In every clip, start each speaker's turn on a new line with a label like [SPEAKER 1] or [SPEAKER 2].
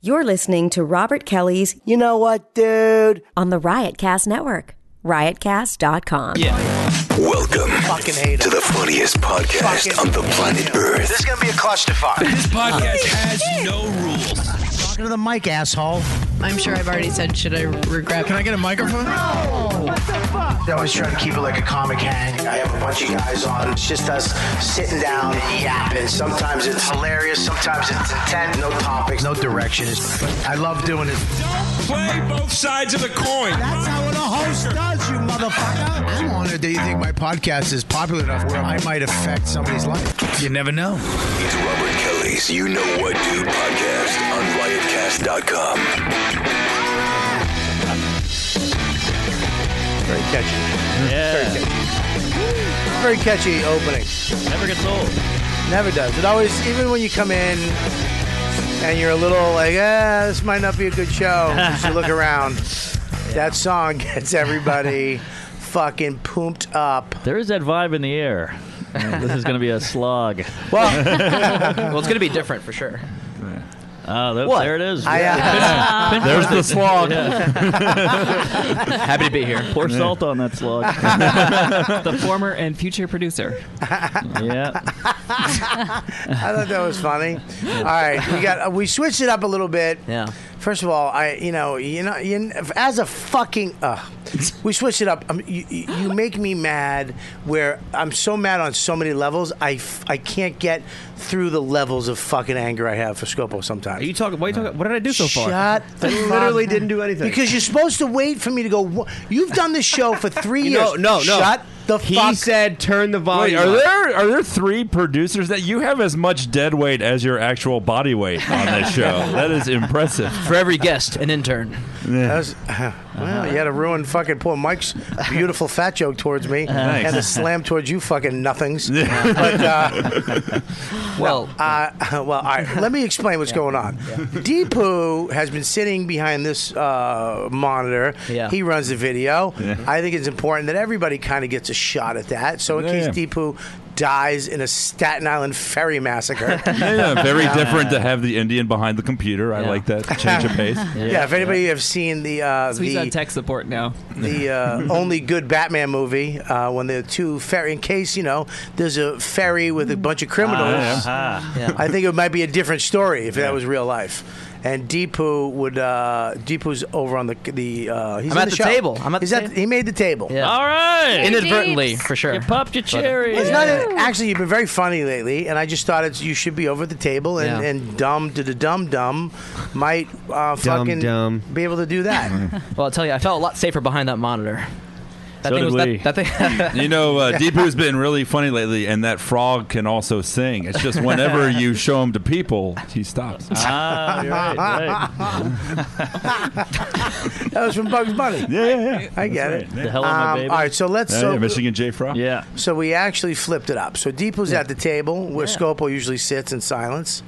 [SPEAKER 1] You're listening to Robert Kelly's
[SPEAKER 2] You know what, dude?
[SPEAKER 1] on the Riotcast Network, riotcast.com.
[SPEAKER 3] Welcome
[SPEAKER 2] Fucking hate
[SPEAKER 3] to the funniest podcast
[SPEAKER 2] Fucking
[SPEAKER 3] on the planet
[SPEAKER 4] This is
[SPEAKER 3] Earth.
[SPEAKER 4] gonna be a clutch to find.
[SPEAKER 5] This podcast has no rules.
[SPEAKER 2] Talking to the mic, asshole.
[SPEAKER 6] I'm sure I've already said, should I regret?
[SPEAKER 5] I get a microphone?
[SPEAKER 4] I always try to keep it like a comic hang. I have a bunch of guys on. It's just us sitting down, yapping. Sometimes it's hilarious. Sometimes it's intent. No topics. No direction. It's- I love doing it.
[SPEAKER 5] Play both sides of the coin.
[SPEAKER 2] That's how a host does, you motherfucker.
[SPEAKER 4] I'm honored that you think my podcast is popular enough where I might affect somebody's life.
[SPEAKER 5] You never know.
[SPEAKER 3] It's Robert Kelly's You Know What Dude podcast on riotcast.com.
[SPEAKER 4] Very catchy. Very catchy. Very catchy opening.
[SPEAKER 7] Never gets old.
[SPEAKER 4] Never does. It always, even when you come in and you're a little like, ah, this might not be a good show. As you look around, that song gets everybody fucking pooped up.
[SPEAKER 7] There is that vibe in the air. this is going to be a slog.
[SPEAKER 4] Well,
[SPEAKER 8] Well, it's going to be different for sure.
[SPEAKER 7] Oh, there,
[SPEAKER 8] What?
[SPEAKER 7] there it is.
[SPEAKER 4] I, uh,
[SPEAKER 7] There's the slog.
[SPEAKER 8] Happy to be here.
[SPEAKER 7] Pour salt on that slog.
[SPEAKER 9] the former and future producer.
[SPEAKER 7] yeah.
[SPEAKER 4] I thought that was funny. All right, we got uh, we switched it up a little bit.
[SPEAKER 8] Yeah.
[SPEAKER 4] First of all, I you know you know you, as a fucking uh, we switched it up. Um, you, you you make me mad where I'm so mad on so many levels. I, f- I can't get through the levels of fucking anger I have for Scopo sometimes.
[SPEAKER 8] Are you talking? What, are you talking, what did I do so far?
[SPEAKER 4] Shut the
[SPEAKER 8] I literally
[SPEAKER 4] fuck-
[SPEAKER 8] didn't do anything.
[SPEAKER 4] Because you're supposed to wait for me to go. "Wha- You've done this show for three years.
[SPEAKER 8] No, no, no.
[SPEAKER 4] Shut the
[SPEAKER 8] he
[SPEAKER 4] fuck.
[SPEAKER 8] said, "Turn the
[SPEAKER 10] Wait,
[SPEAKER 8] volume."
[SPEAKER 10] are
[SPEAKER 8] up.
[SPEAKER 10] there are there three producers that you have as much dead weight as your actual body weight on this show? that is impressive.
[SPEAKER 8] for every guest an intern?
[SPEAKER 4] That was- well, you had to ruin fucking poor Mike's beautiful fat joke towards me, and a slam towards you fucking nothings. but uh,
[SPEAKER 8] Well,
[SPEAKER 4] uh, well, all right. Let me explain what's going on. Deepu has been sitting behind this uh, monitor.
[SPEAKER 8] Yeah.
[SPEAKER 4] He runs the video. I think it's important that everybody kind of gets a shot at that. So in
[SPEAKER 10] Yeah.
[SPEAKER 4] case Deepu dies in a Staten Island ferry massacre. Uh,
[SPEAKER 10] Yeah, very different to have the Indian behind the computer. I
[SPEAKER 8] Yeah.
[SPEAKER 10] like that change of pace.
[SPEAKER 4] Yeah, if anybody have seen the uh,
[SPEAKER 9] So he's on
[SPEAKER 4] the,
[SPEAKER 9] tech support now.
[SPEAKER 4] the uh, only good Batman movie, uh, when the two ferry, in case you know, there's a ferry with a bunch of criminals.
[SPEAKER 7] Ah.
[SPEAKER 4] I think it might be a different story if that was real life. And Deepu would uh, Deepu's over on the the. Uh, he's
[SPEAKER 8] I'm
[SPEAKER 4] on
[SPEAKER 8] at the
[SPEAKER 4] show.
[SPEAKER 8] table. I'm at
[SPEAKER 4] He's
[SPEAKER 8] the
[SPEAKER 4] the-
[SPEAKER 8] table.
[SPEAKER 4] he made the table.
[SPEAKER 8] yeah.
[SPEAKER 7] All right.
[SPEAKER 8] Inadvertently, for sure. uh,
[SPEAKER 7] You popped your cherry.
[SPEAKER 4] It's not a- actually. You've been very funny lately, and I just thought it's, you should be over at the table and
[SPEAKER 8] Yeah.
[SPEAKER 4] and dumb to the dumb dumb might uh, fucking
[SPEAKER 8] dumb.
[SPEAKER 4] be able to do that.
[SPEAKER 8] Well, I'll tell you, I felt a lot safer behind that monitor. That
[SPEAKER 10] So
[SPEAKER 8] thing
[SPEAKER 10] did
[SPEAKER 8] was
[SPEAKER 10] we.
[SPEAKER 8] That, that thing.
[SPEAKER 10] You know, uh, Deepu's been really funny lately, and that frog can also sing. It's just whenever you show him to people, he stops.
[SPEAKER 7] Ah, you're right, right.
[SPEAKER 4] that was from Bugs Bunny.
[SPEAKER 10] Yeah, yeah, yeah.
[SPEAKER 4] I get
[SPEAKER 10] That's
[SPEAKER 4] it.
[SPEAKER 10] right.
[SPEAKER 7] The hell am I,
[SPEAKER 4] Um,
[SPEAKER 7] baby?
[SPEAKER 4] all right, so let's
[SPEAKER 10] Yeah,
[SPEAKER 4] so,
[SPEAKER 10] yeah, Michigan J. Frog.
[SPEAKER 7] Yeah.
[SPEAKER 4] so we actually flipped it up. So Deepu's at the table where Scopo usually sits in silence,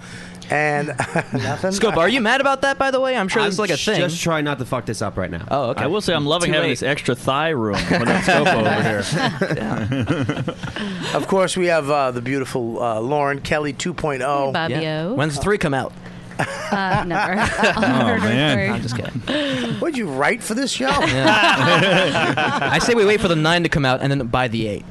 [SPEAKER 4] and nothing.
[SPEAKER 8] Scope, are you mad about that? By the way, I'm sure this is like a thing.
[SPEAKER 11] Just try not to fuck this up right now.
[SPEAKER 8] oh, okay.
[SPEAKER 7] I will say I'm loving
[SPEAKER 8] Too
[SPEAKER 7] having
[SPEAKER 8] late.
[SPEAKER 7] this extra thigh room for that scopo over here.
[SPEAKER 4] Of course, we have uh, the beautiful uh, Lauren Kelly oh. 2.0.
[SPEAKER 6] Bobby O.
[SPEAKER 8] When's three come out?
[SPEAKER 6] Uh, never.
[SPEAKER 10] Oh, man.
[SPEAKER 8] I'm just kidding.
[SPEAKER 4] What'd you write for this show?
[SPEAKER 8] I say we wait for the nine to come out and then buy the eight.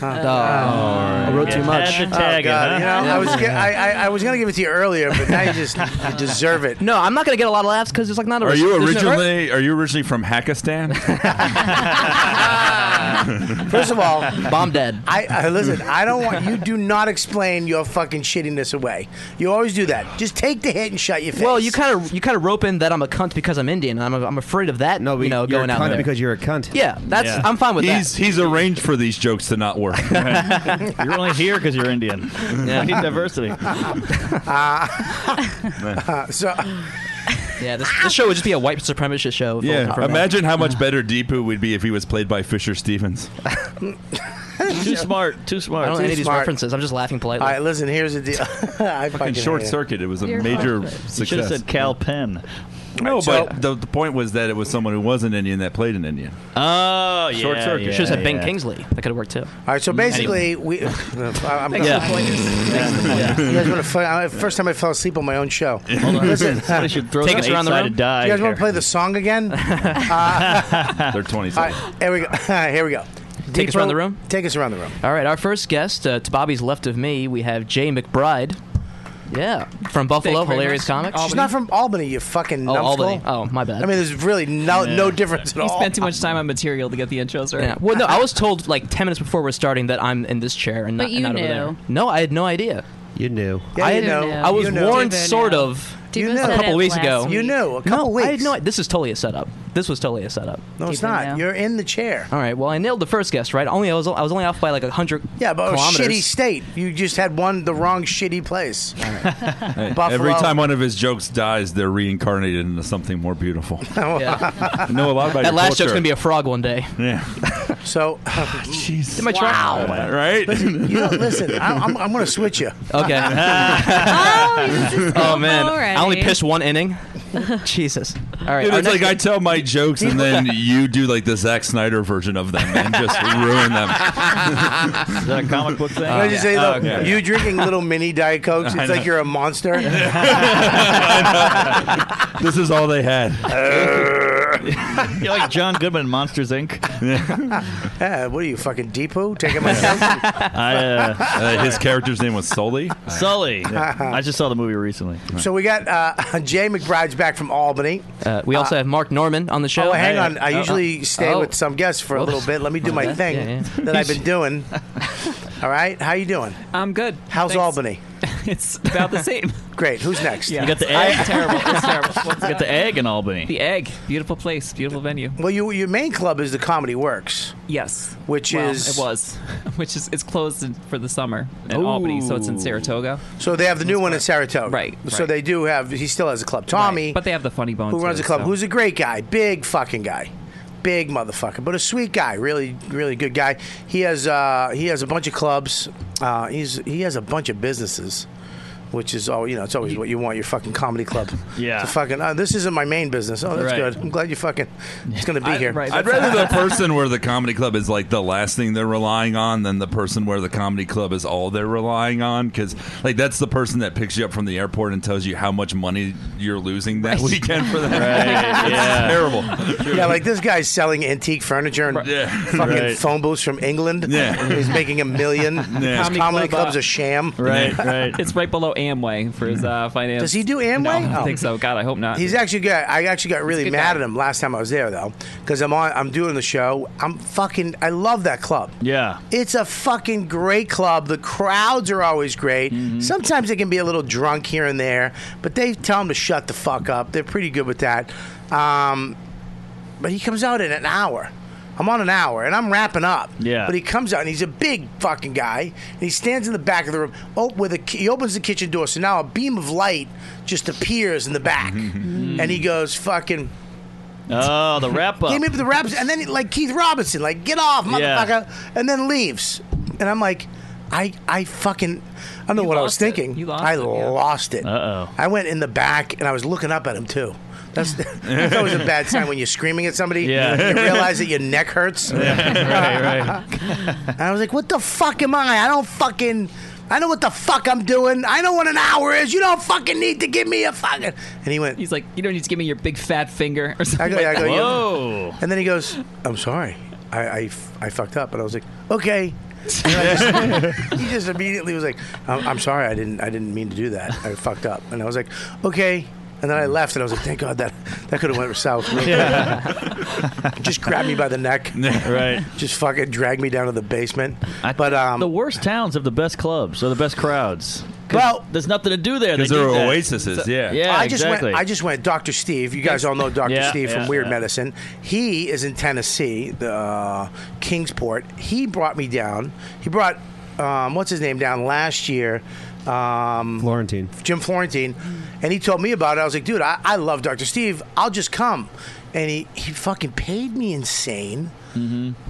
[SPEAKER 8] Oh, I wrote too much.
[SPEAKER 7] Had to
[SPEAKER 11] Oh,
[SPEAKER 7] tag it,
[SPEAKER 4] Oh, God,
[SPEAKER 7] huh?
[SPEAKER 4] you know, I was ge- I, I, I was gonna give it to you earlier, but now you just you deserve it.
[SPEAKER 8] No, I'm not gonna get a lot of laughs because it's like not a.
[SPEAKER 10] Are you
[SPEAKER 8] there's no-
[SPEAKER 10] originally are you originally from Hackistan?
[SPEAKER 4] First of all,
[SPEAKER 8] Bomb dead.
[SPEAKER 4] I, I listen. I don't want you. Do not explain your fucking shittiness away. You always do that. Just take the hit and shut your face.
[SPEAKER 8] Well, you kind of you kind of rope in that I'm a cunt because I'm Indian. and I'm I'm afraid of that.
[SPEAKER 11] no, we,
[SPEAKER 8] you know,
[SPEAKER 11] you're
[SPEAKER 8] going
[SPEAKER 11] a
[SPEAKER 8] out
[SPEAKER 11] cunt
[SPEAKER 8] there.
[SPEAKER 11] because you're a cunt.
[SPEAKER 8] yeah, that's
[SPEAKER 7] Yeah.
[SPEAKER 8] I'm fine with
[SPEAKER 10] he's he's arranged for these jokes to not work.
[SPEAKER 7] You're only here because you're Indian. I need diversity.
[SPEAKER 4] Uh, so
[SPEAKER 8] that. Yeah, this, this show would just be a white supremacist show. full of
[SPEAKER 10] Yeah,
[SPEAKER 8] different-
[SPEAKER 10] imagine how much better Deepu would be if he was played by Fisher Stevens.
[SPEAKER 7] Too smart. Too
[SPEAKER 8] I
[SPEAKER 7] smart.
[SPEAKER 8] don't know any of these
[SPEAKER 4] smart.
[SPEAKER 8] references. I'm just laughing politely.
[SPEAKER 4] all right, listen. Here's the deal. I fucking
[SPEAKER 10] In
[SPEAKER 4] hate
[SPEAKER 10] Short
[SPEAKER 4] it.
[SPEAKER 10] Circuit, it was a
[SPEAKER 6] You're
[SPEAKER 10] major
[SPEAKER 7] Should have
[SPEAKER 10] success.
[SPEAKER 7] said Cal Penn.
[SPEAKER 10] No,
[SPEAKER 4] Right, so-
[SPEAKER 10] but the, the point was that it was someone who was an Indian that played an Indian.
[SPEAKER 8] Oh,
[SPEAKER 10] yeah,
[SPEAKER 8] Short circuit.
[SPEAKER 10] yeah,
[SPEAKER 8] Should have said Ben
[SPEAKER 10] yeah.
[SPEAKER 8] Kingsley. That could have worked too. All
[SPEAKER 4] right, so basically, we. I- I'm
[SPEAKER 8] Thanks for the pointers. Yeah.
[SPEAKER 4] You guys want to? Fun, first time I fell asleep on my own show.
[SPEAKER 8] Hold on.
[SPEAKER 4] Listen,
[SPEAKER 8] Somebody should throw Take us some around the room. eight-sided die
[SPEAKER 4] Do you guys want
[SPEAKER 8] here.
[SPEAKER 4] to play the song again?
[SPEAKER 11] Ah.
[SPEAKER 4] Uh,
[SPEAKER 10] They're 20
[SPEAKER 4] all right, here we go. here we go.
[SPEAKER 8] Take us around the
[SPEAKER 4] Deeper-
[SPEAKER 8] room?
[SPEAKER 4] Take us around the room.
[SPEAKER 8] All right, our first guest, uh, to Bobby's left of me, we have Jay McBride. Yeah, from Buffalo, hilarious comic.
[SPEAKER 4] She's not from Albany, you fucking
[SPEAKER 8] Oh,
[SPEAKER 4] numbskull.
[SPEAKER 8] Albany. Oh, my bad.
[SPEAKER 4] I mean, there's really no no difference at
[SPEAKER 9] You
[SPEAKER 4] all.
[SPEAKER 9] spent too much time on material to get the intros right.
[SPEAKER 8] Yeah. Well, no, I was told like ten minutes before we're starting that I'm in this chair and not,
[SPEAKER 9] But you
[SPEAKER 8] and not over
[SPEAKER 9] knew.
[SPEAKER 8] there. No, I had no idea.
[SPEAKER 11] You knew.
[SPEAKER 4] Yeah,
[SPEAKER 8] I
[SPEAKER 4] you
[SPEAKER 8] had-
[SPEAKER 4] know.
[SPEAKER 8] I was
[SPEAKER 4] You know.
[SPEAKER 8] warned,
[SPEAKER 4] Diva
[SPEAKER 8] sort
[SPEAKER 4] knew.
[SPEAKER 8] of,
[SPEAKER 4] Diva
[SPEAKER 8] a
[SPEAKER 4] said
[SPEAKER 8] couple
[SPEAKER 4] it
[SPEAKER 8] weeks
[SPEAKER 4] last
[SPEAKER 8] ago.
[SPEAKER 4] week. You knew, a couple
[SPEAKER 8] no, I had
[SPEAKER 4] weeks.
[SPEAKER 8] no. This is totally a setup. This was totally a setup.
[SPEAKER 4] No, it's not. You're in the chair.
[SPEAKER 8] All right. Well, I nailed the first guess, right? Only I was I was only off by like a hundred.
[SPEAKER 4] Yeah, but a
[SPEAKER 8] kilometers.
[SPEAKER 4] shitty state. You just had one the wrong shitty place.
[SPEAKER 10] Hey,
[SPEAKER 4] Buffalo.
[SPEAKER 10] Every time one of his jokes dies, they're reincarnated into something more beautiful.
[SPEAKER 8] Yeah.
[SPEAKER 10] know a lot about
[SPEAKER 8] that
[SPEAKER 10] your
[SPEAKER 8] last
[SPEAKER 10] culture.
[SPEAKER 8] joke's gonna be a frog one day.
[SPEAKER 10] Yeah.
[SPEAKER 4] So,
[SPEAKER 10] jeez,
[SPEAKER 8] my truck-
[SPEAKER 10] Uh, right?
[SPEAKER 4] Listen, you know, listen I, I'm, I'm going to switch you.
[SPEAKER 8] Okay. oh, man, I only
[SPEAKER 4] already.
[SPEAKER 8] pitched one inning. Jesus. All right.
[SPEAKER 10] Dude,
[SPEAKER 8] our
[SPEAKER 10] it's like
[SPEAKER 8] next-
[SPEAKER 10] I tell my jokes and then you do like the Zack Snyder version of them and just ruin them. Is
[SPEAKER 7] that a comic book thing?
[SPEAKER 4] Can I just
[SPEAKER 8] Oh,
[SPEAKER 4] say though,
[SPEAKER 10] yeah.
[SPEAKER 4] you drinking little mini diet cokes?
[SPEAKER 10] I
[SPEAKER 4] It's
[SPEAKER 10] know.
[SPEAKER 4] like you're a monster.
[SPEAKER 10] This is all they had.
[SPEAKER 4] Uh.
[SPEAKER 7] You're like John Goodman in Monsters Inc.
[SPEAKER 4] Eh, what are you fucking Depot taking my?
[SPEAKER 7] I, uh,
[SPEAKER 10] his character's name was Sully.
[SPEAKER 7] Sully. I just saw the movie recently.
[SPEAKER 4] so we got uh, Jay McBride's back from Albany.
[SPEAKER 8] Uh, we also have Mark Norman on the show.
[SPEAKER 4] Oh, hang on. I
[SPEAKER 8] Oh.
[SPEAKER 4] usually stay
[SPEAKER 8] Oh.
[SPEAKER 4] with some guests for a
[SPEAKER 8] Whoops.
[SPEAKER 4] little bit. Let me do my
[SPEAKER 8] Yeah,
[SPEAKER 4] thing
[SPEAKER 8] yeah, yeah.
[SPEAKER 4] that I've been doing. All right, how you doing?
[SPEAKER 9] I'm good.
[SPEAKER 4] How's
[SPEAKER 9] Thanks.
[SPEAKER 4] Albany?
[SPEAKER 9] It's about the same.
[SPEAKER 4] Great. Who's next?
[SPEAKER 9] Yeah.
[SPEAKER 7] You got the
[SPEAKER 9] I-
[SPEAKER 7] egg?
[SPEAKER 9] it's terrible. It's terrible. What's
[SPEAKER 7] You got the egg in Albany.
[SPEAKER 9] The egg. Beautiful place. Beautiful venue.
[SPEAKER 4] Well, you, your main club is the Comedy Works.
[SPEAKER 9] Yes.
[SPEAKER 4] Which
[SPEAKER 9] Well,
[SPEAKER 4] is
[SPEAKER 9] it was, which is it's closed in, for the summer in Albany, so it's in
[SPEAKER 4] Ooh.
[SPEAKER 9] Saratoga.
[SPEAKER 4] So they have the new one in Saratoga. Right. So
[SPEAKER 9] right.
[SPEAKER 4] they do have. He still has a club. Tommy.
[SPEAKER 9] But they have the funny bones.
[SPEAKER 4] who runs
[SPEAKER 9] here,
[SPEAKER 4] the club,
[SPEAKER 9] so-
[SPEAKER 4] who's a great guy, big fucking guy, big motherfucker, but a sweet guy, really, really good guy. He has uh, he has a bunch of clubs. Uh, he's he has a bunch of businesses. Which is all you know. It's always what you want. Your fucking comedy club.
[SPEAKER 7] Yeah.
[SPEAKER 4] To fucking. Uh, this isn't my main business. Oh, that's
[SPEAKER 7] Right.
[SPEAKER 4] good. I'm glad you fucking. It's gonna be here.
[SPEAKER 10] I'd rather the person where the comedy club is like the last thing they're relying on than the person where the comedy club is all they're relying on because like that's the person that picks you up from the airport and tells you how much money you're losing that weekend for that.
[SPEAKER 4] Right,
[SPEAKER 10] It's
[SPEAKER 4] yeah.
[SPEAKER 10] terrible.
[SPEAKER 4] Yeah, like this guy's selling antique furniture and fucking
[SPEAKER 10] Right.
[SPEAKER 4] phone booths from England.
[SPEAKER 10] Yeah.
[SPEAKER 4] He's making a million. His comedy,
[SPEAKER 9] Comedy club,
[SPEAKER 4] club's
[SPEAKER 9] uh,
[SPEAKER 4] a sham.
[SPEAKER 7] right.
[SPEAKER 9] It's right below Amway for his uh, finance.
[SPEAKER 4] Does he do
[SPEAKER 9] No, I
[SPEAKER 4] Amway?
[SPEAKER 9] don't
[SPEAKER 4] Oh.
[SPEAKER 9] think so. God, I hope not.
[SPEAKER 4] He's actually good. I actually got really
[SPEAKER 9] good
[SPEAKER 4] mad
[SPEAKER 9] guy.
[SPEAKER 4] at him last time I was there though, because I'm on. I'm doing the show. I'm fucking. I love that club.
[SPEAKER 7] Yeah.
[SPEAKER 4] It's a fucking great club. The crowds are always great.
[SPEAKER 7] Mm-hmm.
[SPEAKER 4] Sometimes they can be a little drunk here and there, but they tell them to shut the fuck up. They're pretty good with that. Um, but he comes out in an hour. I'm on an hour and I'm wrapping up.
[SPEAKER 7] Yeah.
[SPEAKER 4] But he comes out and he's a big fucking guy and he stands in the back of the room. Oh, with a he opens the kitchen door, so now a beam of light just appears in the back, and he goes fucking.
[SPEAKER 7] Mm-hmm. Oh, the wrap up.
[SPEAKER 4] Give me the raps, and then like Keith Robinson, like get off,
[SPEAKER 7] Yeah.
[SPEAKER 4] motherfucker, and then leaves. And I'm like, I, I fucking, I don't know what I was thinking. You lost I lost it.
[SPEAKER 7] Uh oh.
[SPEAKER 4] I went in the back and I was looking up at him too. That's, that's always a bad sign when you're screaming at somebody.
[SPEAKER 7] Yeah.
[SPEAKER 4] and you realize that your neck hurts.
[SPEAKER 7] right, right.
[SPEAKER 4] And I was like, what the fuck am I? I don't fucking. I know what the fuck I'm doing. I know what an hour is. You don't fucking need to give me a fucking. And he went.
[SPEAKER 9] He's like, you don't need to give me your big fat finger or
[SPEAKER 4] I
[SPEAKER 9] something.
[SPEAKER 4] go, I
[SPEAKER 9] like
[SPEAKER 4] go,
[SPEAKER 9] that.
[SPEAKER 4] yeah. And then he goes, I'm sorry. I, I f- I fucked up. And I was like, okay. And I just- he just immediately was like, I'm, I'm sorry. I didn't, I didn't mean to do that. I fucked up. And I was like, okay. And then I left and I was like, thank God that, that could have went south. real quick." just grabbed me by the neck.
[SPEAKER 7] Right.
[SPEAKER 4] Just fucking dragged me down to the basement.
[SPEAKER 7] but
[SPEAKER 4] um,
[SPEAKER 7] the worst towns have the best clubs or the best crowds. 'Cause
[SPEAKER 4] Well-
[SPEAKER 7] there's nothing to do there.
[SPEAKER 10] 'Cause
[SPEAKER 7] They
[SPEAKER 10] they're
[SPEAKER 7] did that.
[SPEAKER 10] oases, yeah.
[SPEAKER 7] yeah.
[SPEAKER 4] I just
[SPEAKER 7] exactly.
[SPEAKER 4] went. I just went. Doctor Steve. You guys all know Doctor
[SPEAKER 7] Yeah,
[SPEAKER 4] Steve
[SPEAKER 7] yeah,
[SPEAKER 4] from Weird
[SPEAKER 7] yeah.
[SPEAKER 4] Medicine. He is in Tennessee, the uh, Kingsport. He brought me down. He brought um, what's his name down last year um,
[SPEAKER 11] Florentine.
[SPEAKER 4] Jim Florentine, and he told me about it. I was like, dude, I, I love Dr. Steve. I'll just come. And he, he fucking paid me insane.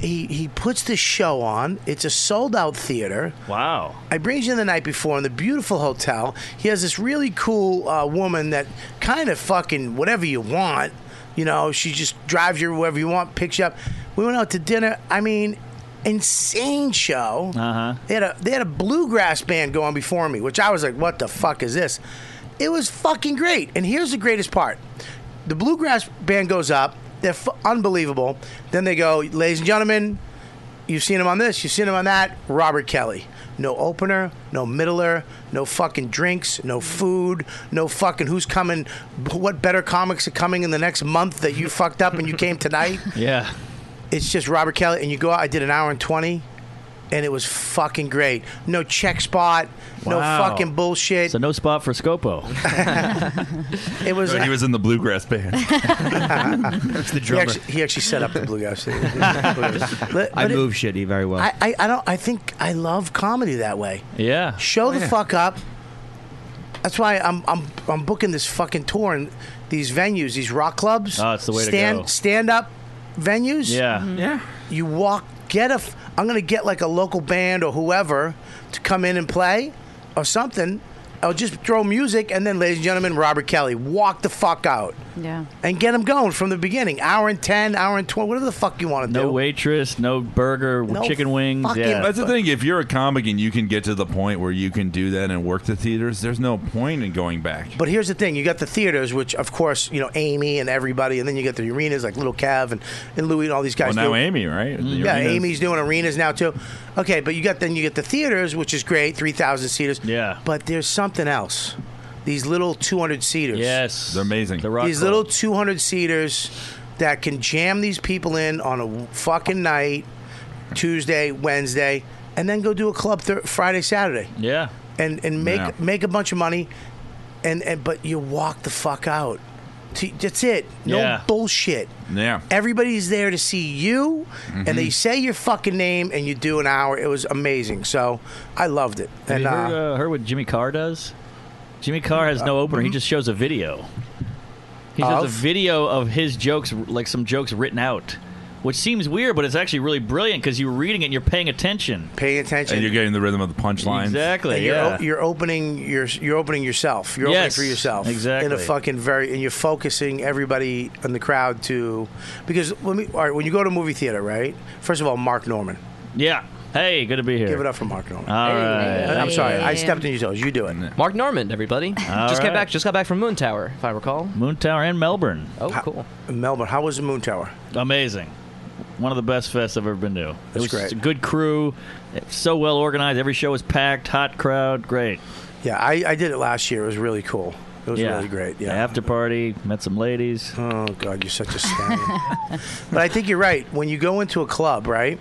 [SPEAKER 4] He, he puts this show on. It's a sold out theater.
[SPEAKER 7] Wow.
[SPEAKER 4] I brings you in the night before in the beautiful hotel. He has this really cool uh, woman that kind of fucking whatever you want. You know, she just drives you wherever you want, picks you up. We went out to dinner. I mean, insane show. Uh-huh. They had a they had a bluegrass band going before me, which I was like, what the fuck is this? It was fucking great. And here's the greatest part: the bluegrass band goes up. They're f- unbelievable. Then they go, ladies and gentlemen, You've seen him on this, you've seen him on that. Robert Kelly. No opener, no middler, no fucking drinks, no food, no fucking who's coming, what better comics are coming in the next month that you fucked up and you came tonight.
[SPEAKER 7] Yeah.
[SPEAKER 4] It's just Robert Kelly, and you go out. I did an hour and 20, and it was fucking great. No check spot, no
[SPEAKER 7] Wow.
[SPEAKER 4] fucking bullshit.
[SPEAKER 7] So no spot for Scopo.
[SPEAKER 4] It was.
[SPEAKER 10] he was in the bluegrass band.
[SPEAKER 4] it's
[SPEAKER 11] the
[SPEAKER 4] He
[SPEAKER 11] drummer.
[SPEAKER 4] actually, he actually set up the bluegrass.
[SPEAKER 11] I move shitty very well.
[SPEAKER 4] I, I, I don't. I think I love comedy that way.
[SPEAKER 7] Oh, Yeah.
[SPEAKER 4] Show the
[SPEAKER 11] Yeah.
[SPEAKER 4] fuck up. That's why I'm I'm I'm booking this fucking tour in these venues, these rock clubs.
[SPEAKER 7] Oh, it's the way to
[SPEAKER 4] stand,
[SPEAKER 7] go.
[SPEAKER 4] Stand up venues.
[SPEAKER 7] Yeah. Mhm.
[SPEAKER 11] Yeah.
[SPEAKER 4] You walk. Get a. f- I'm gonna get like a local band or whoever to come in and play, or something. I'll just throw music and then, ladies and gentlemen, Robert Kelly, walk the fuck out
[SPEAKER 6] Yeah.
[SPEAKER 4] and get them going from the beginning. Hour and ten, hour and twenty, whatever the fuck you want to do.
[SPEAKER 7] No waitress, no burger,
[SPEAKER 4] No
[SPEAKER 7] chicken wings.
[SPEAKER 4] fucking-
[SPEAKER 7] Yeah.
[SPEAKER 10] That's the thing. If you're a comic and you can get to the point where you can do that and work the theaters, there's no point in going back.
[SPEAKER 4] But here's the thing: you got the theaters, which of course you know Amy and everybody, and then you got the arenas like Little Cav and, and Louie and all these guys.
[SPEAKER 10] well, now
[SPEAKER 4] do.
[SPEAKER 10] Amy, right? The
[SPEAKER 4] Yeah,
[SPEAKER 10] arenas.
[SPEAKER 4] Amy's doing arenas now too. Okay, but you got then you get the theaters, which is great, three thousand seaters. Yeah. But there's something else. These little two hundred seaters.
[SPEAKER 7] Yes.
[SPEAKER 10] They're amazing. The
[SPEAKER 4] these little 200 seaters that can jam these people in on a fucking night, Tuesday, Wednesday, and then go do a club thir- Friday, Saturday.
[SPEAKER 7] Yeah.
[SPEAKER 4] And and make
[SPEAKER 7] Yeah.
[SPEAKER 4] make a bunch of money, and, and but you walk the fuck out. T- That's it. No
[SPEAKER 10] Yeah.
[SPEAKER 4] bullshit.
[SPEAKER 10] Yeah.
[SPEAKER 4] Everybody's there to see you,
[SPEAKER 10] Mhm.
[SPEAKER 4] and they
[SPEAKER 7] Mm-hmm.
[SPEAKER 4] say your fucking name, and you do an hour. It was amazing. So I loved it.
[SPEAKER 7] Have
[SPEAKER 4] and
[SPEAKER 7] you
[SPEAKER 4] uh,
[SPEAKER 7] heard, uh, heard what Jimmy Carr does? Jimmy Carr has no opener. He just shows a video. He shows a
[SPEAKER 4] mm-hmm. Of?
[SPEAKER 7] video of his jokes, like some jokes written out, which seems weird, but it's actually really brilliant because you're reading it and you're paying attention.
[SPEAKER 4] Paying attention.
[SPEAKER 10] And you're getting the rhythm of the punchline.
[SPEAKER 7] Exactly.
[SPEAKER 4] And
[SPEAKER 7] yeah.
[SPEAKER 4] You're, o- you're opening your you're opening yourself. You're
[SPEAKER 7] Yes,
[SPEAKER 4] opening for yourself.
[SPEAKER 7] exactly.
[SPEAKER 4] In a fucking very and you're focusing everybody in the crowd to because when we all right when you go to a movie theater right first of all Mark Norman
[SPEAKER 7] yeah. Hey, good to be here.
[SPEAKER 4] give it up for Mark Norman.
[SPEAKER 7] All right.
[SPEAKER 4] Uh, I'm sorry I stepped in your toes. You do it.
[SPEAKER 8] Mark Normand, everybody. just
[SPEAKER 7] right.
[SPEAKER 8] got back. Just got back from Moon Tower, if I recall.
[SPEAKER 7] Moon Tower and Melbourne.
[SPEAKER 8] Oh, cool.
[SPEAKER 4] Melbourne. How was the Moon Tower?
[SPEAKER 7] Amazing. One of the best fests I've ever been to. it
[SPEAKER 4] That's
[SPEAKER 7] was
[SPEAKER 4] great.
[SPEAKER 7] a good crew, so well organized. Every show was packed, hot crowd, great.
[SPEAKER 4] Yeah, I, I did it last year. It was really cool. It was really great. Yeah.
[SPEAKER 7] After party, met some ladies.
[SPEAKER 4] Oh God, you're such a stallion. but I think you're right. When you go into a club, right,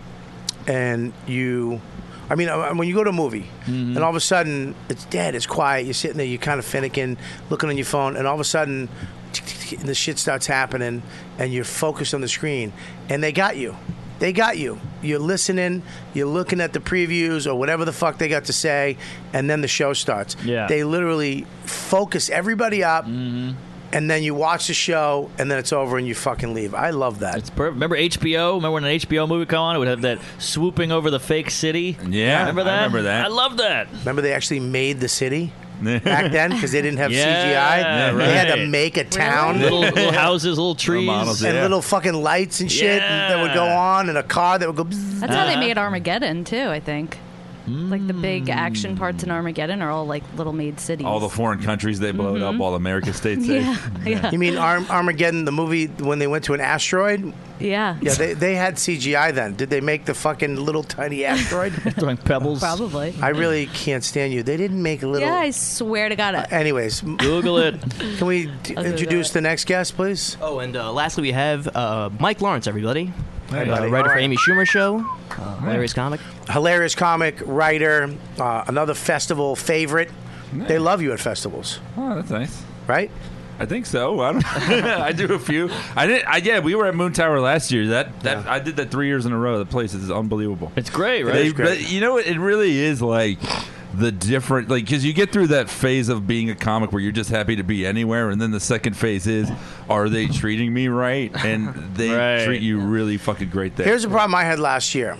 [SPEAKER 4] and you, I mean, uh, when you go to a movie,
[SPEAKER 7] Mm-hmm.
[SPEAKER 4] and all of a sudden it's dead, it's quiet. You're sitting there, you're kind of finicking, looking on your phone, and all of a sudden, tick, tick, tick, and the shit starts happening, and you're focused on the screen, and they got you. They got you. You're listening. You're looking at the previews or whatever the fuck they got to say, and then the show starts.
[SPEAKER 7] Yeah.
[SPEAKER 4] They literally focus everybody up,
[SPEAKER 7] Mm-hmm.
[SPEAKER 4] and then you watch the show, and then it's over, and you fucking leave. I love that.
[SPEAKER 7] It's perfect. Remember HBO? Remember when an HBO movie come on? It would have that swooping over the fake city.
[SPEAKER 10] Yeah,
[SPEAKER 7] remember that?
[SPEAKER 10] I remember that.
[SPEAKER 7] I love that.
[SPEAKER 4] Remember they actually made the city back then because they didn't have CGI.
[SPEAKER 7] Yeah,
[SPEAKER 4] They had to
[SPEAKER 7] right.
[SPEAKER 4] make a town,
[SPEAKER 7] Little, little houses, little trees,
[SPEAKER 4] and little fucking lights and shit that would go
[SPEAKER 7] Yeah.
[SPEAKER 4] on, and a car that would go. bzzz.
[SPEAKER 6] That's
[SPEAKER 10] Uh-huh.
[SPEAKER 6] how they made Armageddon too. I think. Like the big action parts in Armageddon are all like little made cities.
[SPEAKER 10] Hmm. All the foreign countries they blowed
[SPEAKER 7] Mm-hmm.
[SPEAKER 10] up, all American states they.
[SPEAKER 6] Yeah, yeah.
[SPEAKER 4] You mean Arm- Armageddon, the movie when they went to an asteroid?
[SPEAKER 6] Yeah.
[SPEAKER 4] Yeah, they, they had CGI then. Did they make the fucking little tiny asteroid?
[SPEAKER 7] throwing pebbles.
[SPEAKER 6] Probably.
[SPEAKER 4] I really can't stand you. They didn't make little.
[SPEAKER 6] Yeah, I swear to God. I-
[SPEAKER 4] Anyways,
[SPEAKER 7] Google it.
[SPEAKER 4] Can we d-
[SPEAKER 8] I'll do
[SPEAKER 4] introduce the next guest, please?
[SPEAKER 8] Oh, and uh, lastly, we have uh, Mike Lawrence, everybody.
[SPEAKER 4] Hey,
[SPEAKER 8] uh,
[SPEAKER 4] buddy.
[SPEAKER 8] writer
[SPEAKER 4] All
[SPEAKER 8] for
[SPEAKER 4] right.
[SPEAKER 8] Amy Schumer Show,
[SPEAKER 10] Uh-huh.
[SPEAKER 8] uh, hilarious comic.
[SPEAKER 4] hilarious comic, writer, uh, another festival favorite. They love you at festivals,
[SPEAKER 10] Oh, that's nice.
[SPEAKER 4] right?
[SPEAKER 10] I think so. I don't. I do a few. I did. I yeah. We were at Moon Tower last year. That that I did that three years in a row. The place is unbelievable.
[SPEAKER 7] It's great,
[SPEAKER 10] They-
[SPEAKER 7] right?
[SPEAKER 10] but you know, it really is like the different like because you get through that phase of being a comic where you're just happy to be anywhere, and then the second phase is, are they treating me right? And they treat you really fucking great there.
[SPEAKER 4] Here's the problem I had last year.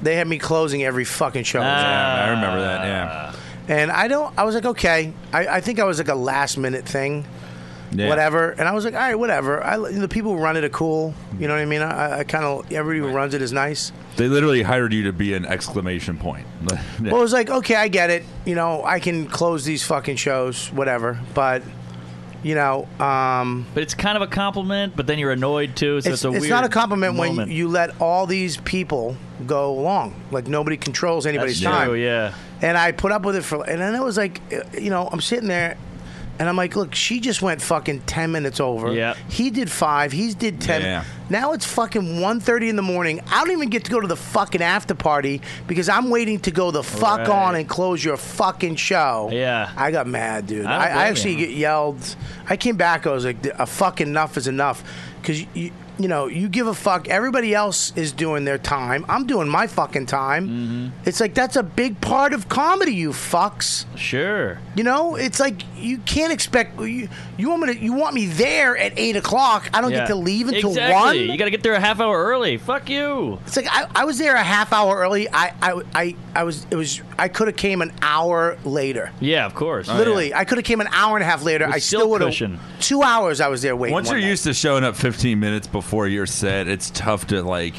[SPEAKER 4] They had me closing every fucking show.
[SPEAKER 8] Ah.
[SPEAKER 10] Yeah, I remember that. Yeah.
[SPEAKER 4] And I don't. I was like, okay. I, I think I was like a last minute thing,
[SPEAKER 10] Yeah.
[SPEAKER 4] whatever. And I was like, all right, whatever. I, the people who run it are cool.
[SPEAKER 10] Mm-hmm.
[SPEAKER 4] You know what I mean? I, I kind of everybody who runs it is nice.
[SPEAKER 10] They literally hired you to be an exclamation point. Yeah.
[SPEAKER 4] Well, it was like, okay, I get it. You know, I can close these fucking shows, whatever. But you know, um,
[SPEAKER 7] But it's kind of a compliment, but then you're annoyed too. So it's, a weird
[SPEAKER 4] not a compliment when
[SPEAKER 7] moment.
[SPEAKER 4] you let all these people go along. Like nobody controls anybody's
[SPEAKER 7] That's
[SPEAKER 4] time.
[SPEAKER 7] true, yeah.
[SPEAKER 4] And I put up with it for, and then it was like, uh, you know, I'm sitting there. And I'm like, look, she just went fucking ten minutes over.
[SPEAKER 7] Yeah.
[SPEAKER 4] He did five. He's did ten.
[SPEAKER 7] Yeah.
[SPEAKER 4] Now it's fucking 1.30 in the morning. I don't even get to go to the fucking after party because I'm waiting to go the fuck
[SPEAKER 7] Right.
[SPEAKER 4] on and close your fucking show.
[SPEAKER 7] Yeah.
[SPEAKER 4] I got mad, dude.
[SPEAKER 7] I don't
[SPEAKER 4] I, I
[SPEAKER 7] blame
[SPEAKER 4] actually
[SPEAKER 7] you.
[SPEAKER 4] get yelled. I came back. I was like, a fucking enough is enough. Because you, you know, you give a fuck. Everybody else is doing their time. I'm doing my fucking time.
[SPEAKER 7] Mm-hmm.
[SPEAKER 4] It's like that's a big part of comedy, you fucks.
[SPEAKER 7] Sure.
[SPEAKER 4] You know, it's like you can't expect you, you want me to, you want me there at eight o'clock. I don't
[SPEAKER 7] Yeah.
[SPEAKER 4] get to leave until
[SPEAKER 7] exactly.
[SPEAKER 4] one.
[SPEAKER 7] You got to get there a half hour early. Fuck you.
[SPEAKER 4] It's like I, I was there a half hour early. I, I, I, I was it was I could have came an hour later.
[SPEAKER 7] Oh, Yeah, of course.
[SPEAKER 4] Literally, I could have came an hour and a half later.
[SPEAKER 7] With
[SPEAKER 4] I
[SPEAKER 7] silk
[SPEAKER 4] still would
[SPEAKER 7] cushion.
[SPEAKER 4] have. Two hours I was there waiting.
[SPEAKER 10] Once
[SPEAKER 4] one
[SPEAKER 10] you're
[SPEAKER 4] night.
[SPEAKER 10] used to showing up 15 minutes before your set, it's tough to like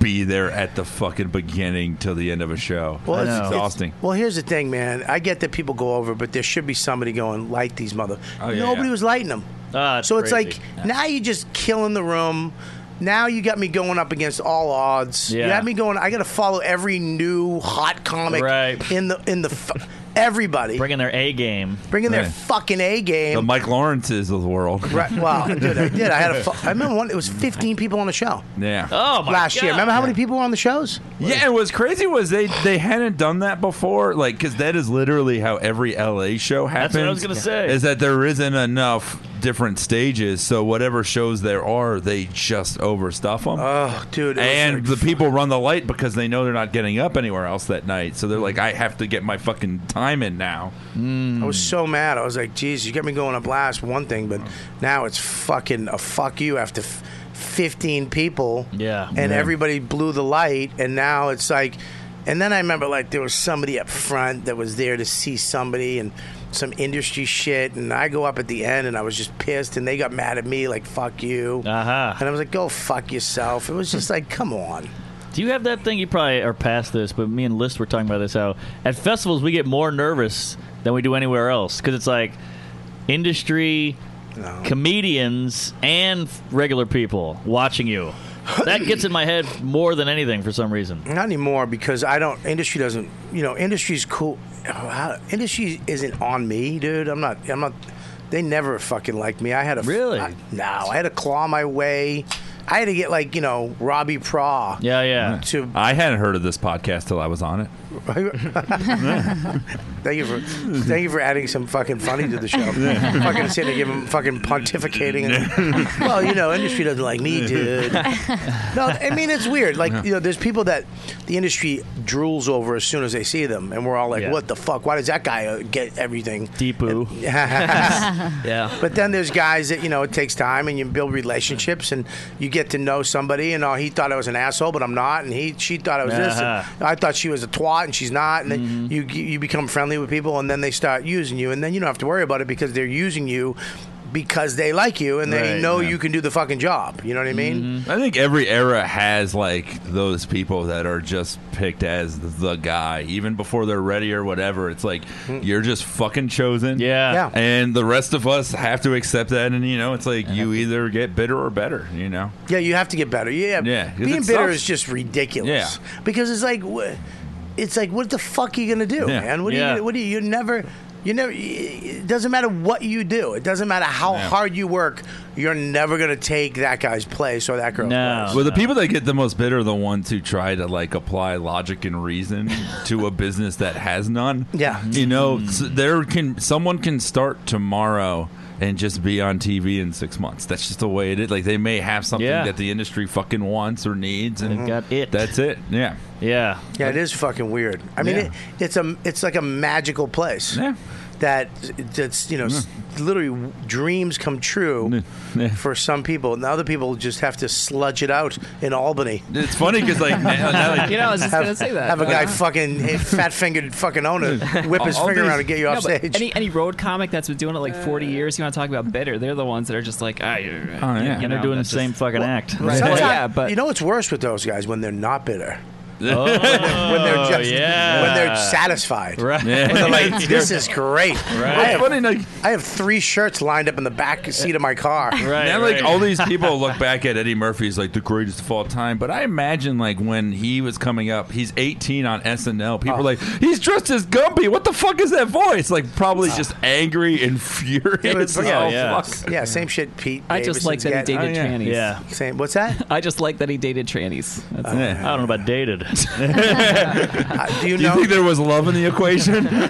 [SPEAKER 10] be there at the fucking beginning till the end of a show.
[SPEAKER 4] Well,
[SPEAKER 10] it's
[SPEAKER 4] it's- it's-
[SPEAKER 10] exhausting.
[SPEAKER 4] well, here's the thing, man. I get that people go over, but there should be somebody going light these mother.
[SPEAKER 10] Oh, yeah,
[SPEAKER 4] Nobody
[SPEAKER 10] yeah.
[SPEAKER 4] was lighting them.
[SPEAKER 7] Ah,
[SPEAKER 4] so it's
[SPEAKER 10] crazy.
[SPEAKER 4] like now you just killing the room. Now you got me going up against all odds. You
[SPEAKER 7] Yeah.
[SPEAKER 4] got me going. I got to follow every new hot comic
[SPEAKER 7] Right.
[SPEAKER 4] in the in the f- everybody
[SPEAKER 7] Bringing their A game.
[SPEAKER 4] bringing their
[SPEAKER 10] Right.
[SPEAKER 4] fucking A
[SPEAKER 10] the
[SPEAKER 4] game.
[SPEAKER 10] Mike Lawrences of the world.
[SPEAKER 4] Right. Wow, dude, I did. I had a. Fu- I remember one. It was 15 people on the show.
[SPEAKER 10] Yeah.
[SPEAKER 4] Last year, remember how many people were on the shows?
[SPEAKER 10] Yeah, and what's crazy was they they hadn't done that before, like because that is literally how every LA show happens.
[SPEAKER 7] That's what I was gonna say.
[SPEAKER 10] Is that there isn't enough different stages, so whatever shows there are, they just overstuff them.
[SPEAKER 4] Oh, dude!
[SPEAKER 10] And the people run the light because they know they're not getting up anywhere else that night, so they're
[SPEAKER 7] Mm.
[SPEAKER 10] like, I have to get my fucking time in now.
[SPEAKER 4] I was so mad. I was like, "Geez, you got me going up last one thing, but now it's fucking a fuck you after f- 15 people."
[SPEAKER 7] Yeah.
[SPEAKER 4] and
[SPEAKER 7] Yeah.
[SPEAKER 4] everybody blew the light and now it's like and then i remember like there was somebody up front that was there to see somebody and some industry shit and i go up at the end and i was just pissed and they got mad at me like fuck you uh-huh. and i was like go fuck yourself it was just like come on
[SPEAKER 7] Do you have that thing? You probably are past this, but me and List were talking about this. How at festivals we get more nervous than we do anywhere else because it's like industry, comedians, and regular people watching you. That gets in my head more than anything for some reason.
[SPEAKER 4] not anymore because i don't industry doesn't you know industry's cool oh, how- industry isn't on me dude i'm not i'm not they never fucking liked me i had a really no i had to claw my way i had to get like you know robbie pra
[SPEAKER 7] Yeah, yeah.
[SPEAKER 10] I hadn't heard of this podcast till I was on it.
[SPEAKER 4] thank you for thank you for adding some fucking funny to the show.
[SPEAKER 10] Yeah.
[SPEAKER 4] fucking sitting there giving fucking pontificating. And, well, you know, industry doesn't like me, dude. No, I mean it's weird. Like you know, there's people that the industry drools over as soon as they see them, and we're all like,
[SPEAKER 7] Yeah.
[SPEAKER 4] "What the fuck? Why does that guy uh, get everything?"
[SPEAKER 7] Deepu. yeah.
[SPEAKER 4] But then there's guys that you know it takes time, and you build relationships, and you get to know somebody. And oh, he thought I was an asshole, but I'm not. And he, she thought I was this. and
[SPEAKER 7] Uh-huh.
[SPEAKER 4] I thought she was a twat, and she's not. And then you you become friendly with people, and then they start using you, and then you don't have to worry about it because they're using you because they like you, and they
[SPEAKER 10] Right,
[SPEAKER 4] know
[SPEAKER 10] yeah. Mm-hmm.
[SPEAKER 4] you can do the fucking job. You know what I mean?
[SPEAKER 10] I think every era has like those people that are just picked as the guy, even before they're ready or whatever. It's like
[SPEAKER 4] Mm.
[SPEAKER 10] you're just fucking chosen.
[SPEAKER 7] Yeah. Yeah.
[SPEAKER 10] And the rest of us have to accept that. And, you know, it's like you either get bitter or better, you know?
[SPEAKER 4] Yeah, you have to get better. Yeah,
[SPEAKER 10] Yeah, 'cause
[SPEAKER 4] being
[SPEAKER 10] it
[SPEAKER 4] bitter
[SPEAKER 10] sucks.
[SPEAKER 4] is just ridiculous. because it's like, wh- it's like, what the fuck are you gonna do,
[SPEAKER 10] Yeah.
[SPEAKER 4] man? What are you?
[SPEAKER 10] Yeah.
[SPEAKER 4] Gonna, what are you? You never. You never. It doesn't matter what you do. It doesn't matter how
[SPEAKER 10] Yeah.
[SPEAKER 4] hard you work. You're never gonna take that guy's place or that girl's place.
[SPEAKER 10] Well, the people that get the most bitter are the ones who try to like apply logic and reason to a business that has none.
[SPEAKER 4] Yeah.
[SPEAKER 7] Hmm.
[SPEAKER 10] You know, s there can someone can start tomorrow and just be on TV in six months. That's just the way it is. Like they may have something that the industry fucking wants or needs, and
[SPEAKER 4] They've
[SPEAKER 7] got it.
[SPEAKER 10] That's it. Yeah.
[SPEAKER 7] Yeah.
[SPEAKER 4] Yeah, it is fucking weird. I mean,
[SPEAKER 10] Yeah.
[SPEAKER 4] it, it's a it's like a magical place.
[SPEAKER 10] Yeah.
[SPEAKER 4] That that's you know s literally w- dreams come true for some people, and other people just have to sludge it out in Albany.
[SPEAKER 10] It's funny 'cause, like, now- now, like- You know, I was just
[SPEAKER 4] have,
[SPEAKER 10] gonna say that.
[SPEAKER 4] Have a guy
[SPEAKER 10] Wow.
[SPEAKER 4] fucking fat fingered fucking owner whip his
[SPEAKER 9] All
[SPEAKER 4] finger
[SPEAKER 9] these-
[SPEAKER 4] around and get you
[SPEAKER 9] No,
[SPEAKER 4] off
[SPEAKER 9] but
[SPEAKER 4] stage. Uh.
[SPEAKER 9] Any, any road comic that's been doing it like 40 years, you want to talk about bitter? They're the ones that are just like, ah, you,
[SPEAKER 7] Oh, yeah. And they're doing the same fucking act. Right.
[SPEAKER 4] Sometimes-
[SPEAKER 9] yeah, but
[SPEAKER 4] you know what's worse with those guys when they're not bitter.
[SPEAKER 7] Oh,
[SPEAKER 4] when, they're, when they're just
[SPEAKER 7] yeah.
[SPEAKER 4] when they're satisfied,
[SPEAKER 7] Right.
[SPEAKER 4] When they're like,
[SPEAKER 7] Right.
[SPEAKER 4] "This is great."
[SPEAKER 10] Right.
[SPEAKER 4] I, have,
[SPEAKER 10] Funny,
[SPEAKER 4] I have three shirts lined up in the back seat of my car.
[SPEAKER 10] now, like all these people look back at Eddie Murphy as like the greatest of all time, but I imagine like when he was coming up, he's 18 on SNL. People are like, he's dressed as Gumpy. What the fuck is that voice? Like probably just angry and furious.
[SPEAKER 4] Yeah, but-
[SPEAKER 10] Oh,
[SPEAKER 4] yeah, yeah.
[SPEAKER 10] fuck.
[SPEAKER 4] same shit. Pete.
[SPEAKER 9] I just like that he
[SPEAKER 4] Davidson's
[SPEAKER 9] dated
[SPEAKER 4] got-
[SPEAKER 9] trannies.
[SPEAKER 4] Yeah. Same. What's that? Oh,
[SPEAKER 9] I just like that he dated trannies. That's
[SPEAKER 7] I
[SPEAKER 9] it.
[SPEAKER 7] don't know about dated.
[SPEAKER 4] do you
[SPEAKER 10] Do you think there was love in the equation?
[SPEAKER 9] Being-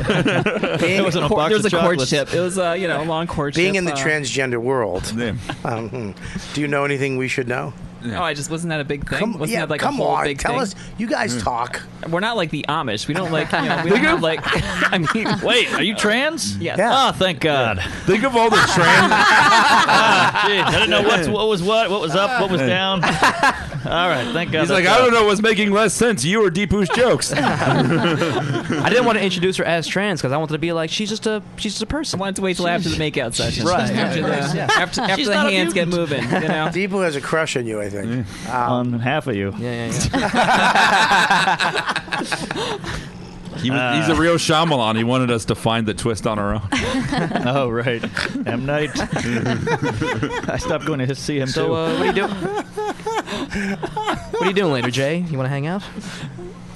[SPEAKER 7] There wasn't a
[SPEAKER 9] cor-
[SPEAKER 7] box
[SPEAKER 9] there
[SPEAKER 7] of
[SPEAKER 9] was a
[SPEAKER 7] chocolates.
[SPEAKER 9] courtship. It was, uh, you know, a long courtship.
[SPEAKER 4] Being in the
[SPEAKER 9] uh,
[SPEAKER 4] transgender world, um, hmm, do you know anything we should know?
[SPEAKER 9] Oh, I just wasn't that a big thing.
[SPEAKER 4] Come-
[SPEAKER 9] wasn't
[SPEAKER 4] yeah,
[SPEAKER 9] that like
[SPEAKER 4] come
[SPEAKER 9] a whole
[SPEAKER 4] on,
[SPEAKER 9] big
[SPEAKER 4] tell
[SPEAKER 9] thing?
[SPEAKER 4] us- you
[SPEAKER 7] Hmm.
[SPEAKER 4] guys talk.
[SPEAKER 9] We're not like the Amish. We don't like. You know, we don't have like. I mean,
[SPEAKER 7] Wait, are you trans?
[SPEAKER 9] Yes.
[SPEAKER 7] Oh, thank God.
[SPEAKER 10] Think of all the trans.
[SPEAKER 7] I didn't know what's, what was what, what was up, what was down. All right, thank God.
[SPEAKER 10] He's like, I don't know what's making less sense, you or Deepu's jokes.
[SPEAKER 8] I didn't want to introduce her as trans because I wanted to be like she's just a she's just a person. I wanted
[SPEAKER 9] to wait till after the makeout session.
[SPEAKER 8] Right.
[SPEAKER 9] After the, after, after the hands get moving, you know.
[SPEAKER 4] Deepu has a crush on you, I think. Um,
[SPEAKER 7] On half of you.
[SPEAKER 8] Yeah, yeah,
[SPEAKER 10] He was, he's a real Shyamalan. He wanted us to find the twist on our own.
[SPEAKER 7] oh, right. M. Night. I stopped going to his- see him,
[SPEAKER 8] So
[SPEAKER 7] too.
[SPEAKER 8] uh, what are you doing? what are you doing later, Jay? You want to hang out?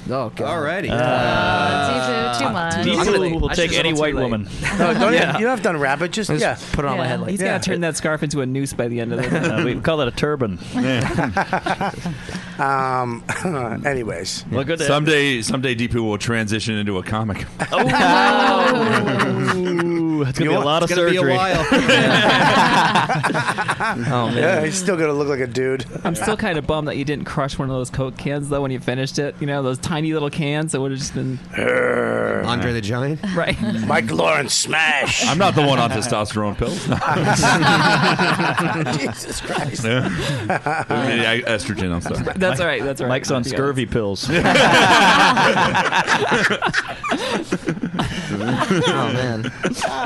[SPEAKER 8] Oh, God.
[SPEAKER 11] Alrighty.
[SPEAKER 8] Uh,
[SPEAKER 6] too much.
[SPEAKER 8] I'm gonna-
[SPEAKER 7] Deepu will
[SPEAKER 8] I
[SPEAKER 7] take
[SPEAKER 8] should've
[SPEAKER 7] any
[SPEAKER 8] gone too
[SPEAKER 7] white
[SPEAKER 8] late.
[SPEAKER 7] woman.
[SPEAKER 4] No, don't
[SPEAKER 7] Yeah.
[SPEAKER 4] you don't have to unwrap it. Just
[SPEAKER 8] Just
[SPEAKER 4] yeah,
[SPEAKER 8] put it on my head like
[SPEAKER 9] He's
[SPEAKER 4] Yeah.
[SPEAKER 9] gonna turn that scarf into a noose by the end of the.
[SPEAKER 7] Uh, we call that a turban.
[SPEAKER 4] Um. anyways,
[SPEAKER 7] Well, good to-
[SPEAKER 10] Someday, someday, Deepu will transition into a comic.
[SPEAKER 11] Oh.
[SPEAKER 7] Ooh, that's going to be a lot of
[SPEAKER 11] it's gonna
[SPEAKER 7] surgery.
[SPEAKER 11] be a while.
[SPEAKER 8] Oh man.
[SPEAKER 4] yeah, he's still gonna look like a dude.
[SPEAKER 9] I'm still kind of bummed that you didn't crush one of those Coke cans though when you finished it. You know those tiny little cans that would have just been
[SPEAKER 11] Andre the Giant.
[SPEAKER 9] right.
[SPEAKER 4] Mike Lawrence smash.
[SPEAKER 10] I'm not the one on testosterone pills.
[SPEAKER 4] Jesus Christ.
[SPEAKER 10] Yeah, estrogen. I'm sorry.
[SPEAKER 9] That's all right. That's all right.
[SPEAKER 7] Mike's on
[SPEAKER 9] Yeah.
[SPEAKER 7] scurvy pills.
[SPEAKER 8] Oh man.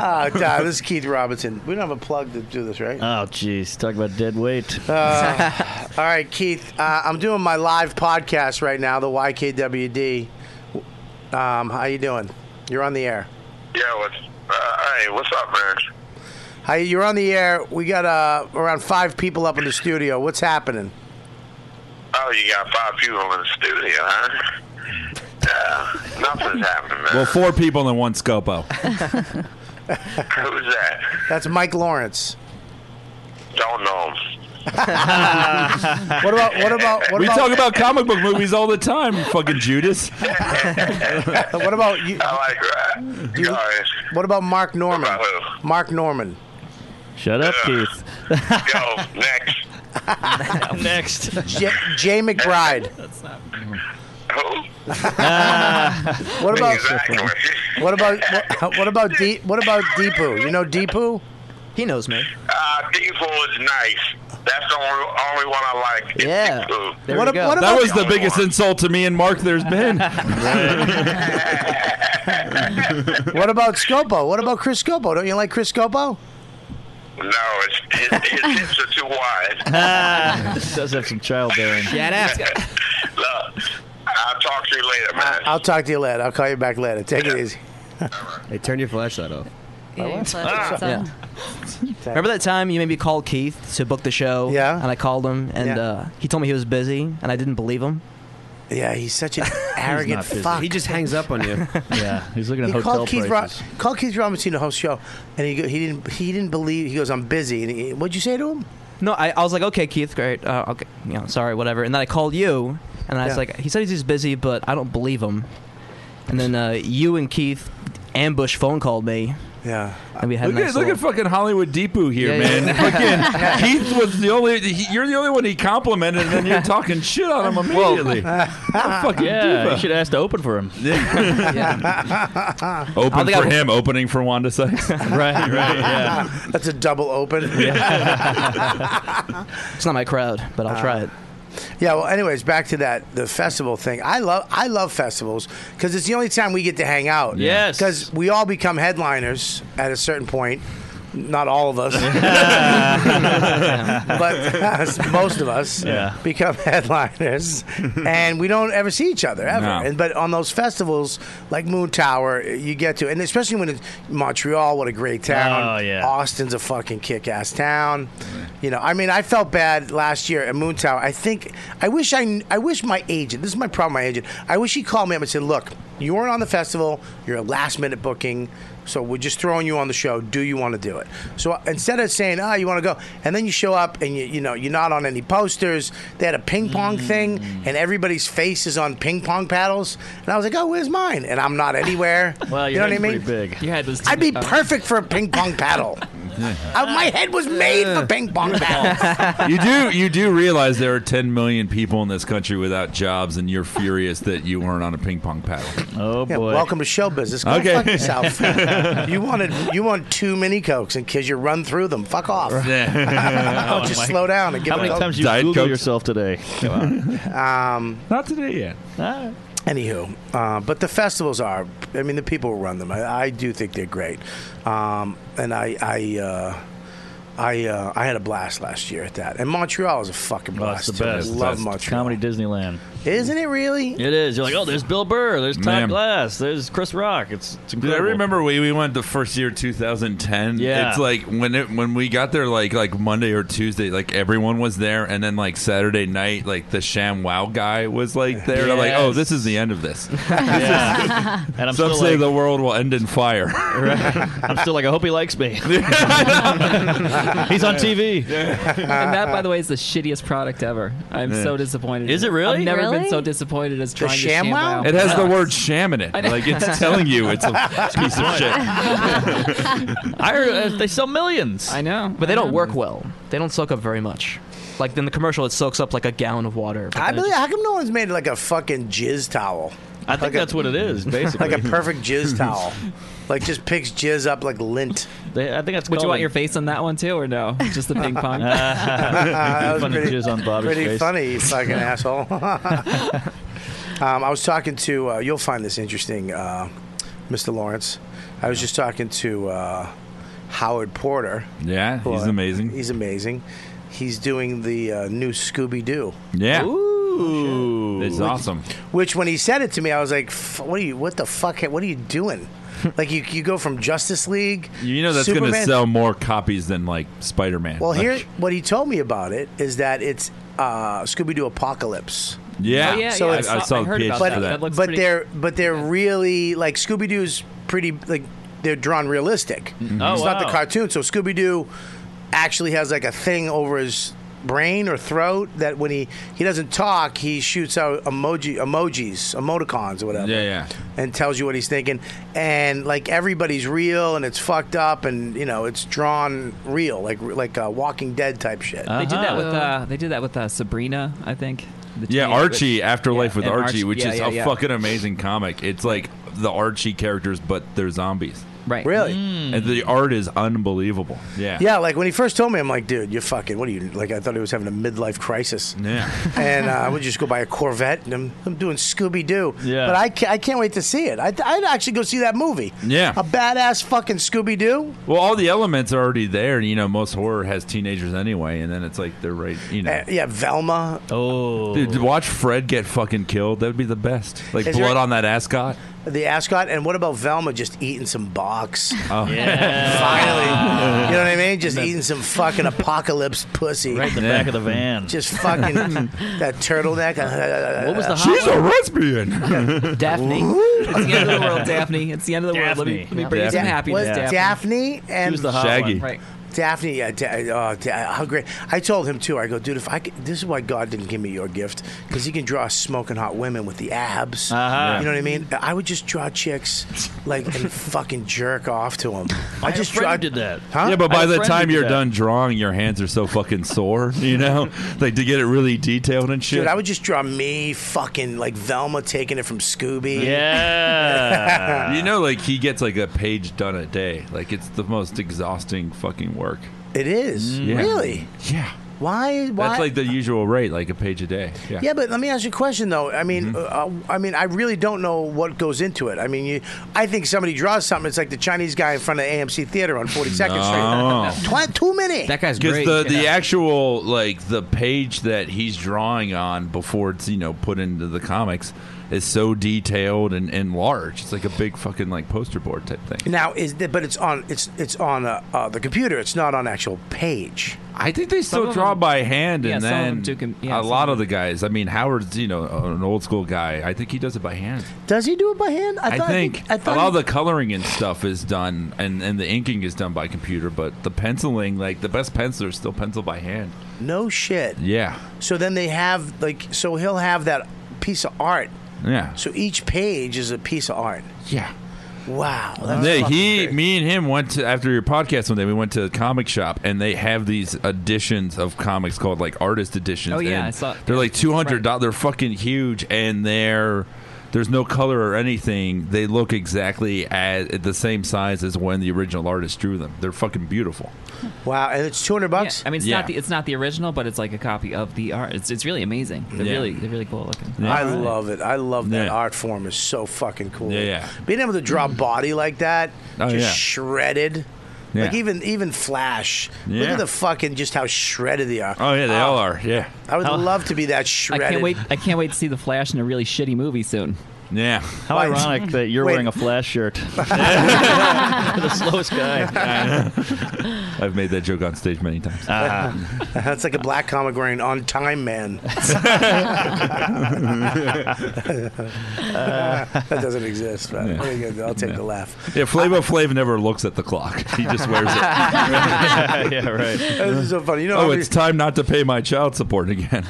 [SPEAKER 4] Ah, God, this is Keith Robinson. We don't have a plug to do this, right?
[SPEAKER 7] Oh, jeez. Talk about dead weight.
[SPEAKER 4] Uh, all right, Keith. Uh, I'm doing my live podcast right now, the YKWd. Um, how you doing? You're on the air.
[SPEAKER 12] Yeah, what's uh, hey, what's up, Ranch?
[SPEAKER 4] Hi, you're on the air. We got uh, around five people up in the studio. What's happening?
[SPEAKER 12] Oh, you got five people in the studio, huh? Yeah, nothing's happening, man.
[SPEAKER 10] Well, four people and one scopo.
[SPEAKER 12] Who's that?
[SPEAKER 4] That's Mike Lawrence.
[SPEAKER 12] Don't know him.
[SPEAKER 4] What about what about what
[SPEAKER 10] we
[SPEAKER 4] about
[SPEAKER 10] talk about comic book movies all the time. Fucking Judas.
[SPEAKER 4] what about you?
[SPEAKER 12] I like that.
[SPEAKER 4] You-
[SPEAKER 12] Guys,
[SPEAKER 4] What about Mark Norman?
[SPEAKER 12] About who?
[SPEAKER 4] Mark Norman.
[SPEAKER 7] Shut up, Keith.
[SPEAKER 12] go next.
[SPEAKER 7] I'm next.
[SPEAKER 4] J- Jay McBride.
[SPEAKER 12] Who?
[SPEAKER 11] Ah.
[SPEAKER 4] What about
[SPEAKER 12] Exactly.
[SPEAKER 4] what about what, what about D, what about Deepu? You know Deepu?
[SPEAKER 8] He knows me.
[SPEAKER 12] Uh, D4 is nice. That's the only, only one I like. It's
[SPEAKER 8] Yeah.
[SPEAKER 12] cool.
[SPEAKER 8] There
[SPEAKER 4] What
[SPEAKER 8] we
[SPEAKER 4] ab-
[SPEAKER 8] go.
[SPEAKER 4] what
[SPEAKER 10] That
[SPEAKER 4] about-
[SPEAKER 10] was the biggest insult to me and Mark there's been.
[SPEAKER 4] What about Scopo? What about Chris Scopo? Don't you like Chris Scopo?
[SPEAKER 12] No, it's, his, his hips are too wide.
[SPEAKER 11] Ah.
[SPEAKER 7] does have some childbearing.
[SPEAKER 8] Yeah, ask.
[SPEAKER 12] Look, I'll talk to you later, man.
[SPEAKER 4] I'll talk to you later. I'll call you back later. Take it easy.
[SPEAKER 11] Hey, turn your flashlight off.
[SPEAKER 6] Yeah, you flashed it, so-
[SPEAKER 8] Yeah. Remember that time you maybe called Keith to book the show?
[SPEAKER 4] Yeah.
[SPEAKER 8] And I called him, and
[SPEAKER 4] Yeah.
[SPEAKER 8] uh, he told me he was busy, and I didn't believe him.
[SPEAKER 4] Yeah, he's such an arrogant
[SPEAKER 7] not busy.
[SPEAKER 4] fuck.
[SPEAKER 11] He just hangs up on you.
[SPEAKER 7] Yeah, he's looking at
[SPEAKER 4] He
[SPEAKER 7] hotel
[SPEAKER 4] called Keith, Ro-
[SPEAKER 7] prices.
[SPEAKER 4] called Keith Robinson the whole show, and he, go- he didn't he didn't believe. He goes, "I'm busy." And he, what'd you say to him?
[SPEAKER 8] No, I, I was like, okay, Keith, great. Uh, okay, you know, sorry, whatever. And then I called you, and I
[SPEAKER 4] Yeah.
[SPEAKER 8] was like, he said he's busy, but I don't believe him. And then uh, you and Keith ambush phone called me,
[SPEAKER 4] Yeah.
[SPEAKER 8] And we had
[SPEAKER 10] Look
[SPEAKER 8] a nice
[SPEAKER 10] at, look at
[SPEAKER 8] little-
[SPEAKER 10] fucking Hollywood Deepu here,
[SPEAKER 8] Yeah,
[SPEAKER 10] man.
[SPEAKER 8] yeah.
[SPEAKER 10] Fucking Heath was the only. He, you're the only one he complimented, and then you're talking shit on him immediately. fucking
[SPEAKER 7] yeah,
[SPEAKER 10] diva.
[SPEAKER 7] you should ask to open for him.
[SPEAKER 10] Open
[SPEAKER 7] think
[SPEAKER 10] for
[SPEAKER 7] I-
[SPEAKER 10] him, opening for Wanda Sykes. right,
[SPEAKER 7] right,
[SPEAKER 4] That's a double open.
[SPEAKER 8] it's not my crowd, but I'll try it.
[SPEAKER 4] Uh, Yeah. Well, anyways, back to that the festival thing. I love I love festivals because it's the only time we get to hang out.
[SPEAKER 7] Yes.
[SPEAKER 4] Because we all become headliners at a certain point. Not all of us, but uh, most of us
[SPEAKER 7] Yeah.
[SPEAKER 4] become headliners, and we don't ever see each other ever.
[SPEAKER 7] No.
[SPEAKER 4] And but on those festivals like Moon Tower, you get to, and especially when it's Montreal, what a great town!
[SPEAKER 7] Oh, yeah.
[SPEAKER 4] Austin's a fucking kick-ass town. You know, I mean, I felt bad last year at Moon Tower. I think I wish I, kn- I wish my agent. This is my problem. with My agent. I wish he called me up and said, "Look, you weren't on the festival. You're a last-minute booking." So we're just throwing you on the show. Do you want to do it? So uh, instead of saying, "Ah, you want to go," and then you show up and you, you know you're not on any posters. They had a ping pong
[SPEAKER 7] Mm.
[SPEAKER 4] thing, and everybody's face is on ping pong paddles. And I was like, "Oh, where's mine?" And I'm not anywhere.
[SPEAKER 7] Well,
[SPEAKER 4] you know what I mean?
[SPEAKER 7] Big.
[SPEAKER 9] You had those.
[SPEAKER 4] I'd be perfect for a ping pong paddle. Uh, my head was made for ping pong paddles.
[SPEAKER 10] you do you do realize there are 10 million people in this country without jobs, and you're furious that you weren't on a ping pong paddle.
[SPEAKER 7] Oh
[SPEAKER 4] Yeah,
[SPEAKER 7] boy.
[SPEAKER 4] welcome to show business. Go
[SPEAKER 10] Okay.
[SPEAKER 4] fuck yourself. you wanted you want two mini cokes and kids you run through them. Fuck off.
[SPEAKER 7] Yeah. Oh,
[SPEAKER 4] Just
[SPEAKER 7] Mike.
[SPEAKER 4] slow down and give
[SPEAKER 7] How
[SPEAKER 4] it
[SPEAKER 7] many
[SPEAKER 4] a
[SPEAKER 7] times you Google yourself today?
[SPEAKER 4] Um,
[SPEAKER 10] Not today yet.
[SPEAKER 4] Anywho, uh, but the festivals are. I mean, the people who run them. I, I do think they're great, um, and I, I, uh, I, uh, I had a blast last year at that. And Montreal is a fucking
[SPEAKER 7] Oh, it's
[SPEAKER 4] blast.
[SPEAKER 7] the
[SPEAKER 4] too.
[SPEAKER 7] best.
[SPEAKER 4] I love
[SPEAKER 7] It's
[SPEAKER 4] Montreal.
[SPEAKER 7] Comedy Disneyland.
[SPEAKER 4] Isn't it really?
[SPEAKER 7] It is. You're like, oh, there's Bill Burr, there's Todd
[SPEAKER 10] Man.
[SPEAKER 7] Glass, there's Chris Rock. It's, it's
[SPEAKER 10] Dude, I
[SPEAKER 7] incredible.
[SPEAKER 10] remember we, we went the first year 2010.
[SPEAKER 7] Yeah.
[SPEAKER 10] it's like when it when we got there like like Monday or Tuesday, like everyone was there, and then like Saturday night, like the Sham Wow guy was like there. And I'm like, oh,
[SPEAKER 7] Yes.
[SPEAKER 10] this is the end of this.
[SPEAKER 7] Yeah. and I'm
[SPEAKER 10] Some
[SPEAKER 7] still
[SPEAKER 10] say
[SPEAKER 7] like,
[SPEAKER 10] the world will end in fire.
[SPEAKER 7] I'm still like, I hope he likes me. He's on TV.
[SPEAKER 9] and that, by the way, is the shittiest product ever. I'm
[SPEAKER 10] Yeah.
[SPEAKER 9] so disappointed.
[SPEAKER 10] Is it really?
[SPEAKER 9] I've never been
[SPEAKER 10] Really?
[SPEAKER 9] so disappointed as
[SPEAKER 10] The
[SPEAKER 9] trying
[SPEAKER 10] ShamWow?
[SPEAKER 9] to ShamWow.
[SPEAKER 10] It has the word sham in it. Like, it's telling you it's a piece of shit.
[SPEAKER 7] I heard uh, they sell millions.
[SPEAKER 9] I know,
[SPEAKER 8] but they
[SPEAKER 9] I
[SPEAKER 8] don't
[SPEAKER 9] know.
[SPEAKER 8] work well. They don't soak up very much. Like in the commercial, it soaks up like a gallon of water. but
[SPEAKER 4] I
[SPEAKER 8] then it
[SPEAKER 4] believe.
[SPEAKER 8] just-
[SPEAKER 4] How come no one's made like a fucking jizz towel?
[SPEAKER 7] I think that's what it is, basically.
[SPEAKER 4] Like a perfect jizz towel, like just picks jizz up like lint.
[SPEAKER 7] I think that's.
[SPEAKER 9] Would you want your face on that one too, or no? Just the ping pong.
[SPEAKER 4] that was
[SPEAKER 7] Funny
[SPEAKER 4] pretty,
[SPEAKER 7] jizz on Bobby's
[SPEAKER 4] pretty
[SPEAKER 7] face.
[SPEAKER 4] funny, you fucking asshole. um, I was talking to, uh, you'll find this interesting, uh, Mr. Lawrence. I was just talking to uh, Howard Porter.
[SPEAKER 10] Yeah,
[SPEAKER 4] who,
[SPEAKER 10] he's
[SPEAKER 4] uh,
[SPEAKER 10] amazing.
[SPEAKER 4] He's amazing. He's doing the uh, new Scooby Doo.
[SPEAKER 10] Yeah. Ooh. It's awesome.
[SPEAKER 4] Which, when he said it to me, I was like, "F- "What are you? What the fuck? What are you doing?" like you, you go from Justice League.
[SPEAKER 10] You know that's going to
[SPEAKER 4] Superman-
[SPEAKER 10] sell more copies than like Spider Man.
[SPEAKER 4] Well, here, what he told me about it is that it's uh, Scooby Doo Apocalypse.
[SPEAKER 10] Yeah. Oh, yeah,
[SPEAKER 4] so
[SPEAKER 10] yeah, I
[SPEAKER 4] it's,
[SPEAKER 10] saw- I saw I the heard pitch about
[SPEAKER 4] but,
[SPEAKER 10] that. That looks
[SPEAKER 4] but
[SPEAKER 10] pretty-
[SPEAKER 4] they're but they're really like Scooby Doo's pretty like they're drawn realistic.
[SPEAKER 10] Mm-hmm.
[SPEAKER 7] Oh,
[SPEAKER 4] it's not the
[SPEAKER 7] wow.
[SPEAKER 4] cartoon. So Scooby Doo actually has like a thing over his brain or throat that when he he doesn't talk, he shoots out emoji emojis, emoticons or whatever.
[SPEAKER 10] Yeah, yeah.
[SPEAKER 4] And tells you what he's thinking, and like everybody's real, and it's fucked up, and you know it's drawn real, like like uh, Walking Dead type shit.
[SPEAKER 9] They did that with uh, they did that with uh, Sabrina, I think. The
[SPEAKER 10] Yeah,
[SPEAKER 9] TV
[SPEAKER 10] Archie,
[SPEAKER 9] with-
[SPEAKER 10] Afterlife
[SPEAKER 9] yeah,
[SPEAKER 10] with
[SPEAKER 9] and
[SPEAKER 10] Archie, which
[SPEAKER 9] yeah,
[SPEAKER 10] is
[SPEAKER 9] yeah,
[SPEAKER 10] a
[SPEAKER 9] yeah.
[SPEAKER 10] fucking amazing comic. It's like the Archie characters, but they're zombies.
[SPEAKER 9] Right.
[SPEAKER 4] Really?
[SPEAKER 10] And the art is unbelievable. Yeah.
[SPEAKER 4] Yeah, like when he first told me, I'm like, dude, you're fucking. What are you like? I thought he was having a midlife crisis.
[SPEAKER 10] Yeah.
[SPEAKER 4] and uh, I would just go buy a Corvette, and I'm, I'm doing Scooby Doo.
[SPEAKER 10] Yeah.
[SPEAKER 4] But I can't, I can't wait to see it. I, I'd actually go see that movie.
[SPEAKER 10] Yeah.
[SPEAKER 4] A badass fucking Scooby Doo.
[SPEAKER 10] Well, all the elements are already there. and You know, most horror has teenagers anyway, and then it's like they're right, you know.
[SPEAKER 4] Uh, yeah, Velma.
[SPEAKER 7] Oh.
[SPEAKER 10] Dude, watch Fred get fucking killed. That would be the best. Like
[SPEAKER 4] Is there-
[SPEAKER 10] blood on that ascot.
[SPEAKER 4] The ascot, and what about Velma just eating some box?
[SPEAKER 10] Oh.
[SPEAKER 7] Yeah.
[SPEAKER 4] Finally, you know what I mean? Just eating some fucking apocalypse pussy.
[SPEAKER 7] Right in the back of the van.
[SPEAKER 4] Just fucking that turtleneck.
[SPEAKER 7] What was the hot
[SPEAKER 10] She's a
[SPEAKER 7] one?
[SPEAKER 10] lesbian.
[SPEAKER 9] Daphne. it's the end of the world, Daphne. It's the end of the world. Let me,
[SPEAKER 7] Daphne.
[SPEAKER 9] let me bring you some happiness,
[SPEAKER 4] Was Daphne and
[SPEAKER 9] Daphne.
[SPEAKER 4] Right. Daphne, uh, da- uh, da- how great! I told him too. I go, dude, if I could, this is why God didn't give me your gift because he can draw smoking hot women with the abs.
[SPEAKER 7] Uh-huh.
[SPEAKER 4] You know what I mean? I would just draw chicks like and fucking jerk off to them. I,
[SPEAKER 7] I had a
[SPEAKER 4] just
[SPEAKER 7] friend
[SPEAKER 4] draw,
[SPEAKER 7] who did that.
[SPEAKER 4] Huh?
[SPEAKER 10] Yeah, but by the time you're
[SPEAKER 4] done.
[SPEAKER 10] done drawing, your hands are so fucking sore, you know? like to get it really detailed and shit.
[SPEAKER 4] Dude, I would just draw me fucking like Velma taking it from Scooby.
[SPEAKER 10] you know, like he gets like a page done a day. Like it's the most exhausting fucking work.
[SPEAKER 4] it is
[SPEAKER 10] Yeah.
[SPEAKER 4] really.
[SPEAKER 10] Yeah.
[SPEAKER 4] Why? Why?
[SPEAKER 10] Mm. That's like the usual rate, like a page a day. Yeah. Mm-hmm.
[SPEAKER 4] yeah. but let me ask you a question though. I mean, uh, I mean, I really don't know what goes into it. I mean, you, I think somebody draws something. It's like the Chinese guy in front of AMC Theater on Forty Second
[SPEAKER 10] No.
[SPEAKER 4] Street. Twi- too many.
[SPEAKER 10] Because the the actual like the page that he's drawing on before it's you know put into the comics is so detailed and, and large. It's like a big fucking like poster board type thing.
[SPEAKER 4] now is the, but it's on it's it's on uh, uh, the computer. It's not on actual page.
[SPEAKER 10] I think they
[SPEAKER 4] Some
[SPEAKER 10] still
[SPEAKER 4] of
[SPEAKER 10] draw
[SPEAKER 4] them-
[SPEAKER 10] by hand,
[SPEAKER 4] yeah,
[SPEAKER 10] and
[SPEAKER 4] some of them
[SPEAKER 10] then
[SPEAKER 4] do com- yeah,
[SPEAKER 10] a
[SPEAKER 4] some
[SPEAKER 10] lot of the guys. I mean, Howard's you know an old school guy. I think he does it by hand.
[SPEAKER 4] Does he do it by hand?
[SPEAKER 10] I,
[SPEAKER 4] thought-
[SPEAKER 10] think
[SPEAKER 4] I
[SPEAKER 10] a
[SPEAKER 4] thought
[SPEAKER 10] lot
[SPEAKER 4] he-
[SPEAKER 10] of the coloring and stuff is done, and, and the inking is done by computer, but the penciling, like the best pencilers, still pencil by hand.
[SPEAKER 4] No shit.
[SPEAKER 10] Yeah,
[SPEAKER 4] So then they have like so he'll have that piece of art.
[SPEAKER 10] yeah,
[SPEAKER 4] So each page is a piece of art.
[SPEAKER 10] yeah.
[SPEAKER 4] Wow. That's
[SPEAKER 10] Yeah,
[SPEAKER 4] fucking-
[SPEAKER 10] he, me, and him went to after your podcast one day. We went to a comic shop, and they have these editions of comics called like artist editions.
[SPEAKER 9] Oh, yeah,
[SPEAKER 10] and
[SPEAKER 9] I saw-
[SPEAKER 10] They're like two hundred dollars. They're fucking huge, and they're there's no color or anything. They look exactly at, at the same size as when the original artist drew them. They're fucking beautiful.
[SPEAKER 4] Wow, and it's two hundred bucks.
[SPEAKER 9] I mean, it's
[SPEAKER 10] Yeah.
[SPEAKER 9] not the it's not the original, but it's like a copy of the art. It's, it's really amazing. They're really they're really cool looking.
[SPEAKER 4] I love it. I love that art form is so fucking cool.
[SPEAKER 9] Yeah, yeah.
[SPEAKER 4] Being able to draw body like that,
[SPEAKER 9] Oh,
[SPEAKER 4] just
[SPEAKER 9] yeah.
[SPEAKER 4] shredded.
[SPEAKER 10] Yeah.
[SPEAKER 4] Like even even Flash. Look
[SPEAKER 10] Yeah.
[SPEAKER 4] at the fucking just how shredded they are.
[SPEAKER 10] Oh yeah, they
[SPEAKER 4] Uh,
[SPEAKER 10] all are. Yeah,
[SPEAKER 4] I would
[SPEAKER 9] How-
[SPEAKER 4] love to be that
[SPEAKER 9] I
[SPEAKER 4] shredded.
[SPEAKER 9] can't wait. I can't wait to see the Flash in a really shitty movie soon.
[SPEAKER 10] Yeah.
[SPEAKER 7] How
[SPEAKER 9] Why-
[SPEAKER 7] ironic that you're
[SPEAKER 9] Wait.
[SPEAKER 7] wearing a flash shirt. the slowest guy.
[SPEAKER 10] I've made that joke on stage many times.
[SPEAKER 4] That's like a black comic wearing on time man. that doesn't exist, but
[SPEAKER 10] Yeah.
[SPEAKER 4] I think I'll take the laugh.
[SPEAKER 10] Yeah, Flavo Flav never looks at the clock. He just wears it.
[SPEAKER 7] yeah, right.
[SPEAKER 4] This is so funny. You know,
[SPEAKER 10] oh,
[SPEAKER 4] every-
[SPEAKER 10] it's time not to pay my child support again.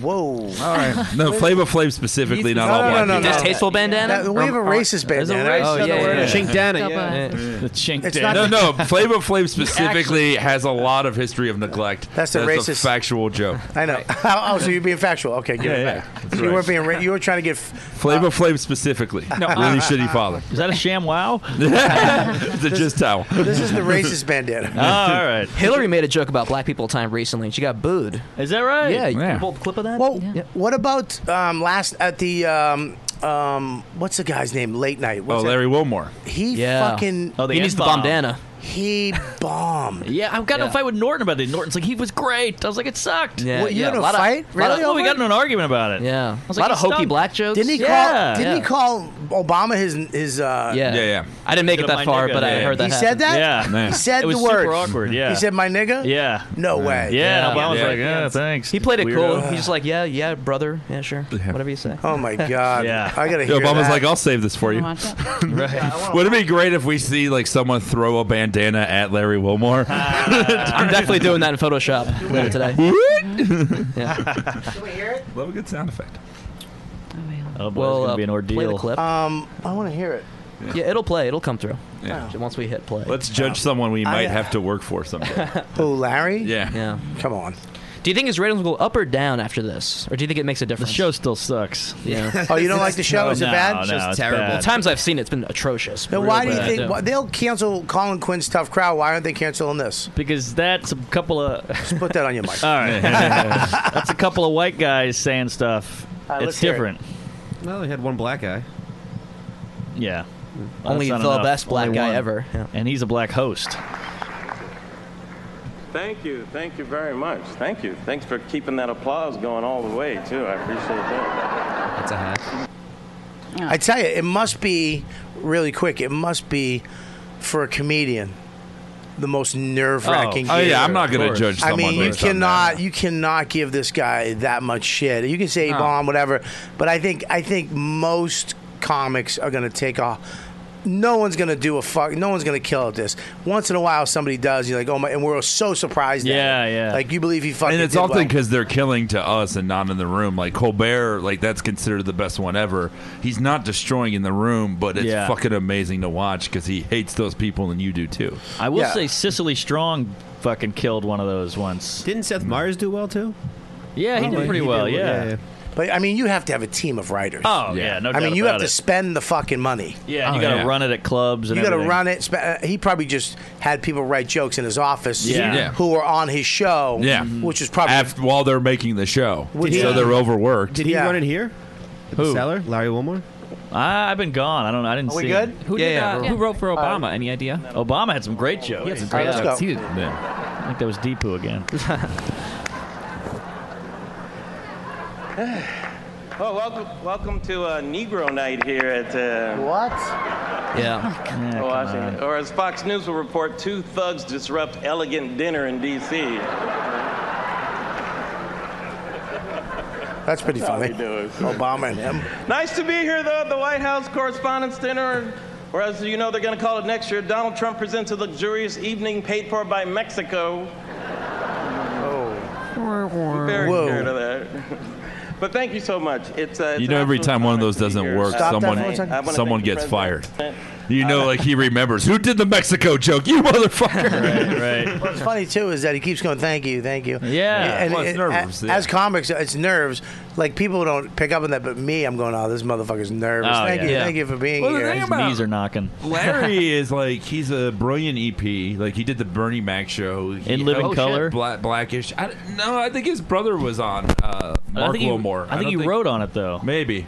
[SPEAKER 4] Whoa. All
[SPEAKER 10] right. No, Flavor Flav specifically, not all black people.
[SPEAKER 8] Oh,
[SPEAKER 9] Distasteful bandana?
[SPEAKER 4] That- we have a
[SPEAKER 9] Or-
[SPEAKER 4] racist
[SPEAKER 9] There's a
[SPEAKER 4] bandana. Oh, I just
[SPEAKER 9] racist-
[SPEAKER 4] don't know where it is.
[SPEAKER 7] The chink
[SPEAKER 4] It's
[SPEAKER 7] dana.
[SPEAKER 10] no, no. Flavor Flav specifically has a lot of history of neglect.
[SPEAKER 4] That's a racist-
[SPEAKER 10] factual joke.
[SPEAKER 4] I know. Oh, so you're being factual. Okay, give
[SPEAKER 10] Yeah,
[SPEAKER 4] it
[SPEAKER 10] yeah.
[SPEAKER 4] back.
[SPEAKER 10] That's
[SPEAKER 4] you
[SPEAKER 10] right.
[SPEAKER 4] weren't being. Ra- you were trying to get. F-
[SPEAKER 10] Flavor Flav specifically.
[SPEAKER 4] No,
[SPEAKER 10] really
[SPEAKER 4] uh,
[SPEAKER 10] shitty father.
[SPEAKER 7] Is that a sham wow?
[SPEAKER 10] The just towel.
[SPEAKER 4] this is the racist bandana.
[SPEAKER 7] Ah, all right.
[SPEAKER 8] Hillary made a joke about black people time recently, and she got booed.
[SPEAKER 7] Is that right?
[SPEAKER 8] Yeah, you can pull a clip of that.
[SPEAKER 4] Well, what about um, last at the um, um, what's the guy's name? Late night.
[SPEAKER 10] Oh,
[SPEAKER 4] What's that-
[SPEAKER 10] Larry Wilmore.
[SPEAKER 4] He
[SPEAKER 7] Yeah.
[SPEAKER 4] fucking.
[SPEAKER 7] Oh, the He needs the F-bomb. bandana.
[SPEAKER 4] He bombed.
[SPEAKER 7] Yeah, I've gotten in a fight with Norton about this. Norton's like, he was great. I was like, it sucked.
[SPEAKER 4] Yeah, What, you yeah, had a a lot of- fight? lot of- Really
[SPEAKER 7] Oh, we
[SPEAKER 4] over
[SPEAKER 7] got in an argument about it.
[SPEAKER 8] Yeah.
[SPEAKER 7] was
[SPEAKER 8] a lot
[SPEAKER 7] like,
[SPEAKER 8] of hokey
[SPEAKER 7] stunk.
[SPEAKER 8] black jokes.
[SPEAKER 4] Didn't he call?
[SPEAKER 7] Yeah.
[SPEAKER 4] didn't he
[SPEAKER 7] Yeah.
[SPEAKER 4] call Obama his his? Uh,
[SPEAKER 8] Yeah. Yeah, yeah. I didn't make it that
[SPEAKER 7] My
[SPEAKER 8] far,
[SPEAKER 7] nigga.
[SPEAKER 8] but I
[SPEAKER 7] Yeah.
[SPEAKER 8] heard that.
[SPEAKER 4] He said that.
[SPEAKER 7] Yeah.
[SPEAKER 4] He said
[SPEAKER 7] It was
[SPEAKER 4] the word.
[SPEAKER 7] super awkward, yeah.
[SPEAKER 4] He said my nigga.
[SPEAKER 7] Yeah.
[SPEAKER 4] No way.
[SPEAKER 7] Yeah,
[SPEAKER 8] Yeah.
[SPEAKER 7] Obama was
[SPEAKER 8] Yeah.
[SPEAKER 7] like, yeah, thanks.
[SPEAKER 8] He played it cool.
[SPEAKER 7] weirdo.
[SPEAKER 8] He's just like, yeah, yeah, brother, yeah, sure, whatever you say.
[SPEAKER 4] Oh my god.
[SPEAKER 7] Yeah.
[SPEAKER 4] I gotta
[SPEAKER 10] Yeah,
[SPEAKER 4] hear.
[SPEAKER 10] Obama's
[SPEAKER 4] that.
[SPEAKER 10] like, I'll save this for you.
[SPEAKER 7] right.
[SPEAKER 10] Would it be great if we see like someone throw a bandana at Larry Wilmore? I'm
[SPEAKER 8] definitely doing that in Photoshop later today.
[SPEAKER 10] Can we hear it? Love a good sound effect.
[SPEAKER 7] Oh, boy,
[SPEAKER 8] Well,
[SPEAKER 7] it's going to
[SPEAKER 8] uh,
[SPEAKER 7] be an ordeal.
[SPEAKER 8] play the clip.
[SPEAKER 4] Um, I want to hear it.
[SPEAKER 8] yeah, it'll play. It'll come through.
[SPEAKER 10] Yeah.
[SPEAKER 8] Once we hit play.
[SPEAKER 10] Let's judge someone we
[SPEAKER 8] um, I-
[SPEAKER 10] might have to work for someday.
[SPEAKER 4] Oh, Larry.
[SPEAKER 10] Yeah.
[SPEAKER 8] Yeah.
[SPEAKER 4] Come on.
[SPEAKER 8] Do you think his ratings will go up or down after this, or do you think it makes a difference? The show
[SPEAKER 7] still sucks.
[SPEAKER 8] Yeah.
[SPEAKER 4] Oh, you don't like the show? Is it bad?
[SPEAKER 8] It's just terrible.
[SPEAKER 7] bad.
[SPEAKER 8] Times I've seen it, it's been atrocious.
[SPEAKER 4] Then
[SPEAKER 8] Really
[SPEAKER 4] why do you
[SPEAKER 8] bad.
[SPEAKER 4] think why, they'll cancel Colin Quinn's tough crowd? Why aren't they canceling this?
[SPEAKER 7] Because that's a couple of.
[SPEAKER 4] Just put that on your mic.
[SPEAKER 7] All right. That's a couple of white guys saying stuff.
[SPEAKER 11] All right,
[SPEAKER 7] it's
[SPEAKER 11] let's hear it.
[SPEAKER 7] different.
[SPEAKER 11] No, they had one black guy.
[SPEAKER 7] Yeah.
[SPEAKER 11] Only
[SPEAKER 7] That's not
[SPEAKER 11] the
[SPEAKER 7] enough.
[SPEAKER 11] best black
[SPEAKER 7] Only
[SPEAKER 11] guy
[SPEAKER 7] one.
[SPEAKER 11] ever.
[SPEAKER 7] And he's a black host.
[SPEAKER 13] Thank you. Thank you very much. Thank you. Thanks for keeping that applause going all the way, too. I appreciate that. That's a hack.
[SPEAKER 4] I tell you, it must be really quick. It must be for a comedian the most nerve wracking.
[SPEAKER 10] Oh, oh, yeah, I'm not gonna Of course. judge
[SPEAKER 4] I
[SPEAKER 10] someone
[SPEAKER 4] mean, you
[SPEAKER 10] based on
[SPEAKER 4] cannot you cannot give this guy that much shit. You can say
[SPEAKER 10] No.
[SPEAKER 4] bomb whatever, but I think I think most comics are gonna take a no one's gonna do a fuck. No one's gonna kill at this. Once in a while, somebody does. You're like, oh my, and we're so surprised.
[SPEAKER 10] Yeah,
[SPEAKER 4] at it.
[SPEAKER 10] yeah.
[SPEAKER 4] Like you believe he fucking.
[SPEAKER 10] and it's
[SPEAKER 4] did
[SPEAKER 10] often
[SPEAKER 4] well.
[SPEAKER 10] because they're killing to us and not in the room. Like Colbert, like that's considered the best one ever. He's not destroying in the room, but it's
[SPEAKER 7] Yeah.
[SPEAKER 10] fucking amazing to watch because he hates those people and you do too.
[SPEAKER 7] I will say Cicely Strong fucking killed one of those once. Didn't Seth Meyers do well too? Yeah,
[SPEAKER 4] Oh,
[SPEAKER 7] he did pretty well. yeah.
[SPEAKER 4] But I mean, you have to have a team of writers.
[SPEAKER 7] Oh, yeah, no
[SPEAKER 4] I mean,
[SPEAKER 7] doubt
[SPEAKER 4] you
[SPEAKER 7] about
[SPEAKER 4] have
[SPEAKER 7] it.
[SPEAKER 4] to spend the fucking money.
[SPEAKER 7] Yeah,
[SPEAKER 10] Oh,
[SPEAKER 7] and you got to run it at clubs. And
[SPEAKER 4] You got to
[SPEAKER 7] everything.
[SPEAKER 4] run it. spe- uh, He probably just had people write jokes in his office.
[SPEAKER 10] Yeah. Yeah.
[SPEAKER 4] Who were on his show.
[SPEAKER 10] Yeah,
[SPEAKER 4] Mm-hmm. Which is probably
[SPEAKER 10] After, while they're making the show,
[SPEAKER 4] Did he-
[SPEAKER 10] so they're overworked.
[SPEAKER 11] Did he run it here? At The
[SPEAKER 10] Who?
[SPEAKER 11] seller, Larry Wilmore.
[SPEAKER 7] I, I've been gone. I don't. I didn't
[SPEAKER 11] Are we
[SPEAKER 7] see.
[SPEAKER 11] good?
[SPEAKER 7] it.
[SPEAKER 11] Who did, uh, who
[SPEAKER 7] wrote for Obama? Any idea? Obama had some great jokes.
[SPEAKER 9] He had some
[SPEAKER 7] Great
[SPEAKER 9] great All right, let's jokes. go. He did.
[SPEAKER 7] Yeah. I think that was Deepu again.
[SPEAKER 13] Oh, welcome, welcome to uh, Negro Night here at. Uh,
[SPEAKER 4] what?
[SPEAKER 7] Yeah.
[SPEAKER 13] Washington. Or as Fox News will report, two thugs disrupt elegant dinner in D.C.
[SPEAKER 4] That's pretty funny. Obama and him.
[SPEAKER 13] Nice to be here, though, at the White House Correspondents' Dinner, or as you know, they're going to call it next year. Donald Trump presents a luxurious evening paid for by Mexico.
[SPEAKER 4] Oh.
[SPEAKER 13] Very
[SPEAKER 10] Whoa.
[SPEAKER 13] scared of that. But thank you so much. It's, uh, it's
[SPEAKER 10] You know, every
[SPEAKER 13] absolute
[SPEAKER 10] time one of
[SPEAKER 13] honor
[SPEAKER 10] those
[SPEAKER 13] to be
[SPEAKER 10] doesn't
[SPEAKER 13] here.
[SPEAKER 10] work,
[SPEAKER 13] Stop that
[SPEAKER 10] someone
[SPEAKER 13] for a second. I wanna
[SPEAKER 10] someone
[SPEAKER 13] thank the
[SPEAKER 10] gets fired.
[SPEAKER 13] president.
[SPEAKER 10] You know, like he remembers who did the Mexico joke. You motherfucker.
[SPEAKER 7] right.
[SPEAKER 4] What's funny too is that he keeps going, "Thank you, thank you."
[SPEAKER 10] Yeah.
[SPEAKER 4] and
[SPEAKER 10] Well,
[SPEAKER 4] it-
[SPEAKER 10] it's nerves,
[SPEAKER 4] a-
[SPEAKER 10] yeah.
[SPEAKER 4] As comics, it's nerves. Like people don't pick up on that, but me, I'm going, "Oh, this motherfucker's nervous."
[SPEAKER 10] Oh,
[SPEAKER 4] thank
[SPEAKER 10] yeah.
[SPEAKER 4] you,
[SPEAKER 10] Yeah.
[SPEAKER 4] thank you for being
[SPEAKER 10] Well, the
[SPEAKER 4] here.
[SPEAKER 10] thing His about- knees
[SPEAKER 7] are knocking.
[SPEAKER 10] Larry is like he's a brilliant EP. Like he did the Bernie Mac show He
[SPEAKER 7] In Living
[SPEAKER 10] helped
[SPEAKER 7] Color?
[SPEAKER 10] Bla- Blackish. I, no, I think his brother was on uh, Mark
[SPEAKER 7] think he-
[SPEAKER 10] Wilmore.
[SPEAKER 7] I think
[SPEAKER 10] don't
[SPEAKER 7] he wrote on it though.
[SPEAKER 10] Maybe,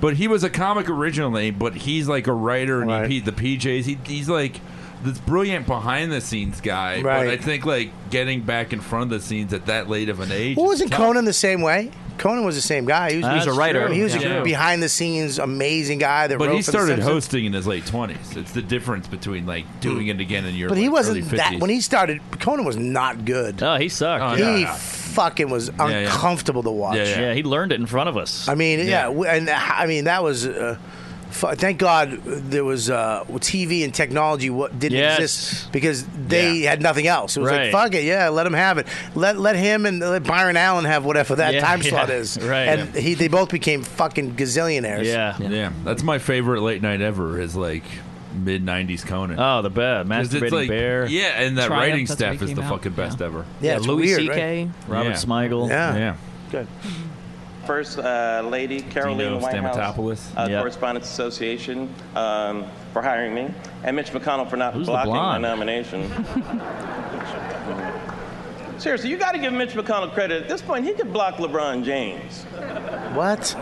[SPEAKER 10] but he was a comic originally. But he's like a writer and EP. The PJs. He, he's like this brilliant behind the scenes guy.
[SPEAKER 4] Right.
[SPEAKER 10] But I think like getting back in front of the scenes at that late of an age.
[SPEAKER 4] Well,
[SPEAKER 10] is
[SPEAKER 4] wasn't
[SPEAKER 10] tough.
[SPEAKER 4] Conan the same way? Conan was the same guy. He was,
[SPEAKER 10] That's
[SPEAKER 4] he was a writer.
[SPEAKER 10] true.
[SPEAKER 4] He was
[SPEAKER 10] Yeah.
[SPEAKER 4] a behind the scenes amazing guy that
[SPEAKER 10] But
[SPEAKER 4] wrote
[SPEAKER 10] he
[SPEAKER 4] for The
[SPEAKER 10] started
[SPEAKER 4] Simpsons. Hmm.
[SPEAKER 10] hosting in his late twenties. It's the difference between like doing it again in your.
[SPEAKER 4] But he
[SPEAKER 10] like,
[SPEAKER 4] wasn't
[SPEAKER 10] early 50s.
[SPEAKER 4] that when he started. Conan was not good.
[SPEAKER 7] Oh, he sucked.
[SPEAKER 10] Oh,
[SPEAKER 4] he
[SPEAKER 10] yeah.
[SPEAKER 4] fucking was
[SPEAKER 7] yeah.
[SPEAKER 4] uncomfortable to watch.
[SPEAKER 7] Yeah, he learned it in front of us.
[SPEAKER 4] I mean, yeah, we- and uh, I mean that was. Uh, fu- Thank God there was uh, TV and technology what didn't
[SPEAKER 7] Yes.
[SPEAKER 4] exist because they
[SPEAKER 7] Yeah.
[SPEAKER 4] had nothing else. It was like
[SPEAKER 7] Right.
[SPEAKER 4] fuck it, yeah, let him have it. Let let him and let Byron Allen have whatever that
[SPEAKER 10] Yeah,
[SPEAKER 4] time
[SPEAKER 10] yeah,
[SPEAKER 4] slot is.
[SPEAKER 10] right.
[SPEAKER 4] And he they both became fucking gazillionaires.
[SPEAKER 10] yeah, That's my favorite late night ever. Is like mid '90s Conan.
[SPEAKER 7] Oh, the best.
[SPEAKER 10] 'Cause it's
[SPEAKER 7] Masturbating
[SPEAKER 10] like-
[SPEAKER 7] Bear.
[SPEAKER 10] Yeah, and that
[SPEAKER 7] Triumph,
[SPEAKER 10] writing
[SPEAKER 7] that's when
[SPEAKER 10] staff
[SPEAKER 7] he
[SPEAKER 10] is
[SPEAKER 7] came
[SPEAKER 10] the
[SPEAKER 7] out.
[SPEAKER 10] fucking best
[SPEAKER 7] Yeah.
[SPEAKER 10] ever.
[SPEAKER 7] Yeah, Yeah, it's Louis weird,
[SPEAKER 13] C.K., right?
[SPEAKER 7] Robert
[SPEAKER 10] Yeah.
[SPEAKER 7] Smigel.
[SPEAKER 10] Yeah. Yeah.
[SPEAKER 4] Good.
[SPEAKER 13] First uh, Lady Caroline
[SPEAKER 10] Dino
[SPEAKER 13] Whitehouse,
[SPEAKER 10] Stamatopoulos.
[SPEAKER 13] uh,
[SPEAKER 10] Yeah.
[SPEAKER 13] Correspondents Association, um, for hiring me, and Mitch McConnell for not
[SPEAKER 7] Who's the
[SPEAKER 13] blocking my
[SPEAKER 7] blonde?
[SPEAKER 13] nomination. Seriously, you got to give Mitch McConnell credit. At this point, he could block LeBron James.
[SPEAKER 4] What?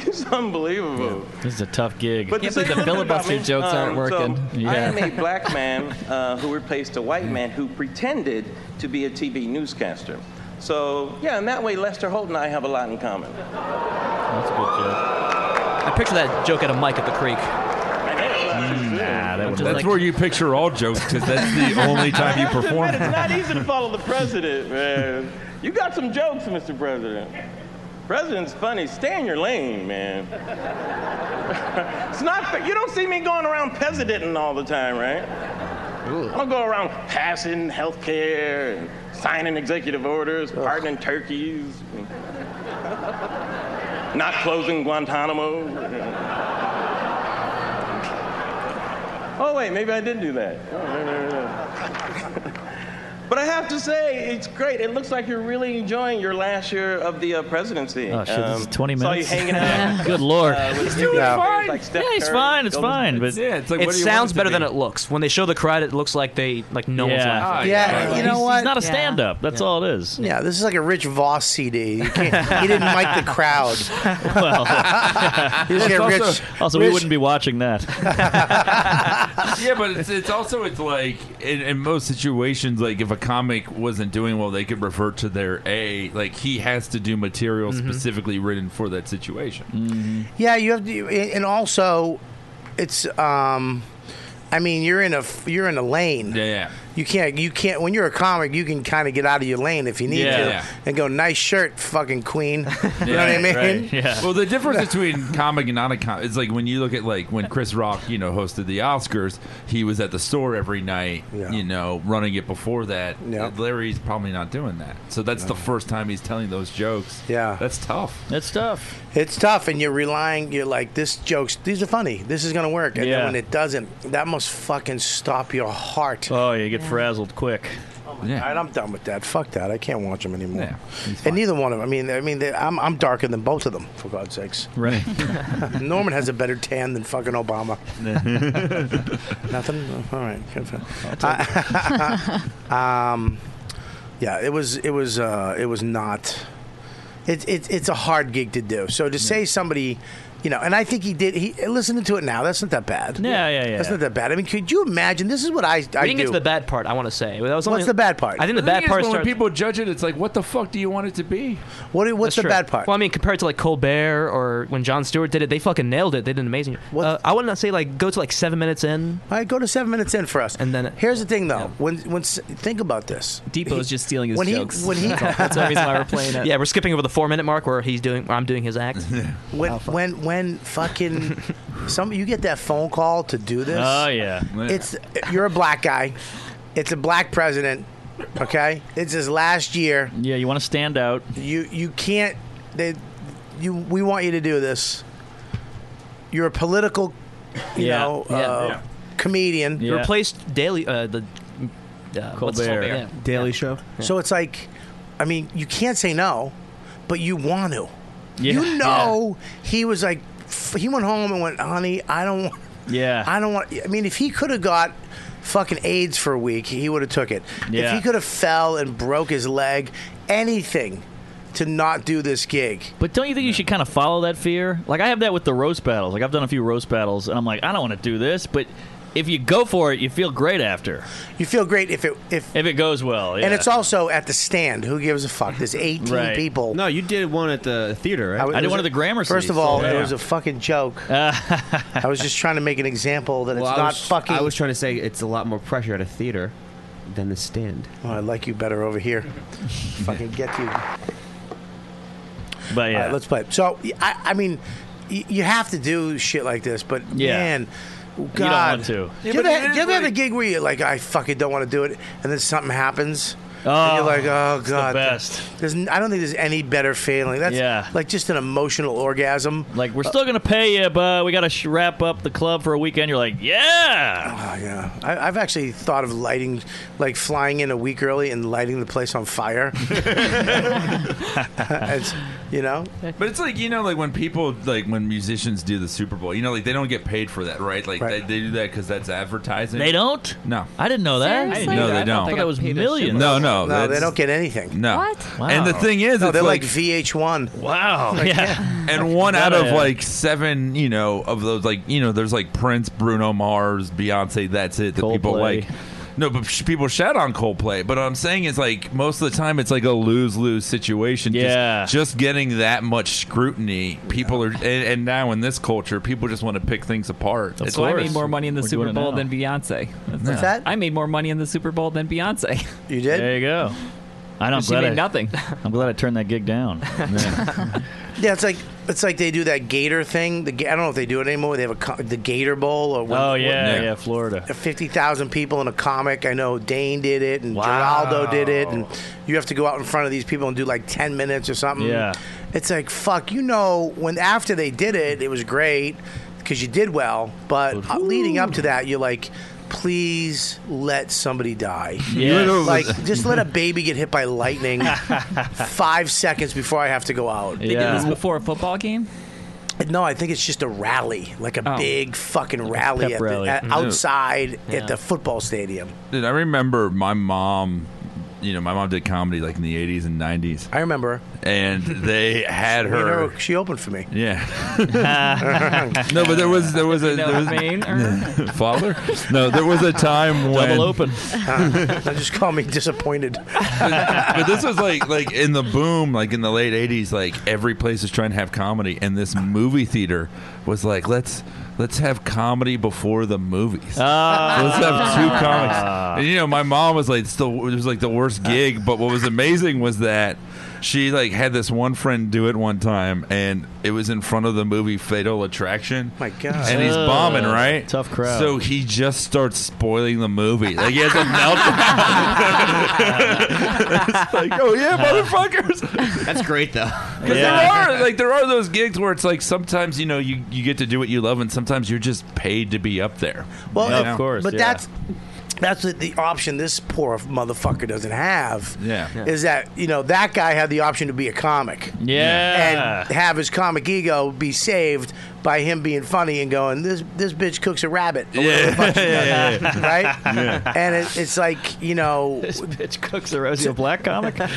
[SPEAKER 13] He's unbelievable.
[SPEAKER 7] This is a tough gig.
[SPEAKER 13] But to say little bit about me, um, so I am a black man uh, who replaced a white man who pretended to be a TV newscaster. So yeah, in that way, Lester Holt and I have a lot in common.
[SPEAKER 7] That's a good joke.
[SPEAKER 8] I picture that joke at a mic at the creek.
[SPEAKER 7] Ah,
[SPEAKER 10] Nah, that
[SPEAKER 8] Just
[SPEAKER 10] that's
[SPEAKER 8] like-
[SPEAKER 10] where you picture all jokes because that's the only time you perform.
[SPEAKER 13] It's not easy to follow the president, man. You got some jokes, Mr. President. President's funny. Stay in your lane, man. it's not. Fa- you don't see me going around presidenting all the time, right? I don't go around passing health care and signing executive orders, pardoning turkeys, and not closing Guantanamo. oh, wait, maybe I did do that. Oh, no, no, no. but I have to say, it's great. It looks like you're really enjoying your last year of the uh, presidency.
[SPEAKER 7] Oh shit! This is
[SPEAKER 13] Um,
[SPEAKER 7] twenty minutes.
[SPEAKER 13] Saw you hanging out.
[SPEAKER 7] Good lord.
[SPEAKER 13] uh, with
[SPEAKER 7] yeah.
[SPEAKER 13] players like Steph
[SPEAKER 7] Mm, Yeah, he's
[SPEAKER 13] Curry,
[SPEAKER 7] fine. It's
[SPEAKER 13] Golden
[SPEAKER 7] fine. But
[SPEAKER 8] it sounds better than it looks. When they show the crowd, it looks like they like no one's
[SPEAKER 7] Yeah.
[SPEAKER 8] laughing.
[SPEAKER 4] Yeah, you know
[SPEAKER 7] He's-
[SPEAKER 4] what?
[SPEAKER 7] He's not a stand-up. That's all it is.
[SPEAKER 4] Yeah, this is like a Rich Voss CD. You can't, he didn't like the crowd.
[SPEAKER 7] Well,
[SPEAKER 4] You just get
[SPEAKER 7] also,
[SPEAKER 4] rich-
[SPEAKER 7] also we
[SPEAKER 4] rich-
[SPEAKER 7] wouldn't be watching that.
[SPEAKER 10] yeah, but it's, it's also it's like in, in most situations, like if a comic wasn't doing well, they could revert to their A. Like he has to do material
[SPEAKER 4] Mhm.
[SPEAKER 10] specifically written for that situation.
[SPEAKER 4] Yeah, you have to, and also, it's. um I mean, you're in a you're in a lane.
[SPEAKER 10] Yeah, yeah.
[SPEAKER 4] you can't you can't when you're a comic you can kind of get out of your lane if you need
[SPEAKER 10] Yeah.
[SPEAKER 4] to
[SPEAKER 10] Yeah.
[SPEAKER 4] and go nice shirt fucking queen. you know what I mean?
[SPEAKER 10] Well, the difference between comic and not a comic is like when you look at like when Chris Rock, you know, hosted the Oscars, he was at the store every night, you know, running it before that. Larry's probably not doing that. So that's the first time he's telling those jokes. Yeah. That's tough.
[SPEAKER 7] That's tough.
[SPEAKER 4] It's tough, and you're relying. You're like, this jokes. These are funny. This is gonna work. And
[SPEAKER 7] Yeah.
[SPEAKER 4] then when it doesn't, that must fucking stop your heart.
[SPEAKER 7] Oh, you get frazzled quick.
[SPEAKER 4] Oh my God, I'm done with that. Fuck that. I can't watch them anymore. and neither one of them. I mean, I mean, they, I'm I'm darker than both of them. For God's sakes.
[SPEAKER 7] Right.
[SPEAKER 4] Norman has a better tan than fucking Obama. Nothing. All right. Good for- um, yeah, it was it was uh, it was not. It, it, it's a hard gig to do. So to say somebody, you know, and I think he did. He listening to it now. That's not that bad.
[SPEAKER 14] Yeah, yeah, yeah.
[SPEAKER 4] That's not that bad. I mean, could you imagine? This is what I I
[SPEAKER 14] I think
[SPEAKER 4] do.
[SPEAKER 14] it's the bad part. I want to say. That was
[SPEAKER 4] What's
[SPEAKER 14] only-
[SPEAKER 4] the bad part?
[SPEAKER 14] I think the, bad part starts.
[SPEAKER 10] when people judge it, it's like, what the fuck do you want it to be?
[SPEAKER 4] What? What's
[SPEAKER 14] That's
[SPEAKER 4] the
[SPEAKER 14] true.
[SPEAKER 4] bad part?
[SPEAKER 14] Well, I mean, compared to like Colbert or when John Stewart did it, they fucking nailed it. They did amazing. Uh, I would not say like go to like seven minutes in.
[SPEAKER 4] I go to seven minutes in for us. And then here's the thing, though. When when s- think about this,
[SPEAKER 9] Depot's just stealing his
[SPEAKER 4] when
[SPEAKER 9] jokes.
[SPEAKER 4] He, when he
[SPEAKER 9] That's all. That's the reason why we're playing it.
[SPEAKER 14] Yeah, we're skipping over the four minute mark where he's doing where I'm doing his act.
[SPEAKER 4] when when when fucking some you get that phone call to do this.
[SPEAKER 14] Oh, yeah.
[SPEAKER 4] It's you're a black guy. It's a black president. Okay, it's his last year.
[SPEAKER 7] Yeah, you want to stand out.
[SPEAKER 4] You you can't. They you we want you to do this. You're a political, you
[SPEAKER 14] Yeah.
[SPEAKER 4] know,
[SPEAKER 14] Yeah.
[SPEAKER 4] uh,
[SPEAKER 14] Yeah.
[SPEAKER 4] comedian.
[SPEAKER 14] You replaced Daily uh, the uh, what's his name? Yeah.
[SPEAKER 4] Daily Show. So it's like, I mean, you can't say no, but you want to.
[SPEAKER 7] Yeah,
[SPEAKER 4] You know, he was like, f- he went home and went, honey, I don't want.
[SPEAKER 7] Yeah.
[SPEAKER 4] I don't want. I mean, if he could have got fucking AIDS for a week, he would have took it. If
[SPEAKER 7] Yeah.
[SPEAKER 4] he could have fell and broke his leg, anything to not do this gig.
[SPEAKER 7] But don't you think you should kind of follow that fear? Like I have that with the roast battles. Like I've done a few roast battles, and I'm like, I don't want to do this, but if you go for it, you feel great after.
[SPEAKER 4] You feel great if it if
[SPEAKER 7] if it goes well. Yeah.
[SPEAKER 4] And it's also at the stand. Who gives a fuck? There's 18
[SPEAKER 7] Right.
[SPEAKER 4] people.
[SPEAKER 11] No, you did one at the theater, right?
[SPEAKER 4] w- it was a- First of all, it was a fucking joke. I was just trying to make an example that
[SPEAKER 11] Well,
[SPEAKER 4] it's
[SPEAKER 11] I
[SPEAKER 4] not
[SPEAKER 11] was-
[SPEAKER 4] fucking.
[SPEAKER 11] I was trying to say it's a lot more pressure at a theater than the stand.
[SPEAKER 4] Well, Oh, I like you better over here. fucking get you.
[SPEAKER 7] But yeah,
[SPEAKER 4] All right, let's play. it. So I, I mean, y- you have to do shit like this, but
[SPEAKER 7] Yeah.
[SPEAKER 4] man.
[SPEAKER 7] don't
[SPEAKER 4] God.
[SPEAKER 7] want to.
[SPEAKER 4] Do
[SPEAKER 7] Yeah,
[SPEAKER 4] you
[SPEAKER 7] but
[SPEAKER 4] ever,
[SPEAKER 7] it
[SPEAKER 4] do
[SPEAKER 7] is
[SPEAKER 4] you ever have a
[SPEAKER 7] like-
[SPEAKER 4] gig where you're like, I fucking don't want to do it, and then something happens,
[SPEAKER 7] Oh,
[SPEAKER 4] and you're like, oh
[SPEAKER 7] it's the
[SPEAKER 4] god,
[SPEAKER 7] best.
[SPEAKER 4] There's, n- I don't think there's any better feeling. That's
[SPEAKER 7] Yeah.
[SPEAKER 4] like just an emotional orgasm. Uh,
[SPEAKER 7] Like we're still gonna pay you, but we gotta sh- wrap up the club for a weekend. You're like, yeah.
[SPEAKER 4] Oh, yeah. I, I've actually thought of lighting, like flying in a week early and lighting the place on fire. It's- you know,
[SPEAKER 10] But it's like you know, like when people, like when musicians do the Super Bowl, you know, like they don't get paid for that, right? Like They, they do that because that's advertising.
[SPEAKER 7] They don't.
[SPEAKER 10] No,
[SPEAKER 7] I didn't know that.
[SPEAKER 10] Seriously? No, they I don't don't. think
[SPEAKER 7] that was
[SPEAKER 10] I've paid a
[SPEAKER 7] millions.
[SPEAKER 10] No, no,
[SPEAKER 4] no, they
[SPEAKER 10] that's-
[SPEAKER 4] don't get anything.
[SPEAKER 10] No. What? And the thing is,
[SPEAKER 4] No,
[SPEAKER 10] it's
[SPEAKER 4] they're like,
[SPEAKER 10] like-
[SPEAKER 4] VH1.
[SPEAKER 7] Wow.
[SPEAKER 4] Like,
[SPEAKER 7] yeah.
[SPEAKER 10] and one out
[SPEAKER 7] Gotta-
[SPEAKER 10] of like seven, you know, of those, like you know, there's like Prince, Bruno Mars, Beyonce. That's it. That people
[SPEAKER 7] Coldplay.
[SPEAKER 10] like. No, but sh- people shout on Coldplay. But what I'm saying is, like most of the time, it's like a lose lose situation. Just-
[SPEAKER 7] Yeah.
[SPEAKER 10] Just, getting that much scrutiny, people are, and, and now in this culture, people just want to pick things apart.
[SPEAKER 9] That's why I made more money in the Super Bowl than Beyonce. That's
[SPEAKER 10] What's
[SPEAKER 9] it.
[SPEAKER 10] that?
[SPEAKER 9] I made more money in the Super Bowl than Beyonce.
[SPEAKER 4] You did?
[SPEAKER 7] There you go. I know. I'm
[SPEAKER 9] She
[SPEAKER 7] glad
[SPEAKER 9] made
[SPEAKER 7] I,
[SPEAKER 9] nothing.
[SPEAKER 7] I'm glad I turned that gig down.
[SPEAKER 4] Yeah, it's like it's like they do that Gator thing. The, ga- I don't know if they do it anymore. They have a co- the Gator Bowl or Uh,
[SPEAKER 7] oh yeah, yeah, Florida.
[SPEAKER 4] fifty thousand people in a comic. I know Dane did it and Geraldo did it, and you have to go out in front of these people and do like ten minutes or something.
[SPEAKER 7] Yeah.
[SPEAKER 4] it's like fuck. You know, when after they did it, it was great because you did well, but uh, leading up to that, you're like. Please let somebody die.
[SPEAKER 7] Yes.
[SPEAKER 4] Like, just let a baby get hit by lightning five seconds before I have to go out.
[SPEAKER 9] They did this before a football game.
[SPEAKER 4] No, I think it's just a rally, like a
[SPEAKER 9] Oh.
[SPEAKER 4] big fucking rally,
[SPEAKER 10] pep
[SPEAKER 4] at the,
[SPEAKER 10] rally.
[SPEAKER 4] at-
[SPEAKER 10] Yeah.
[SPEAKER 4] outside
[SPEAKER 10] Yeah.
[SPEAKER 4] at the football stadium.
[SPEAKER 10] Dude, I remember my mom. You know, my mom did comedy like in the '80s and '90s.
[SPEAKER 4] I remember.
[SPEAKER 10] And they had
[SPEAKER 4] Me and
[SPEAKER 10] her.
[SPEAKER 4] her- she opened for me.
[SPEAKER 10] Yeah. no, but there was there was a
[SPEAKER 4] You know
[SPEAKER 10] there was,
[SPEAKER 4] what I mean?
[SPEAKER 10] father. No, there was a time when
[SPEAKER 4] Now just call me disappointed.
[SPEAKER 10] but this was like like in the boom, like in the late '80s. Like every place was trying to have comedy, and this movie theater was like, let's let's have comedy before the movies.
[SPEAKER 7] Ah.
[SPEAKER 10] let's have two comics. And you know, my mom was like, it's the, it was like the worst gig. But what was amazing was that she like had this one friend do it one time, and it was in front of the movie Fatal Attraction.
[SPEAKER 4] My God.
[SPEAKER 10] And he's bombing,
[SPEAKER 7] Ugh,
[SPEAKER 10] right?
[SPEAKER 7] tough crowd.
[SPEAKER 10] So he just starts spoiling the movie. Like he has a meltdown. It's like, oh yeah, motherfuckers.
[SPEAKER 11] That's great though.
[SPEAKER 10] Because there are like there are those gigs where it's like sometimes you know you, you get to do what you love and sometimes you're just paid to be up there.
[SPEAKER 4] Well,
[SPEAKER 10] You
[SPEAKER 4] uh,
[SPEAKER 10] know?
[SPEAKER 4] But that's that's what the option this poor motherfucker doesn't have.
[SPEAKER 10] Yeah. Yeah.
[SPEAKER 4] Is that you know that guy had the option to be a comic.
[SPEAKER 7] Yeah.
[SPEAKER 4] And have his comic ego be saved by him being funny and going this this bitch cooks a rabbit. or whatever the fuck she
[SPEAKER 7] Yeah.
[SPEAKER 4] does,
[SPEAKER 7] Yeah.
[SPEAKER 4] Right.
[SPEAKER 7] Yeah.
[SPEAKER 4] And it, it's like you know. This
[SPEAKER 7] bitch cooks a Rosie Black comic.
[SPEAKER 4] yeah,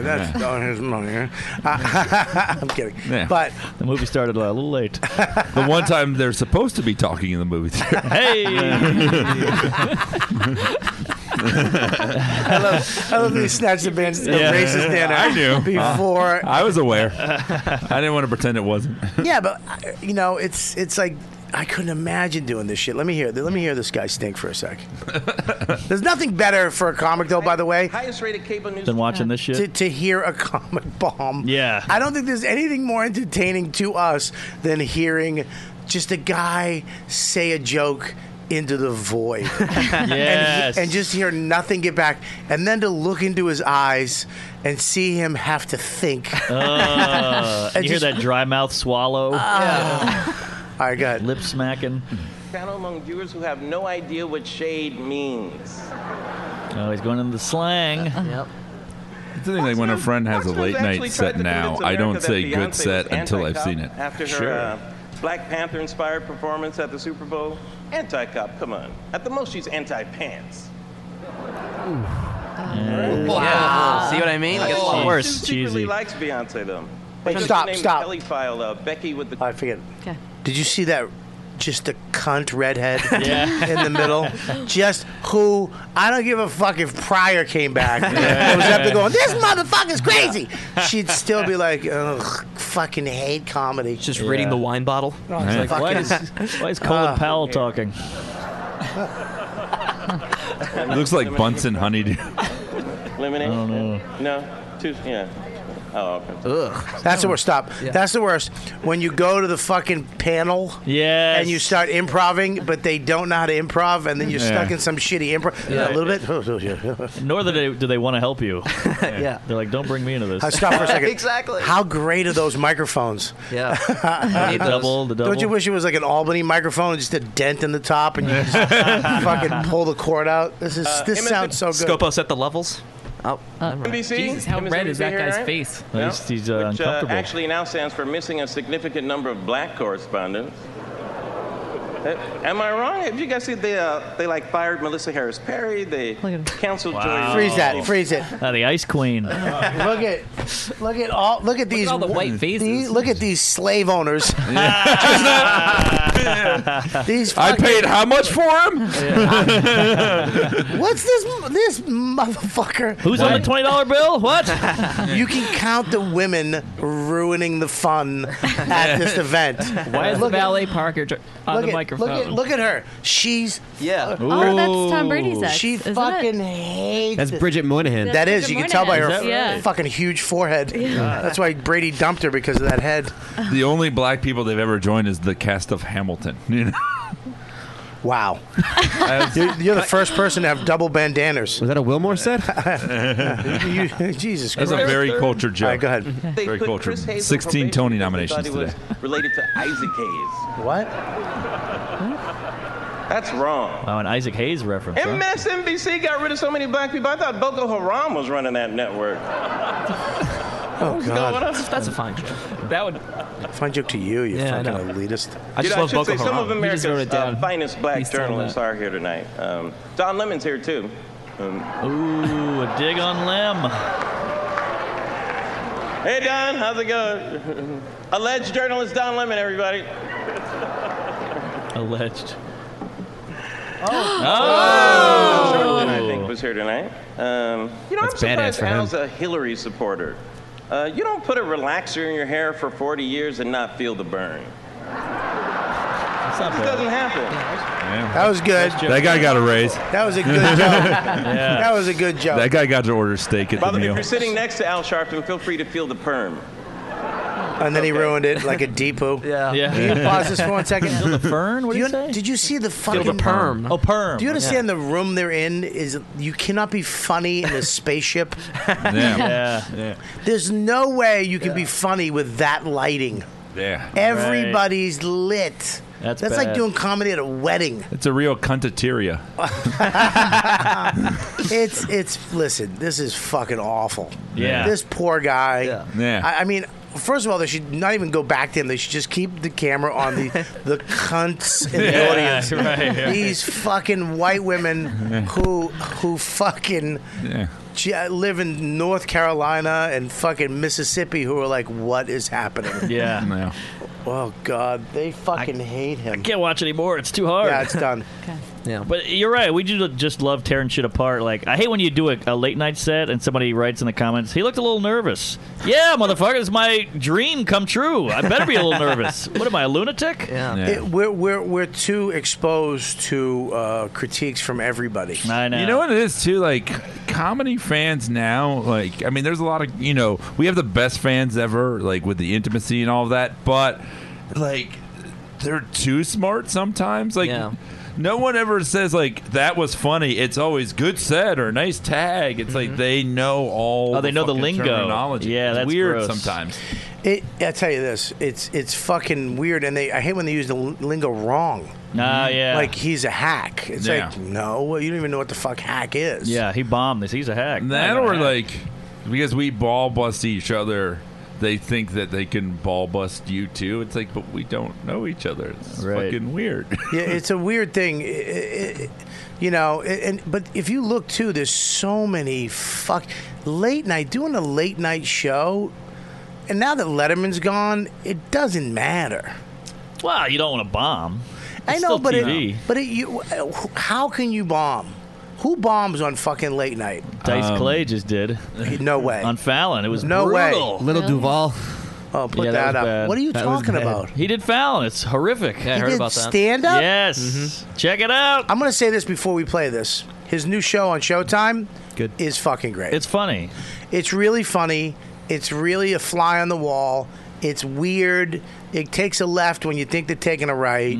[SPEAKER 4] that's oh, here's money. huh? Uh, I'm kidding. But
[SPEAKER 7] the movie started a little late.
[SPEAKER 10] the one time they're supposed to be talking in the movie theater.
[SPEAKER 7] Hey.
[SPEAKER 4] I love, I love that he snatched the band's the racist dinner.
[SPEAKER 10] I knew
[SPEAKER 4] before
[SPEAKER 10] I was aware. I didn't want to pretend it wasn't.
[SPEAKER 4] yeah, but uh, you know, it's it's like I couldn't imagine doing this shit. Let me hear. Let me hear this guy stink for a sec. There's nothing better for a comic, though. By the way,
[SPEAKER 13] Highest rated cable news.
[SPEAKER 7] Been watching this
[SPEAKER 4] to,
[SPEAKER 7] shit.
[SPEAKER 4] to hear a comic bomb.
[SPEAKER 7] Yeah.
[SPEAKER 4] I don't think there's anything more entertaining to us than hearing just a guy say a joke into the void. And he-
[SPEAKER 7] Yes.
[SPEAKER 4] and, just hear nothing get back. And then to look into his eyes and see him have to think.
[SPEAKER 7] Uh,
[SPEAKER 4] And
[SPEAKER 7] Oh. you hear
[SPEAKER 4] just- Oh.
[SPEAKER 7] that dry mouth swallow?
[SPEAKER 4] All right, good.
[SPEAKER 7] Lip smacking.
[SPEAKER 13] Channel among viewers who have no idea what shade means.
[SPEAKER 7] Oh, he's going into the slang.
[SPEAKER 13] Uh-huh.
[SPEAKER 7] Yep.
[SPEAKER 10] It's the thing like when a friend has a late night set now, I don't say good set until I've seen it.
[SPEAKER 13] After her uh, Black Panther inspired performance at the Super Bowl, anti cop, come on. At the most, she's anti pants.
[SPEAKER 14] Yeah. See what I mean? Like, it's
[SPEAKER 13] She
[SPEAKER 14] worse.
[SPEAKER 13] secretly
[SPEAKER 14] Cheesy.
[SPEAKER 13] likes Beyonce, though.
[SPEAKER 4] Wait,
[SPEAKER 13] just
[SPEAKER 4] stop,
[SPEAKER 13] named
[SPEAKER 4] stop.
[SPEAKER 13] Kelly file, uh, Becky with the.
[SPEAKER 4] I forget. Did you see that? Just a cunt redhead
[SPEAKER 13] Yeah.
[SPEAKER 4] in the middle. Just who I don't give a fuck if Pryor came back and was up there going, "This motherfucker's crazy." She'd still be like, "Ugh, fucking hate comedy."
[SPEAKER 14] Just reading the wine bottle.
[SPEAKER 4] Oh,
[SPEAKER 7] It's like, why is,
[SPEAKER 4] fucking-
[SPEAKER 7] why is Colin
[SPEAKER 4] Uh,
[SPEAKER 7] Powell talking?
[SPEAKER 10] It looks like Bunsen honeydew.
[SPEAKER 13] Lemonade? No? Two, yeah. Oh, okay.
[SPEAKER 4] Ugh. That's the worst. Stop.
[SPEAKER 13] Yeah.
[SPEAKER 4] That's the worst. When you go to the fucking panel,
[SPEAKER 7] Yes.
[SPEAKER 4] and you start improving, but they don't know how to improv, and then you're
[SPEAKER 7] Yeah.
[SPEAKER 4] stuck in some shitty improv.
[SPEAKER 7] Yeah.
[SPEAKER 4] A little bit.
[SPEAKER 7] Nor do they, do they want to help you. yeah. They're like, don't bring me into this.
[SPEAKER 4] Uh, stop for a second.
[SPEAKER 14] Exactly.
[SPEAKER 4] How great are those microphones?
[SPEAKER 14] Yeah.
[SPEAKER 7] The double, the double.
[SPEAKER 4] Don't you wish it was like an Albany microphone, just a dent in the top, and you just fucking pull the cord out? This is
[SPEAKER 14] Uh,
[SPEAKER 4] this
[SPEAKER 14] MSN
[SPEAKER 4] sounds so good.
[SPEAKER 14] Scopo set the levels.
[SPEAKER 4] Oh,
[SPEAKER 13] NBC?
[SPEAKER 9] Jesus, how
[SPEAKER 13] MSNBC
[SPEAKER 9] red is that
[SPEAKER 13] here,
[SPEAKER 9] guy's
[SPEAKER 13] right?
[SPEAKER 9] face?
[SPEAKER 7] No, he's- he's, uh,
[SPEAKER 13] Which uh,
[SPEAKER 7] uncomfortable.
[SPEAKER 13] actually now stands for missing a significant number of black correspondents. Uh, Am I wrong? Have you guys see they uh, they like fired Melissa Harris Perry? They canceled Joy.
[SPEAKER 4] Freeze that! Freeze it!
[SPEAKER 7] Ah, the Ice Queen.
[SPEAKER 4] Look at, look at all, look at these
[SPEAKER 9] all the white
[SPEAKER 4] faces. look at these slave owners. these.
[SPEAKER 10] I
[SPEAKER 4] fucking-
[SPEAKER 10] paid how much for him?
[SPEAKER 4] What's this? This motherfucker.
[SPEAKER 7] Who's on the twenty dollar bill? What?
[SPEAKER 4] You can count the women ruining the fun at this event.
[SPEAKER 9] Why is
[SPEAKER 4] Look
[SPEAKER 9] the
[SPEAKER 4] at-
[SPEAKER 9] valet parker dr- on
[SPEAKER 4] look
[SPEAKER 9] the
[SPEAKER 4] at,
[SPEAKER 9] microphone?
[SPEAKER 4] Look at, look at her. She's
[SPEAKER 14] yeah.
[SPEAKER 6] Oh, that's Tom Brady's ex.
[SPEAKER 4] She
[SPEAKER 6] isn't it?
[SPEAKER 4] fucking hates.
[SPEAKER 11] That's
[SPEAKER 4] it.
[SPEAKER 11] Bridget Moynihan.
[SPEAKER 4] That is. You can tell by her
[SPEAKER 6] Is that right?
[SPEAKER 4] fucking huge forehead. Uh, That's why Brady dumped her because of that head.
[SPEAKER 10] The only black people they've ever joined is the cast of Hamilton. You know?
[SPEAKER 4] Wow. you're, you're the first person to have double bandanas. Was
[SPEAKER 11] that a Wilmore set?
[SPEAKER 4] you, Jesus
[SPEAKER 10] That's
[SPEAKER 4] Christ.
[SPEAKER 10] a very cultured joke.
[SPEAKER 4] All right, go ahead.
[SPEAKER 13] They
[SPEAKER 10] Very
[SPEAKER 13] put
[SPEAKER 10] cultured.
[SPEAKER 13] Chris Hayes on
[SPEAKER 10] 16 Tony
[SPEAKER 13] probation because they
[SPEAKER 10] nominations today.
[SPEAKER 13] thought he was Related to Isaac Hayes.
[SPEAKER 4] What?
[SPEAKER 13] That's wrong.
[SPEAKER 7] Wow, an Isaac Hayes reference. huh?
[SPEAKER 13] MSNBC got rid of so many black people. I thought Boko Haram was running that network.
[SPEAKER 4] Oh, God.
[SPEAKER 9] That's a fine joke. That would.
[SPEAKER 4] Fine joke to you, you
[SPEAKER 9] Yeah, I
[SPEAKER 4] fucking
[SPEAKER 9] know.
[SPEAKER 4] elitist.
[SPEAKER 9] I
[SPEAKER 13] You
[SPEAKER 9] just
[SPEAKER 13] know,
[SPEAKER 9] love
[SPEAKER 13] should
[SPEAKER 9] Boko
[SPEAKER 13] say Some of
[SPEAKER 9] Haram. You just
[SPEAKER 13] America's
[SPEAKER 9] wrote it
[SPEAKER 13] uh,
[SPEAKER 9] down.
[SPEAKER 13] finest black
[SPEAKER 9] He's telling
[SPEAKER 13] journalists
[SPEAKER 9] that.
[SPEAKER 13] are here tonight. Um, Don Lemon's here too. Um,
[SPEAKER 7] Ooh, a dig on Lem.
[SPEAKER 13] hey Don, how's it going? Alleged journalist Don Lemon, everybody.
[SPEAKER 7] Alleged.
[SPEAKER 13] Oh. Jordan, I think, was here tonight. Um, you know,
[SPEAKER 11] That's
[SPEAKER 13] I'm
[SPEAKER 11] badass
[SPEAKER 13] surprised
[SPEAKER 11] for him.
[SPEAKER 13] Al's a Hillary supporter. Uh, you don't put a relaxer in your hair for 40 years and not feel the burn.
[SPEAKER 7] That's not
[SPEAKER 13] It
[SPEAKER 7] bad.
[SPEAKER 13] doesn't happen.
[SPEAKER 4] That was good.
[SPEAKER 10] That guy got a raise.
[SPEAKER 4] That was a good joke. That was a good joke.
[SPEAKER 10] That guy got to order steak at
[SPEAKER 13] By the
[SPEAKER 10] the
[SPEAKER 13] way, if
[SPEAKER 10] meal.
[SPEAKER 13] you're sitting next to Al Sharpton, feel free to feel the perm.
[SPEAKER 4] And then he ruined it like a depot. Yeah.
[SPEAKER 13] Yeah.
[SPEAKER 4] Can you pause this for one second?
[SPEAKER 13] Feel the
[SPEAKER 7] fern? What
[SPEAKER 4] do you, say? Did you see the
[SPEAKER 7] the
[SPEAKER 4] fucking
[SPEAKER 7] perm. Oh, perm.
[SPEAKER 4] Do you understand the room they're in is you cannot be funny in a spaceship?
[SPEAKER 7] Yeah. Yeah.
[SPEAKER 4] There's no way you can be funny with that lighting.
[SPEAKER 10] Yeah.
[SPEAKER 4] Everybody's lit.
[SPEAKER 10] That's
[SPEAKER 4] like
[SPEAKER 10] bad.
[SPEAKER 4] doing comedy at a wedding.
[SPEAKER 10] It's a real cuntateria.
[SPEAKER 4] it's it's listen, this is fucking awful.
[SPEAKER 10] Yeah.
[SPEAKER 4] This poor guy. Yeah.
[SPEAKER 10] Yeah.
[SPEAKER 4] I, I mean, first of all, they should not even go back to him. They should just keep the camera on the the cunts in the
[SPEAKER 2] Yeah,
[SPEAKER 4] audience.
[SPEAKER 2] right, right.
[SPEAKER 4] These fucking white women who who fucking
[SPEAKER 10] Yeah.
[SPEAKER 4] j- live in North Carolina and fucking Mississippi who are like, what is happening?
[SPEAKER 7] Yeah.
[SPEAKER 4] Oh God, they fucking hate him. I
[SPEAKER 7] can't watch anymore. It's too hard.
[SPEAKER 4] Yeah, it's done.
[SPEAKER 7] Yeah. But you're right. We do just love tearing shit apart. Like I hate when you do a, a late night set and somebody writes in the comments, "He looked a little nervous." Yeah, motherfucker, it's my dream come true. I better be a little nervous. What am I, a lunatic? Yeah.
[SPEAKER 4] It- we're, we're, we're too exposed to uh, critiques from everybody.
[SPEAKER 7] I
[SPEAKER 10] You know what it is too? Like comedy fans now, like I mean, there's a lot of you know, we have the best fans ever, like with the intimacy and all of that, but like they're too smart sometimes. Like no one ever says like that was funny. It's always good set or nice tag. It's like they know all.
[SPEAKER 7] Mm-hmm. Oh, they know the
[SPEAKER 10] fucking
[SPEAKER 7] lingo.
[SPEAKER 10] Terminology.
[SPEAKER 7] Yeah,
[SPEAKER 10] It's
[SPEAKER 7] that's
[SPEAKER 10] weird
[SPEAKER 7] gross.
[SPEAKER 10] sometimes.
[SPEAKER 4] It, I tell you this, it's it's fucking weird, and they I hate when they use the l- lingo wrong.
[SPEAKER 7] Ah, yeah.
[SPEAKER 4] like he's a hack. It's
[SPEAKER 7] Yeah.
[SPEAKER 4] like no, well, you don't even know what the fuck hack is.
[SPEAKER 7] Yeah, he bombed this. He's a hack.
[SPEAKER 10] That
[SPEAKER 7] Not a
[SPEAKER 10] or
[SPEAKER 7] hack.
[SPEAKER 10] like because we ball bust each other, they think that they can ball bust you too. It's like, but we don't know each other. It's fucking weird.
[SPEAKER 4] yeah, it's a weird thing, i- i- i- you know. a- And but if you look too, there's so many fuck late night doing a late night show, and now that Letterman's gone, it doesn't matter.
[SPEAKER 7] Well, you don't want to bomb.
[SPEAKER 4] I
[SPEAKER 7] It's
[SPEAKER 4] know,
[SPEAKER 7] still
[SPEAKER 4] but
[SPEAKER 7] TV.
[SPEAKER 4] it, but it, you, how can you bomb? Who bombs on fucking late night?
[SPEAKER 7] Dice
[SPEAKER 10] Um,
[SPEAKER 4] Um,
[SPEAKER 7] Clay just did.
[SPEAKER 4] No way.
[SPEAKER 7] On Fallon, it was
[SPEAKER 4] No way.
[SPEAKER 7] brutal.
[SPEAKER 4] Little Really?
[SPEAKER 7] Duval.
[SPEAKER 4] Oh, put that up. What are you talking about?
[SPEAKER 7] He did Fallon. It's horrific.
[SPEAKER 4] he did stand up.
[SPEAKER 7] Yes. Check it out.
[SPEAKER 4] I'm gonna say this before we play this. His new show on Showtime Good. is fucking great.
[SPEAKER 7] It's funny.
[SPEAKER 4] It's really funny. It's really a fly on the wall. It's weird. It takes a left when you think they're taking a right.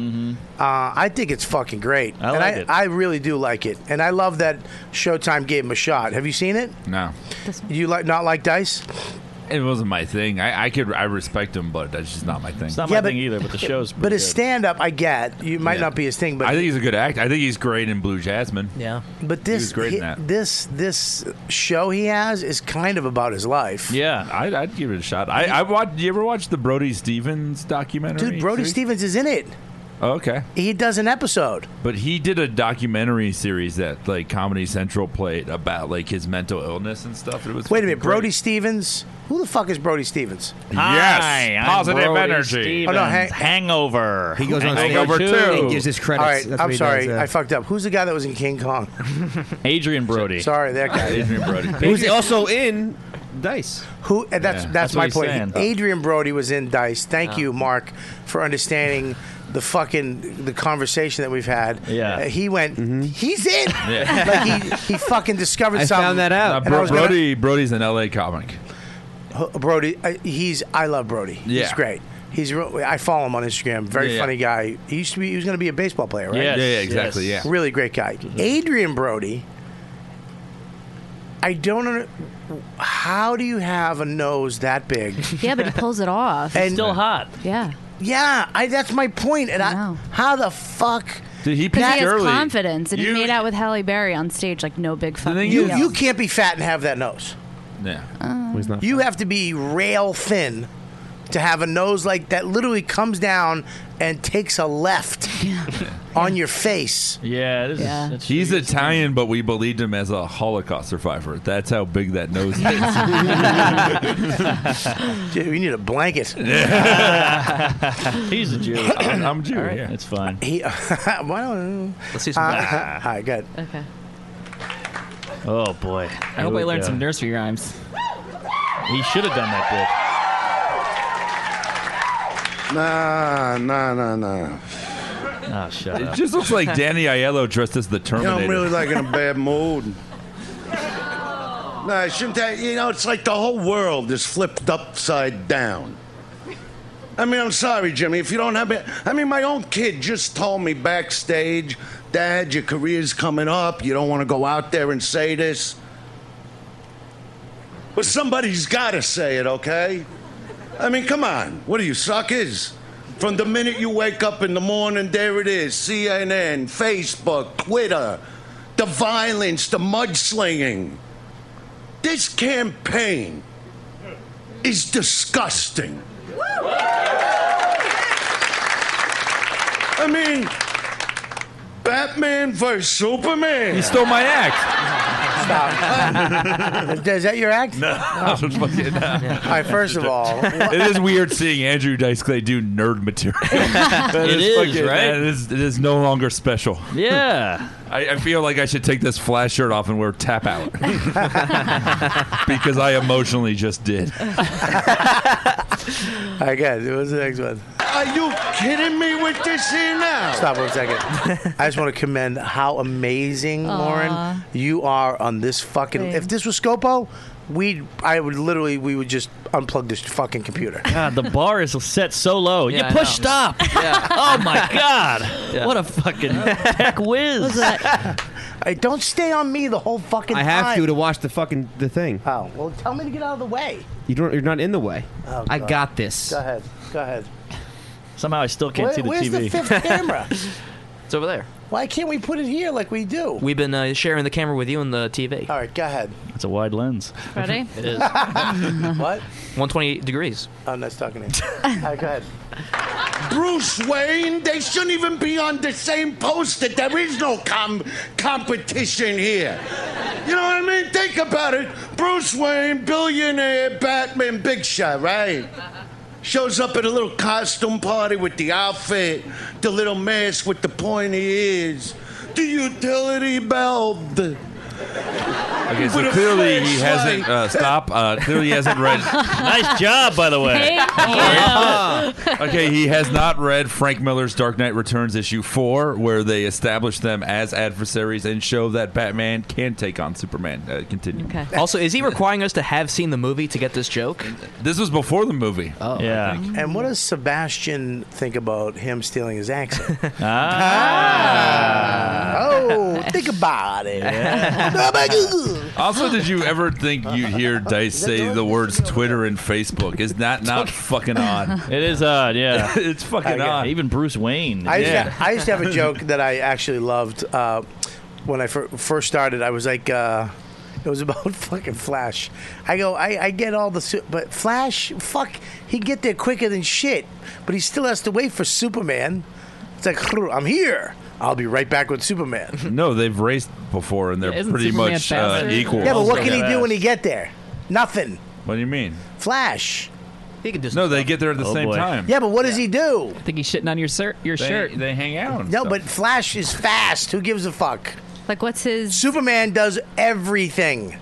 [SPEAKER 4] Uh, I think it's fucking great.
[SPEAKER 7] Mm-hmm. I
[SPEAKER 4] and
[SPEAKER 7] like
[SPEAKER 4] I,
[SPEAKER 7] it.
[SPEAKER 4] I really do like it. And I love that Showtime gave him a shot. Have you seen it?
[SPEAKER 10] No.
[SPEAKER 4] You like not like Dice?
[SPEAKER 10] It wasn't my thing. I, I could I respect him, but that's just not my thing. It's
[SPEAKER 7] not my thing either, but the show's
[SPEAKER 4] But his stand up, I get. You might not be his thing, but
[SPEAKER 10] I think he's a good actor. I think he's great in Blue Jasmine.
[SPEAKER 4] Yeah. But this
[SPEAKER 10] He was great in
[SPEAKER 4] hi-
[SPEAKER 10] that.
[SPEAKER 4] this this show he has is kind of about his life.
[SPEAKER 10] Yeah, I'd, I'd give it a shot. I, I watched. You ever watch the Brody Stevens documentary?
[SPEAKER 4] Dude, Brody
[SPEAKER 10] series?
[SPEAKER 4] Stevens is in it.
[SPEAKER 10] Oh, okay.
[SPEAKER 4] He does an episode.
[SPEAKER 10] But he did a documentary series that like Comedy Central played about like his mental illness and stuff. It was
[SPEAKER 4] Wait a minute,
[SPEAKER 10] fucking
[SPEAKER 4] Brody Stevens. Who the fuck is Brody Stevens?
[SPEAKER 10] Yes, Hi, I'm positive Brody energy.
[SPEAKER 4] Oh no, hang,
[SPEAKER 10] Stevens.
[SPEAKER 7] Hangover.
[SPEAKER 10] He goes on stage Hangover too. too.
[SPEAKER 7] and gives his credits.
[SPEAKER 4] All right,
[SPEAKER 7] That's what
[SPEAKER 4] I'm
[SPEAKER 7] he
[SPEAKER 4] sorry,
[SPEAKER 7] does, uh,
[SPEAKER 4] I fucked up. Who's the guy that was in King Kong?
[SPEAKER 7] Adrian Brody.
[SPEAKER 4] sorry, that guy.
[SPEAKER 10] Adrian Brody.
[SPEAKER 4] Who's
[SPEAKER 11] also in Dice.
[SPEAKER 4] Who? and That's
[SPEAKER 11] Yeah,
[SPEAKER 4] that's,
[SPEAKER 11] that's what
[SPEAKER 4] my
[SPEAKER 11] he's
[SPEAKER 4] point.
[SPEAKER 11] saying.
[SPEAKER 4] Adrian Brody was in Dice. Thank
[SPEAKER 11] Yeah.
[SPEAKER 4] you, Mark, for understanding the fucking the conversation that we've had.
[SPEAKER 11] Yeah. Mm-hmm.
[SPEAKER 4] Uh, he went. He's in.
[SPEAKER 10] Yeah.
[SPEAKER 4] like he, he fucking discovered something.
[SPEAKER 10] Now,
[SPEAKER 4] and I
[SPEAKER 10] Bro-
[SPEAKER 4] was gonna-
[SPEAKER 10] Brody Brody's an LA comic.
[SPEAKER 4] Ho- Brody, uh, he's I love Brody. He's
[SPEAKER 10] Yeah.
[SPEAKER 4] great. He's real, I follow him on Instagram. Very
[SPEAKER 10] Yeah, yeah.
[SPEAKER 4] funny guy. He used to be. He was going to be a baseball player, right?
[SPEAKER 10] Yes, Yeah, yeah, exactly, yes. yeah. Mm-hmm.
[SPEAKER 4] Really great guy. Adrian Brody. I don't know. How do you have a nose that big?
[SPEAKER 6] Yeah, but he pulls it off.
[SPEAKER 4] And- Still
[SPEAKER 7] hot.
[SPEAKER 6] Yeah.
[SPEAKER 4] yeah, I, that's my point. And I, how the fuck?
[SPEAKER 10] Did he
[SPEAKER 6] Because he
[SPEAKER 4] peaked
[SPEAKER 6] has
[SPEAKER 4] early.
[SPEAKER 6] confidence, and
[SPEAKER 4] You-
[SPEAKER 6] he made out with Halle Berry on stage like no big fucking
[SPEAKER 4] you,
[SPEAKER 6] deal.
[SPEAKER 4] you can't be fat and have that nose.
[SPEAKER 10] Yeah.
[SPEAKER 4] You have to be rail thin to have a nose like that. Literally comes down and takes a left on your face.
[SPEAKER 7] Yeah, this
[SPEAKER 4] Yeah.
[SPEAKER 7] is.
[SPEAKER 10] He's Italian, but we believed him as a Holocaust survivor. That's how big that nose is.
[SPEAKER 4] Dude, we need a blanket.
[SPEAKER 7] He's a Jew.
[SPEAKER 10] I'm, I'm Jew.
[SPEAKER 4] All right.
[SPEAKER 10] Yeah,
[SPEAKER 7] it's fine.
[SPEAKER 4] He, why don't
[SPEAKER 7] Let's see some-
[SPEAKER 4] Uh, all right, good.
[SPEAKER 6] Okay.
[SPEAKER 7] Oh boy.
[SPEAKER 9] I hope I learned some nursery rhymes.
[SPEAKER 7] He should have done that bit.
[SPEAKER 15] Nah, nah, nah, nah.
[SPEAKER 7] Oh, shut
[SPEAKER 10] It just looks like Danny Aiello dressed as the
[SPEAKER 15] You know,
[SPEAKER 10] Terminator.
[SPEAKER 15] I'm really like in a bad mood. No, I shouldn't that. You know, it's like the whole world is flipped upside down. I mean, I'm sorry, Jimmy. If you don't have it, I mean, my own kid just told me backstage, Dad, your career's coming up. You don't want to go out there and say this. But somebody's got to say it, okay? I mean, come on. What are you, suckers? From the minute you wake up in the morning, there it is CNN, Facebook, Twitter, the violence, the mudslinging. This campaign is disgusting. I mean, Batman versus Superman. He
[SPEAKER 10] stole my act.
[SPEAKER 4] Stop. Is that your act?
[SPEAKER 10] No.
[SPEAKER 4] All right, first of all,
[SPEAKER 10] it is weird seeing Andrew Dice Clay do nerd material. That
[SPEAKER 7] It is, right?
[SPEAKER 10] that is- it is no longer special.
[SPEAKER 7] Yeah.
[SPEAKER 10] I, I feel like I should take this flash shirt off and wear tap out because I emotionally just did.
[SPEAKER 4] I guess it was the next one.
[SPEAKER 15] Are you kidding me with this here now?
[SPEAKER 4] Stop one second. I just want to commend how amazing,
[SPEAKER 15] Aw.
[SPEAKER 4] Lauren, you are on this fucking. If this was Scopo, we, I would literally, we would just unplug this fucking computer.
[SPEAKER 7] God, the Uh, bar is set so low.
[SPEAKER 4] Yeah, I
[SPEAKER 7] you push
[SPEAKER 4] know.
[SPEAKER 7] stop. Oh my God! What a fucking tech
[SPEAKER 4] What's
[SPEAKER 7] whiz.
[SPEAKER 4] that? Hey, don't stay on me the whole fucking
[SPEAKER 11] I
[SPEAKER 4] time.
[SPEAKER 11] have to to watch the fucking the thing.
[SPEAKER 4] Oh well, tell me to get out of the way.
[SPEAKER 11] You don't. You're not in the way.
[SPEAKER 4] Oh,
[SPEAKER 11] I
[SPEAKER 4] God.
[SPEAKER 11] got this.
[SPEAKER 4] Go ahead. Go ahead.
[SPEAKER 7] Somehow I still
[SPEAKER 4] Where- where's the fifth camera?
[SPEAKER 14] It's over there.
[SPEAKER 4] Why can't we put it here like we do?
[SPEAKER 14] We've been uh, sharing the camera with you and the TV. All
[SPEAKER 4] right, go ahead.
[SPEAKER 7] It's a wide lens.
[SPEAKER 6] Ready?
[SPEAKER 14] it is.
[SPEAKER 4] what?
[SPEAKER 14] 128 degrees.
[SPEAKER 4] I'm Oh, not talking to you. All right, go ahead.
[SPEAKER 15] Bruce Wayne, they shouldn't even be on the same poster. There is no com- competition here. You know what I mean? Think about it. Bruce Wayne, billionaire, Batman, big shot, right? Shows up at a little costume party with the outfit, the little mask with the pointy ears, the utility belt.
[SPEAKER 10] Okay,
[SPEAKER 15] With
[SPEAKER 10] so
[SPEAKER 15] a
[SPEAKER 10] clearly he
[SPEAKER 15] flashlight.
[SPEAKER 10] hasn't uh, stop. Uh, clearly he hasn't read.
[SPEAKER 7] nice job, by the way.
[SPEAKER 10] okay, he has not read Frank Miller's Dark Knight Returns issue four, where they establish them as adversaries and show that Batman can take on Superman. Uh, continue.
[SPEAKER 6] Okay.
[SPEAKER 14] Also, is he requiring us to have seen the movie to get this joke?
[SPEAKER 10] This was before the movie.
[SPEAKER 14] Oh,
[SPEAKER 7] yeah.
[SPEAKER 4] And what does Sebastian think about him stealing his accent? Oh, think about it.
[SPEAKER 10] Also, did you ever think you'd hear Dice say the words Twitter and Facebook? Is that not fucking odd?
[SPEAKER 7] It is odd, yeah.
[SPEAKER 10] it's fucking odd.
[SPEAKER 7] Even Bruce Wayne.
[SPEAKER 4] I, used to, I used to have a joke that I actually loved uh, when I fir- first started. I was like, uh, it was about fucking Flash. I go, I, I get all the, su- but Flash, fuck, he can get there quicker than shit, but he still has to wait for Superman. It's like, I'm here. I'll be right back with Superman.
[SPEAKER 10] No, they've raced before and they're
[SPEAKER 4] Yeah, isn't
[SPEAKER 10] pretty
[SPEAKER 4] Superman
[SPEAKER 10] much uh,
[SPEAKER 4] faster?
[SPEAKER 10] equal.
[SPEAKER 4] Yeah, but what can he do when he get there? Nothing.
[SPEAKER 10] What do you mean?
[SPEAKER 4] Flash.
[SPEAKER 14] He can just
[SPEAKER 10] no, they get there
[SPEAKER 7] Oh,
[SPEAKER 10] at the same time.
[SPEAKER 4] Yeah, but what does he do?
[SPEAKER 9] I think he's shitting on your shirt. Your
[SPEAKER 10] Oh, They-
[SPEAKER 9] shirt.
[SPEAKER 10] They hang out.
[SPEAKER 4] No, but Flash is fast. Who gives a fuck?
[SPEAKER 6] Like, what's his?
[SPEAKER 4] Superman does everything.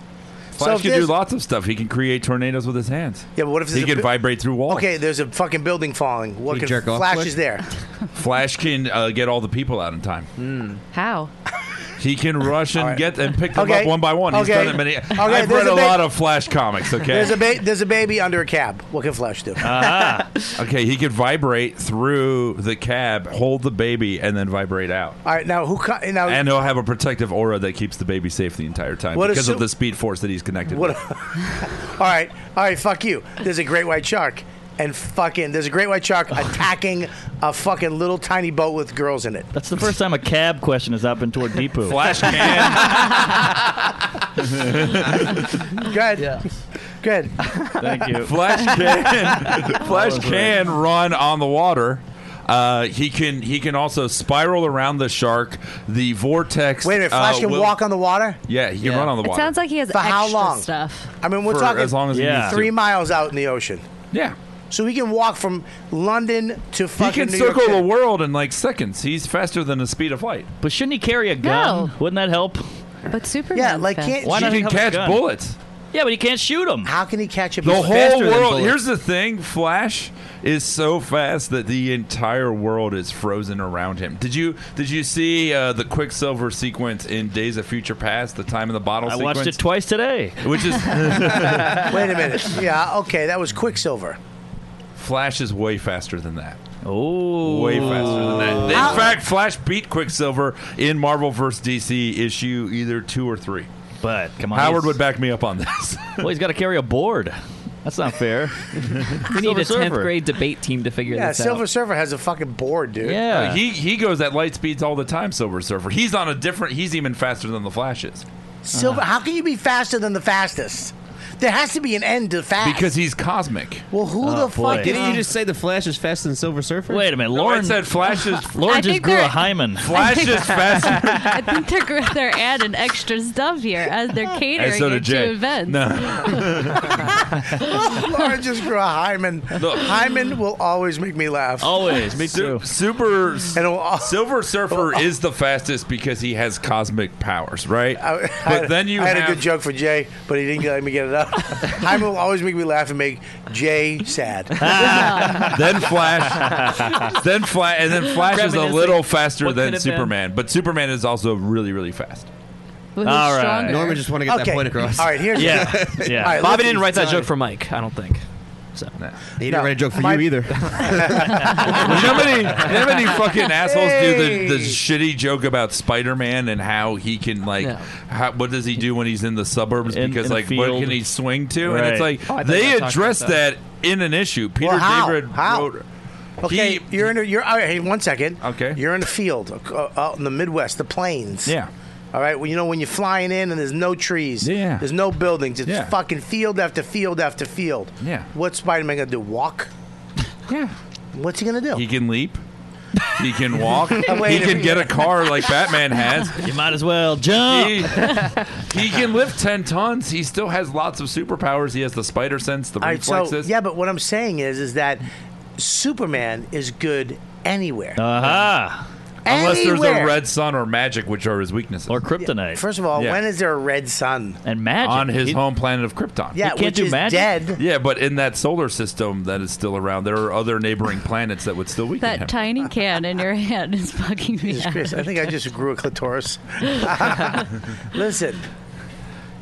[SPEAKER 10] Flash
[SPEAKER 4] if
[SPEAKER 10] can do
[SPEAKER 4] there's-
[SPEAKER 10] lots of stuff. He can create tornadoes with his hands.
[SPEAKER 4] Yeah, but what if
[SPEAKER 10] he
[SPEAKER 4] there's a
[SPEAKER 10] can
[SPEAKER 4] bi-
[SPEAKER 10] vibrate through walls?
[SPEAKER 4] Okay, there's a fucking building falling. What
[SPEAKER 10] You
[SPEAKER 4] can,
[SPEAKER 10] jerk off
[SPEAKER 4] Flash
[SPEAKER 10] quick?
[SPEAKER 4] is there.
[SPEAKER 10] Flash can uh, get all the people out in time.
[SPEAKER 4] Hmm.
[SPEAKER 6] How?
[SPEAKER 10] He can rush and get and pick them
[SPEAKER 4] Okay.
[SPEAKER 10] up one by one. He's
[SPEAKER 4] Okay.
[SPEAKER 10] done it many.
[SPEAKER 4] Okay,
[SPEAKER 10] I've
[SPEAKER 4] there's
[SPEAKER 10] read
[SPEAKER 4] a
[SPEAKER 10] a
[SPEAKER 4] big-
[SPEAKER 10] lot of Flash comics. Okay,
[SPEAKER 4] There's a ba- there's a baby under a cab. What can Flash do?
[SPEAKER 10] Ah. okay, he could vibrate through the cab, hold the baby, and then vibrate out.
[SPEAKER 4] All right, now who? co- Now
[SPEAKER 10] And he'll have a protective aura that keeps the baby safe the entire time
[SPEAKER 4] What a
[SPEAKER 10] because of
[SPEAKER 4] su-
[SPEAKER 10] the speed force that he's connected
[SPEAKER 4] What?
[SPEAKER 10] with.
[SPEAKER 4] all right, all right. Fuck you. There's a great white shark, and fucking there's a great white shark attacking a fucking little tiny boat with girls in it.
[SPEAKER 7] That's the first time a cab question has happened toward Deepu.
[SPEAKER 10] Flash
[SPEAKER 4] Good. Good.
[SPEAKER 7] Thank you.
[SPEAKER 10] Flash can Flash can run on the water. Uh, he can he can also spiral around the shark. The vortex.
[SPEAKER 4] Wait a minute. Flash
[SPEAKER 10] uh,
[SPEAKER 4] can
[SPEAKER 10] will-
[SPEAKER 4] walk on the water.
[SPEAKER 10] Yeah, he can run on the
[SPEAKER 6] It
[SPEAKER 10] water.
[SPEAKER 6] sounds like he has
[SPEAKER 4] For
[SPEAKER 6] extra
[SPEAKER 4] how long?
[SPEAKER 6] stuff.
[SPEAKER 4] I mean, we're
[SPEAKER 10] For
[SPEAKER 4] talking
[SPEAKER 10] as long as he Yeah. needs to.
[SPEAKER 4] three miles out in the ocean.
[SPEAKER 10] Yeah.
[SPEAKER 4] So he can walk from London to
[SPEAKER 10] he
[SPEAKER 4] fucking
[SPEAKER 10] can
[SPEAKER 4] New York
[SPEAKER 10] circle
[SPEAKER 4] City.
[SPEAKER 10] the world in like seconds. He's faster than the speed of light.
[SPEAKER 7] But shouldn't he carry a gun? Wouldn't that help?
[SPEAKER 6] But Superman.
[SPEAKER 4] Yeah, like
[SPEAKER 6] fast.
[SPEAKER 4] can't
[SPEAKER 10] Why
[SPEAKER 4] she-
[SPEAKER 10] not he can catch bullets?
[SPEAKER 7] Yeah, but he can't shoot him.
[SPEAKER 4] How can he catch a
[SPEAKER 10] The
[SPEAKER 4] bullet?
[SPEAKER 10] whole world. Here's the thing: Flash is so fast that the entire world is frozen around him. Did you Did you see uh, the Quicksilver sequence in Days of Future Past? The time in the bottle.
[SPEAKER 7] I
[SPEAKER 10] sequence?
[SPEAKER 7] watched it twice today.
[SPEAKER 10] Which is
[SPEAKER 4] Wait a minute. Yeah, okay, that was Quicksilver.
[SPEAKER 10] Flash is way faster than that.
[SPEAKER 7] Oh,
[SPEAKER 10] way faster than that.
[SPEAKER 4] How-
[SPEAKER 10] In fact, Flash beat Quicksilver in Marvel vs. DC issue either two or three.
[SPEAKER 7] But come on,
[SPEAKER 10] Howard
[SPEAKER 7] he's-
[SPEAKER 10] would back me up on this.
[SPEAKER 7] well, he's got to carry a board. That's not fair.
[SPEAKER 9] We
[SPEAKER 7] Silver
[SPEAKER 9] need a 10th
[SPEAKER 7] Surfer.
[SPEAKER 9] grade debate team to figure
[SPEAKER 4] Yeah,
[SPEAKER 9] this
[SPEAKER 4] Silver
[SPEAKER 9] out.
[SPEAKER 4] Surfer has a fucking board, dude.
[SPEAKER 10] Uh, he he goes at light speeds all the time. Silver Surfer. He's on a different. He's even faster than the Flash is.
[SPEAKER 4] Silver, how can you be faster than the fastest? There has to be an end to fast.
[SPEAKER 10] Because he's cosmic.
[SPEAKER 4] Well, who
[SPEAKER 10] Oh,
[SPEAKER 4] the
[SPEAKER 10] boy.
[SPEAKER 4] fuck?
[SPEAKER 10] Didn't you
[SPEAKER 11] just say the Flash is faster than Silver Surfer?
[SPEAKER 7] Wait a minute,
[SPEAKER 10] No,
[SPEAKER 7] Lauren
[SPEAKER 10] it said Flash is-
[SPEAKER 7] Lauren
[SPEAKER 6] I
[SPEAKER 7] just
[SPEAKER 6] think
[SPEAKER 7] grew a
[SPEAKER 6] they're-
[SPEAKER 7] hymen.
[SPEAKER 10] Flash is faster.
[SPEAKER 6] I think they're gr- they're adding extra stuff here as they're catering
[SPEAKER 10] so did
[SPEAKER 6] it
[SPEAKER 10] Jay.
[SPEAKER 6] to events.
[SPEAKER 4] Lauren just grew a hymen. Hymen will always make me laugh.
[SPEAKER 7] Always, me
[SPEAKER 10] Su- super Silver Surfer is the fastest because he has cosmic powers, right? but then you
[SPEAKER 4] I had
[SPEAKER 10] have
[SPEAKER 4] a good joke for Jay, but he didn't let me get it up. hymen will always make me laugh and make Jay sad.
[SPEAKER 10] then Flash, then Flash, and then Flash is a
[SPEAKER 4] Reminiscing.
[SPEAKER 10] little faster
[SPEAKER 4] What could
[SPEAKER 10] than
[SPEAKER 4] have been?
[SPEAKER 10] Superman, but Superman is also really, really fast.
[SPEAKER 6] With
[SPEAKER 10] All right. Norman just wanna get that
[SPEAKER 4] Okay.
[SPEAKER 10] point across.
[SPEAKER 4] All right, here's
[SPEAKER 10] Yeah. Yeah. All right,
[SPEAKER 14] Bobby
[SPEAKER 10] let's-
[SPEAKER 14] didn't write that
[SPEAKER 10] sorry.
[SPEAKER 14] joke for Mike, I don't think. So
[SPEAKER 11] He didn't write a joke for you either.
[SPEAKER 10] You know how many, you know how many fucking assholes do
[SPEAKER 11] Hey.
[SPEAKER 10] the, the shitty joke about Spider-Man and how he can like, how, what does he do when he's in the suburbs?
[SPEAKER 7] In-
[SPEAKER 10] because
[SPEAKER 7] in a
[SPEAKER 10] like,
[SPEAKER 7] field.
[SPEAKER 10] what can he swing to? And it's
[SPEAKER 7] Right.
[SPEAKER 10] like
[SPEAKER 7] Oh, I thought you
[SPEAKER 10] they
[SPEAKER 7] were talking
[SPEAKER 10] address
[SPEAKER 7] about that.
[SPEAKER 10] that. in an issue. Peter
[SPEAKER 4] Well, how?
[SPEAKER 10] David
[SPEAKER 4] How?
[SPEAKER 10] wrote.
[SPEAKER 4] Okay, you're in. A, you're all right. Hey, one second.
[SPEAKER 10] Okay,
[SPEAKER 4] you're in a field uh, out in the Midwest, the plains.
[SPEAKER 10] Yeah.
[SPEAKER 4] All right. Well, you know when you're flying in and there's no trees.
[SPEAKER 10] Yeah.
[SPEAKER 4] There's no buildings. It's
[SPEAKER 10] Yeah.
[SPEAKER 4] fucking field after field after field.
[SPEAKER 10] Yeah.
[SPEAKER 4] What's Spider-Man gonna do? Walk?
[SPEAKER 10] Yeah.
[SPEAKER 4] What's he gonna do?
[SPEAKER 10] He can leap. He can walk. he
[SPEAKER 4] Wait a minute.
[SPEAKER 10] can get a car like Batman has.
[SPEAKER 7] You might as well jump.
[SPEAKER 10] He, he can lift ten tons. He still has lots of superpowers. He has the spider sense, the
[SPEAKER 4] All right. So
[SPEAKER 10] reflexes.
[SPEAKER 4] yeah, but what I'm saying is, is that Superman is good anywhere.
[SPEAKER 10] Uh-huh. Unless there's a
[SPEAKER 4] Anywhere.
[SPEAKER 10] red sun or magic, which are his weaknesses. Or
[SPEAKER 7] kryptonite.
[SPEAKER 4] First of all,
[SPEAKER 10] Yeah.
[SPEAKER 4] when is there a red sun?
[SPEAKER 7] And magic
[SPEAKER 10] on his
[SPEAKER 4] He-
[SPEAKER 10] home planet of Krypton.
[SPEAKER 4] Yeah, He can't which do is magic? dead.
[SPEAKER 10] Yeah, but in that solar system that is still around, there are other neighboring planets that would still weaken him.
[SPEAKER 6] That tiny can in your hand is fucking me
[SPEAKER 4] Jesus
[SPEAKER 6] out.
[SPEAKER 4] Christ, I think I just grew a clitoris. Listen,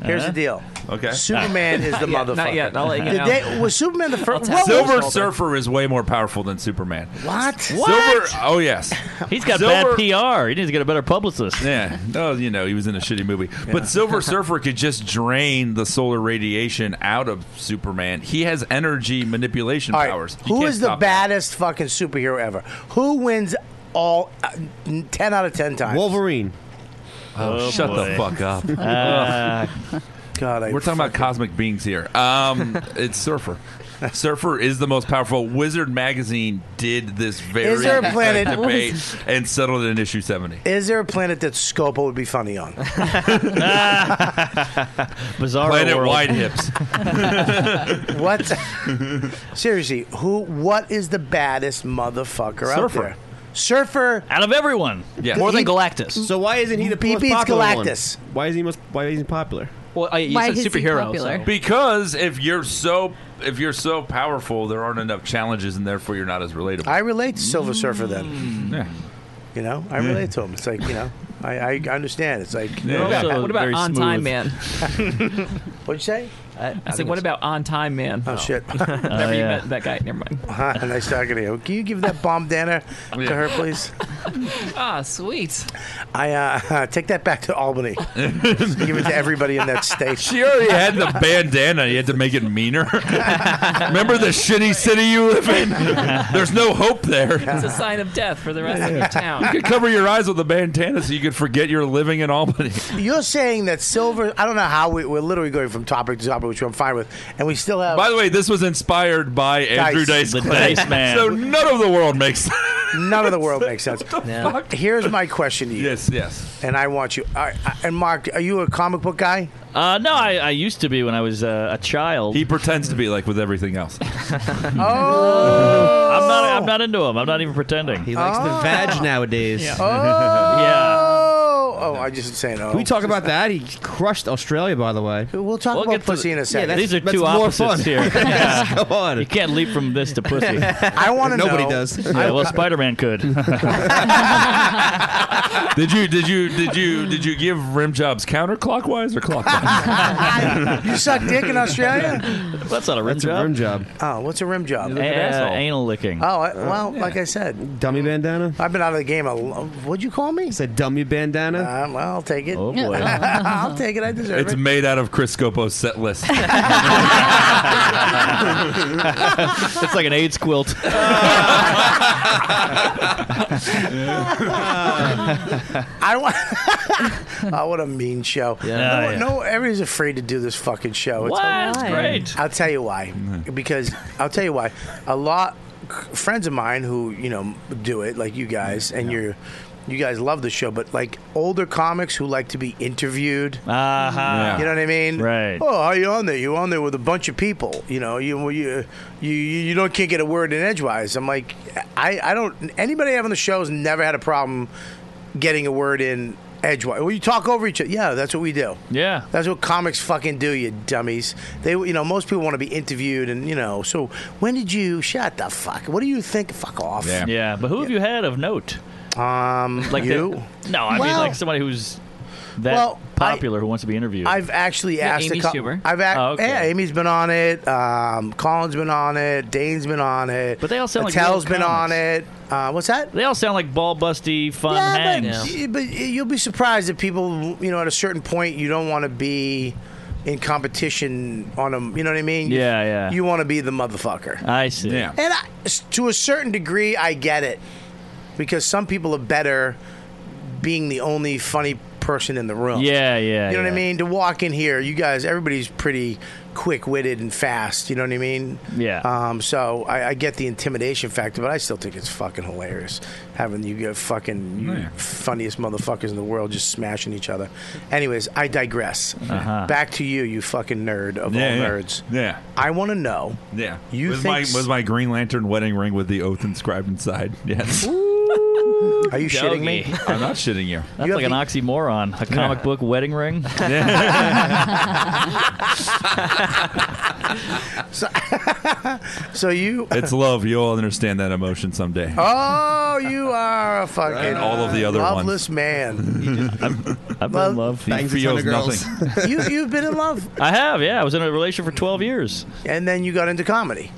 [SPEAKER 4] here's
[SPEAKER 10] Uh-huh.
[SPEAKER 4] the deal.
[SPEAKER 10] Okay.
[SPEAKER 4] Superman is the
[SPEAKER 10] Not
[SPEAKER 4] motherfucker.
[SPEAKER 10] yet, not yet. I'll let you
[SPEAKER 4] Did
[SPEAKER 10] know.
[SPEAKER 4] they- was Superman the first?
[SPEAKER 10] Silver Surfer is way more powerful than Superman.
[SPEAKER 4] What?
[SPEAKER 10] Silver? Oh yes,
[SPEAKER 7] He's got bad PR. He needs to get a better publicist.
[SPEAKER 10] Yeah, no, you know he was in a shitty movie. But Silver Surfer could just drain the solar radiation out of Superman. He has energy manipulation
[SPEAKER 4] All right,
[SPEAKER 10] powers. You
[SPEAKER 4] Who
[SPEAKER 10] can't
[SPEAKER 4] is the
[SPEAKER 10] stop that.
[SPEAKER 4] baddest fucking superhero ever? Who wins all uh, n- ten out of ten times?
[SPEAKER 11] Wolverine.
[SPEAKER 10] Oh,
[SPEAKER 4] Oh,
[SPEAKER 10] shut
[SPEAKER 4] boy.
[SPEAKER 10] the fuck up.
[SPEAKER 7] Uh,
[SPEAKER 4] Ah. God, I
[SPEAKER 10] we're talking about cosmic beings here. Um, it's Surfer. Surfer is the most powerful. Wizard magazine did this very
[SPEAKER 4] Is there a planet-
[SPEAKER 10] exact debate and settled it in issue seventy.
[SPEAKER 4] Is there a planet that Scopo would be funny on?
[SPEAKER 7] Bizarre
[SPEAKER 10] planet
[SPEAKER 7] world.
[SPEAKER 10] wide hips.
[SPEAKER 4] what? Seriously, who? What is the baddest motherfucker out
[SPEAKER 7] Surfer.
[SPEAKER 4] there? Surfer.
[SPEAKER 7] Out of everyone.
[SPEAKER 10] Yeah.
[SPEAKER 14] More than
[SPEAKER 4] He-
[SPEAKER 14] Galactus.
[SPEAKER 11] So why isn't he the
[SPEAKER 4] He
[SPEAKER 11] most
[SPEAKER 4] beats
[SPEAKER 11] popular one?
[SPEAKER 4] Galactus.
[SPEAKER 11] Why is he most? Why isn't he popular?
[SPEAKER 14] Well,
[SPEAKER 10] uh,
[SPEAKER 14] I, you
[SPEAKER 11] Why
[SPEAKER 14] said
[SPEAKER 11] is he
[SPEAKER 14] superhero.
[SPEAKER 11] popular?
[SPEAKER 14] so-
[SPEAKER 10] Because if you're so if you're so powerful, there aren't enough challenges, and therefore you're not as relatable.
[SPEAKER 4] I relate to Silver Surfer then.
[SPEAKER 10] Yeah.
[SPEAKER 4] You know, I
[SPEAKER 10] Yeah.
[SPEAKER 4] relate to him. It's like you know, I, I understand. It's like
[SPEAKER 10] Yeah. What about- Also what about very
[SPEAKER 9] On Time Man?
[SPEAKER 4] What'd you say?
[SPEAKER 9] I,
[SPEAKER 4] I
[SPEAKER 9] said,
[SPEAKER 4] think
[SPEAKER 9] what
[SPEAKER 4] it's-
[SPEAKER 9] about On Time Man?
[SPEAKER 4] Oh, shit.
[SPEAKER 9] Never you
[SPEAKER 4] Oh, yeah.
[SPEAKER 9] met that guy. Never mind.
[SPEAKER 4] Uh-huh, nice talking to you. Can you give that bomb dinner to her, please?
[SPEAKER 9] Ah, sweet.
[SPEAKER 4] I uh, take that back to Albany. give it to everybody in that state.
[SPEAKER 10] She already had the bandana. You had to make it meaner. Remember the shitty city you live in? There's no hope there.
[SPEAKER 9] It's a sign of death for the rest of your
[SPEAKER 10] You
[SPEAKER 9] town.
[SPEAKER 10] could cover your eyes with a bandana so you could forget you're living in Albany.
[SPEAKER 4] You're saying that silver. I don't know how we, we're literally going from topic to topic, which I'm fine with, and we still have.
[SPEAKER 10] By the way, this was inspired by Andrew Dice,
[SPEAKER 7] The
[SPEAKER 10] Clay.
[SPEAKER 7] Dice Man.
[SPEAKER 10] So none of the world makes sense.
[SPEAKER 4] None of the world makes sense. Here's my question to you.
[SPEAKER 10] Yes, yes.
[SPEAKER 4] And I want you. all right, I- and Mark, are you a comic book guy?
[SPEAKER 7] Uh, no, I, I used to be when I was uh, a child.
[SPEAKER 10] He pretends to be like with everything else.
[SPEAKER 4] Oh, Ah.
[SPEAKER 7] I'm not. I'm not into him. I'm not even pretending. He
[SPEAKER 11] likes the vag nowadays.
[SPEAKER 7] Yeah.
[SPEAKER 4] Oh, Oh, oh, I just saying. Oh.
[SPEAKER 11] Can we talk about that? He crushed Australia, by the way.
[SPEAKER 4] We'll talk about pussy in a second.
[SPEAKER 7] These are two opposites here. Yeah.
[SPEAKER 11] Come on.
[SPEAKER 7] You can't leap from this to pussy.
[SPEAKER 4] I wanna
[SPEAKER 10] Nobody know- does.
[SPEAKER 7] Yeah, well, Spider Man could.
[SPEAKER 10] did you did you did you did you give rim jobs counterclockwise or clockwise?
[SPEAKER 4] you suck dick in Australia?
[SPEAKER 7] That's not a rim
[SPEAKER 11] That's
[SPEAKER 7] job.
[SPEAKER 11] a rim job.
[SPEAKER 4] Oh, what's a rim job?
[SPEAKER 7] You look at Uh, asshole. anal licking.
[SPEAKER 4] Oh,
[SPEAKER 10] Uh,
[SPEAKER 4] I, well, like I said,
[SPEAKER 11] dummy bandana.
[SPEAKER 4] I've been out of the game. A lo- What'd you call me? It's
[SPEAKER 11] a dummy bandana.
[SPEAKER 4] Uh, well, I'll take it.
[SPEAKER 10] Oh, boy.
[SPEAKER 4] I'll take it. I deserve
[SPEAKER 10] It's
[SPEAKER 4] it.
[SPEAKER 10] made out of Chris Scopo's set list.
[SPEAKER 7] it's like an AIDS quilt.
[SPEAKER 4] I want. oh, what a mean show. no,
[SPEAKER 7] Yeah. Oh, yeah.
[SPEAKER 4] no, everybody's afraid to do this fucking show.
[SPEAKER 7] Why? It's great. Mm-hmm.
[SPEAKER 4] I'll tell you why. Because I'll tell you why. A lot friends of mine who you know do it, like you guys, and you're. You guys love the show, but like older comics who like to be interviewed.
[SPEAKER 7] Uh-huh.
[SPEAKER 4] You know what I mean?
[SPEAKER 7] Right.
[SPEAKER 4] Oh, how you on there? You on there with a bunch of people? You know, you you you you don't can't get a word in edgewise. I'm like, I I don't. Anybody having the show's never had a problem getting a word in edgewise. Well, you talk over each other. Yeah, that's what we do.
[SPEAKER 7] Yeah.
[SPEAKER 4] That's what comics fucking do, you dummies. They, you know, most people want to be interviewed, and you know. So when did you shut the fuck? What do you think? Fuck off.
[SPEAKER 7] Yeah. but who have you had of note?
[SPEAKER 4] Um,
[SPEAKER 7] Like
[SPEAKER 4] you?
[SPEAKER 7] The, no, I mean
[SPEAKER 4] Well-
[SPEAKER 7] like somebody who's that
[SPEAKER 4] Well,
[SPEAKER 7] popular who wants to be interviewed.
[SPEAKER 4] I've actually
[SPEAKER 7] Yeah,
[SPEAKER 4] asked
[SPEAKER 7] Amy
[SPEAKER 4] a couple.
[SPEAKER 7] Schumer.
[SPEAKER 4] I've ac-
[SPEAKER 7] Oh, okay.
[SPEAKER 4] yeah, Amy's been on it. Um, Colin's been on it. Dane's been on it. But
[SPEAKER 7] they all sound like
[SPEAKER 4] Mattel's
[SPEAKER 7] real
[SPEAKER 4] been on it. Uh, what's that?
[SPEAKER 7] they all sound like ball busty fun
[SPEAKER 4] yeah,
[SPEAKER 7] hangs.
[SPEAKER 4] but, y- but you'll be surprised that people, you know, at a certain point, you don't want to be in competition on them. You know what I mean?
[SPEAKER 7] Yeah, yeah.
[SPEAKER 4] You want to be the motherfucker.
[SPEAKER 7] I see.
[SPEAKER 4] And I, s- to a certain degree, I get it because some people are better being the only funny person in the room.
[SPEAKER 7] Yeah, yeah,
[SPEAKER 4] You know what
[SPEAKER 7] yeah.
[SPEAKER 4] I mean? To walk in here, you guys, everybody's pretty quick witted and fast. You know what I mean?
[SPEAKER 7] Yeah.
[SPEAKER 4] Um, so I, I get the intimidation factor, but I still think it's fucking hilarious having you get fucking
[SPEAKER 10] Oh,
[SPEAKER 4] you funniest motherfuckers in the world just smashing each other. Anyways, I digress.
[SPEAKER 10] Uh-huh.
[SPEAKER 4] Back to you, you fucking nerd of all
[SPEAKER 10] Yeah, yeah.
[SPEAKER 4] nerds.
[SPEAKER 10] Yeah.
[SPEAKER 4] I want to know.
[SPEAKER 10] Yeah.
[SPEAKER 4] You
[SPEAKER 10] was
[SPEAKER 4] think
[SPEAKER 10] my
[SPEAKER 4] s-
[SPEAKER 10] was my Green Lantern wedding ring with the oath inscribed inside? Yes.
[SPEAKER 4] Are you shitting me?
[SPEAKER 7] Doggy.
[SPEAKER 10] I'm not shitting you.
[SPEAKER 7] That's like an oxymoron. A comic book wedding ring.
[SPEAKER 4] So, so you.
[SPEAKER 10] It's love. You'll understand that emotion someday.
[SPEAKER 4] Oh, you are a fucking
[SPEAKER 10] And all of the other ones.
[SPEAKER 4] loveless man.
[SPEAKER 7] I've been
[SPEAKER 4] Well,
[SPEAKER 7] in love.
[SPEAKER 10] He Bangs a ton feels of girls.
[SPEAKER 4] you you've been in love,
[SPEAKER 7] I have, yeah. I was in a relation for 12 years.
[SPEAKER 4] and then you got into comedy.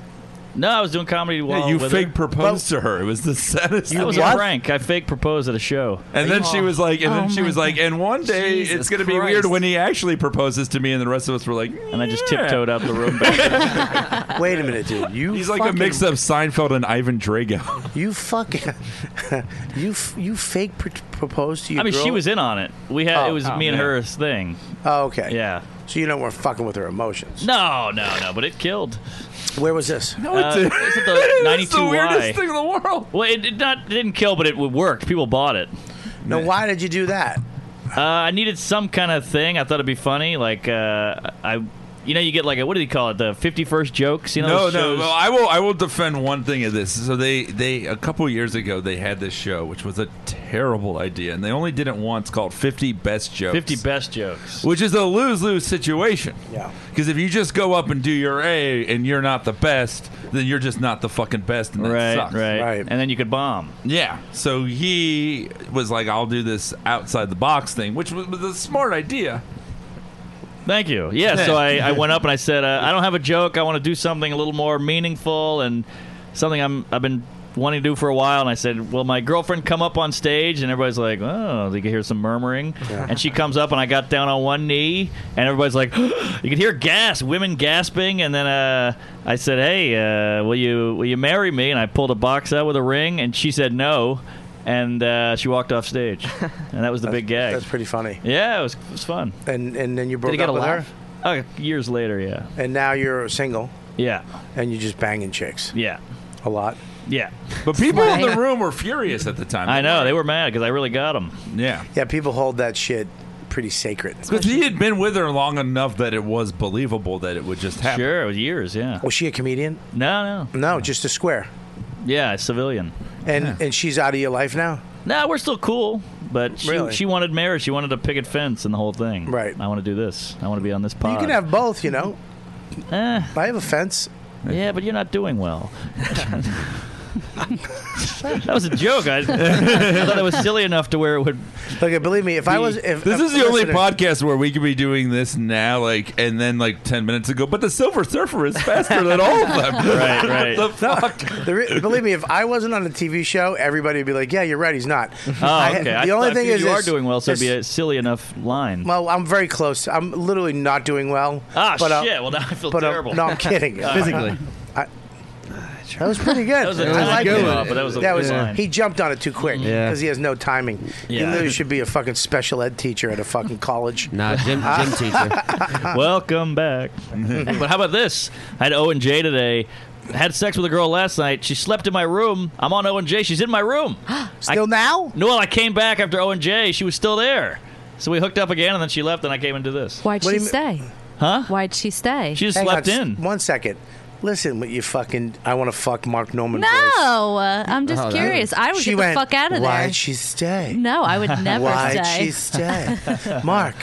[SPEAKER 7] No, I was doing comedy while
[SPEAKER 10] Yeah, you
[SPEAKER 7] with
[SPEAKER 10] fake
[SPEAKER 7] her.
[SPEAKER 10] proposed to her. It was the saddest.
[SPEAKER 7] That was
[SPEAKER 10] thing.
[SPEAKER 7] a prank. I fake proposed at a show.
[SPEAKER 10] And then she was like, and
[SPEAKER 7] Oh
[SPEAKER 10] then she
[SPEAKER 7] my
[SPEAKER 10] was like, and one day
[SPEAKER 7] Jesus
[SPEAKER 10] it's going to be
[SPEAKER 7] Christ.
[SPEAKER 10] weird when he actually proposes to me, and the rest of us were like, and
[SPEAKER 7] I just tiptoed out the room.
[SPEAKER 4] Wait a minute, dude. You
[SPEAKER 10] He's like a mix of Seinfeld and Ivan Drago.
[SPEAKER 4] You fucking you f- you fake pr- proposed to your
[SPEAKER 7] I mean,
[SPEAKER 4] girl?
[SPEAKER 7] she was in on it. We had
[SPEAKER 4] Oh.
[SPEAKER 7] it was
[SPEAKER 4] Oh,
[SPEAKER 7] me and
[SPEAKER 4] man.
[SPEAKER 7] her's thing.
[SPEAKER 4] Oh, okay.
[SPEAKER 7] Yeah.
[SPEAKER 4] So you know we're fucking with her emotions.
[SPEAKER 7] No, no, no. But it killed.
[SPEAKER 4] Where was this?
[SPEAKER 7] No, it didn't. It's at the 92 Y.
[SPEAKER 10] in the world.
[SPEAKER 7] Well, it did not it didn't kill, but it worked. People bought it.
[SPEAKER 4] No, why did you do that?
[SPEAKER 7] Uh, I needed some kind of thing. I thought it'd be funny. Like uh, I, you know, you get like a what do they call it? The 51st jokes. You know,
[SPEAKER 10] no,
[SPEAKER 7] those
[SPEAKER 10] no.
[SPEAKER 7] shows?
[SPEAKER 10] Well, I will. I will defend one thing of this. So they, they a couple years ago they had this show, which was a terrible idea, and they only did it once, called Fifty Best Jokes.
[SPEAKER 7] 50 best jokes.
[SPEAKER 10] which is a lose lose situation.
[SPEAKER 4] Yeah.
[SPEAKER 10] Because if you just go up and do your A and you're not the best, then you're just not the fucking best, and that
[SPEAKER 7] Right,
[SPEAKER 10] sucks.
[SPEAKER 7] right, And then you could bomb.
[SPEAKER 10] Yeah. So he was like, "I'll do this outside the box thing," which was, was a smart idea.
[SPEAKER 7] Thank you. Yeah. So I, I went up and I said, uh, I don't have a joke. I want to do something a little more meaningful and something I'm I've been wanting to do for a while. And I said, Will my girlfriend come up on stage? And everybody's like, Oh, they can hear some murmuring. And she comes up and I got down on one knee and everybody's like, You could hear gasp, women gasping. And then uh, I said, Hey, uh, will you will you marry me? And I pulled a box out with a ring and she said no. And uh, she walked off stage, and that was the big gag.
[SPEAKER 4] That's pretty funny.
[SPEAKER 7] Yeah, it was, it was fun.
[SPEAKER 4] And and then you broke
[SPEAKER 7] get
[SPEAKER 4] up
[SPEAKER 7] a
[SPEAKER 4] with
[SPEAKER 7] laugh? her. Uh, years later, yeah.
[SPEAKER 4] And now you're single.
[SPEAKER 7] Yeah.
[SPEAKER 4] And you're just banging chicks.
[SPEAKER 7] Yeah.
[SPEAKER 4] A lot.
[SPEAKER 7] Yeah.
[SPEAKER 10] But people in the
[SPEAKER 7] Right.
[SPEAKER 10] room were furious at the time.
[SPEAKER 7] I know they were mad because I really got them.
[SPEAKER 10] Yeah.
[SPEAKER 4] Yeah, people hold that shit pretty sacred.
[SPEAKER 10] Because he had been with her long enough that it was believable that it would just happen.
[SPEAKER 7] Sure, it was years. Yeah.
[SPEAKER 4] Was she a comedian?
[SPEAKER 7] No,
[SPEAKER 4] no. No, just a square.
[SPEAKER 7] Yeah, civilian.
[SPEAKER 4] And and she's out of your life now?
[SPEAKER 7] Nah, we're still cool. But she,
[SPEAKER 4] Really?
[SPEAKER 7] she wanted marriage. She wanted a picket fence and the whole thing. Right. I want to do this. I want to be on this pod. Eh.
[SPEAKER 4] You can have both, you know. I have a fence.
[SPEAKER 7] Yeah, but you're not doing well. that was a joke. I, I thought it was silly enough to where it would.
[SPEAKER 4] Look, believe me, if I was, if
[SPEAKER 10] This
[SPEAKER 4] if-
[SPEAKER 10] is the only
[SPEAKER 4] listeners-
[SPEAKER 10] podcast where we could be doing this now, like, and then like ten minutes ago. But the Silver Surfer is faster than all of them. The
[SPEAKER 4] No, the re- believe me, if I wasn't on a TV show, everybody would be like, "Yeah, you're right. He's not."
[SPEAKER 7] Oh,
[SPEAKER 4] I-
[SPEAKER 7] okay. I
[SPEAKER 4] the only
[SPEAKER 7] thought
[SPEAKER 4] thing
[SPEAKER 7] you,
[SPEAKER 4] is
[SPEAKER 7] you are
[SPEAKER 4] this-
[SPEAKER 7] doing well, so it'd be
[SPEAKER 4] this-
[SPEAKER 7] a silly enough line.
[SPEAKER 4] Well, I'm very close. I'm literally not doing well.
[SPEAKER 7] Ah,
[SPEAKER 4] but, uh,
[SPEAKER 7] shit. Well, now I feel
[SPEAKER 4] but, uh,
[SPEAKER 7] terrible.
[SPEAKER 4] no, I'm kidding.
[SPEAKER 7] All right. Physically.
[SPEAKER 4] I, that was pretty good.
[SPEAKER 7] That was a
[SPEAKER 4] I liked
[SPEAKER 7] good one,
[SPEAKER 4] it.
[SPEAKER 7] though, but that was a good line.
[SPEAKER 4] He jumped on it too quick because he has no timing. He
[SPEAKER 7] Yeah.
[SPEAKER 4] literally should be a fucking special ed teacher at a fucking college.
[SPEAKER 11] Nah, gym, gym teacher.
[SPEAKER 4] Ah.
[SPEAKER 7] Welcome back. but how about this? I had O and J today. Had sex with a girl last night. She slept in my room. I'm on O and J. She's in my room.
[SPEAKER 4] still now?
[SPEAKER 7] No, I came back after O and J. She was still there. So we hooked up again, and then she left, and I came into this.
[SPEAKER 6] Why'd she stay?
[SPEAKER 7] Huh?
[SPEAKER 6] Why'd she stay?
[SPEAKER 7] She just
[SPEAKER 4] Hang
[SPEAKER 7] slept
[SPEAKER 4] on,
[SPEAKER 7] in.
[SPEAKER 4] s- One second. Listen, what you fucking. I want to fuck Mark Norman. voice.
[SPEAKER 6] No, uh, I'm just
[SPEAKER 4] Oh, that-
[SPEAKER 6] curious. I would
[SPEAKER 4] She
[SPEAKER 6] get
[SPEAKER 4] went,
[SPEAKER 6] the fuck out of there.
[SPEAKER 4] Why'd she stay?
[SPEAKER 6] No, I would never
[SPEAKER 4] Why'd
[SPEAKER 6] stay.
[SPEAKER 4] she stay? Mark,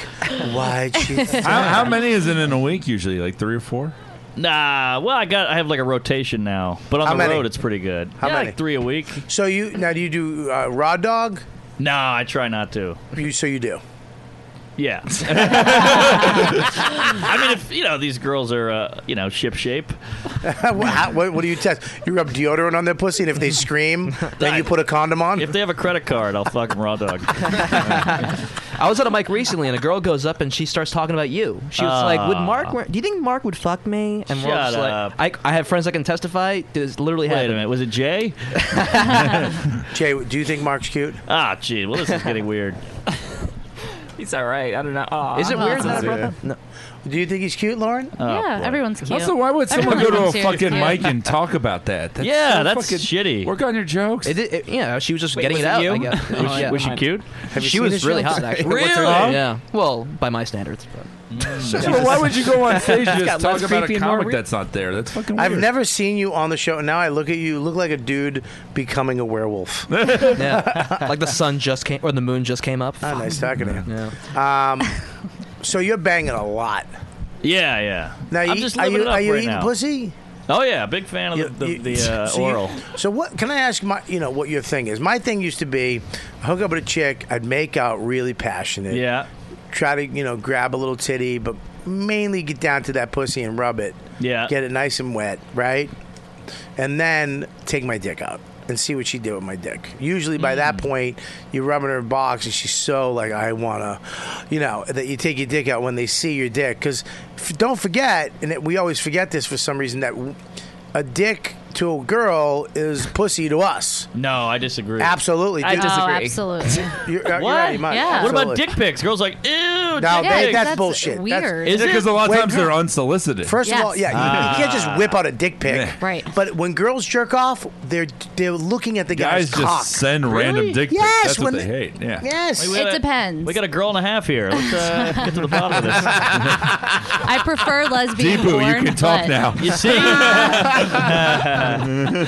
[SPEAKER 4] why'd she stay?
[SPEAKER 10] how, how many is it in a week usually? Like three or four.
[SPEAKER 7] Nah. Well, I got. I have like a rotation now, but on
[SPEAKER 4] How
[SPEAKER 7] the
[SPEAKER 4] many?
[SPEAKER 7] road it's pretty good.
[SPEAKER 4] How
[SPEAKER 7] Yeah,
[SPEAKER 4] many?
[SPEAKER 7] Like three a week.
[SPEAKER 4] So you now do you do uh, raw dog?
[SPEAKER 7] No, I try not to.
[SPEAKER 4] You so you do.
[SPEAKER 7] Yeah. I mean, if you know these girls are, uh, you know, ship shape.
[SPEAKER 4] what, what, what do you test? You rub deodorant on their pussy, and if they scream, then you put a condom on.
[SPEAKER 7] If they have a credit card, I'll fuck them raw dog.
[SPEAKER 14] I was at a mic recently, and a girl goes up and she starts talking about you. She was like, "Would
[SPEAKER 7] Ah.
[SPEAKER 14] Mark? wear- Do you think Mark would fuck me?" And we're all
[SPEAKER 7] Shut
[SPEAKER 14] just like, I, "I have friends that can testify. This literally
[SPEAKER 7] Wait a
[SPEAKER 14] happened."
[SPEAKER 7] minute, was it Jay?
[SPEAKER 4] Jay, do you think Mark's cute?
[SPEAKER 7] Ah, gee. Well, this is getting weird.
[SPEAKER 9] He's all right. I don't know. Aw.
[SPEAKER 14] Is it weird that I brought
[SPEAKER 9] Yeah.
[SPEAKER 14] that? No.
[SPEAKER 4] Do you think he's cute, Lauren?
[SPEAKER 7] Oh,
[SPEAKER 6] yeah, everyone's cute.
[SPEAKER 10] Also, why would someone
[SPEAKER 6] Everyone thinks
[SPEAKER 10] go to a
[SPEAKER 6] you're
[SPEAKER 10] fucking
[SPEAKER 6] cute.
[SPEAKER 10] mic and talk about that?
[SPEAKER 7] Yeah, that's
[SPEAKER 10] shitty. Work on your jokes.
[SPEAKER 14] It, it, yeah, she was just
[SPEAKER 7] Wait,
[SPEAKER 14] getting
[SPEAKER 7] was
[SPEAKER 14] it
[SPEAKER 7] it
[SPEAKER 14] out.
[SPEAKER 7] you?
[SPEAKER 14] I guess.
[SPEAKER 7] Was she-
[SPEAKER 14] yeah.
[SPEAKER 7] was she cute? Have you
[SPEAKER 14] she
[SPEAKER 7] seen
[SPEAKER 14] was
[SPEAKER 7] this
[SPEAKER 14] really
[SPEAKER 7] show?
[SPEAKER 14] hot, actually. What's her
[SPEAKER 7] Really? Mm.
[SPEAKER 14] name? Yeah. Well, by my standards. But.
[SPEAKER 10] So why would you go on stage and
[SPEAKER 14] It's
[SPEAKER 10] just
[SPEAKER 14] got
[SPEAKER 10] talk
[SPEAKER 14] less
[SPEAKER 10] about
[SPEAKER 14] creepy
[SPEAKER 10] a
[SPEAKER 14] and more
[SPEAKER 10] comic
[SPEAKER 14] weird.
[SPEAKER 10] that's not there? That's fucking weird.
[SPEAKER 4] I've never seen you on the show, and now I look at you. You look like a dude becoming a werewolf.
[SPEAKER 14] yeah. Like the sun just came, or the moon just came up.
[SPEAKER 10] Ah,
[SPEAKER 4] Oh, nice talking to you.
[SPEAKER 14] Yeah.
[SPEAKER 4] Um, so you're banging a lot.
[SPEAKER 7] Yeah, yeah.
[SPEAKER 4] Now,
[SPEAKER 7] I'm
[SPEAKER 4] you,
[SPEAKER 7] just
[SPEAKER 4] are
[SPEAKER 7] living
[SPEAKER 4] you,
[SPEAKER 7] it up
[SPEAKER 4] are you
[SPEAKER 7] right
[SPEAKER 4] eating
[SPEAKER 7] now.
[SPEAKER 4] pussy?
[SPEAKER 7] Oh yeah, big fan of the, the,
[SPEAKER 4] You-
[SPEAKER 7] the uh,
[SPEAKER 4] so you-
[SPEAKER 7] oral.
[SPEAKER 4] so what? Can I ask my, you know, what your thing is? My thing used to be, hook up with a chick, I'd make out really passionate.
[SPEAKER 7] Yeah.
[SPEAKER 4] Try to, you know, grab a little titty, but mainly get down to that pussy and rub it.
[SPEAKER 7] Yeah.
[SPEAKER 4] Get it nice and wet, right? And then take my dick out and see what she did with my dick. Usually by that point, you're rubbing her box and she's so like, I wanna, you know, that you take your dick out when they see your dick. Because f- don't forget, and it, we always forget this for some reason, that w- a dick to a girl is pussy to us.
[SPEAKER 7] No, I disagree.
[SPEAKER 4] Absolutely.
[SPEAKER 7] I
[SPEAKER 4] dude.
[SPEAKER 7] disagree.
[SPEAKER 6] Oh, absolutely.
[SPEAKER 4] You're, uh,
[SPEAKER 7] What?
[SPEAKER 4] You're out of your mind.
[SPEAKER 7] What about
[SPEAKER 4] Absolutely.
[SPEAKER 7] dick pics? Girls like, ew.
[SPEAKER 4] No,
[SPEAKER 7] dick
[SPEAKER 4] they-
[SPEAKER 7] pics."
[SPEAKER 4] that's, bullshit.
[SPEAKER 6] weird.
[SPEAKER 7] Is it?
[SPEAKER 10] Because a lot of
[SPEAKER 4] Wait,
[SPEAKER 10] times
[SPEAKER 4] girl-
[SPEAKER 10] they're unsolicited.
[SPEAKER 4] First of all, yeah, you, you can't just whip out a dick pic.
[SPEAKER 6] Right.
[SPEAKER 4] But when girls jerk off, they're they're looking at the
[SPEAKER 10] Guys
[SPEAKER 4] guy's
[SPEAKER 10] just
[SPEAKER 4] cock.
[SPEAKER 10] send random dick pics.
[SPEAKER 4] Yes,
[SPEAKER 10] That's what
[SPEAKER 4] when
[SPEAKER 10] they
[SPEAKER 4] they-
[SPEAKER 10] hate. Yeah.
[SPEAKER 4] Yes.
[SPEAKER 7] Wait, wait,
[SPEAKER 6] It
[SPEAKER 7] wait.
[SPEAKER 6] depends.
[SPEAKER 7] We got a girl and a half here. Let's uh, get to the bottom of this.
[SPEAKER 6] I prefer lesbian
[SPEAKER 7] Deepu, you
[SPEAKER 6] porn.
[SPEAKER 7] can talk
[SPEAKER 6] but-
[SPEAKER 7] now. You see?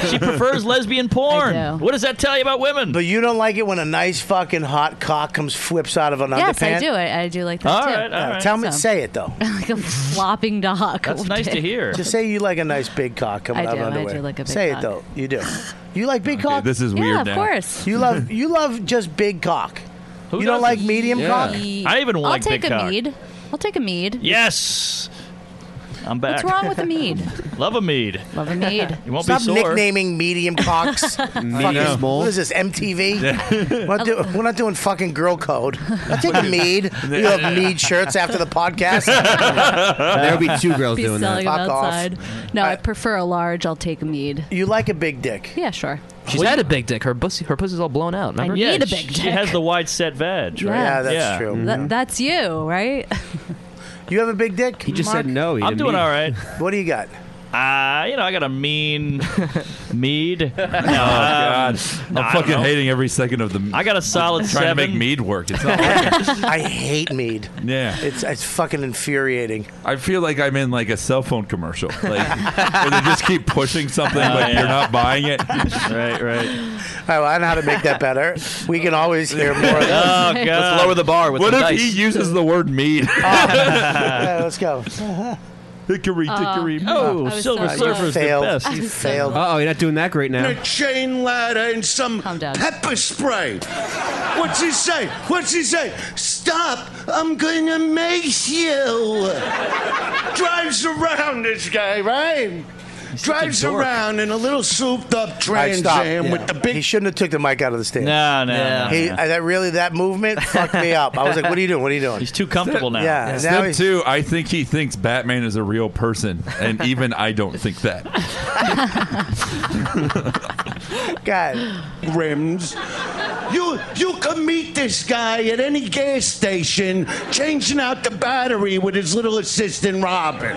[SPEAKER 7] she prefers lesbian porn. What does that tell you about women?
[SPEAKER 4] But you don't like it when a nice fucking hot cock comes flips out of an
[SPEAKER 6] Yes,
[SPEAKER 4] underpant.
[SPEAKER 6] I do. I, I do like that too.
[SPEAKER 4] Tell me,
[SPEAKER 6] So-
[SPEAKER 4] say it though.
[SPEAKER 6] like a flopping dog.
[SPEAKER 4] Just say you like a nice big cock coming
[SPEAKER 6] I
[SPEAKER 4] out
[SPEAKER 6] do,
[SPEAKER 4] of
[SPEAKER 6] I
[SPEAKER 4] underwear.
[SPEAKER 6] do like a big
[SPEAKER 4] say
[SPEAKER 6] cock.
[SPEAKER 4] it though. You do. You like big cock?
[SPEAKER 10] this is Yeah, weird of now.
[SPEAKER 6] course.
[SPEAKER 4] You love you love just big cock.
[SPEAKER 7] Who
[SPEAKER 4] you don't
[SPEAKER 7] doesn't?
[SPEAKER 4] like medium cock?
[SPEAKER 7] I even like
[SPEAKER 6] I'll take
[SPEAKER 7] big
[SPEAKER 6] a
[SPEAKER 7] cock.
[SPEAKER 6] mead. I'll take a mead.
[SPEAKER 7] Yes. I'm back.
[SPEAKER 6] What's wrong with a mead?
[SPEAKER 7] Love a mead.
[SPEAKER 6] Love a mead.
[SPEAKER 7] You won't
[SPEAKER 4] Stop
[SPEAKER 7] be sore.
[SPEAKER 4] nicknaming medium cocks.
[SPEAKER 7] know.
[SPEAKER 4] fucking, what is this, MTV? we're, not do- we're not doing fucking girl code. I take a mead. You have mead shirts after the podcast.
[SPEAKER 11] There'll be two girls
[SPEAKER 6] Be
[SPEAKER 11] doing that.
[SPEAKER 6] selling them outside. No, I prefer a large. I'll take a mead.
[SPEAKER 4] You like a big dick?
[SPEAKER 6] Yeah, sure.
[SPEAKER 14] She's had a big dick. Her pussy, her pussy's all blown out. Remember?
[SPEAKER 6] need Yeah, a big she-
[SPEAKER 7] She has the wide set veg, right?
[SPEAKER 6] Yeah, that's
[SPEAKER 7] true.
[SPEAKER 10] Mm.
[SPEAKER 6] That, that's you, right?
[SPEAKER 4] You have a big dick? He
[SPEAKER 7] just said no, he I'm didn't doing mean it. all right.
[SPEAKER 4] What do you got?
[SPEAKER 7] Uh, you know, I got a mean mead. No,
[SPEAKER 10] Oh, God.
[SPEAKER 7] um, no, I
[SPEAKER 10] I'm
[SPEAKER 7] don't
[SPEAKER 10] fucking
[SPEAKER 7] know.
[SPEAKER 10] hating every second of the.
[SPEAKER 7] I got a solid
[SPEAKER 10] trying to make
[SPEAKER 7] seven.
[SPEAKER 10] mead work. It's not.
[SPEAKER 4] I hate mead.
[SPEAKER 10] Yeah.
[SPEAKER 4] It's it's fucking infuriating.
[SPEAKER 10] I feel like I'm in like a cell phone commercial, like where they just keep pushing something,
[SPEAKER 4] Oh,
[SPEAKER 10] but
[SPEAKER 4] yeah.
[SPEAKER 10] you're not buying it.
[SPEAKER 7] Right, right.
[SPEAKER 4] All right, well, I know how to make that better. We can always hear more of this.
[SPEAKER 10] Oh, Let's God. lower the bar with
[SPEAKER 4] What
[SPEAKER 10] What some if dice. he uses the word mead?
[SPEAKER 4] yeah, let's go.
[SPEAKER 10] Hickory
[SPEAKER 15] Uh,
[SPEAKER 10] dickory.
[SPEAKER 15] Oh, I was Silver so Surfer's close. the
[SPEAKER 4] failed.
[SPEAKER 15] best.
[SPEAKER 4] You failed.
[SPEAKER 11] Uh oh, you're not doing that great
[SPEAKER 15] and
[SPEAKER 11] now.
[SPEAKER 15] a chain ladder and some pepper spray. What's he say? What's he say? Stop! I'm gonna mace you. Drives around this guy, right? Drives
[SPEAKER 4] dork.
[SPEAKER 15] around in a little souped-up
[SPEAKER 4] All right,
[SPEAKER 15] Trans
[SPEAKER 4] stop.
[SPEAKER 15] Am
[SPEAKER 4] Yeah.
[SPEAKER 15] with the big.
[SPEAKER 4] He shouldn't have took the mic out of the stage.
[SPEAKER 7] No, no, no,
[SPEAKER 4] He,
[SPEAKER 7] no.
[SPEAKER 4] I- that really that movement fucked me up. I was like, "What are you doing? What are you doing?"
[SPEAKER 7] He's too comfortable now.
[SPEAKER 4] Yeah, now
[SPEAKER 10] Step
[SPEAKER 4] he's-
[SPEAKER 10] two, I think he thinks Batman is a real person, and even I don't think that.
[SPEAKER 4] God.
[SPEAKER 15] Rims. You you can meet this guy at any gas station changing out the battery with his little assistant Robin.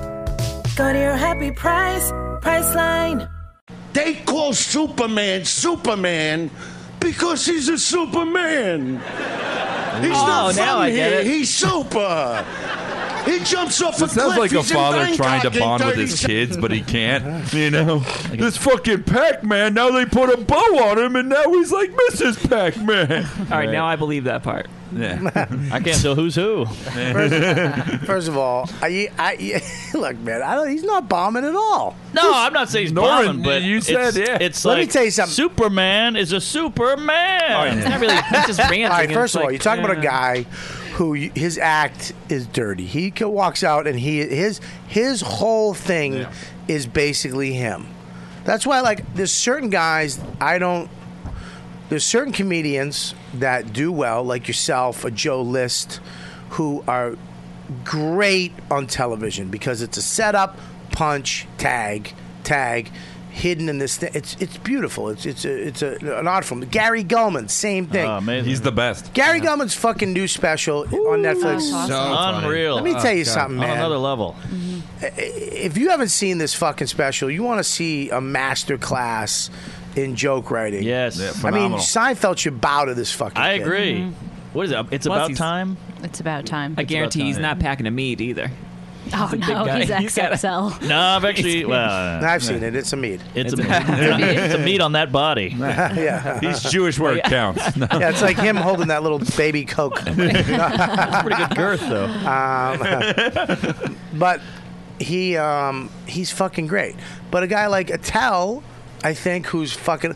[SPEAKER 16] Go to your happy price, Priceline.
[SPEAKER 15] They call Superman Superman because he's a Superman. He's
[SPEAKER 10] Oh,
[SPEAKER 15] not
[SPEAKER 10] now
[SPEAKER 15] from
[SPEAKER 10] I
[SPEAKER 15] here.
[SPEAKER 10] get it.
[SPEAKER 15] He's super. He jumps off
[SPEAKER 10] It
[SPEAKER 15] a
[SPEAKER 10] sounds
[SPEAKER 15] cliff.
[SPEAKER 10] like a
[SPEAKER 15] He's in
[SPEAKER 10] father
[SPEAKER 15] Bangkok
[SPEAKER 10] trying to
[SPEAKER 15] in
[SPEAKER 10] bond with
[SPEAKER 15] 30
[SPEAKER 10] his kids, but he can't. You know, this fucking Pac-Man. Now they put a bow on him, and now he's like Mrs. Pac-Man. All
[SPEAKER 9] right, now I believe that part.
[SPEAKER 10] Yeah,
[SPEAKER 7] I can't tell who's who.
[SPEAKER 4] First, first of all, I, I, look, man, I don't, he's not bombing at all.
[SPEAKER 7] No, I'm not saying he's
[SPEAKER 4] Norman,
[SPEAKER 7] bombing, but
[SPEAKER 4] you
[SPEAKER 7] it's,
[SPEAKER 4] said, yeah.
[SPEAKER 7] it's
[SPEAKER 4] Let me
[SPEAKER 7] like
[SPEAKER 4] tell you something.
[SPEAKER 7] Superman is a Superman. It's not really. It's just ranting.
[SPEAKER 4] All right, first
[SPEAKER 7] It's
[SPEAKER 4] of all,
[SPEAKER 7] like,
[SPEAKER 4] you're talking about a
[SPEAKER 7] yeah.
[SPEAKER 4] guy who y- his act is dirty. He co- walks out and he his his whole thing is basically him. That's why like there's certain guys I don't there's certain comedians that do well like yourself, a Joe List who are great on television because it's a setup, punch, tag, tag, hidden in this. Th- it's it's beautiful. It's it's a, it's a, an art form. Gary Gulman, same thing.
[SPEAKER 10] Ah, he's the best.
[SPEAKER 4] Gary Gulman's fucking new special on Netflix.
[SPEAKER 10] That's awesome. So funny. Unreal.
[SPEAKER 4] Let me
[SPEAKER 10] Oh,
[SPEAKER 4] tell you
[SPEAKER 10] God.
[SPEAKER 4] something,
[SPEAKER 10] On
[SPEAKER 4] man.
[SPEAKER 10] another
[SPEAKER 7] level.
[SPEAKER 4] If you haven't seen this fucking special, you want to see a master class in joke writing.
[SPEAKER 7] Yes.
[SPEAKER 4] I
[SPEAKER 7] Yeah,
[SPEAKER 4] mean,
[SPEAKER 7] phenomenal. Mm-hmm.
[SPEAKER 4] Seinfeld should bow to this fucking
[SPEAKER 7] I
[SPEAKER 4] kid.
[SPEAKER 7] agree. What is it? It's
[SPEAKER 4] Plus
[SPEAKER 7] about
[SPEAKER 4] he's-
[SPEAKER 7] time.
[SPEAKER 6] It's about time.
[SPEAKER 9] I guarantee he's not packing a mead either.
[SPEAKER 6] Oh
[SPEAKER 9] He's a big
[SPEAKER 6] no,
[SPEAKER 9] guy.
[SPEAKER 6] he's
[SPEAKER 9] He's got a-
[SPEAKER 6] XXL.
[SPEAKER 7] No, I've actually. Well,
[SPEAKER 4] I've seen it. It's a mead.
[SPEAKER 7] It's, a, it's a mead on that body.
[SPEAKER 4] yeah.
[SPEAKER 10] He's Jewish where it counts. No.
[SPEAKER 4] Yeah, it's like him holding that little baby Coke. pretty
[SPEAKER 7] good girth, though.
[SPEAKER 4] Um, but he um, he's fucking great. But a guy like Attell, I think, who's fucking. you-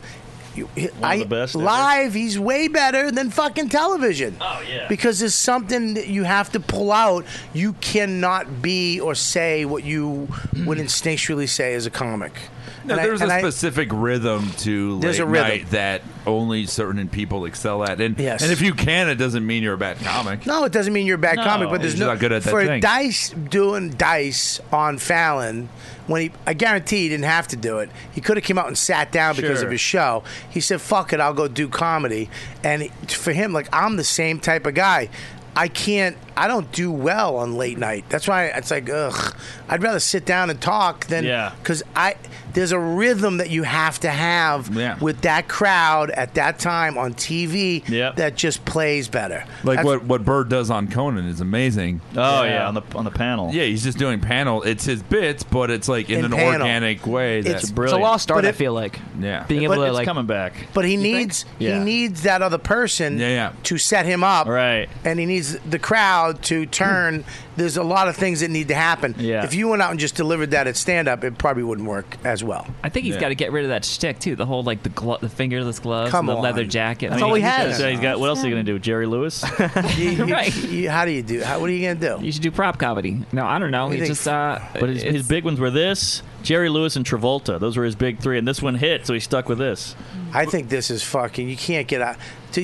[SPEAKER 4] he- I, live, he's way better than fucking television. Oh yeah, because there's something that you have to pull out. You cannot be or say what you would instinctually say as a comic.
[SPEAKER 10] No,
[SPEAKER 4] And I-
[SPEAKER 10] there's
[SPEAKER 4] and
[SPEAKER 10] a
[SPEAKER 4] I-
[SPEAKER 10] specific rhythm to
[SPEAKER 4] There's
[SPEAKER 10] late
[SPEAKER 4] a rhythm.
[SPEAKER 10] night that only certain people excel at, and
[SPEAKER 4] Yes.
[SPEAKER 10] and if you can, it doesn't mean you're a bad comic.
[SPEAKER 4] No, it doesn't mean you're a bad
[SPEAKER 10] No.
[SPEAKER 4] comic, but there's
[SPEAKER 10] He's
[SPEAKER 4] no
[SPEAKER 10] not good at that
[SPEAKER 4] for
[SPEAKER 10] thing.
[SPEAKER 4] Dice doing Dice on Fallon when he I guarantee he didn't have to do it. He could have came out and sat down because
[SPEAKER 2] Sure.
[SPEAKER 4] of his show. He said, "Fuck it, I'll go do comedy." And it- for him, like I'm the same type of guy. I can't. I don't do well on late night. That's why it's like, ugh. I'd rather sit down and talk than
[SPEAKER 7] Yeah.
[SPEAKER 4] because I there's a rhythm that you have to have
[SPEAKER 10] Yeah.
[SPEAKER 4] with that crowd at that time on TV that just plays better.
[SPEAKER 10] Like
[SPEAKER 4] That's-
[SPEAKER 10] what what Bird does on Conan is amazing.
[SPEAKER 7] Oh yeah. on the on the panel.
[SPEAKER 10] Yeah, he's just doing panel. It's his bits, but it's like in,
[SPEAKER 4] In
[SPEAKER 10] an
[SPEAKER 4] panel.
[SPEAKER 10] organic way.
[SPEAKER 4] It's-
[SPEAKER 10] That's
[SPEAKER 4] it's a
[SPEAKER 10] brilliant.
[SPEAKER 4] lost art, But I it-
[SPEAKER 10] feel
[SPEAKER 9] like.
[SPEAKER 10] Yeah,
[SPEAKER 9] Being able
[SPEAKER 4] But
[SPEAKER 9] to
[SPEAKER 4] it's
[SPEAKER 9] like
[SPEAKER 7] coming back.
[SPEAKER 4] But he needs he
[SPEAKER 10] Yeah.
[SPEAKER 4] needs that other person
[SPEAKER 10] yeah.
[SPEAKER 4] to set him up.
[SPEAKER 7] Right.
[SPEAKER 4] And he needs the crowd allowed to
[SPEAKER 10] Hmm.
[SPEAKER 4] turn, there's a lot of things that need to happen.
[SPEAKER 9] Yeah.
[SPEAKER 4] If you went out and just delivered that at stand up, it probably wouldn't work as well.
[SPEAKER 9] I think he's got to get rid of that shtick too. The whole like the glo- the fingerless gloves,
[SPEAKER 4] Come
[SPEAKER 9] and the
[SPEAKER 4] on.
[SPEAKER 9] leather jacket.
[SPEAKER 4] That's all he has.
[SPEAKER 7] he's got. What else are you gonna do? Jerry Lewis?
[SPEAKER 4] You- you- you- how do you do? How, what are you gonna do?
[SPEAKER 9] You should do prop comedy. No, I don't know.
[SPEAKER 4] What do you
[SPEAKER 9] He
[SPEAKER 4] think?
[SPEAKER 9] just uh,
[SPEAKER 7] But his, his big ones were this, Jerry Lewis, and Travolta. Those were his big three, and this one hit, so he stuck with this.
[SPEAKER 4] I think this is fucking. You can't get out. To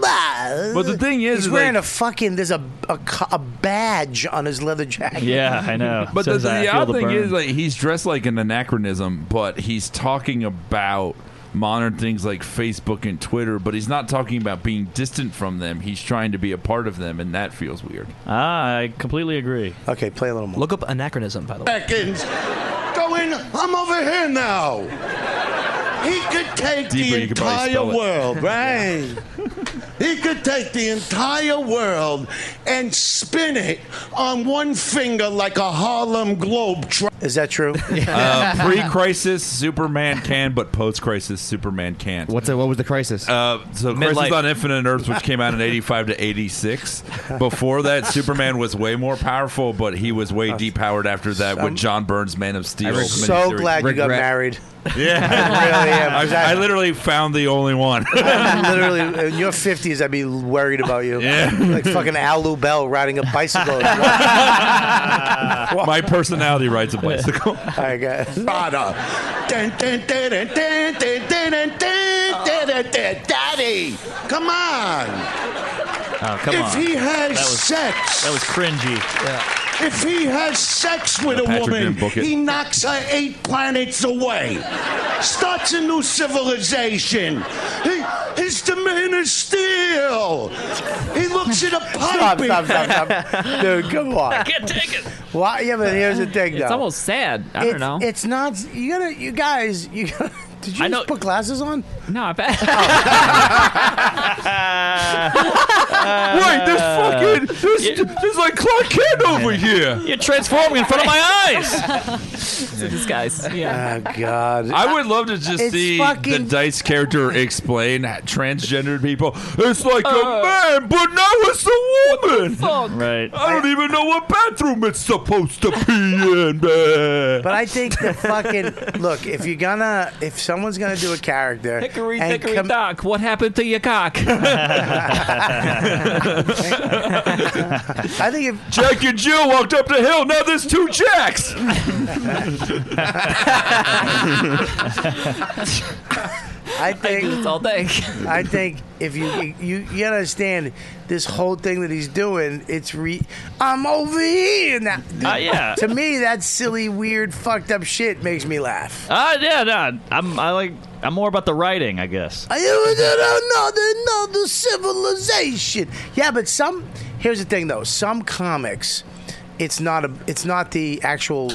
[SPEAKER 4] but
[SPEAKER 10] the thing is,
[SPEAKER 4] he's
[SPEAKER 10] is
[SPEAKER 4] wearing
[SPEAKER 10] like-
[SPEAKER 4] a fucking. There's a, a co- a badge on his leather jacket.
[SPEAKER 10] But the, the odd thing is, like, he's dressed like an anachronism, but he's talking about modern things like Facebook and Twitter, but he's not talking about being distant from them. He's trying to be a part of them, and that feels weird.
[SPEAKER 7] Ah, I completely agree.
[SPEAKER 4] Okay, play a little more.
[SPEAKER 7] Look up anachronism, by the
[SPEAKER 15] seconds. Going, I'm over here now. He could take
[SPEAKER 10] Deeper,
[SPEAKER 15] the
[SPEAKER 10] you could
[SPEAKER 15] entire
[SPEAKER 10] probably spell it.
[SPEAKER 15] world, right? he could take the entire world and spin it on one finger like a Harlem Globe.
[SPEAKER 4] Is that true?
[SPEAKER 10] Uh, Pre-crisis, Superman can, but post-crisis, Superman can't.
[SPEAKER 11] What's it, what was the crisis?
[SPEAKER 10] Uh, so
[SPEAKER 11] Midlife.
[SPEAKER 10] Crisis on Infinite Earths, which came out in '85 to '86. Before that, Superman was way more powerful, but he was way depowered after that with John Burns' Man of Steel.
[SPEAKER 4] I'm so
[SPEAKER 10] miniseries.
[SPEAKER 4] glad you got married.
[SPEAKER 10] Yeah,
[SPEAKER 4] I really am. 'cause
[SPEAKER 10] I, I literally found the only one.
[SPEAKER 4] I'm literally in your fifties, I'd be worried about you. Yeah. like fucking Al Lubell riding a bicycle.
[SPEAKER 10] My personality rides a bicycle.
[SPEAKER 4] I got
[SPEAKER 15] Daddy, come on.
[SPEAKER 7] Oh, come
[SPEAKER 15] if
[SPEAKER 7] on.
[SPEAKER 15] he has
[SPEAKER 7] That was-
[SPEAKER 15] sex,
[SPEAKER 7] That was cringy.
[SPEAKER 15] If he has sex with
[SPEAKER 7] Yeah,
[SPEAKER 15] a
[SPEAKER 7] Patrick
[SPEAKER 15] woman,
[SPEAKER 7] didn't book it.
[SPEAKER 15] he knocks her eight planets away. Starts a new civilization. He, he's the man of steel. He looks at a
[SPEAKER 4] Stop,
[SPEAKER 15] pipe.
[SPEAKER 4] stop, stop, stop. Dude, come on. I
[SPEAKER 15] can't take it.
[SPEAKER 4] Why? Yeah, but here's the thing, though.
[SPEAKER 15] It's almost
[SPEAKER 9] sad. I
[SPEAKER 4] It's-
[SPEAKER 9] don't know.
[SPEAKER 4] It's not. You gotta. You guys. You gotta. Did you
[SPEAKER 9] I know-
[SPEAKER 4] just put glasses on?
[SPEAKER 9] No, I bet.
[SPEAKER 7] Uh,
[SPEAKER 10] Wait, there's fucking there's, there's like Clark Kent over here.
[SPEAKER 7] You're transforming in front of my eyes.
[SPEAKER 9] it's a disguise. Yeah.
[SPEAKER 4] Oh God.
[SPEAKER 10] I would love to just
[SPEAKER 9] It's
[SPEAKER 10] see
[SPEAKER 9] fucking-
[SPEAKER 10] the Dice character explain ha- transgendered people. It's like
[SPEAKER 9] Uh,
[SPEAKER 10] a man, but now it's a woman.
[SPEAKER 7] Right.
[SPEAKER 10] I don't even know what bathroom it's supposed to be in. Man.
[SPEAKER 4] But I think the fucking look. If you're gonna, if someone's gonna do a character,
[SPEAKER 9] Hickory
[SPEAKER 4] and
[SPEAKER 9] dickory
[SPEAKER 4] com-
[SPEAKER 9] dock, what happened to your cock?
[SPEAKER 4] I think if
[SPEAKER 10] Jack and Jill walked up the hill. Now there's two Jacks.
[SPEAKER 4] I think
[SPEAKER 9] it's all day.
[SPEAKER 4] I think if you you you gotta understand this whole thing that he's doing, it's re. I'm over here now.
[SPEAKER 7] Uh, yeah.
[SPEAKER 4] To me, that silly, weird, fucked up shit makes me laugh.
[SPEAKER 7] Ah, yeah, no. I'm I like I'm more about the writing, I guess.
[SPEAKER 4] I was at another another civilization. Yeah, but some. Here's the thing, though. Some comics, it's not a. It's not the actual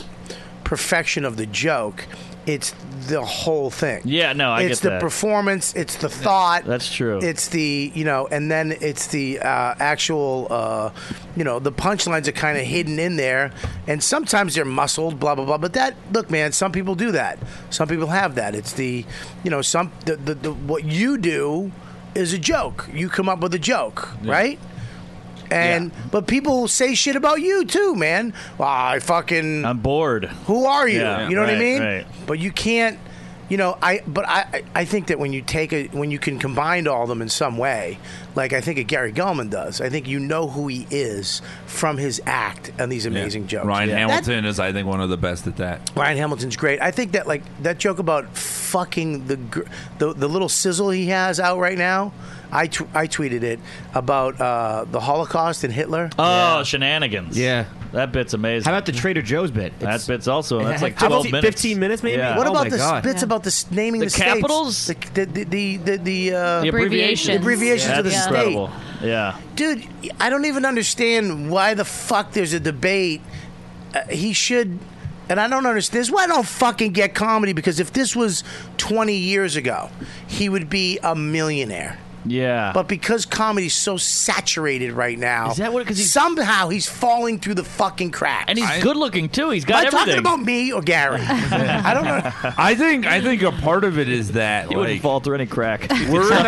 [SPEAKER 4] perfection of the joke. It's the whole thing.
[SPEAKER 7] Yeah, no, I
[SPEAKER 4] it's
[SPEAKER 7] get
[SPEAKER 4] the
[SPEAKER 7] that.
[SPEAKER 4] performance. It's the thought.
[SPEAKER 7] That's true.
[SPEAKER 4] It's the you know, and then it's the uh, actual uh, you know the punchlines are kind of hidden in there, and sometimes they're muscled, blah blah blah. But that look, man, some people do that. Some people have that. It's the you know some the, the, the what you do is a joke. You come up with a joke, right? And but people will say shit about you too, man. Well, I fucking
[SPEAKER 7] I'm bored.
[SPEAKER 4] Who are you?
[SPEAKER 7] Yeah,
[SPEAKER 4] you know what I
[SPEAKER 7] right,
[SPEAKER 4] mean?
[SPEAKER 7] right.
[SPEAKER 4] But you can't. You know, I but I I- I think that when you take a when you can combine all of them in some way, like I think a Gary Gulman does. I think you know who he is from his act and these amazing jokes.
[SPEAKER 10] Ryan
[SPEAKER 4] That-
[SPEAKER 10] Hamilton is, I think, one of the best at that.
[SPEAKER 4] Ryan Hamilton's great. I think that like that joke about fucking the gr- the, the little sizzle he has out right now. I tw- I tweeted it about uh, the Holocaust and Hitler.
[SPEAKER 7] Oh, shenanigans.
[SPEAKER 11] Yeah.
[SPEAKER 7] That bit's amazing. How
[SPEAKER 11] about the Trader Joe's bit?
[SPEAKER 7] that bit's also that's like
[SPEAKER 11] How about
[SPEAKER 7] 12
[SPEAKER 11] the
[SPEAKER 7] minutes.
[SPEAKER 11] 15 minutes maybe?
[SPEAKER 7] Yeah.
[SPEAKER 4] What
[SPEAKER 11] Oh
[SPEAKER 4] about
[SPEAKER 11] my
[SPEAKER 4] the
[SPEAKER 11] God.
[SPEAKER 4] bits about the s- naming
[SPEAKER 7] The
[SPEAKER 4] the, states?
[SPEAKER 7] capitals?
[SPEAKER 4] the the the the, the, uh,
[SPEAKER 7] The abbreviations.
[SPEAKER 4] the abbreviations
[SPEAKER 7] Yeah,
[SPEAKER 4] of the
[SPEAKER 7] that's
[SPEAKER 4] state?
[SPEAKER 7] incredible. Yeah.
[SPEAKER 4] Dude, I don't even understand why the fuck there's a debate. Uh, he should, and I don't understand. This is why I don't fucking get comedy because if this was 20 years ago, he would be a millionaire.
[SPEAKER 7] Yeah.
[SPEAKER 4] But because comedy's so saturated right now,
[SPEAKER 7] Is that what- 'cause he's-
[SPEAKER 4] somehow he's falling through the fucking cracks.
[SPEAKER 7] And he's good looking too. He's
[SPEAKER 4] Am
[SPEAKER 7] got
[SPEAKER 4] I talking
[SPEAKER 7] everything.
[SPEAKER 4] about me or Gary? I don't know.
[SPEAKER 10] I think I think a part of it is that
[SPEAKER 7] He
[SPEAKER 10] like
[SPEAKER 7] wouldn't fall through any crack.
[SPEAKER 10] we're in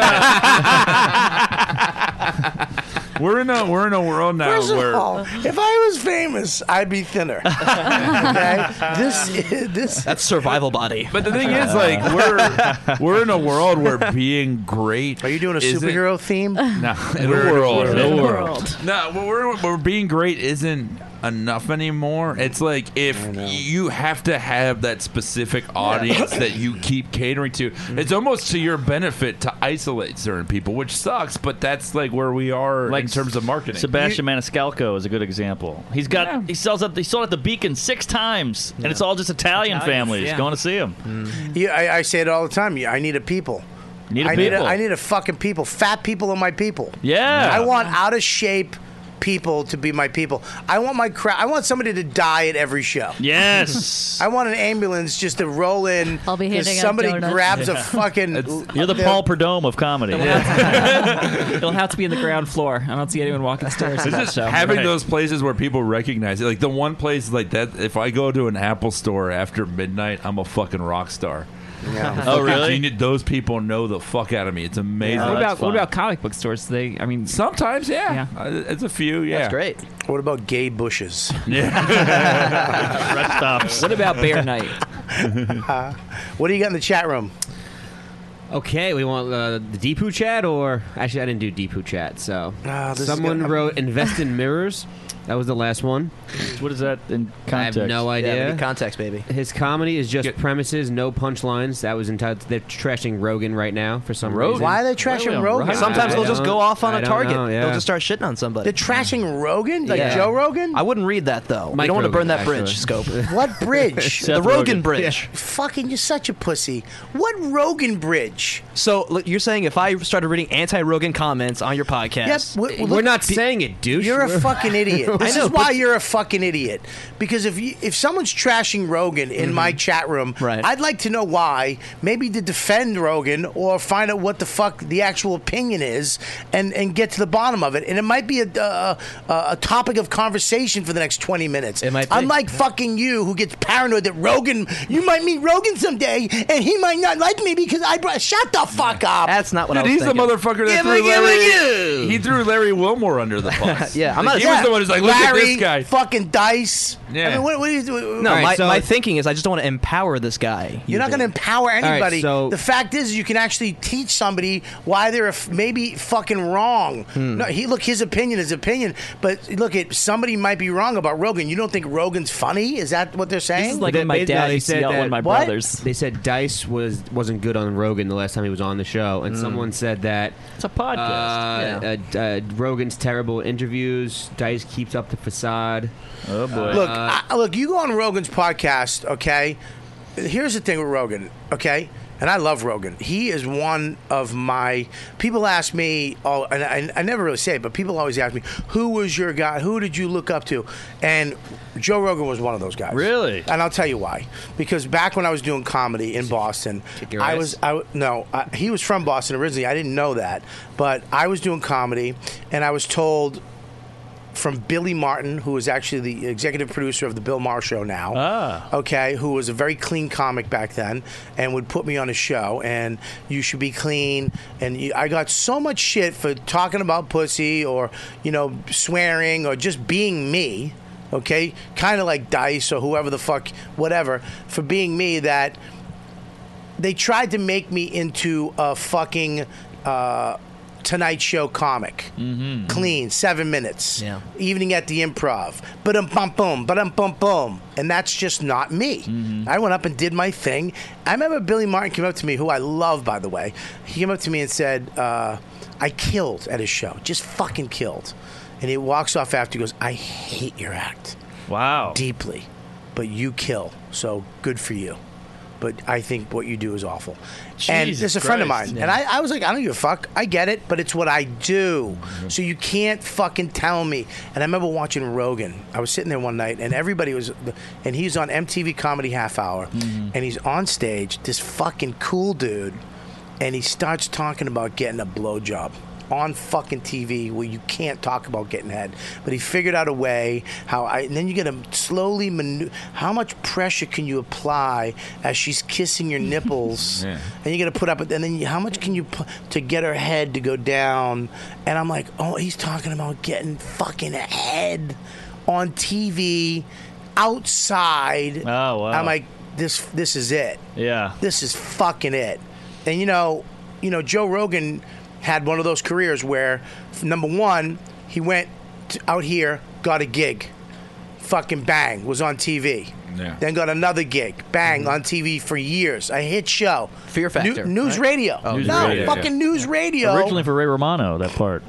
[SPEAKER 10] a, We're in a we're in a world now
[SPEAKER 4] First
[SPEAKER 10] where
[SPEAKER 4] of all, if I was famous, I'd be thinner. okay? This is- this
[SPEAKER 8] That's survival body.
[SPEAKER 10] But the thing is, like, we're we're in a world where being great. Are you doing
[SPEAKER 4] a superhero theme?
[SPEAKER 10] No, in
[SPEAKER 4] We're in
[SPEAKER 10] the
[SPEAKER 4] a
[SPEAKER 10] world,
[SPEAKER 4] world. In the world.
[SPEAKER 10] No, well, we're, we're being great isn't enough anymore. It's like if you have to have that specific audience that you keep catering to. It's almost to your benefit to isolate certain people, which sucks. But that's like where we are in terms of marketing.
[SPEAKER 7] Sebastian Maniscalco is a good example. He's got he sells up he sold at the Beacon six times, and it's all just Italian,
[SPEAKER 4] Italians,
[SPEAKER 7] families
[SPEAKER 4] yeah.
[SPEAKER 7] going to see him.
[SPEAKER 4] Mm. Yeah, I, I say it all the time. Yeah, I need a people.
[SPEAKER 7] Need a
[SPEAKER 4] I need a,
[SPEAKER 7] people.
[SPEAKER 4] I need a fucking people. Fat people are my people.
[SPEAKER 7] Yeah.
[SPEAKER 4] I want out of shape people to be my people. I want my crowd. I want somebody to die at every show.
[SPEAKER 7] Yes.
[SPEAKER 4] I want an ambulance just to roll in. I'll be
[SPEAKER 6] handing out
[SPEAKER 4] Somebody
[SPEAKER 6] donuts.
[SPEAKER 4] grabs a
[SPEAKER 6] Yeah.
[SPEAKER 4] fucking.
[SPEAKER 7] You're the
[SPEAKER 4] they're-
[SPEAKER 7] Paul Perdome of comedy.
[SPEAKER 9] It'll have to be in the ground floor. I don't see anyone walking stairs. in
[SPEAKER 10] It's
[SPEAKER 8] Uh-huh.
[SPEAKER 9] that
[SPEAKER 10] just
[SPEAKER 9] show.
[SPEAKER 10] having those places where people recognize it. Like the one place like that. If I go to an Apple store after midnight, I'm a fucking rock star.
[SPEAKER 9] Yeah.
[SPEAKER 10] I'm
[SPEAKER 9] Oh,
[SPEAKER 10] fucking
[SPEAKER 9] really?
[SPEAKER 10] genius. Those people know the fuck out of me. It's amazing.
[SPEAKER 9] What about what about comic book stores? They, I mean,
[SPEAKER 10] sometimes, yeah. Uh, It's a few. Yeah,
[SPEAKER 8] great.
[SPEAKER 4] What about gay bushes?
[SPEAKER 10] Yeah.
[SPEAKER 7] Rest stops.
[SPEAKER 9] What about Bear Night?
[SPEAKER 4] Uh, what do you got in the chat room?
[SPEAKER 11] Okay, we want uh, the Deepu chat, or actually, I didn't do Deepu chat. So
[SPEAKER 4] Ah, this is
[SPEAKER 11] someone
[SPEAKER 4] gonna-
[SPEAKER 11] wrote "Invest in Mirrors." That was the last one.
[SPEAKER 7] What is that in context?
[SPEAKER 11] I have no
[SPEAKER 8] Yeah, we
[SPEAKER 11] idea.
[SPEAKER 8] need context, baby.
[SPEAKER 11] His comedy is just premises, no punchlines. That was entitled. They're trashing Rogan right now for some reason.
[SPEAKER 4] Why are they trashing Rogan?
[SPEAKER 8] Sometimes
[SPEAKER 11] I
[SPEAKER 8] they'll just
[SPEAKER 11] don't-
[SPEAKER 8] go off on
[SPEAKER 11] I
[SPEAKER 8] a
[SPEAKER 11] don't
[SPEAKER 8] target.
[SPEAKER 11] know, yeah.
[SPEAKER 8] They'll just start shitting on somebody.
[SPEAKER 4] They're trashing Rogan, like
[SPEAKER 8] Yeah.
[SPEAKER 4] Joe Rogan.
[SPEAKER 8] I wouldn't read that though. I
[SPEAKER 11] Mike
[SPEAKER 8] don't want to burn
[SPEAKER 11] Rogan,
[SPEAKER 8] that
[SPEAKER 11] actually.
[SPEAKER 8] bridge, Scope.
[SPEAKER 4] What bridge?
[SPEAKER 8] the Rogan bridge.
[SPEAKER 4] Yeah. Fucking, you're such a pussy. What Rogan bridge?
[SPEAKER 8] So look, you're saying if I started reading anti-Rogan comments on your podcast,
[SPEAKER 4] Yep, we- We're look- not
[SPEAKER 11] saying it, douche.
[SPEAKER 4] You're a fucking idiot. This
[SPEAKER 8] I know.
[SPEAKER 4] is why you're a fucking idiot. Because if you, if someone's trashing Rogan in my chat room,
[SPEAKER 8] Mm-hmm. Right.
[SPEAKER 4] I'd like to know why. Maybe to defend Rogan or find out what the fuck the actual opinion is, and and get to the bottom of it. And it might be a a, a, a topic of conversation for the next twenty minutes. It might.
[SPEAKER 8] be.
[SPEAKER 4] Unlike fucking you, who gets paranoid that Rogan, you might meet Rogan someday, and he might not like me because I brought. Shut the fuck up.
[SPEAKER 8] That's not what I
[SPEAKER 10] Dude,
[SPEAKER 8] was
[SPEAKER 10] he's
[SPEAKER 8] thinking.
[SPEAKER 10] the motherfucker that
[SPEAKER 8] Give
[SPEAKER 10] threw
[SPEAKER 8] me, give me
[SPEAKER 10] Larry.
[SPEAKER 8] you.
[SPEAKER 10] He threw Larry Wilmore under the bus.
[SPEAKER 8] Yeah, I'm not-
[SPEAKER 10] Like, He was the one who's like, look
[SPEAKER 4] Larry,
[SPEAKER 10] at this guy.
[SPEAKER 4] Fucking dice. I
[SPEAKER 10] Yeah.
[SPEAKER 4] mean, what, what do you do?
[SPEAKER 8] No, my, my thinking is I just don't want to empower this guy.
[SPEAKER 4] You're not going to empower
[SPEAKER 8] right,
[SPEAKER 4] anybody.
[SPEAKER 8] so-
[SPEAKER 4] the fact is, you can actually teach somebody why they're f- maybe fucking wrong. No, he look his opinion is opinion, but look at somebody might be wrong about Rogan. You don't think Rogan's funny? Is that what they're saying?
[SPEAKER 11] They- they- no, they said that- They said Dice was wasn't good on Rogan the last time he was on the show, and
[SPEAKER 7] Mm.
[SPEAKER 11] someone said that
[SPEAKER 7] It's a podcast.
[SPEAKER 11] uh, uh, uh, Rogan's terrible interviews. Dice keeps up the facade. Uh,
[SPEAKER 7] Oh boy!
[SPEAKER 4] Look, I, look, you go on Rogan's podcast, okay? Here's the thing with Rogan, okay? And I love Rogan. He is one of my people ask me, oh, and I, I never really say it, but people always ask me, who was your guy? Who did you look up to? And Joe Rogan was one of those guys. Really? And I'll tell you why. Because back when I was doing comedy in Boston,
[SPEAKER 11] your
[SPEAKER 4] I
[SPEAKER 11] ass?
[SPEAKER 4] was I w- no, I, he was from Boston originally. I didn't know that, but I was doing comedy, and I was told from Billy Martin, who is actually the executive producer of the Bill Maher Show now. Okay, who was a very clean comic back then, and would put me on a show, and you should be clean. And you, I got so much shit for talking about pussy, or you know, swearing, or just being me. Okay, kind of like Dice or whoever the fuck, whatever, for being me. That they tried to make me into a fucking uh, Tonight Show comic. Mm-hmm. Clean, seven minutes. Yeah. Evening at the improv. But um bum boom, but um bum boom. And that's just not me. I went up and did my thing. I remember Billy Martin came up to me, who I love, by the way. He came up to me and said, uh, I killed at his show. Just fucking killed. And he walks off after he goes, I hate your act.
[SPEAKER 7] Wow.
[SPEAKER 4] Deeply. But you kill. So good for you. But I think what you do is awful. and
[SPEAKER 2] Jesus
[SPEAKER 4] there's a friend of
[SPEAKER 2] Christ.
[SPEAKER 4] mine.
[SPEAKER 2] Yeah.
[SPEAKER 4] And I, I was like, I don't give a fuck. I get it, but it's what I do. So you can't fucking tell me. And I remember watching Rogan. I was sitting there one night and everybody was, and he's on MTV Comedy Half Hour. And he's on stage, this fucking cool dude. And he starts talking about getting a blowjob. on fucking TV where you can't talk about getting head. But he figured out a way how I. And then you got to slowly. Manu- how much pressure can you apply as she's kissing your nipples?
[SPEAKER 2] Yeah.
[SPEAKER 4] And you got to put up. And then you, how much can you put to get her head to go down? And I'm like, oh, he's talking about getting fucking head on TV outside.
[SPEAKER 7] Oh wow.
[SPEAKER 4] I'm like, this this is it.
[SPEAKER 7] Yeah.
[SPEAKER 4] This is fucking it. And you know, you know, Joe Rogan had one of those careers where f- number one, he went t out here, got a gig, fucking bang, was on TV.
[SPEAKER 10] Yeah.
[SPEAKER 4] Then got another gig, bang,
[SPEAKER 7] Mm-hmm.
[SPEAKER 4] on TV for years. A hit show. Fear
[SPEAKER 7] Factor,
[SPEAKER 4] news
[SPEAKER 7] right?
[SPEAKER 4] radio.
[SPEAKER 7] Oh, News
[SPEAKER 4] no,
[SPEAKER 7] radio,
[SPEAKER 4] fucking
[SPEAKER 7] yeah.
[SPEAKER 4] news radio.
[SPEAKER 7] Originally for Ray Romano, that part.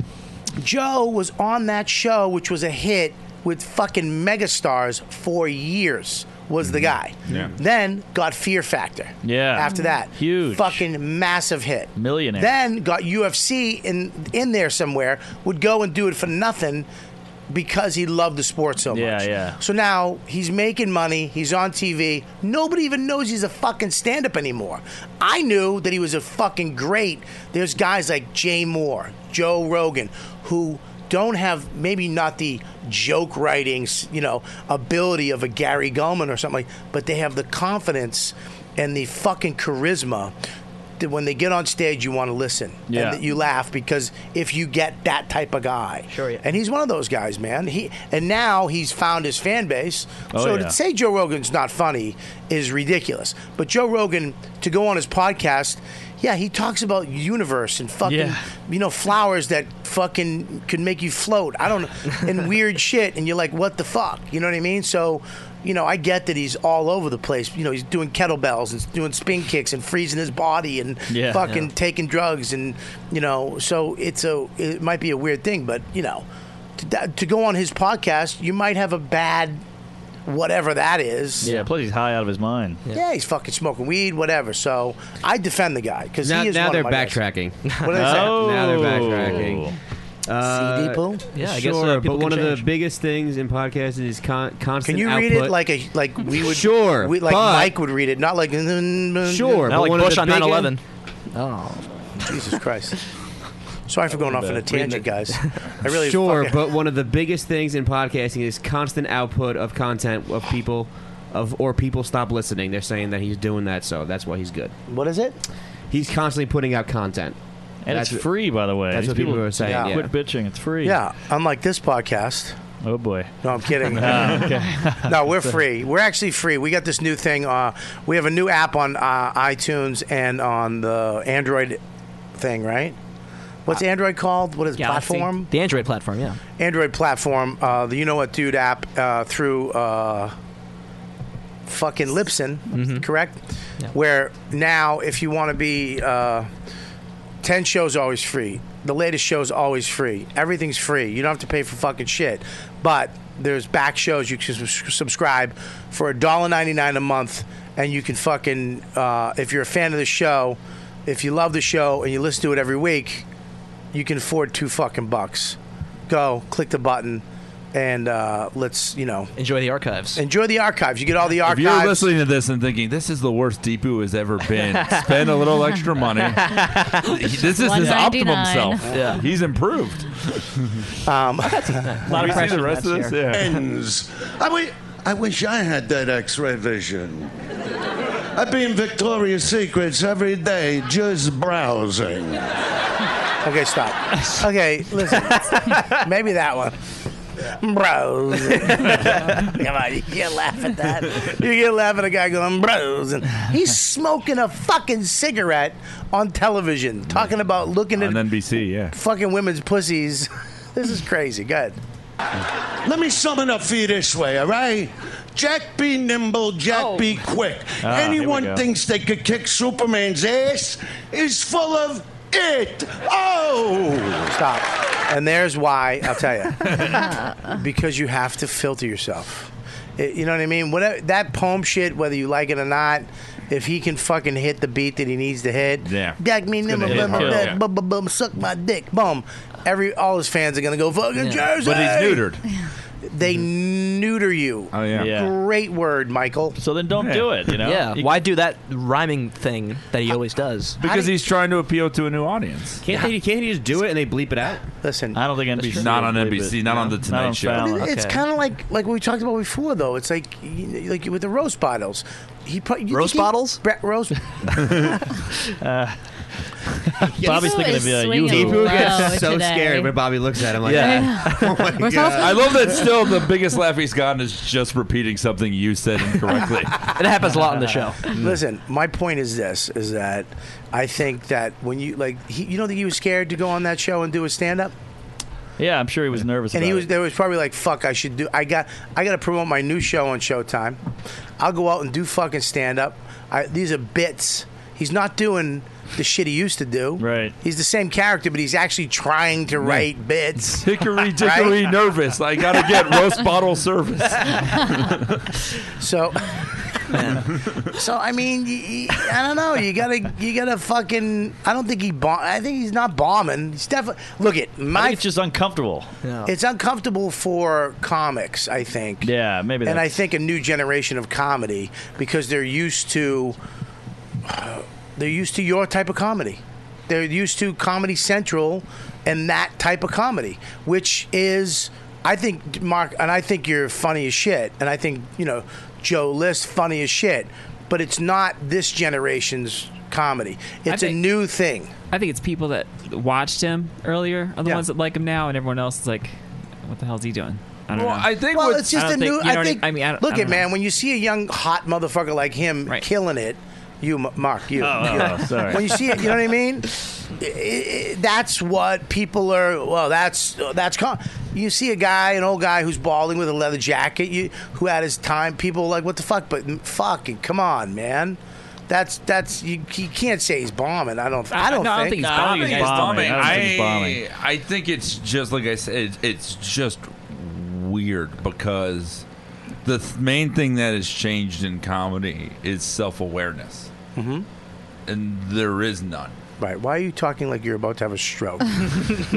[SPEAKER 4] Joe was on that show, which was a hit with fucking megastars for years. Was
[SPEAKER 7] Mm-hmm.
[SPEAKER 4] the guy?
[SPEAKER 7] Yeah.
[SPEAKER 4] Then got Fear Factor.
[SPEAKER 7] Yeah.
[SPEAKER 4] After that, huge, fucking massive hit.
[SPEAKER 7] Millionaire.
[SPEAKER 4] Then got UFC in in there somewhere. Would go and do it for nothing because he loved the sport so much.
[SPEAKER 7] Yeah, yeah.
[SPEAKER 4] So now he's making money. He's on TV. Nobody even knows he's a fucking stand up anymore. I knew that he was a fucking great. There's guys like Jay Moore, Joe Rogan, who don't have maybe not the joke writing, s- you know, ability of a Gary Gulman or something like, but they have the confidence and the fucking charisma that when they get on stage you want to listen
[SPEAKER 2] Yeah.
[SPEAKER 4] and that you laugh because if you get that type of guy sure yeah. and he's one of those guys man he and now he's found his fan base
[SPEAKER 2] Oh,
[SPEAKER 4] so
[SPEAKER 2] yeah.
[SPEAKER 4] to say Joe Rogan's not funny is ridiculous but Joe Rogan to go on his podcast yeah he talks about universe and fucking
[SPEAKER 2] Yeah.
[SPEAKER 4] you know flowers that fucking could make you float I don't and weird shit and you're like what the fuck you know what I mean so you know, I get that he's all over the place. You know, he's doing kettlebells and doing spin kicks and freezing his body and
[SPEAKER 2] Yeah.
[SPEAKER 4] fucking
[SPEAKER 2] Yeah.
[SPEAKER 4] taking drugs and you know. So it's a it might be a weird thing, but you know, to, that, to go on his podcast, you might have a bad whatever that is.
[SPEAKER 7] Yeah. Plus, he's high out of his mind.
[SPEAKER 4] Yeah, he's fucking smoking weed, whatever. So I defend the guy because
[SPEAKER 11] Now-
[SPEAKER 4] he is
[SPEAKER 11] now
[SPEAKER 4] one
[SPEAKER 11] they're
[SPEAKER 4] of my guys.
[SPEAKER 11] backtracking.
[SPEAKER 4] What is that?
[SPEAKER 11] Oh. Now they're backtracking. Uh,
[SPEAKER 4] CD pool?
[SPEAKER 11] Yeah, I guess uh, sure, but one of the biggest things in podcasts is con-
[SPEAKER 4] Can
[SPEAKER 11] constant.
[SPEAKER 4] you read it
[SPEAKER 11] output.
[SPEAKER 4] like a like we would
[SPEAKER 11] Sure,
[SPEAKER 4] we, like
[SPEAKER 11] but-
[SPEAKER 4] Mike would read it, not like
[SPEAKER 11] Sure, Not but like one of Bush the on big 9/11.
[SPEAKER 4] Oh, Jesus Christ! Sorry for going off on a tangent, guys. I really
[SPEAKER 11] sure,
[SPEAKER 4] fucking-
[SPEAKER 11] but one of the biggest things in podcasting is constant output of content of people, of or people stop listening. They're saying that he's doing that, so that's why he's good.
[SPEAKER 4] What is it?
[SPEAKER 11] He's constantly putting out content,
[SPEAKER 7] And
[SPEAKER 11] That's
[SPEAKER 7] it's
[SPEAKER 11] what-
[SPEAKER 7] free, by the way.
[SPEAKER 11] That's
[SPEAKER 7] These
[SPEAKER 11] what people, are saying. Yeah.
[SPEAKER 7] Quit bitching. It's free.
[SPEAKER 4] Yeah, unlike this podcast.
[SPEAKER 7] Oh boy.
[SPEAKER 4] No, I'm kidding.
[SPEAKER 7] Ah, okay.
[SPEAKER 4] no, we're free. We're actually free. We got this new thing. Uh, we have a new app on uh, iTunes and on the Android thing, right? What's Android called? What is it, platform?
[SPEAKER 14] The Android platform, yeah.
[SPEAKER 4] Android platform, uh, the You Know What Dude app uh, through uh, fucking Lipson, correct? Where now, if you want to be, uh, 10 shows always free. The latest show's always free. Everything's free. You don't have to pay for fucking shit. But there's back shows you can subs- subscribe for $1.99 a month, and you can fucking, uh, if you're a fan of the show, if you love the show and you listen to it every week, you can afford two fucking bucks. Go, click the button, and uh, let's, you know.
[SPEAKER 14] Enjoy the archives.
[SPEAKER 4] Enjoy the archives. You get all the
[SPEAKER 10] If you're
[SPEAKER 4] archives.
[SPEAKER 10] listening to this and thinking this is the worst Deepu has ever been, spend a little extra money. this is his optimum self.
[SPEAKER 15] Yeah.
[SPEAKER 10] He's improved.
[SPEAKER 4] Um,
[SPEAKER 10] a lot of pressure the rest of this? Yeah.
[SPEAKER 15] Ends. I, w- I wish I had that X-ray vision. I'd be in Victoria's Secrets every day just browsing.
[SPEAKER 4] Okay, stop. Okay, listen. Maybe that one. Bros. Come on, you can't laugh at that. You can't laugh at a guy going, bros. And he's smoking a fucking cigarette on television, talking about looking at
[SPEAKER 10] On NBC, yeah.
[SPEAKER 4] fucking women's pussies. This is crazy. Go ahead.
[SPEAKER 15] Let me sum it up for you this way, all right? Jack be nimble, Jack be
[SPEAKER 4] Oh.
[SPEAKER 15] quick.
[SPEAKER 10] Ah, here we go.
[SPEAKER 15] Anyone thinks they could kick Superman's ass is full of it. Oh!
[SPEAKER 4] Stop. And there's why I'll tell you, because you have to filter yourself. It- you know what I mean? Whatever that poem shit, whether you like it or not, if he can fucking hit the beat that he needs to hit,
[SPEAKER 2] Yeah.
[SPEAKER 4] Jack me
[SPEAKER 2] It's
[SPEAKER 4] nimble,
[SPEAKER 2] gonna hit
[SPEAKER 4] blah, blah,
[SPEAKER 2] hard.
[SPEAKER 4] blah,
[SPEAKER 2] Yeah.
[SPEAKER 4] blah, blah, blah, suck my dick, boom. Every all his fans are gonna go fucking
[SPEAKER 2] Yeah.
[SPEAKER 4] Jersey.
[SPEAKER 2] But he's Mm-hmm.
[SPEAKER 10] neutered.
[SPEAKER 4] They neuter you.
[SPEAKER 10] Oh
[SPEAKER 14] Yeah.
[SPEAKER 4] Great word, Michael.
[SPEAKER 7] So then don't do it, you know?
[SPEAKER 14] Yeah.
[SPEAKER 7] You-
[SPEAKER 14] Why do that rhyming thing that he always does?
[SPEAKER 10] Because he's trying to appeal to a new audience.
[SPEAKER 14] Can't they-
[SPEAKER 11] can't he just do it and they bleep it out?
[SPEAKER 4] Listen,
[SPEAKER 7] I don't think NBC
[SPEAKER 10] Not on
[SPEAKER 7] would believe
[SPEAKER 10] NBC,
[SPEAKER 7] it,
[SPEAKER 10] not
[SPEAKER 7] you
[SPEAKER 10] on
[SPEAKER 7] know?
[SPEAKER 10] the Tonight
[SPEAKER 7] on
[SPEAKER 10] Show.
[SPEAKER 7] Fallon.
[SPEAKER 4] It- It's kind of like like we talked about before, though. It's like you- like with the roast bottles. He pro- you
[SPEAKER 7] Roast
[SPEAKER 4] think he-
[SPEAKER 7] bottles?
[SPEAKER 4] Brett roast.
[SPEAKER 7] Uh, Bobby's thinking of uh, you.
[SPEAKER 11] Deepu gets so scared when Bobby looks at him like that. Oh my God.
[SPEAKER 10] I love that still the biggest laugh he's gotten is just repeating something you said incorrectly.
[SPEAKER 4] it
[SPEAKER 10] happens a lot on the show.
[SPEAKER 4] Listen, my point is this: is that I think that when you like, he, you don't think he was scared to go on that show and do a stand-up,
[SPEAKER 7] Yeah, I'm sure he was nervous.
[SPEAKER 4] and
[SPEAKER 7] about
[SPEAKER 4] he
[SPEAKER 7] it.
[SPEAKER 4] was there was probably like, "Fuck, I should do. I got, I got to promote my new show on Showtime. I'll go out and do fucking stand-up. I, these are bits. He's not doing." The shit he used to do. Right. He's the same character, but he's actually trying to write bits.
[SPEAKER 10] Hickory dickory nervous. I gotta get roast bottle service.
[SPEAKER 4] So, so I mean, y y- I don't know. You gotta, you gotta fucking. I don't think he bomb. I think he's not bombing. He's definitely. Look at my.
[SPEAKER 7] it's just uncomfortable.
[SPEAKER 4] It's uncomfortable for comics, I think.
[SPEAKER 7] Yeah, maybe.
[SPEAKER 4] And I
[SPEAKER 7] that's-
[SPEAKER 4] think a new generation of comedy because they're used to they're used to your type of comedy. They're used to Comedy Central and that type of comedy, which is I think Mark and I think you're funny as shit, and I think you know Joe List funny as shit, but it's not this generation's comedy. It's a new thing.
[SPEAKER 9] I think it's people that watched him earlier are the ones that like him now, and everyone else is like, "What the hell's he doing?" I don't
[SPEAKER 4] well,
[SPEAKER 9] know.
[SPEAKER 4] I think well, it's just
[SPEAKER 9] I
[SPEAKER 4] a
[SPEAKER 9] don't
[SPEAKER 4] new.
[SPEAKER 9] you know what
[SPEAKER 4] I think.
[SPEAKER 9] I mean, I don't,
[SPEAKER 4] look
[SPEAKER 9] I don't
[SPEAKER 4] at
[SPEAKER 9] know.
[SPEAKER 4] man when you see a young hot motherfucker like him killing it. You, M- Mark, you.
[SPEAKER 7] Oh,
[SPEAKER 4] you.
[SPEAKER 7] oh, oh, sorry.
[SPEAKER 4] When you see it, you know what I mean. I- I- that's what people are. Well, that's that's. Con- you see a guy, an old guy who's balding with a leather jacket, you who had his time. People are like, what the fuck? But m- fucking, come on, man. That's that's you, you can't say he's bombing. I don't. I don't think.
[SPEAKER 10] I, I think it's just like I said. it- It's just weird because the th- main thing that has changed in comedy is self awareness,
[SPEAKER 4] Mhm.
[SPEAKER 10] and there is none.
[SPEAKER 4] Right. Why are you talking like you're about to have a stroke?
[SPEAKER 10] Because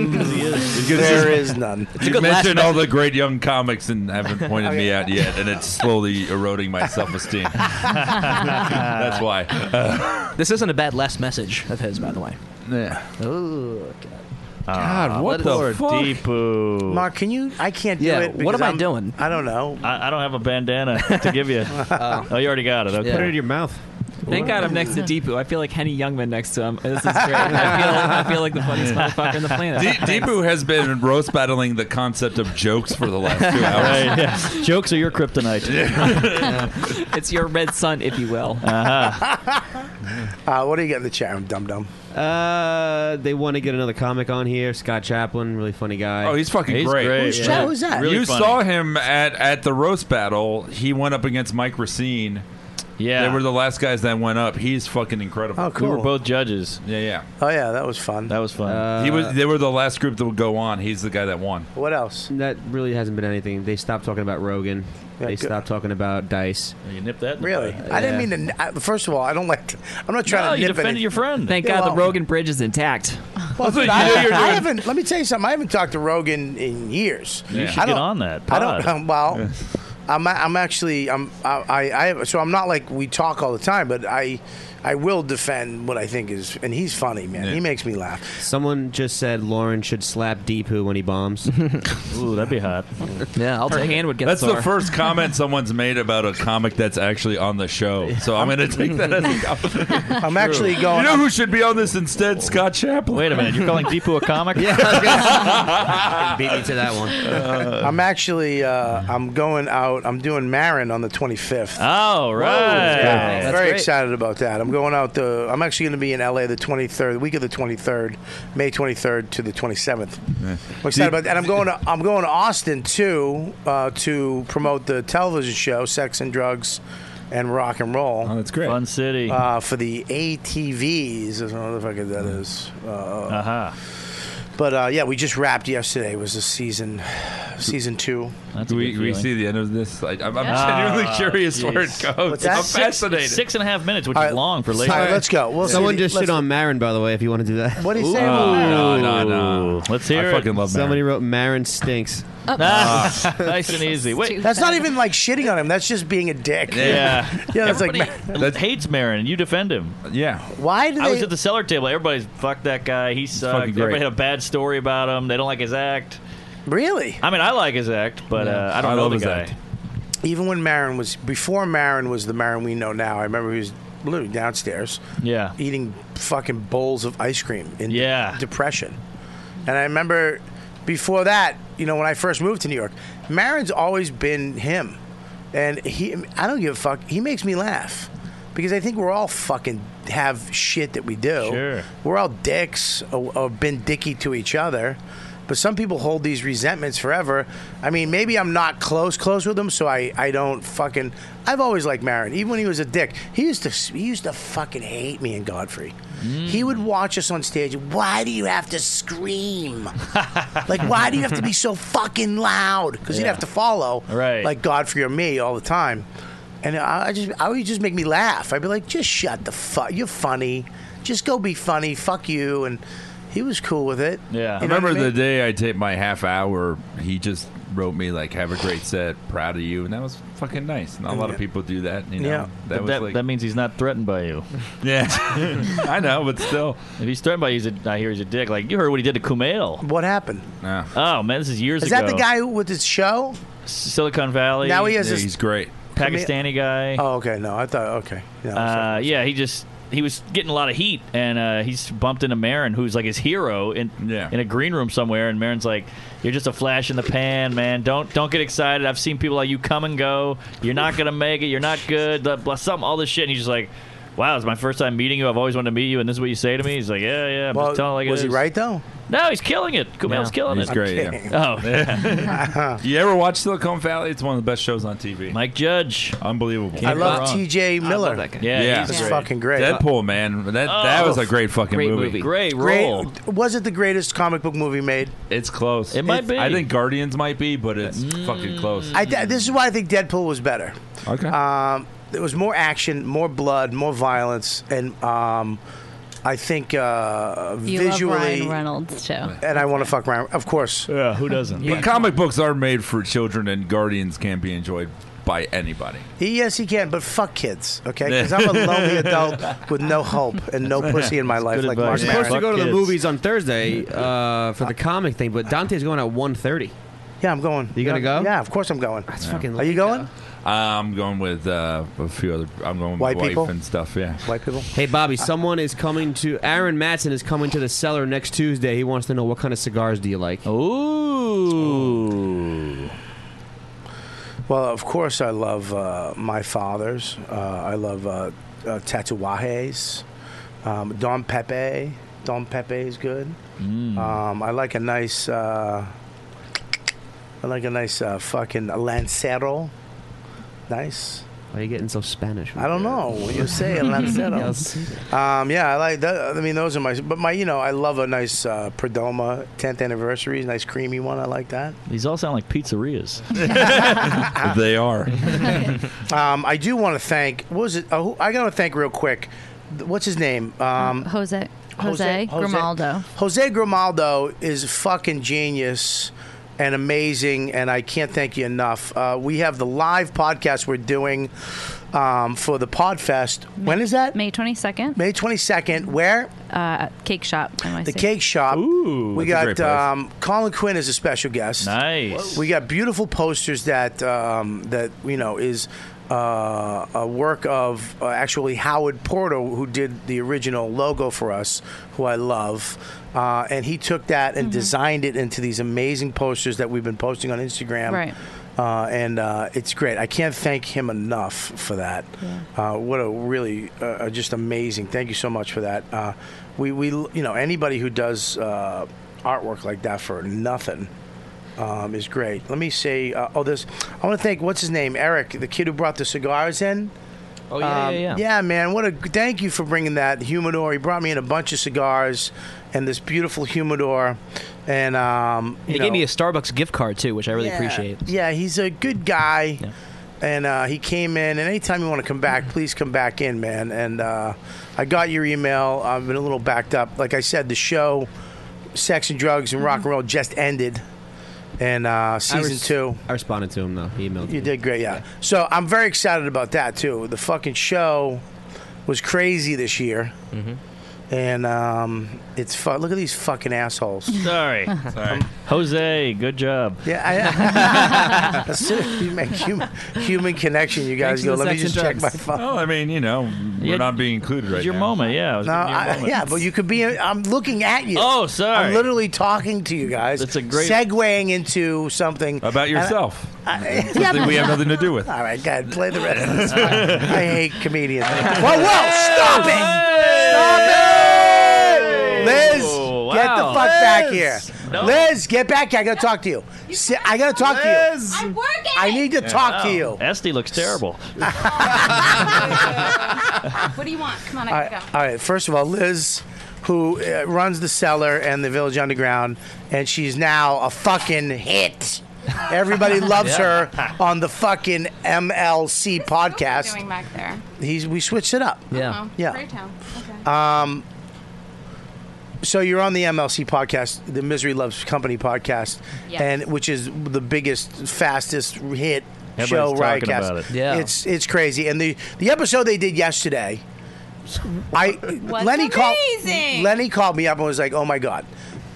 [SPEAKER 4] There
[SPEAKER 10] it's-
[SPEAKER 4] is none. It's a
[SPEAKER 10] You
[SPEAKER 4] good last
[SPEAKER 10] mentioned
[SPEAKER 4] message.
[SPEAKER 10] all the great young comics and haven't pointed
[SPEAKER 4] Okay.
[SPEAKER 10] me out yet, and it's slowly eroding my self esteem. That's why.
[SPEAKER 14] this isn't a bad last message of his, by the way.
[SPEAKER 10] Yeah.
[SPEAKER 14] Oh,
[SPEAKER 7] Ah,
[SPEAKER 14] God, what
[SPEAKER 7] let-
[SPEAKER 14] the
[SPEAKER 7] poor
[SPEAKER 14] fuck?
[SPEAKER 7] Deepu.
[SPEAKER 4] Mark, can you? I can't do
[SPEAKER 7] Yeah,
[SPEAKER 4] it.
[SPEAKER 7] what
[SPEAKER 4] because
[SPEAKER 7] am I
[SPEAKER 4] I'm-
[SPEAKER 7] doing?
[SPEAKER 4] I don't know.
[SPEAKER 7] I, I don't have a bandana to give you. oh, you already got it. Okay.
[SPEAKER 9] Put it in
[SPEAKER 11] your mouth.
[SPEAKER 9] Thank God I'm next to Deepu. I feel like Henny Youngman next to him. This is great. I feel, I feel like the funniest motherfucker on the planet.
[SPEAKER 10] De- Deepu has been roast battling the concept of jokes for the last two hours.
[SPEAKER 7] Right, yeah. Jokes are your kryptonite.
[SPEAKER 9] it's your red sun, if you will.
[SPEAKER 10] Uh-huh.
[SPEAKER 4] Uh, what do you got in the chat room, dum dum?
[SPEAKER 11] Uh, they want to get another comic on here. Scott Chaplin, really funny guy.
[SPEAKER 10] Oh, he's fucking great. you saw him at, at the roast battle. He went up against Mike Racine.
[SPEAKER 7] Yeah.
[SPEAKER 10] They were the last guys that went up. He's fucking incredible.
[SPEAKER 4] Oh, cool. We were both
[SPEAKER 7] judges.
[SPEAKER 10] Yeah, yeah.
[SPEAKER 4] Oh yeah, that was fun.
[SPEAKER 7] That was fun.
[SPEAKER 10] he was. They were the last group that would go on. He's the guy that won.
[SPEAKER 4] What else?
[SPEAKER 11] That really hasn't been anything. They stopped talking about Rogan. they
[SPEAKER 4] good.
[SPEAKER 11] stopped talking about Dice.
[SPEAKER 7] You nip that.
[SPEAKER 4] Really? I didn't mean to. I, first of all, I don't like. To, I'm not trying
[SPEAKER 9] No,
[SPEAKER 4] to.
[SPEAKER 9] you
[SPEAKER 4] nip
[SPEAKER 9] defended
[SPEAKER 4] anything.
[SPEAKER 9] your friend. Thank
[SPEAKER 4] Yeah,
[SPEAKER 9] God the
[SPEAKER 4] well-
[SPEAKER 9] Rogan Bridge is intact.
[SPEAKER 4] Well,
[SPEAKER 9] That's what
[SPEAKER 4] I,
[SPEAKER 9] you know you're
[SPEAKER 4] I
[SPEAKER 9] doing.
[SPEAKER 4] haven't. Let me tell you something. I haven't talked to Rogan in years.
[SPEAKER 7] You should
[SPEAKER 4] I
[SPEAKER 7] get
[SPEAKER 4] don't-
[SPEAKER 7] on that
[SPEAKER 4] I don't.
[SPEAKER 7] pod.
[SPEAKER 4] um, well, I'm. I'm actually. I'm. I. I. I so I'm not like we talk all the time, but I. I will defend what I think is, and he's funny, man. He makes me laugh.
[SPEAKER 11] Someone just said Lauren should slap Deepu when he bombs.
[SPEAKER 7] Ooh, that'd be hot.
[SPEAKER 14] yeah, I'll
[SPEAKER 11] Her
[SPEAKER 14] take
[SPEAKER 11] hand
[SPEAKER 14] it.
[SPEAKER 11] would get
[SPEAKER 10] that's
[SPEAKER 11] sore.
[SPEAKER 10] the first comment someone's made about a comic that's actually on the show. So I'm going to take that as a compliment.
[SPEAKER 4] I'm actually going.
[SPEAKER 10] You know who should be on this instead? Scott Chaplin.
[SPEAKER 7] Wait a minute. You're calling Deepu a comic?
[SPEAKER 11] Beat me to that one.
[SPEAKER 4] I'm actually uh, I'm going out. I'm doing Marin on the 25th.
[SPEAKER 7] Oh, right.
[SPEAKER 4] Yeah,
[SPEAKER 7] That's
[SPEAKER 4] very
[SPEAKER 7] great.
[SPEAKER 4] excited about that. I'm going out. The I'm actually going to be in LA the 23rd, week of the 23rd, May 23rd to the 27th. I'm excited about that. And I'm going to I'm going to Austin too uh, to promote the television show Sex and Drugs. And rock and roll. Oh,
[SPEAKER 10] that's great.
[SPEAKER 7] Fun city.
[SPEAKER 4] Uh, for the ATVs, is what the fuck that is. Uh,
[SPEAKER 7] uh-huh.
[SPEAKER 4] But uh, yeah, we just wrapped yesterday. It was the season, season two.
[SPEAKER 10] Do we, we see the end of this? Like, I'm, I'm
[SPEAKER 4] Yeah.
[SPEAKER 10] genuinely
[SPEAKER 4] Ah,
[SPEAKER 10] curious where it
[SPEAKER 4] jeez.
[SPEAKER 10] goes.
[SPEAKER 4] What's that?
[SPEAKER 10] I'm
[SPEAKER 4] Six-
[SPEAKER 10] fascinated.
[SPEAKER 7] Six and a half minutes, which
[SPEAKER 4] All
[SPEAKER 7] is
[SPEAKER 4] right,
[SPEAKER 7] long for
[SPEAKER 4] all
[SPEAKER 7] later.
[SPEAKER 4] right, let's go. We'll
[SPEAKER 11] Someone
[SPEAKER 4] see.
[SPEAKER 11] just
[SPEAKER 4] Let's-
[SPEAKER 11] shit on Marin, by the way, if you want to do that.
[SPEAKER 4] What did he say?
[SPEAKER 10] No, no, no.
[SPEAKER 11] Let's
[SPEAKER 10] hear I it. fucking love
[SPEAKER 11] Somebody wrote Marin stinks.
[SPEAKER 7] Ah, nice and easy. Wait,
[SPEAKER 4] That's not even like shitting on him. That's just being a dick.
[SPEAKER 7] Yeah,
[SPEAKER 4] yeah. That's like
[SPEAKER 7] Everybody hates Marin. You defend him.
[SPEAKER 10] Yeah.
[SPEAKER 4] Why do
[SPEAKER 7] I was
[SPEAKER 4] they-
[SPEAKER 7] at the cellar table. Everybody's fuck that guy. He sucked.
[SPEAKER 10] fucking great.
[SPEAKER 7] Everybody had a bad story about him. They don't like his act.
[SPEAKER 4] Really?
[SPEAKER 7] I mean, I like his act, but uh, I don't know the guy.
[SPEAKER 4] Even when Marin was before Marin was the Marin we know now. I remember he was literally downstairs.
[SPEAKER 7] Yeah.
[SPEAKER 4] Eating fucking bowls of ice cream in de-
[SPEAKER 7] Yeah.
[SPEAKER 4] depression. And I remember before that, you know, when I first moved to New York, Marin's always been him. And he I don't give a fuck. He makes me laugh. Because I think we're all fucking have shit that we do. Sure. We're all dicks or, or been dicky to each other. But some people hold these resentments forever. I mean, maybe I'm not close, close with him, so I, I don't fucking. I've always liked Marin, even when he was a dick. He used to he used to fucking hate me and Godfrey. He would watch us on stage. Why do you have to scream? like, why do you have to be so fucking loud? Because he'd
[SPEAKER 7] Yeah.
[SPEAKER 4] have to follow,
[SPEAKER 7] Right.
[SPEAKER 4] Like Godfrey or me all the time. And I I just, I would just make me laugh. I'd be like, just shut the fuck. You're funny. Just go be funny. Fuck you. And he was cool with it.
[SPEAKER 10] Yeah. I
[SPEAKER 4] You know
[SPEAKER 10] remember
[SPEAKER 4] what I
[SPEAKER 10] the
[SPEAKER 4] mean?
[SPEAKER 10] day I taped my half hour, he just wrote me like, "Have a great set, proud of you," and that was fucking nice. Not a lot of people do that, you know.
[SPEAKER 7] Yeah.
[SPEAKER 10] That
[SPEAKER 7] That,
[SPEAKER 10] was
[SPEAKER 7] that,
[SPEAKER 10] like,
[SPEAKER 7] means he's not threatened by you.
[SPEAKER 10] Yeah. I know, but still.
[SPEAKER 7] If he's threatened by you, he's a, I hear he's a dick. Like, you heard what he did to Kumail.
[SPEAKER 4] What happened?
[SPEAKER 7] Oh, man, this is years
[SPEAKER 4] Is
[SPEAKER 7] ago.
[SPEAKER 4] that the guy who- with his show?
[SPEAKER 7] Silicon Valley.
[SPEAKER 4] Now he has Yeah, this- he's
[SPEAKER 10] great.
[SPEAKER 7] Pakistani guy.
[SPEAKER 4] Oh, okay. No, I thought okay. Yeah,
[SPEAKER 7] uh, yeah, he just he was getting a lot of heat, and uh, he's bumped into Marin, who's like his hero in in a green room somewhere, and Marin's like, "You're just a flash in the pan, man. Don't don't get excited. I've seen people like you come and go. You're not gonna make it. You're not good. Blah, blah, something, all this shit." And he's just like. Wow, it's my first time meeting you. I've always wanted to meet you, and this is what you say to me. He's like, "Yeah, yeah." I'm
[SPEAKER 4] Well,
[SPEAKER 7] just telling it like it
[SPEAKER 4] was he
[SPEAKER 7] is."
[SPEAKER 4] right though?
[SPEAKER 7] No, he's killing it. Kumail's
[SPEAKER 10] No.
[SPEAKER 7] killing
[SPEAKER 10] He's
[SPEAKER 7] it.
[SPEAKER 10] great, I'm kidding.
[SPEAKER 7] Oh,
[SPEAKER 10] you ever watch Silicon Valley? It's one of the best shows on TV.
[SPEAKER 7] Mike Judge,
[SPEAKER 10] unbelievable.
[SPEAKER 4] I love T.J. Miller.
[SPEAKER 10] Yeah,
[SPEAKER 4] he's fucking great.
[SPEAKER 10] Deadpool, man. That that
[SPEAKER 4] Oh.
[SPEAKER 10] was a great fucking movie.
[SPEAKER 4] Great- Was it the greatest comic book movie made?
[SPEAKER 10] It's close. It
[SPEAKER 4] might be.
[SPEAKER 10] I think Guardians might be, but it's fucking close.
[SPEAKER 4] I th- this is why I think Deadpool was better.
[SPEAKER 10] Okay.
[SPEAKER 4] Um, there was more action, more blood, more violence, and um, I think uh,
[SPEAKER 6] You
[SPEAKER 4] visually.
[SPEAKER 6] love Ryan Reynolds too.
[SPEAKER 4] and I want to fuck Ryan, of course.
[SPEAKER 7] Yeah, who doesn't?
[SPEAKER 10] But comic books are made for children, and Guardians can be enjoyed by anybody.
[SPEAKER 4] He, yes, he can, but fuck kids, okay? Because I'm a lonely adult with no hope and no pussy in my life, like
[SPEAKER 11] We're
[SPEAKER 4] Mark
[SPEAKER 11] supposed to
[SPEAKER 4] Maron.
[SPEAKER 11] go to the movies on Thursday uh, for the comic thing, but Dante's going at 1.30.
[SPEAKER 4] Yeah, I'm going.
[SPEAKER 11] You gonna go?
[SPEAKER 4] Yeah, of course I'm going. That's
[SPEAKER 11] fucking
[SPEAKER 4] Are you going?
[SPEAKER 10] I'm going with uh, a few other. I'm going with
[SPEAKER 11] White
[SPEAKER 10] my wife
[SPEAKER 11] people?
[SPEAKER 10] and stuff. Yeah,
[SPEAKER 4] white people.
[SPEAKER 11] Hey, Bobby, someone is coming to. Aaron Matson is coming to the cellar next Tuesday. He wants to know what kind of cigars do you like?
[SPEAKER 7] Ooh.
[SPEAKER 4] Well, of course, I love uh, my father's. Uh, I love uh, uh, Tatuajes. Um, Don Pepe. Don Pepe is good.
[SPEAKER 11] Mm.
[SPEAKER 4] Um, I like a nice. Uh, I like a nice uh, fucking Lancero. Nice.
[SPEAKER 11] Why are you getting so Spanish?
[SPEAKER 4] I don't know what you say, Lancero.
[SPEAKER 11] Yeah, I'll see
[SPEAKER 4] um, yeah, I like that. I mean, those are my. But my, you know, I love a nice uh, Perdomo 10th anniversary, nice creamy one. I like that.
[SPEAKER 7] These all sound like pizzerias.
[SPEAKER 10] they are.
[SPEAKER 4] Um, I do want to thank. What was it? Uh, who- I got to thank real quick. th- What's his name? Um,
[SPEAKER 6] Mm, Jose, Jose, Grimaldo.
[SPEAKER 4] Jose Grimaldo is fucking genius and amazing, and I can't thank you enough. Uh, we have the live podcast we're doing um, for the Podfest. When is that?
[SPEAKER 6] May 22nd.
[SPEAKER 4] May 22nd. Where?
[SPEAKER 6] Uh, cake shop. NYC.
[SPEAKER 4] The Cake Shop. Ooh, we
[SPEAKER 6] that's a great
[SPEAKER 4] got
[SPEAKER 6] place.
[SPEAKER 4] um, Colin Quinn is a special guest.
[SPEAKER 7] Nice.
[SPEAKER 4] We got beautiful posters that um, that you know is. Uh, a work of uh, actually Howard Porter, who did the original logo for us, who I love, uh, and he took that and designed it into these amazing posters that we've been posting on Instagram.
[SPEAKER 6] Right.
[SPEAKER 4] Uh, and uh, it's great. I can't thank him enough for that. Uh, what a really uh, uh, just amazing. Thank you so much for that. Uh, we we you know anybody who does uh, artwork like that for nothing. Um, is great. Let me say, uh, oh, this. I want to thank what's his name, Eric, the kid who brought the cigars in. Oh
[SPEAKER 14] yeah, yeah, yeah.
[SPEAKER 4] man. What a thank you for bringing that humidor. He brought me in a bunch of cigars and this beautiful humidor, and um,
[SPEAKER 14] He
[SPEAKER 4] you
[SPEAKER 14] gave
[SPEAKER 4] know-
[SPEAKER 14] me a Starbucks gift card too, which I really
[SPEAKER 4] yeah.
[SPEAKER 14] appreciate.
[SPEAKER 4] Yeah, he's a good guy. And uh, he came in, and anytime you want to come back, please come back in, man. And uh, I got your email. I've been a little backed up. Like I said, the show, Sex and Drugs and Rock and Roll, just ended. And uh, season
[SPEAKER 11] res-
[SPEAKER 4] two.
[SPEAKER 11] I responded to him though. He emailed.
[SPEAKER 4] You did great, yeah. So I'm very excited about that, too. The fucking show was crazy this year. And um, it's fun. Look at these fucking assholes.
[SPEAKER 7] Sorry. Sorry. Jose, good job.
[SPEAKER 4] Yeah, I, as soon as you make human, human connection, you guys
[SPEAKER 7] Thanks to
[SPEAKER 4] go.
[SPEAKER 7] the
[SPEAKER 4] Let me
[SPEAKER 7] sex
[SPEAKER 4] just
[SPEAKER 7] and
[SPEAKER 4] check my
[SPEAKER 7] drugs."
[SPEAKER 4] phone.
[SPEAKER 10] Well, I mean, you know, we're
[SPEAKER 7] Yeah,
[SPEAKER 10] not being included right
[SPEAKER 7] your
[SPEAKER 10] now.
[SPEAKER 7] moment, yeah. I was
[SPEAKER 4] No,
[SPEAKER 7] giving you a
[SPEAKER 4] I-
[SPEAKER 7] moment.
[SPEAKER 4] yeah, but you could be. I'm looking at you.
[SPEAKER 7] Oh, sorry.
[SPEAKER 4] I'm literally talking to you guys.
[SPEAKER 7] That's a great-
[SPEAKER 4] segueing into something
[SPEAKER 10] About
[SPEAKER 4] And I-
[SPEAKER 10] yourself.
[SPEAKER 4] I-
[SPEAKER 10] Something we have nothing to do with.
[SPEAKER 4] All right, guys, play the rest of this. I hate comedians. Whoa, whoa! Stop it! Stop it! Liz, get the
[SPEAKER 2] wow.
[SPEAKER 4] fuck back
[SPEAKER 2] Liz!
[SPEAKER 4] here.
[SPEAKER 2] No.
[SPEAKER 4] Liz, get back here. I gotta talk to you. Si- I gotta talk
[SPEAKER 7] Liz!
[SPEAKER 4] to you.
[SPEAKER 7] I'm
[SPEAKER 4] working. I need to talk to
[SPEAKER 7] Wow.
[SPEAKER 4] you.
[SPEAKER 7] Esty looks terrible.
[SPEAKER 6] What do you want? Come on,
[SPEAKER 4] All
[SPEAKER 6] I can go.
[SPEAKER 4] right, all right. First of all, Liz, who uh, runs the cellar and the Village Underground, and she's now a fucking hit. Everybody loves
[SPEAKER 2] Yeah.
[SPEAKER 4] her on the fucking MLC podcast.
[SPEAKER 6] Going back there.
[SPEAKER 4] He's we switched it up.
[SPEAKER 6] Oh,
[SPEAKER 4] yeah.
[SPEAKER 6] Greytown. Okay.
[SPEAKER 4] Um, so you're on the MLC podcast, the Misery Loves Company podcast,
[SPEAKER 2] Yes.
[SPEAKER 4] and which is the biggest, fastest hit
[SPEAKER 7] Everybody's
[SPEAKER 4] show
[SPEAKER 7] talking
[SPEAKER 4] Riotcast.
[SPEAKER 7] about it. Yeah.
[SPEAKER 4] it's it's crazy. And the the episode they did yesterday, I
[SPEAKER 2] Was
[SPEAKER 4] Lenny called
[SPEAKER 2] amazing.
[SPEAKER 4] Lenny called me up and was like, "Oh my god,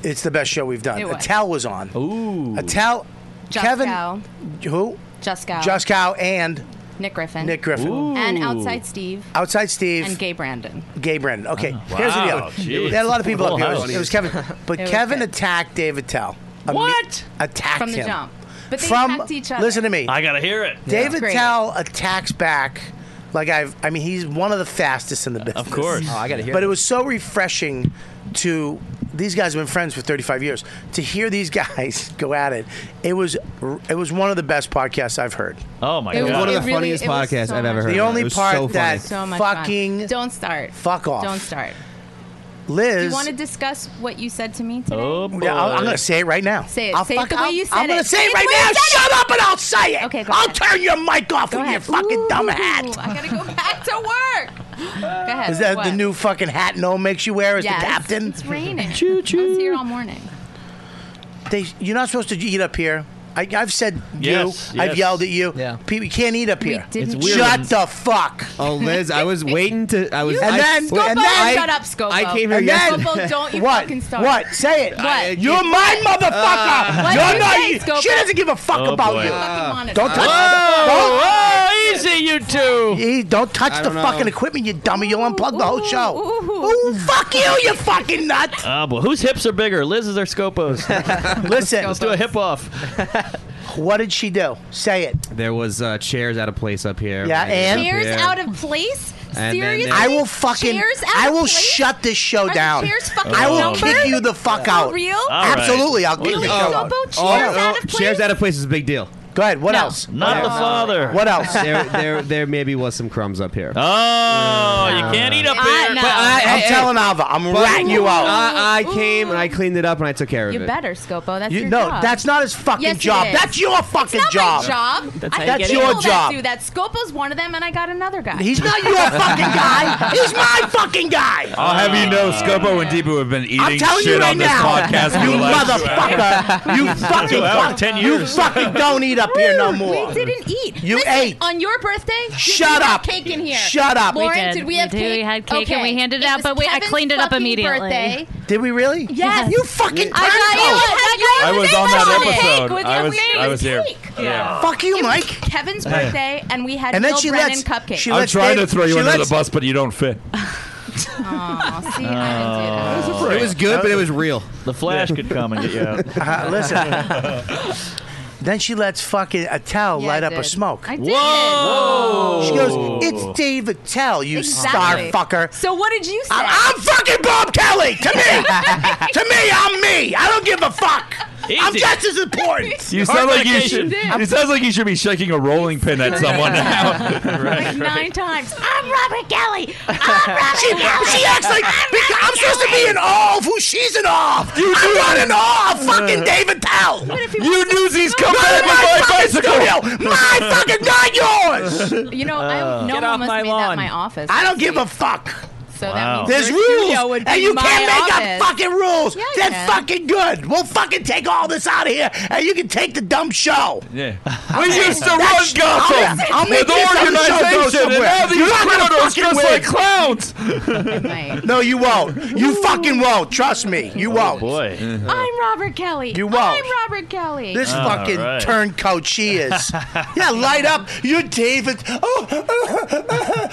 [SPEAKER 4] it's the best show we've done."
[SPEAKER 6] It was.
[SPEAKER 4] Attell was on. Ooh, Attell,
[SPEAKER 6] Just
[SPEAKER 4] Kevin,
[SPEAKER 6] Cow.
[SPEAKER 4] who?
[SPEAKER 6] Just Cow.
[SPEAKER 4] Just Cow and
[SPEAKER 6] Nick Griffin.
[SPEAKER 4] Nick Griffin. Ooh.
[SPEAKER 6] And Outside Steve.
[SPEAKER 4] Outside Steve
[SPEAKER 6] And Gay Brandon.
[SPEAKER 4] Gay Brennan.
[SPEAKER 7] Oh,
[SPEAKER 4] Okay,
[SPEAKER 6] Wow.
[SPEAKER 4] here's the deal.
[SPEAKER 6] Wow, geez.
[SPEAKER 4] They had a lot of people up here. It
[SPEAKER 6] Wow.
[SPEAKER 4] was, it was Kevin, but
[SPEAKER 6] It was
[SPEAKER 4] Kevin attacked David Tell. What? Attacked
[SPEAKER 6] From the
[SPEAKER 4] him.
[SPEAKER 6] jump. But they
[SPEAKER 4] From-
[SPEAKER 6] attacked each other.
[SPEAKER 4] Listen to me.
[SPEAKER 7] I gotta hear it.
[SPEAKER 4] David
[SPEAKER 6] Great.
[SPEAKER 4] Tell attacks back. Like I've, I mean, he's one of the fastest in the business. Of
[SPEAKER 7] course. Oh, I gotta hear
[SPEAKER 4] But it
[SPEAKER 7] it.
[SPEAKER 4] was so refreshing to these guys have been friends for 35 years to hear these guys go at it. It was, it was one of the best podcasts I've heard.
[SPEAKER 7] Oh my
[SPEAKER 11] It was
[SPEAKER 7] god.
[SPEAKER 11] one of the It really- funniest it was podcasts so I've ever much heard.
[SPEAKER 4] The
[SPEAKER 11] fun.
[SPEAKER 4] only
[SPEAKER 11] It was
[SPEAKER 4] part
[SPEAKER 11] so funny.
[SPEAKER 4] that
[SPEAKER 6] So much fun.
[SPEAKER 4] fucking
[SPEAKER 6] Don't start.
[SPEAKER 4] fuck off.
[SPEAKER 6] Don't start.
[SPEAKER 4] Liz.
[SPEAKER 6] Do you want to discuss what you said to me today?
[SPEAKER 4] Yeah, I'll- I'm gonna say it right now.
[SPEAKER 6] Oh, Say it.
[SPEAKER 4] I'll
[SPEAKER 6] say it
[SPEAKER 4] fuck-
[SPEAKER 6] the way
[SPEAKER 4] I'll-
[SPEAKER 6] you said
[SPEAKER 4] I'm gonna
[SPEAKER 6] it.
[SPEAKER 4] say it
[SPEAKER 6] the
[SPEAKER 4] right
[SPEAKER 6] way
[SPEAKER 4] now.
[SPEAKER 6] you said
[SPEAKER 4] Shut
[SPEAKER 6] it.
[SPEAKER 4] up and I'll say it.
[SPEAKER 6] Okay, go
[SPEAKER 4] I'll
[SPEAKER 6] ahead.
[SPEAKER 4] turn your mic off
[SPEAKER 6] Go
[SPEAKER 4] with your
[SPEAKER 6] ahead.
[SPEAKER 4] fucking dumb
[SPEAKER 6] Ooh,
[SPEAKER 4] hat.
[SPEAKER 6] I gotta go back to work. Go ahead.
[SPEAKER 4] Is that
[SPEAKER 6] What?
[SPEAKER 4] the new fucking hat no makes you wear as
[SPEAKER 6] Yes.
[SPEAKER 4] the captain?
[SPEAKER 6] It's raining. Choo choo. I was here all morning.
[SPEAKER 4] They, you're not supposed to eat up here. I, I've said
[SPEAKER 11] Yes,
[SPEAKER 4] you. I've
[SPEAKER 11] yes.
[SPEAKER 4] yelled at you. Yeah. People you can't eat up here.
[SPEAKER 11] didn't- It's weird
[SPEAKER 4] Shut
[SPEAKER 11] when-
[SPEAKER 4] the fuck.
[SPEAKER 11] Oh, Liz, I was waiting to. I was.
[SPEAKER 4] You- And
[SPEAKER 11] I,
[SPEAKER 4] then-
[SPEAKER 11] wait,
[SPEAKER 4] and
[SPEAKER 11] I-
[SPEAKER 4] then-
[SPEAKER 6] Shut up, Scopo.
[SPEAKER 11] I came here
[SPEAKER 4] And then-
[SPEAKER 11] yesterday.
[SPEAKER 6] Scopo, don't you
[SPEAKER 4] what?
[SPEAKER 6] fucking start.
[SPEAKER 4] What? Say it.
[SPEAKER 6] What?
[SPEAKER 4] You're mine, motherfucker.
[SPEAKER 6] What
[SPEAKER 4] You're
[SPEAKER 6] did
[SPEAKER 4] not.
[SPEAKER 6] you say, Scopo?
[SPEAKER 4] she doesn't give a fuck
[SPEAKER 7] Oh,
[SPEAKER 4] about
[SPEAKER 7] boy.
[SPEAKER 4] you.
[SPEAKER 7] Fucking
[SPEAKER 6] monitor.
[SPEAKER 4] Don't touch.
[SPEAKER 7] Whoa,
[SPEAKER 4] Don't, E,
[SPEAKER 7] easy, you two.
[SPEAKER 4] don't touch
[SPEAKER 7] I
[SPEAKER 4] the
[SPEAKER 7] don't know.
[SPEAKER 4] fucking equipment, you dummy. You'll unplug the whole show. Ooh, fuck you, you fucking nut.
[SPEAKER 7] Oh, boy. Whose hips are bigger, Liz's or Scopo's?
[SPEAKER 4] Listen,
[SPEAKER 7] let's do a hip off.
[SPEAKER 4] What did she do? Say it.
[SPEAKER 11] There was uh, chairs out of place up here.
[SPEAKER 4] Yeah,
[SPEAKER 11] Right
[SPEAKER 4] and-
[SPEAKER 11] up
[SPEAKER 6] Chairs
[SPEAKER 11] here.
[SPEAKER 6] out of place.
[SPEAKER 11] And then
[SPEAKER 6] Seriously,
[SPEAKER 11] there-
[SPEAKER 4] I will fucking.
[SPEAKER 6] Chairs out
[SPEAKER 4] I
[SPEAKER 6] of
[SPEAKER 4] will
[SPEAKER 6] place?
[SPEAKER 4] shut this show
[SPEAKER 6] Are the
[SPEAKER 4] down.
[SPEAKER 6] chairs fucking
[SPEAKER 4] I will
[SPEAKER 6] numbered?
[SPEAKER 4] kick you the fuck
[SPEAKER 6] For
[SPEAKER 4] out.
[SPEAKER 6] real? All right.
[SPEAKER 4] Absolutely, I'll kick
[SPEAKER 6] Really?
[SPEAKER 4] the show
[SPEAKER 6] So
[SPEAKER 4] out.
[SPEAKER 6] both chairs
[SPEAKER 11] Oh,
[SPEAKER 6] out of place.
[SPEAKER 11] Chairs out of place is a big deal.
[SPEAKER 4] Go ahead. What else?
[SPEAKER 7] Not the father.
[SPEAKER 4] What else?
[SPEAKER 11] there, there, there maybe was some crumbs up here.
[SPEAKER 7] Oh, you can't eat up here.
[SPEAKER 6] Ah, no.
[SPEAKER 4] I'm telling Alva, I'm ratting you out.
[SPEAKER 11] I, I came and I cleaned it up and I took care of
[SPEAKER 6] You
[SPEAKER 11] it.
[SPEAKER 6] better, Scopo. That's
[SPEAKER 11] You-
[SPEAKER 6] your
[SPEAKER 11] no,
[SPEAKER 6] job.
[SPEAKER 11] that's not his fucking
[SPEAKER 6] Yes, it
[SPEAKER 11] job.
[SPEAKER 6] is.
[SPEAKER 11] That's your fucking
[SPEAKER 6] it's not My
[SPEAKER 11] job.
[SPEAKER 6] job.
[SPEAKER 11] That's
[SPEAKER 6] I
[SPEAKER 11] how you
[SPEAKER 6] have
[SPEAKER 11] get it.
[SPEAKER 6] people
[SPEAKER 11] Your
[SPEAKER 6] That
[SPEAKER 11] job.
[SPEAKER 6] do that. Scopo's one of them, and I got another guy.
[SPEAKER 4] He's not your fucking guy. He's my fucking guy.
[SPEAKER 10] I'll have you know, Scopo and Deepu have been eating
[SPEAKER 4] I'm telling
[SPEAKER 10] shit
[SPEAKER 4] you right
[SPEAKER 10] on this
[SPEAKER 4] now,
[SPEAKER 10] podcast. for
[SPEAKER 4] you
[SPEAKER 10] the last two hours.
[SPEAKER 4] motherfucker, you fucking,
[SPEAKER 10] Two hours,
[SPEAKER 4] fuck,
[SPEAKER 10] ten
[SPEAKER 4] you
[SPEAKER 10] years.
[SPEAKER 4] fucking don't eat up here no more.
[SPEAKER 6] We didn't eat.
[SPEAKER 4] You
[SPEAKER 6] Listen,
[SPEAKER 4] ate.
[SPEAKER 6] on your birthday.
[SPEAKER 4] Shut
[SPEAKER 6] we
[SPEAKER 4] up.
[SPEAKER 6] Had cake in here.
[SPEAKER 4] Shut up. We
[SPEAKER 6] Lauren,
[SPEAKER 4] did.
[SPEAKER 6] did. we have
[SPEAKER 17] We did.
[SPEAKER 6] cake?
[SPEAKER 17] We had cake
[SPEAKER 6] okay.
[SPEAKER 17] and we handed it out,
[SPEAKER 6] was
[SPEAKER 17] but we- I
[SPEAKER 6] Kevin's
[SPEAKER 17] cleaned it up
[SPEAKER 6] fucking
[SPEAKER 17] immediately.
[SPEAKER 6] Birthday.
[SPEAKER 4] Did we really?
[SPEAKER 6] Yes.
[SPEAKER 4] You fucking
[SPEAKER 6] I got you.
[SPEAKER 4] turncoat.
[SPEAKER 10] I was on that episode. I was, I was here.
[SPEAKER 6] Yeah.
[SPEAKER 4] Fuck you, Mike.
[SPEAKER 6] Kevin's
[SPEAKER 10] Yeah.
[SPEAKER 6] birthday, and we had
[SPEAKER 10] And
[SPEAKER 6] Bill
[SPEAKER 10] then she
[SPEAKER 6] Brennan
[SPEAKER 10] lets-
[SPEAKER 6] cupcakes.
[SPEAKER 10] I'm trying to throw you under the bus, but you don't fit. Oh.
[SPEAKER 6] Aw, see,
[SPEAKER 10] Uh.
[SPEAKER 11] It was good, but it was real.
[SPEAKER 7] The Flash could come and get you out.
[SPEAKER 4] Uh, listen. Then she lets fucking Attell
[SPEAKER 6] Yeah,
[SPEAKER 4] light
[SPEAKER 6] I
[SPEAKER 4] up
[SPEAKER 6] did.
[SPEAKER 4] a smoke.
[SPEAKER 6] I did. Whoa.
[SPEAKER 4] She goes, "It's Dave Attell, you star fucker."
[SPEAKER 6] So what did you say?
[SPEAKER 4] I'm, I'm fucking Bob Kelly. To me, to me, I'm me. I don't give a fuck. I'm just as important.
[SPEAKER 10] You sound like you should. It sounds like you should be shaking a rolling pin at someone now.
[SPEAKER 17] like nine times. I'm Robert Kelly. I'm Robert
[SPEAKER 4] She,
[SPEAKER 17] Kelly.
[SPEAKER 4] she acts like because I'm supposed to be an off. Who she's an off.
[SPEAKER 10] You
[SPEAKER 4] I'm
[SPEAKER 10] do. Uh,
[SPEAKER 4] not an off. Fucking David Tell.
[SPEAKER 10] You newsies come
[SPEAKER 4] Not
[SPEAKER 10] back
[SPEAKER 4] in
[SPEAKER 10] with
[SPEAKER 4] my
[SPEAKER 10] my
[SPEAKER 4] fucking
[SPEAKER 10] bicycle.
[SPEAKER 4] studio. My fucking, not yours.
[SPEAKER 17] You know, I, no
[SPEAKER 4] Get
[SPEAKER 17] one
[SPEAKER 4] off
[SPEAKER 17] must
[SPEAKER 4] my
[SPEAKER 17] made that
[SPEAKER 4] lawn.
[SPEAKER 17] my office.
[SPEAKER 4] I don't give a fuck.
[SPEAKER 17] So
[SPEAKER 4] Wow.
[SPEAKER 17] that means
[SPEAKER 4] Oh.
[SPEAKER 12] Oh.
[SPEAKER 4] There's
[SPEAKER 17] your studio
[SPEAKER 4] rules,
[SPEAKER 17] would be
[SPEAKER 4] and you
[SPEAKER 17] my
[SPEAKER 4] can't make
[SPEAKER 17] office.
[SPEAKER 4] up fucking rules.
[SPEAKER 17] Yeah, you
[SPEAKER 4] That's
[SPEAKER 17] can.
[SPEAKER 4] fucking good. We'll fucking take all this out of here, and you can take the dumb show.
[SPEAKER 10] Yeah.
[SPEAKER 4] I'll
[SPEAKER 10] We
[SPEAKER 4] make-
[SPEAKER 10] used to
[SPEAKER 4] that
[SPEAKER 10] run
[SPEAKER 4] sh-
[SPEAKER 10] Gotham
[SPEAKER 4] I'll, I'll make
[SPEAKER 10] with
[SPEAKER 4] this dumb show go
[SPEAKER 10] organization, and
[SPEAKER 4] somewhere.
[SPEAKER 10] now these
[SPEAKER 4] You're not gonna
[SPEAKER 10] criminals
[SPEAKER 4] fucking
[SPEAKER 10] dress
[SPEAKER 4] win.
[SPEAKER 10] like clowns.
[SPEAKER 4] No, you won't. You fucking won't. Trust me. You won't.
[SPEAKER 7] boy.
[SPEAKER 17] I'm Robert Kelly.
[SPEAKER 4] You won't.
[SPEAKER 17] I'm Robert Kelly.
[SPEAKER 4] This
[SPEAKER 15] Uh.
[SPEAKER 4] fucking turncoat she is. yeah, light up. You're David. Oh, David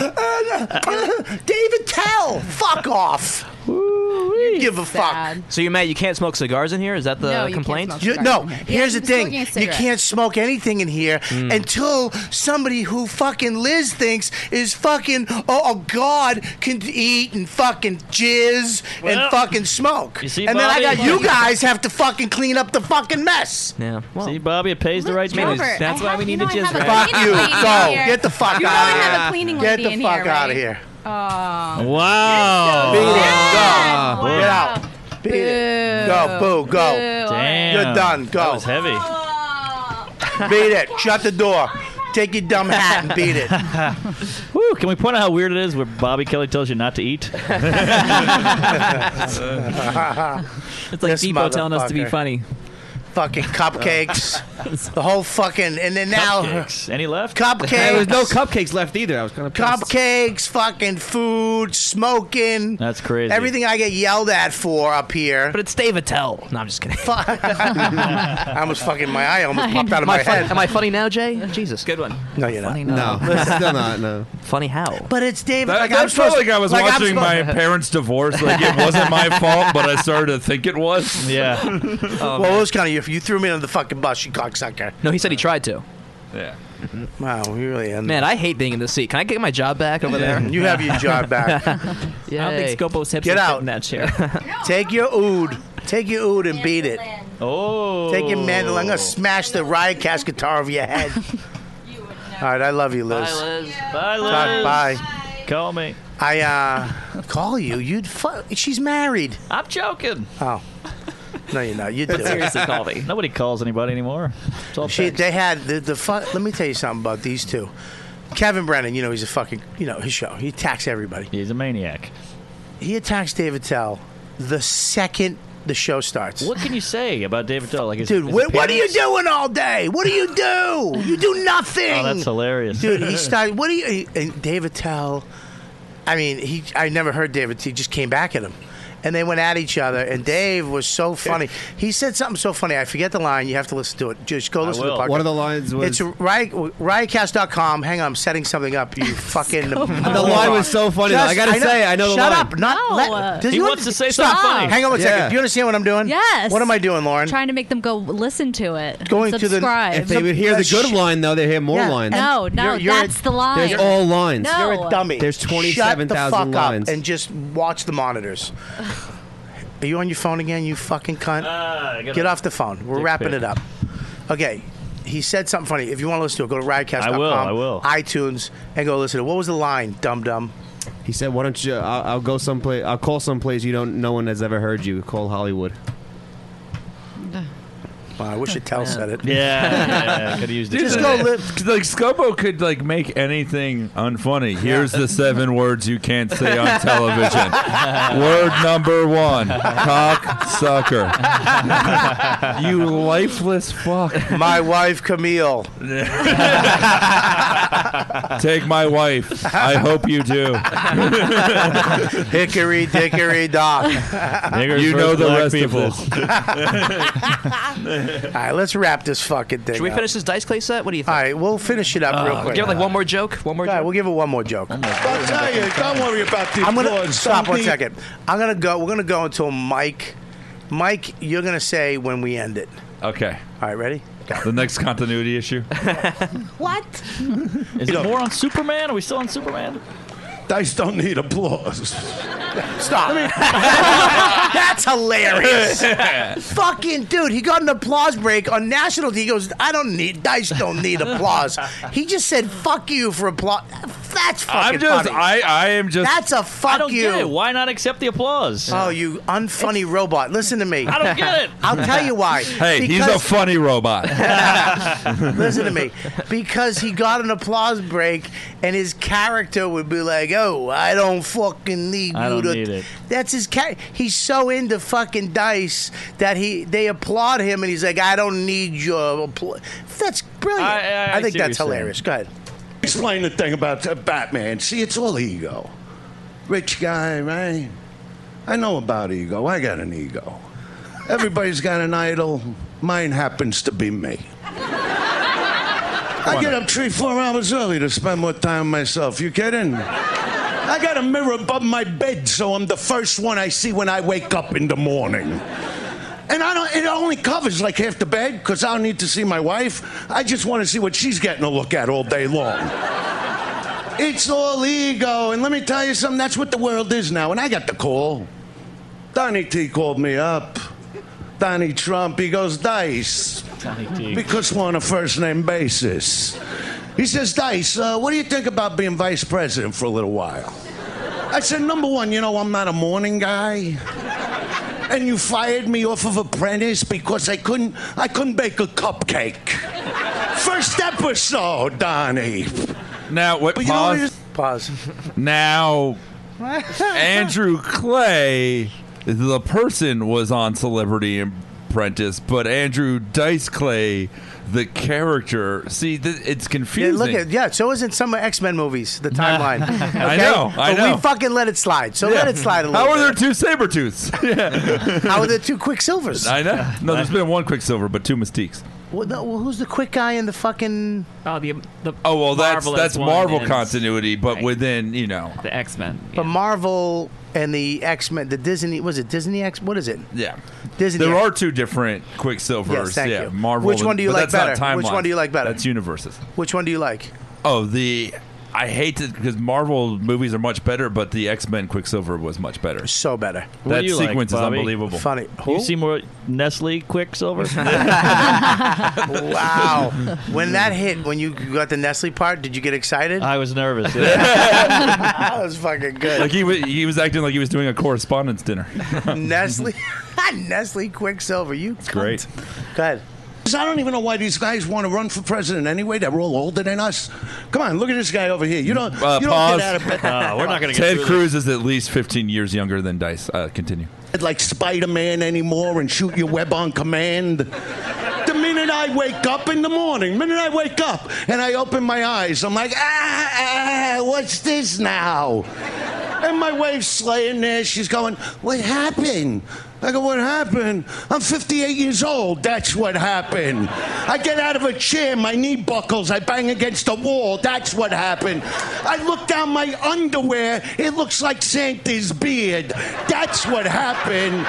[SPEAKER 4] Tell. Fuck off. You give a fuck.
[SPEAKER 14] So you're mad you can't smoke cigars in here? Is that the
[SPEAKER 4] No, you can't
[SPEAKER 14] complaint?
[SPEAKER 4] You- no, here's the thing. You can't smoke anything in here until somebody who fucking Liz thinks is fucking, oh, oh, God, can eat and fucking jizz
[SPEAKER 7] Well,
[SPEAKER 4] and fucking smoke.
[SPEAKER 7] you see,
[SPEAKER 4] and then I
[SPEAKER 7] Bobby?
[SPEAKER 4] got you guys have to fucking clean up the fucking mess.
[SPEAKER 14] Yeah.
[SPEAKER 7] See, Bobby, it pays the right dues.
[SPEAKER 4] Robert, I
[SPEAKER 7] That's why we need
[SPEAKER 4] you
[SPEAKER 7] a
[SPEAKER 4] know I
[SPEAKER 7] jizz.
[SPEAKER 4] have a Fuck cleaning you. lady in Go. here. Get the fuck You know outta I have a here. cleaning Get lady the in fuck here, outta right? here.
[SPEAKER 17] Oh.
[SPEAKER 7] Wow.
[SPEAKER 4] Beat it. Go.
[SPEAKER 7] Wow.
[SPEAKER 4] Get out. Beat it. Go, boo, go.
[SPEAKER 7] Damn.
[SPEAKER 4] You're done. Go.
[SPEAKER 7] That was heavy.
[SPEAKER 4] Beat it. Shut the door. Take your dumb hat and beat it.
[SPEAKER 7] Woo, can we point out how weird it is where Bobby Kelly tells you not to eat?
[SPEAKER 4] it's
[SPEAKER 9] like Depot telling us to be funny.
[SPEAKER 4] Fucking cupcakes. the whole fucking and then now
[SPEAKER 7] Cupcakes. Any left?
[SPEAKER 4] Cupcakes.
[SPEAKER 11] There was no cupcakes left either. I was kind of
[SPEAKER 4] Cupcakes, fucking food, smoking.
[SPEAKER 7] That's crazy.
[SPEAKER 4] Everything I get yelled at for up here. But
[SPEAKER 14] it's David Tell. No, I'm just kidding.
[SPEAKER 4] I almost fucking my eye almost popped out of
[SPEAKER 14] Am I
[SPEAKER 4] my
[SPEAKER 14] fun-
[SPEAKER 4] head.
[SPEAKER 14] Am I funny now, Jay? Jesus, good one.
[SPEAKER 4] No, you're
[SPEAKER 14] funny
[SPEAKER 11] No,
[SPEAKER 14] now.
[SPEAKER 11] still not. No.
[SPEAKER 14] Funny how?
[SPEAKER 4] But it's David.
[SPEAKER 10] That,
[SPEAKER 4] like
[SPEAKER 10] that
[SPEAKER 4] I'm
[SPEAKER 10] felt
[SPEAKER 4] supposed,
[SPEAKER 10] like I was
[SPEAKER 4] like I'm
[SPEAKER 10] watching my
[SPEAKER 4] supposed-
[SPEAKER 10] parents divorce. Like it wasn't my fault, but I started to think it was.
[SPEAKER 7] Yeah.
[SPEAKER 4] well, it was kind of you. You threw me under the fucking bus, you cocksucker.
[SPEAKER 14] No, he said he tried to.
[SPEAKER 10] Yeah.
[SPEAKER 4] Wow, we really ended.
[SPEAKER 14] Man, I hate being in this seat. Can I get my job back over there?
[SPEAKER 4] You have your job back.
[SPEAKER 14] Yeah.
[SPEAKER 9] Scopo's hips
[SPEAKER 4] Get
[SPEAKER 9] will fit
[SPEAKER 4] out
[SPEAKER 9] in that chair.
[SPEAKER 4] Take your oud. Take your oud and beat it.
[SPEAKER 7] Oh.
[SPEAKER 4] Take your mandolin. I'm gonna smash the riot cast guitar over your head. All right, I love you, Liz.
[SPEAKER 7] Bye, Liz.
[SPEAKER 4] Talk- bye.
[SPEAKER 7] Call me.
[SPEAKER 4] I uh, call you. You'd fuck. She's married.
[SPEAKER 7] I'm joking.
[SPEAKER 4] Oh. No, you're not. You do. it.
[SPEAKER 7] Nobody calls anybody anymore. It's all
[SPEAKER 4] She,
[SPEAKER 7] text.
[SPEAKER 4] they had the the fu- Let me tell you something about these two. Kevin Brennan, you know, he's a fucking, you know, his show. He attacks everybody.
[SPEAKER 7] He's a maniac.
[SPEAKER 4] He attacks David Tell the second the show starts.
[SPEAKER 7] What can you say about David Tell? Like, his,
[SPEAKER 4] Dude,
[SPEAKER 7] his
[SPEAKER 4] what, what are you
[SPEAKER 7] appearance?
[SPEAKER 4] doing all day? What do you do? You do nothing.
[SPEAKER 7] Oh, that's hilarious.
[SPEAKER 4] Dude, he started. What do you? And David Tell. I mean, he. I never heard David. He just came back at him, and they went at each other. And Dave was so funny. He said something so funny. I forget the line. You have to listen to it. Just go
[SPEAKER 11] I
[SPEAKER 4] listen to the
[SPEAKER 11] will.
[SPEAKER 4] podcast.
[SPEAKER 11] One of the lines was-
[SPEAKER 4] It's riot, riotcast.com. Hang on, I'm setting something up. You fucking. the
[SPEAKER 11] The line was so funny, though. I gotta say, I know the
[SPEAKER 4] Shut
[SPEAKER 11] line.
[SPEAKER 4] up. Not.
[SPEAKER 6] No.
[SPEAKER 4] Let, does
[SPEAKER 6] He
[SPEAKER 4] you-
[SPEAKER 6] wants to say
[SPEAKER 4] stop.
[SPEAKER 6] something funny.
[SPEAKER 4] Hang on one second.
[SPEAKER 11] Yeah.
[SPEAKER 4] Do you understand what I'm doing?
[SPEAKER 6] Yes.
[SPEAKER 4] What am I doing, Lauren?
[SPEAKER 6] Trying to make them go listen to it.
[SPEAKER 4] Going to the-
[SPEAKER 6] subscribe.
[SPEAKER 11] If they would hear the good line, though, they hear more
[SPEAKER 4] Yeah,
[SPEAKER 11] lines.
[SPEAKER 6] No, no,
[SPEAKER 4] You're- you're a-
[SPEAKER 6] that's the line.
[SPEAKER 11] There's all lines.
[SPEAKER 6] No.
[SPEAKER 4] You're a dummy.
[SPEAKER 11] There's
[SPEAKER 4] Shut the
[SPEAKER 11] 27,000
[SPEAKER 4] fuck
[SPEAKER 11] lines.
[SPEAKER 4] up and just watch the monitors. Are you on your phone again, you fucking cunt?
[SPEAKER 7] Ah, I gotta-
[SPEAKER 4] Get off the phone. We're
[SPEAKER 7] Dick
[SPEAKER 4] wrapping
[SPEAKER 7] pic.
[SPEAKER 4] it up. Okay. He said something funny. If you want to listen to it, go to
[SPEAKER 7] I
[SPEAKER 4] radcast.com,
[SPEAKER 7] will, I will.
[SPEAKER 4] iTunes, and go listen to it. What was the line, dum dum?
[SPEAKER 11] He said, "Why don't you? I'll, I'll go someplace. I'll call someplace you don't. No one has ever heard you. Call Hollywood."
[SPEAKER 4] Wow, I wish Attell said it.
[SPEAKER 7] Yeah, could have used it.
[SPEAKER 10] Just go live. Like Scopo could like make anything unfunny. Here's the seven words you can't say on television. Word number one: cock sucker. you lifeless fuck.
[SPEAKER 4] My wife Camille.
[SPEAKER 10] Take my wife. I hope you do.
[SPEAKER 4] Hickory dickory dock.
[SPEAKER 10] you know the rest of this.
[SPEAKER 4] All right, let's wrap this fucking thing.
[SPEAKER 14] Should we
[SPEAKER 4] up.
[SPEAKER 14] finish this dice clay set? What do you
[SPEAKER 4] All
[SPEAKER 14] think? Uh,
[SPEAKER 4] right, we'll finish it up real quick.
[SPEAKER 14] Give it like one more joke. One more.
[SPEAKER 4] All
[SPEAKER 14] joke.
[SPEAKER 4] right, we'll give it one more joke.
[SPEAKER 15] I'll tell you, don't worry about this.
[SPEAKER 4] I'm gonna
[SPEAKER 15] Lord,
[SPEAKER 4] stop one
[SPEAKER 15] Sunday.
[SPEAKER 4] second. I'm gonna go. We're gonna go until Mike. Mike, you're gonna say when we end it.
[SPEAKER 10] Okay.
[SPEAKER 4] All right, ready?
[SPEAKER 10] The next continuity issue.
[SPEAKER 17] What?
[SPEAKER 7] Is it more on Superman? Are we still on Superman?
[SPEAKER 15] Dice don't need applause.
[SPEAKER 4] Stop. That's hilarious. Fucking dude, he got an applause break on national. He goes, I don't need dice. Don't need applause. He just said, "Fuck you" for applause. That's fucking
[SPEAKER 10] I'm just,
[SPEAKER 4] funny.
[SPEAKER 10] I, I am just.
[SPEAKER 4] That's a fuck
[SPEAKER 10] I don't
[SPEAKER 4] you.
[SPEAKER 10] get it.
[SPEAKER 7] Why not accept the applause?
[SPEAKER 4] Oh, you unfunny robot! Listen to me.
[SPEAKER 10] I don't get it.
[SPEAKER 4] I'll tell you why.
[SPEAKER 10] Hey, he's a
[SPEAKER 4] Because-
[SPEAKER 10] funny robot.
[SPEAKER 4] Listen to me. Because he got an applause break and his character would be like, oh, I don't fucking need
[SPEAKER 7] I
[SPEAKER 4] you to.
[SPEAKER 7] don't need it.
[SPEAKER 4] That's his character. He's so into fucking dice that he they applaud him and he's like, I don't need your applause. That's brilliant.
[SPEAKER 15] I- I- I
[SPEAKER 4] think
[SPEAKER 15] see what
[SPEAKER 4] that's
[SPEAKER 15] you're saying.
[SPEAKER 4] hilarious. Go ahead.
[SPEAKER 15] Explain the thing about uh, Batman. See, it's all ego. Rich guy, right? I know about ego. I got an ego. Everybody's got an idol. Mine happens to be me. I get up three, four hours early to spend more time with myself. You kidding? I got a mirror above my bed, so I'm the first one I see when I wake up in the morning. And I don't, it only covers like half the bed because I don't need to see my wife. I just want to see what she's getting to look at all day long. It's all ego. And let me tell you something, that's what the world is now. And I got the call. Donnie T called me up. Donnie Trump, he goes, Dice.
[SPEAKER 7] Donnie T.
[SPEAKER 15] Because we're on a first name basis. He says, Dice, uh, what do you think about being vice president for a little while? I said, number one, you know, I'm not a morning guy. And you fired me off of Apprentice because I couldn't, I couldn't bake a cupcake. First episode, Donnie.
[SPEAKER 10] Now, what?
[SPEAKER 15] you know what
[SPEAKER 10] Pause.
[SPEAKER 4] Pause.
[SPEAKER 10] Now,
[SPEAKER 15] Andrew.
[SPEAKER 10] Andrew Clay, the person, was on Celebrity Apprentice, but Andrew Dice Clay, the character. See, th- it's
[SPEAKER 4] Yeah,
[SPEAKER 10] confusing.
[SPEAKER 4] look at yeah. So is in some X Men movies the timeline. Okay?
[SPEAKER 10] I know, I
[SPEAKER 4] But
[SPEAKER 10] know.
[SPEAKER 4] we fucking let it slide. So let
[SPEAKER 10] Yeah.
[SPEAKER 4] it slide a little.
[SPEAKER 10] How are
[SPEAKER 4] bit.
[SPEAKER 10] there two saber tooths? yeah.
[SPEAKER 4] How are there two Quicksilvers?
[SPEAKER 10] I know. No, there's been one Quicksilver, but two Mystiques.
[SPEAKER 4] Well, no, well, who's the quick guy in the fucking?
[SPEAKER 9] Oh, the the.
[SPEAKER 10] Oh well, that's
[SPEAKER 9] Marvel
[SPEAKER 10] that's
[SPEAKER 9] is one
[SPEAKER 10] Marvel
[SPEAKER 9] and-
[SPEAKER 10] continuity, but within you know
[SPEAKER 9] the X Men.
[SPEAKER 4] But Marvel and the X Men, the Disney was it Disney X? What is it?
[SPEAKER 10] Yeah,
[SPEAKER 4] Disney.
[SPEAKER 10] there are two different Quicksilvers.
[SPEAKER 4] Yes, thank
[SPEAKER 10] yeah,
[SPEAKER 4] you.
[SPEAKER 10] Marvel.
[SPEAKER 4] Which one do you
[SPEAKER 10] but
[SPEAKER 4] like better?
[SPEAKER 10] that's Not
[SPEAKER 4] Which
[SPEAKER 10] timeline.
[SPEAKER 4] one do you like better?
[SPEAKER 10] That's universes.
[SPEAKER 4] Which one do you like?
[SPEAKER 10] Oh, the I hate it because Marvel movies are much better, but the X Men Quicksilver was much better.
[SPEAKER 4] So better.
[SPEAKER 7] What
[SPEAKER 10] That
[SPEAKER 7] do you like,
[SPEAKER 10] sequence is
[SPEAKER 7] Bobby?
[SPEAKER 10] unbelievable.
[SPEAKER 7] You see more Nestle Quicksilver?
[SPEAKER 4] Wow! when that hit, when you got the Nestle part, did you get excited?
[SPEAKER 7] I was nervous.
[SPEAKER 4] that was fucking good.
[SPEAKER 10] Like he was, he was acting like he was doing a correspondence dinner.
[SPEAKER 4] Nestle, Nestle Quicksilver. You
[SPEAKER 10] It's great.
[SPEAKER 4] Go ahead.
[SPEAKER 15] I don't even know why these guys want to run for president anyway. They're all older than us. Come on, look at this guy over here. You don't,
[SPEAKER 10] Uh,
[SPEAKER 15] you don't
[SPEAKER 10] pause.
[SPEAKER 15] get out of bed.
[SPEAKER 7] Uh, we're not gonna get
[SPEAKER 10] Ted
[SPEAKER 7] through
[SPEAKER 10] Cruz is at least 15 years younger than Dice. Uh, continue.
[SPEAKER 15] like Spider Man anymore and shoot your web on command. The minute I wake up in the morning, minute I wake up and I open my eyes, I'm like, ah, ah what's this now? And my wife's laying there, she's going, What happened? I go, What happened? I'm 58 years old, that's what happened. I get out of a chair, my knee buckles, I bang against the wall, that's what happened. I look down my underwear, it looks like Santa's beard, that's what happened.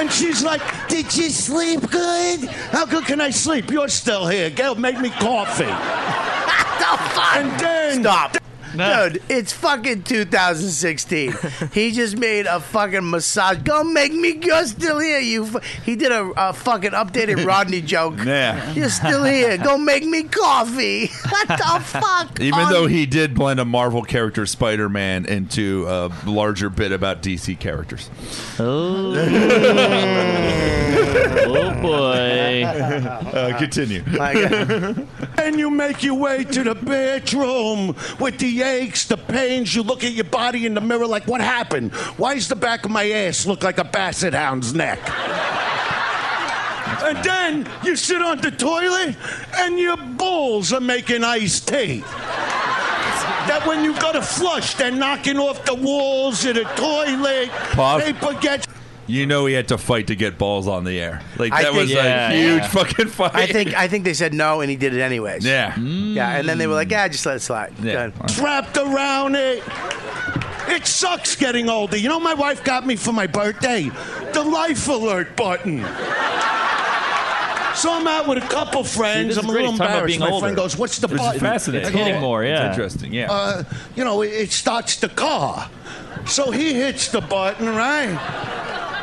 [SPEAKER 15] And she's like, Did you sleep good? How good can I sleep? You're still here. Go make me coffee. And then.
[SPEAKER 4] Stop. Dude, it's fucking 2016. he just made a fucking massage. Go make me. You're still here. You. F- he did a, a fucking updated Rodney joke.
[SPEAKER 10] Yeah.
[SPEAKER 4] You're still here. Go make me coffee. What the fuck?
[SPEAKER 10] Even
[SPEAKER 4] On-
[SPEAKER 10] though he did blend a Marvel character, Spider Man, into a larger bit about DC characters.
[SPEAKER 7] Oh.
[SPEAKER 10] boy. Uh, continue.
[SPEAKER 15] and you make your way to the bedroom with the aches, the pains. You look at your body in the mirror like, what happened? Why does the back of my ass look like a basset hound's neck? And then you sit on the toilet and your balls are making iced tea. That when you go to flush, they're knocking off the walls of the toilet.
[SPEAKER 10] Pause.
[SPEAKER 15] Paper gets
[SPEAKER 10] You know he had to fight to get balls on the air. Like
[SPEAKER 4] I
[SPEAKER 10] that
[SPEAKER 4] think-
[SPEAKER 10] was
[SPEAKER 4] Yeah,
[SPEAKER 10] a huge
[SPEAKER 4] yeah.
[SPEAKER 10] fucking fight.
[SPEAKER 4] I think I think they said no, and he did it anyways. Mm.
[SPEAKER 10] Yeah.
[SPEAKER 4] Yeah, and then they were like, "Yeah, just let it slide." Yeah.
[SPEAKER 15] wrapped around it. It sucks getting older. You know, my wife got me for my birthday the life alert button. So I'm out with a couple friends.
[SPEAKER 7] this is
[SPEAKER 15] I'm a
[SPEAKER 7] great.
[SPEAKER 15] little
[SPEAKER 7] It's talking about
[SPEAKER 15] embarrassed.
[SPEAKER 7] being
[SPEAKER 15] My
[SPEAKER 7] older.
[SPEAKER 15] friend goes, "What's the
[SPEAKER 7] It's
[SPEAKER 15] party?"
[SPEAKER 7] fascinating.
[SPEAKER 15] I
[SPEAKER 7] It's
[SPEAKER 15] go,
[SPEAKER 7] hitting more, yeah. It's
[SPEAKER 10] interesting, yeah.
[SPEAKER 15] Uh, you know, it, it starts the car. So he hits the button, right?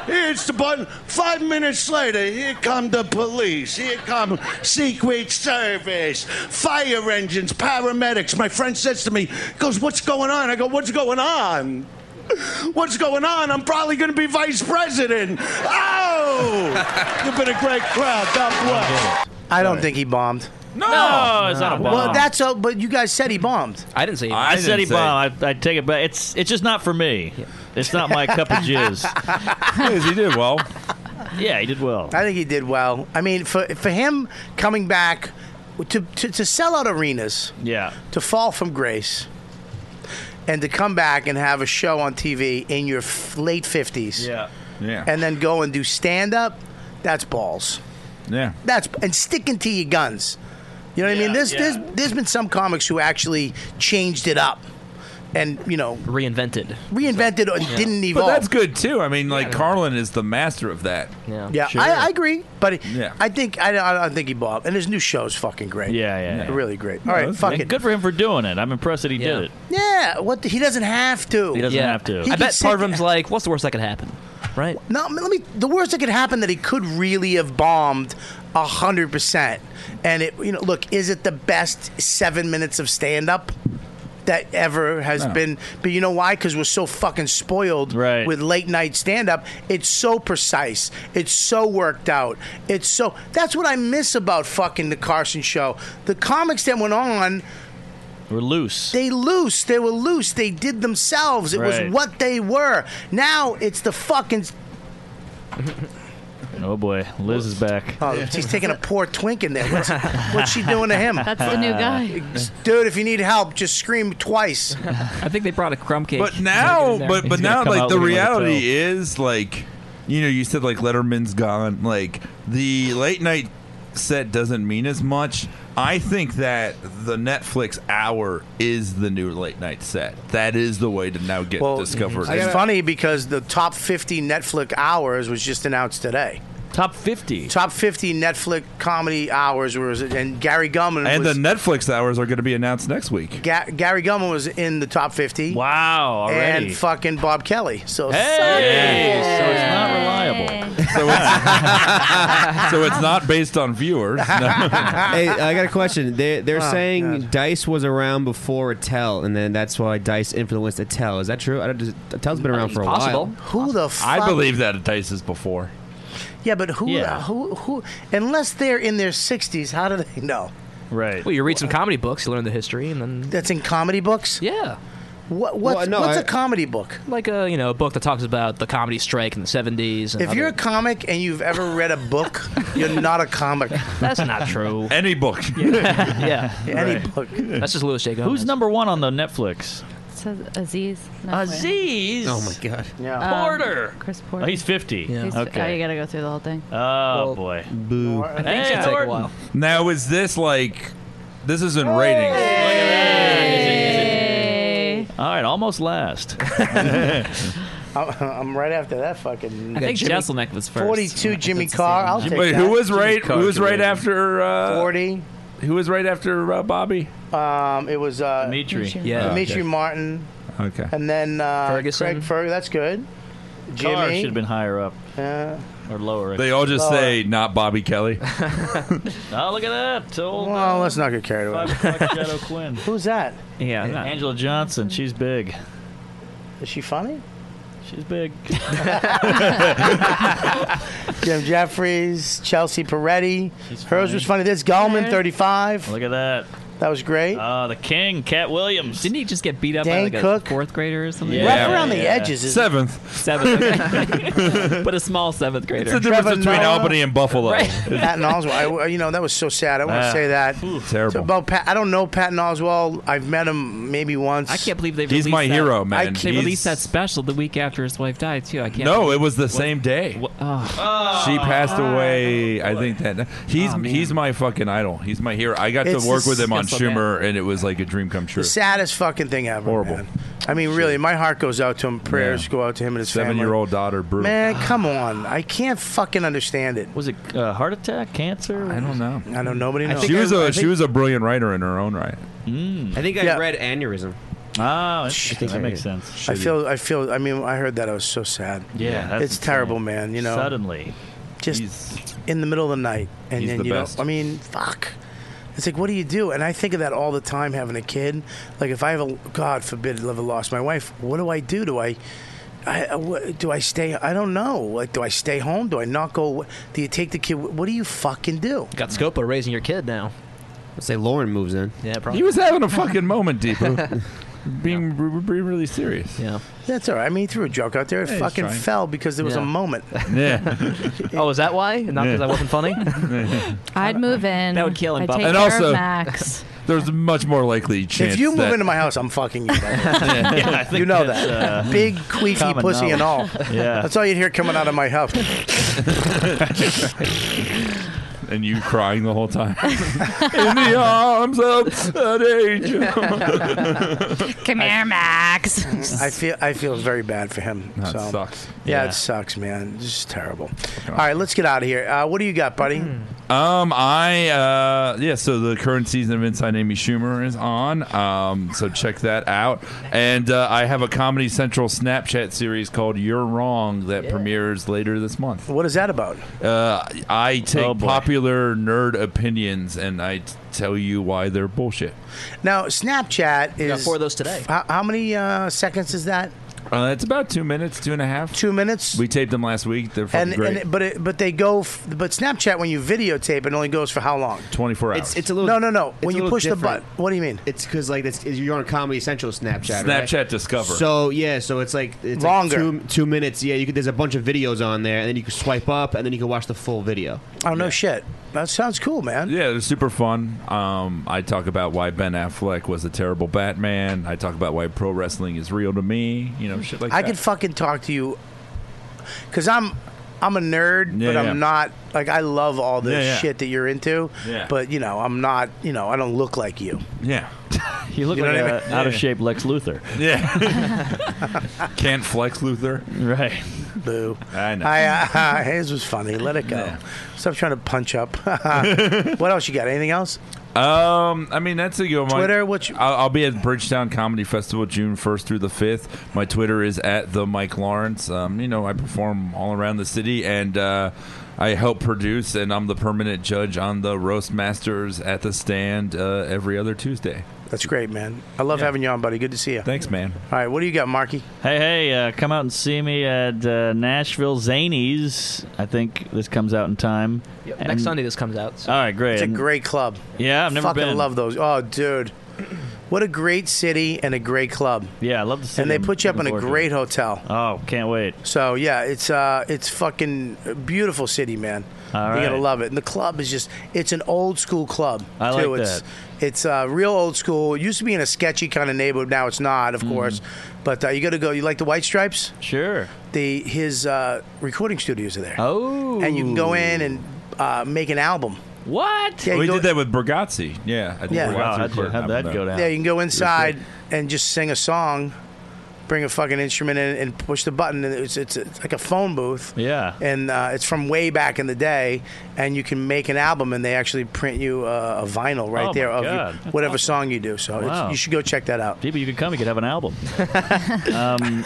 [SPEAKER 15] He hits the button. Five minutes later, here come the police. Here come Secret Service, fire engines, paramedics. My friend says to me, he goes, what's going on? I go, what's going on? What's going on? I'm probably going to be vice president. Oh! You've been a great crowd. God bless.
[SPEAKER 4] I don't think he bombed.
[SPEAKER 7] No! No, it's not a bomb.
[SPEAKER 4] Well, that's a, but you guys said he bombed.
[SPEAKER 7] I didn't say.
[SPEAKER 4] he-
[SPEAKER 7] I,
[SPEAKER 4] I
[SPEAKER 7] said
[SPEAKER 4] didn't
[SPEAKER 7] he
[SPEAKER 4] say-
[SPEAKER 7] bombed. I, I take it back. It's it's just not for me. It's not my cup of jizz.
[SPEAKER 10] he did well.
[SPEAKER 7] Yeah, he did well.
[SPEAKER 4] I think he did well. I mean, for for him coming back to to, to sell out arenas,
[SPEAKER 7] yeah,
[SPEAKER 4] to fall from grace, and to come back and have a show on TV in your f- late fifties,
[SPEAKER 7] Yeah.
[SPEAKER 10] Yeah.
[SPEAKER 4] and then go and do stand up, that's balls.
[SPEAKER 10] Yeah.
[SPEAKER 4] That's and sticking to your guns. You know what I mean? There's there's there's been some comics who actually changed it up, and you know
[SPEAKER 14] reinvented,
[SPEAKER 4] reinvented, or
[SPEAKER 10] Yeah.
[SPEAKER 4] didn't
[SPEAKER 10] But
[SPEAKER 4] evolve.
[SPEAKER 10] that's good too. I mean, like Carlin is the master of that.
[SPEAKER 14] Yeah,
[SPEAKER 4] Yeah, I, I agree, but
[SPEAKER 10] Yeah.
[SPEAKER 4] I think I, don't- I don't think he bought. And his new show's fucking great.
[SPEAKER 7] Yeah, yeah, yeah.
[SPEAKER 4] really great. All right,
[SPEAKER 7] No,
[SPEAKER 4] fuck
[SPEAKER 7] and
[SPEAKER 4] it.
[SPEAKER 7] Good for him for doing it. I'm impressed that he did it.
[SPEAKER 4] Yeah, what the, he doesn't have to.
[SPEAKER 7] He doesn't
[SPEAKER 14] Yeah.
[SPEAKER 7] have to.
[SPEAKER 4] He
[SPEAKER 14] I
[SPEAKER 4] can
[SPEAKER 14] bet part of
[SPEAKER 4] sit-
[SPEAKER 14] him's like, what's the worst that could happen? Right?
[SPEAKER 4] No, I mean, let me. The worst that could happen that he could really have bombed a hundred percent. And it, you know, look, is it the best seven minutes of stand up? That ever has
[SPEAKER 7] No.
[SPEAKER 4] been, but you know why? Because we're so fucking spoiled
[SPEAKER 7] Right.
[SPEAKER 4] with late night stand up. It's so precise. It's so worked out. It's so. That's what I miss about fucking the Carson show. The comics that went on,
[SPEAKER 7] We're loose.
[SPEAKER 4] they loose. They were loose. They did themselves. It
[SPEAKER 7] Right.
[SPEAKER 4] was what they were. Now it's the fucking
[SPEAKER 7] Oh boy, Liz is back.
[SPEAKER 4] Oh, she's taking a poor twink in there. What's, what's she doing to him?
[SPEAKER 7] That's the new guy.
[SPEAKER 4] Dude, if you need help, just scream twice.
[SPEAKER 9] I think they brought a crumb cake.
[SPEAKER 10] But now, but but now, like the reality
[SPEAKER 9] is.
[SPEAKER 10] is, like you know, you said like Letterman's gone. Like the late night set doesn't mean as much. I think that the Netflix hour is the new late night set. That is the way to now get discovered.
[SPEAKER 4] It's funny because the top 50 Netflix hours was just announced today.
[SPEAKER 7] Top 50.
[SPEAKER 4] Top 50 Netflix comedy hours was, and Gary Gumman
[SPEAKER 10] And the
[SPEAKER 4] was.
[SPEAKER 10] Netflix hours are going to be announced next week.
[SPEAKER 4] Ga- Gary Gumman was in the top 50.
[SPEAKER 7] Wow,
[SPEAKER 10] already.
[SPEAKER 4] And fucking Bob Kelly. So
[SPEAKER 10] Hey!
[SPEAKER 4] so it's not
[SPEAKER 7] reliable.
[SPEAKER 10] so it's not based on viewers.
[SPEAKER 11] hey, I got a question. They, they're
[SPEAKER 10] Oh,
[SPEAKER 11] saying Dice was around before Attell, and then that's why Dice influenced Attell. Is that true? I don't, does- Attell's been around for a while.
[SPEAKER 4] Who the fuck?
[SPEAKER 10] I believe that Dice is before.
[SPEAKER 4] Yeah, but who,
[SPEAKER 11] Yeah.
[SPEAKER 4] who, who, unless they're in their 60s, how do they know?
[SPEAKER 7] Right.
[SPEAKER 14] Well, you read some comedy books, you learn the history, and then
[SPEAKER 4] that's in comedy books.
[SPEAKER 14] Yeah.
[SPEAKER 4] What what's, what's a comedy book?
[SPEAKER 14] Like a you know a book that talks about the comedy strike in the seventies.
[SPEAKER 4] If you're a comic and you've ever read a book, you're not a comic.
[SPEAKER 14] That's not true.
[SPEAKER 10] Any book.
[SPEAKER 14] yeah.
[SPEAKER 4] Any book.
[SPEAKER 14] That's just Louis J. Gomez.
[SPEAKER 7] Who's number one on the Netflix?
[SPEAKER 6] So Aziz. no way.
[SPEAKER 7] Aziz.
[SPEAKER 4] Oh,
[SPEAKER 6] Um,
[SPEAKER 7] Oh god.
[SPEAKER 4] Yeah.
[SPEAKER 7] Porter.
[SPEAKER 6] Chris
[SPEAKER 7] Oh,
[SPEAKER 6] Porter.
[SPEAKER 7] he's 50.
[SPEAKER 6] He's- Oh, you
[SPEAKER 7] Okay.
[SPEAKER 6] gotta go through the whole thing.
[SPEAKER 7] Oh boy.
[SPEAKER 10] Boo.
[SPEAKER 7] I think Hey, it's gonna take a Norton. while.
[SPEAKER 10] Now is this like this isn't ratings?
[SPEAKER 7] All right, almost last.
[SPEAKER 4] I'm, I'm right after that fucking.
[SPEAKER 9] I think Jesselneck was first.
[SPEAKER 4] 42 Jimmy Carr. I'll take
[SPEAKER 10] Wait,
[SPEAKER 4] that.
[SPEAKER 10] who was right? Who was right after? Uh,
[SPEAKER 4] Forty.
[SPEAKER 10] Who was right after uh, Bobby?
[SPEAKER 4] Um, it was uh,
[SPEAKER 7] Dimitri.
[SPEAKER 10] Yeah.
[SPEAKER 4] Dimitri
[SPEAKER 10] Okay.
[SPEAKER 4] Martin,
[SPEAKER 10] Okay.
[SPEAKER 4] and then uh, Craig
[SPEAKER 7] Ferguson.
[SPEAKER 4] Ferg. That's good. Jimmy.
[SPEAKER 7] Carr should have been higher up
[SPEAKER 4] Yeah.
[SPEAKER 7] or lower.
[SPEAKER 10] They all just
[SPEAKER 7] Lower.
[SPEAKER 10] say not Bobby Kelly.
[SPEAKER 7] Oh, look at that. Old,
[SPEAKER 4] Well, let's not get carried away.
[SPEAKER 7] Shadow Quinn.
[SPEAKER 4] Who's that?
[SPEAKER 7] Yeah. Angela Johnson. She's big.
[SPEAKER 4] Is she funny?
[SPEAKER 7] She's big.
[SPEAKER 4] Jim Jeffries, Chelsea Peretti. Hers was funny. This Gallman, 35.
[SPEAKER 7] Look at that.
[SPEAKER 4] That was great.
[SPEAKER 7] Uh, the king, Cat Williams. Didn't
[SPEAKER 9] he just get beat up
[SPEAKER 4] Dan
[SPEAKER 9] by like
[SPEAKER 4] Cook.
[SPEAKER 9] a fourth grader or something?
[SPEAKER 7] Yeah. Rough around the
[SPEAKER 4] edges, isn't it?
[SPEAKER 10] Seventh.
[SPEAKER 9] Seventh. okay. but a small seventh grader.
[SPEAKER 10] It's the difference
[SPEAKER 4] Trevor
[SPEAKER 10] between
[SPEAKER 4] Noah.
[SPEAKER 10] Albany and Buffalo.
[SPEAKER 4] Patton Oswald. I, you know that was so sad. I want
[SPEAKER 10] Ah,
[SPEAKER 4] to say that.
[SPEAKER 10] terrible.
[SPEAKER 4] So about Pat, I don't know Patton Oswald. I've met him maybe once.
[SPEAKER 9] I can't believe they.
[SPEAKER 10] He's
[SPEAKER 9] released
[SPEAKER 10] my
[SPEAKER 9] that.
[SPEAKER 10] hero, man.
[SPEAKER 9] They
[SPEAKER 10] He's-
[SPEAKER 9] released that special the week after his wife died too. I can't.
[SPEAKER 10] No,
[SPEAKER 9] believe-
[SPEAKER 10] it was the
[SPEAKER 9] What-
[SPEAKER 10] same day.
[SPEAKER 9] Oh.
[SPEAKER 10] She passed
[SPEAKER 4] Ah.
[SPEAKER 10] away. I think that he's he's my fucking idol. He's my hero. I got
[SPEAKER 4] It's
[SPEAKER 10] to work with him on
[SPEAKER 4] disgusting,
[SPEAKER 10] Schumer, and it was like a dream come true.
[SPEAKER 4] The saddest fucking thing ever. Horrible. I mean, really, my heart goes out to him. Prayers go out to him and his family.
[SPEAKER 10] Seven-year-old daughter, brutal.
[SPEAKER 4] Man, come on! I can't fucking understand it.
[SPEAKER 7] Was it uh, heart attack, cancer? I
[SPEAKER 10] don't know.
[SPEAKER 4] I don't. Nobody knows.
[SPEAKER 10] She was a she was a brilliant writer in her own right. Hmm.
[SPEAKER 11] I think I
[SPEAKER 4] Yeah.
[SPEAKER 11] read aneurysm.
[SPEAKER 7] Ah,
[SPEAKER 11] Oh, that makes sense.
[SPEAKER 4] I feel. I feel. I mean, I heard that. I was so sad.
[SPEAKER 11] Yeah, Yeah. that's
[SPEAKER 4] it's terrible, man. You know,
[SPEAKER 7] Suddenly.
[SPEAKER 4] just in the middle of the night, and
[SPEAKER 7] He's
[SPEAKER 4] then
[SPEAKER 7] the
[SPEAKER 4] you
[SPEAKER 7] best.
[SPEAKER 4] know, I mean, fuck. It's like, what do you do? And I think of that all the time, having a kid. Like, if I have a God forbid, ever lost my wife, what do I do? Do I? I, I- wh- do I stay? I don't know. Like, do I stay home? Do I not go? Do you take the kid? What do you fucking do?
[SPEAKER 8] Got Scopa raising your kid now.
[SPEAKER 11] Let's say Lauren moves in.
[SPEAKER 8] Yeah,
[SPEAKER 10] He was having a fucking moment, Deepu. being, re- re- really serious.
[SPEAKER 8] Yeah.
[SPEAKER 4] That's all right. I mean, he threw a joke out there. It
[SPEAKER 8] Yeah, he's
[SPEAKER 4] fucking
[SPEAKER 8] trying.
[SPEAKER 4] fell because there was
[SPEAKER 8] Yeah.
[SPEAKER 4] a moment.
[SPEAKER 10] Yeah.
[SPEAKER 8] oh, is that why? Not because I wasn't funny.
[SPEAKER 6] I'd move in. That would kill him. I'd take
[SPEAKER 10] and
[SPEAKER 6] care
[SPEAKER 10] also,
[SPEAKER 6] of Max.
[SPEAKER 10] there's much more likely chance.
[SPEAKER 4] if you move
[SPEAKER 10] that-
[SPEAKER 4] into my house, I'm fucking you. by the way.
[SPEAKER 10] Yeah, yeah, I think
[SPEAKER 4] you know
[SPEAKER 10] that's,
[SPEAKER 4] that.
[SPEAKER 10] uh,
[SPEAKER 4] Big, queasy
[SPEAKER 10] common
[SPEAKER 4] pussy and all.
[SPEAKER 10] knowledge. Yeah.
[SPEAKER 4] That's all you'd hear coming out of my house.
[SPEAKER 10] and you crying the whole time. In the arms of an angel.
[SPEAKER 6] Come here, Max.
[SPEAKER 4] I feel I feel very bad for him.
[SPEAKER 10] That
[SPEAKER 4] so.
[SPEAKER 10] sucks.
[SPEAKER 4] Yeah,
[SPEAKER 10] Yeah.
[SPEAKER 4] it sucks, man. This is terrible. All right, let's get out of here. Uh, what do you got, buddy?
[SPEAKER 10] Um, I uh, yeah. So the current season of Inside Amy Schumer is on. Um, so check that out. And uh, I have a Comedy Central Snapchat series called "You're Wrong" that premieres later this month.
[SPEAKER 4] What is that about?
[SPEAKER 10] Uh, I take
[SPEAKER 4] Oh, boy.
[SPEAKER 10] popular nerd opinions and I t- tell you why they're bullshit.
[SPEAKER 4] Now, Snapchat is
[SPEAKER 8] four of those today.
[SPEAKER 4] How, how many uh, seconds is that?
[SPEAKER 10] Uh, it's about two minutes, two and a half.
[SPEAKER 4] Two minutes.
[SPEAKER 10] We taped them last week. They're fucking
[SPEAKER 4] And,
[SPEAKER 10] great.
[SPEAKER 4] and but it, but they go f- but Snapchat when you videotape it only goes for how long?
[SPEAKER 10] 24 hours.
[SPEAKER 11] It's, it's a little.
[SPEAKER 4] No, no, no.
[SPEAKER 11] it's
[SPEAKER 4] When
[SPEAKER 11] a
[SPEAKER 4] you
[SPEAKER 11] little
[SPEAKER 4] push the
[SPEAKER 11] different.
[SPEAKER 4] button, what do you mean?
[SPEAKER 11] It's because like it's, you're on Comedy Central Snapchat. right?
[SPEAKER 10] Snapchat Discover.
[SPEAKER 11] So yeah, so it's like it's like
[SPEAKER 4] Longer.
[SPEAKER 11] two, two minutes. Yeah, you could, there's a bunch of videos on there, and then you can swipe up, and then you can watch the full video.
[SPEAKER 4] Oh no shit. That sounds cool, man.
[SPEAKER 10] Yeah, they're super fun. Um, I talk about why Ben Affleck was a terrible Batman. I talk about why pro wrestling is real to me. You know, shit like
[SPEAKER 4] I
[SPEAKER 10] that.
[SPEAKER 4] could fucking talk to you because I'm I'm a nerd,
[SPEAKER 10] Yeah,
[SPEAKER 4] but I'm
[SPEAKER 10] yeah.
[SPEAKER 4] not like I love all the
[SPEAKER 10] Yeah, yeah.
[SPEAKER 4] shit that you're into.
[SPEAKER 10] Yeah.
[SPEAKER 4] But you know, I'm not. You know, I don't look like you.
[SPEAKER 10] yeah.
[SPEAKER 7] You look
[SPEAKER 4] You know
[SPEAKER 7] like
[SPEAKER 4] what
[SPEAKER 7] an
[SPEAKER 4] I mean?
[SPEAKER 7] out of
[SPEAKER 4] Yeah.
[SPEAKER 7] shape Lex Luthor.
[SPEAKER 10] Yeah. Can't flex Luther.
[SPEAKER 7] Right.
[SPEAKER 4] Boo.
[SPEAKER 10] I know.
[SPEAKER 4] I, uh, his was funny. Let it go. Stop trying to punch up. what else you got? Anything else?
[SPEAKER 10] Um, I mean that's a good one.
[SPEAKER 4] Twitter, what
[SPEAKER 10] I'll, I'll be at Bridgetown Comedy Festival June first through the fifth. My Twitter is at the Mike Lawrence. Um, you know I perform all around the city and uh, I help produce and I'm the permanent judge on the Roast Masters at the Stand uh, every other Tuesday.
[SPEAKER 4] That's great, man. I love having you on, buddy. Good to see you.
[SPEAKER 10] Thanks, man.
[SPEAKER 4] All right, what do you got, Marky?
[SPEAKER 7] Hey, hey, uh, come out and see me at uh, Nashville Zanies. I think this comes out in time.
[SPEAKER 8] Next
[SPEAKER 7] And-
[SPEAKER 8] Sunday this comes out. So.
[SPEAKER 7] All right, great.
[SPEAKER 4] It's a
[SPEAKER 7] And-
[SPEAKER 4] great club.
[SPEAKER 7] Yeah, I've never
[SPEAKER 4] Fucking
[SPEAKER 7] been.
[SPEAKER 4] love those. Oh, dude. What a great city and a great club.
[SPEAKER 7] Yeah, I love the city.
[SPEAKER 4] And they
[SPEAKER 7] I'm
[SPEAKER 4] put you up in
[SPEAKER 7] looking
[SPEAKER 4] a
[SPEAKER 7] forward to
[SPEAKER 4] great
[SPEAKER 7] it.
[SPEAKER 4] hotel.
[SPEAKER 7] Oh, can't wait.
[SPEAKER 4] So yeah, it's uh, it's fucking a beautiful city, man.
[SPEAKER 7] All
[SPEAKER 4] You're
[SPEAKER 7] right.
[SPEAKER 4] gonna love it. And the club is just it's an old school club.
[SPEAKER 7] I
[SPEAKER 4] too.
[SPEAKER 7] like
[SPEAKER 4] it's,
[SPEAKER 7] that.
[SPEAKER 4] It's uh, real old school. It used to be in a sketchy kind of neighborhood. Now it's not, of course. But uh, you got to go. You like the White Stripes?
[SPEAKER 7] Mm-hmm. Sure.
[SPEAKER 4] The his uh, recording studios are there.
[SPEAKER 7] Oh.
[SPEAKER 4] And you can go in and uh, make an album.
[SPEAKER 7] What?
[SPEAKER 4] Yeah, you
[SPEAKER 10] we
[SPEAKER 4] go-
[SPEAKER 10] did that with Bergazzi. Yeah, I did
[SPEAKER 4] Yeah. Wow,
[SPEAKER 10] Bergazzi
[SPEAKER 7] how'd you-
[SPEAKER 10] recorded
[SPEAKER 7] how'd
[SPEAKER 10] an
[SPEAKER 7] that
[SPEAKER 10] album
[SPEAKER 7] go
[SPEAKER 10] there.
[SPEAKER 7] down?
[SPEAKER 4] Yeah, you can go inside and just sing a song, bring a fucking instrument in, and push the button, and it's it's, it's like a phone booth.
[SPEAKER 7] Yeah.
[SPEAKER 4] and uh, it's from way back in the day, and you can make an album, and they actually print you a, a vinyl right
[SPEAKER 7] Oh,
[SPEAKER 4] there
[SPEAKER 7] my
[SPEAKER 4] of you-
[SPEAKER 7] God. That's
[SPEAKER 4] whatever song you do. So it's-
[SPEAKER 7] Wow.
[SPEAKER 4] you should go check that out.
[SPEAKER 7] Deepa, you could come. You could have an album. um,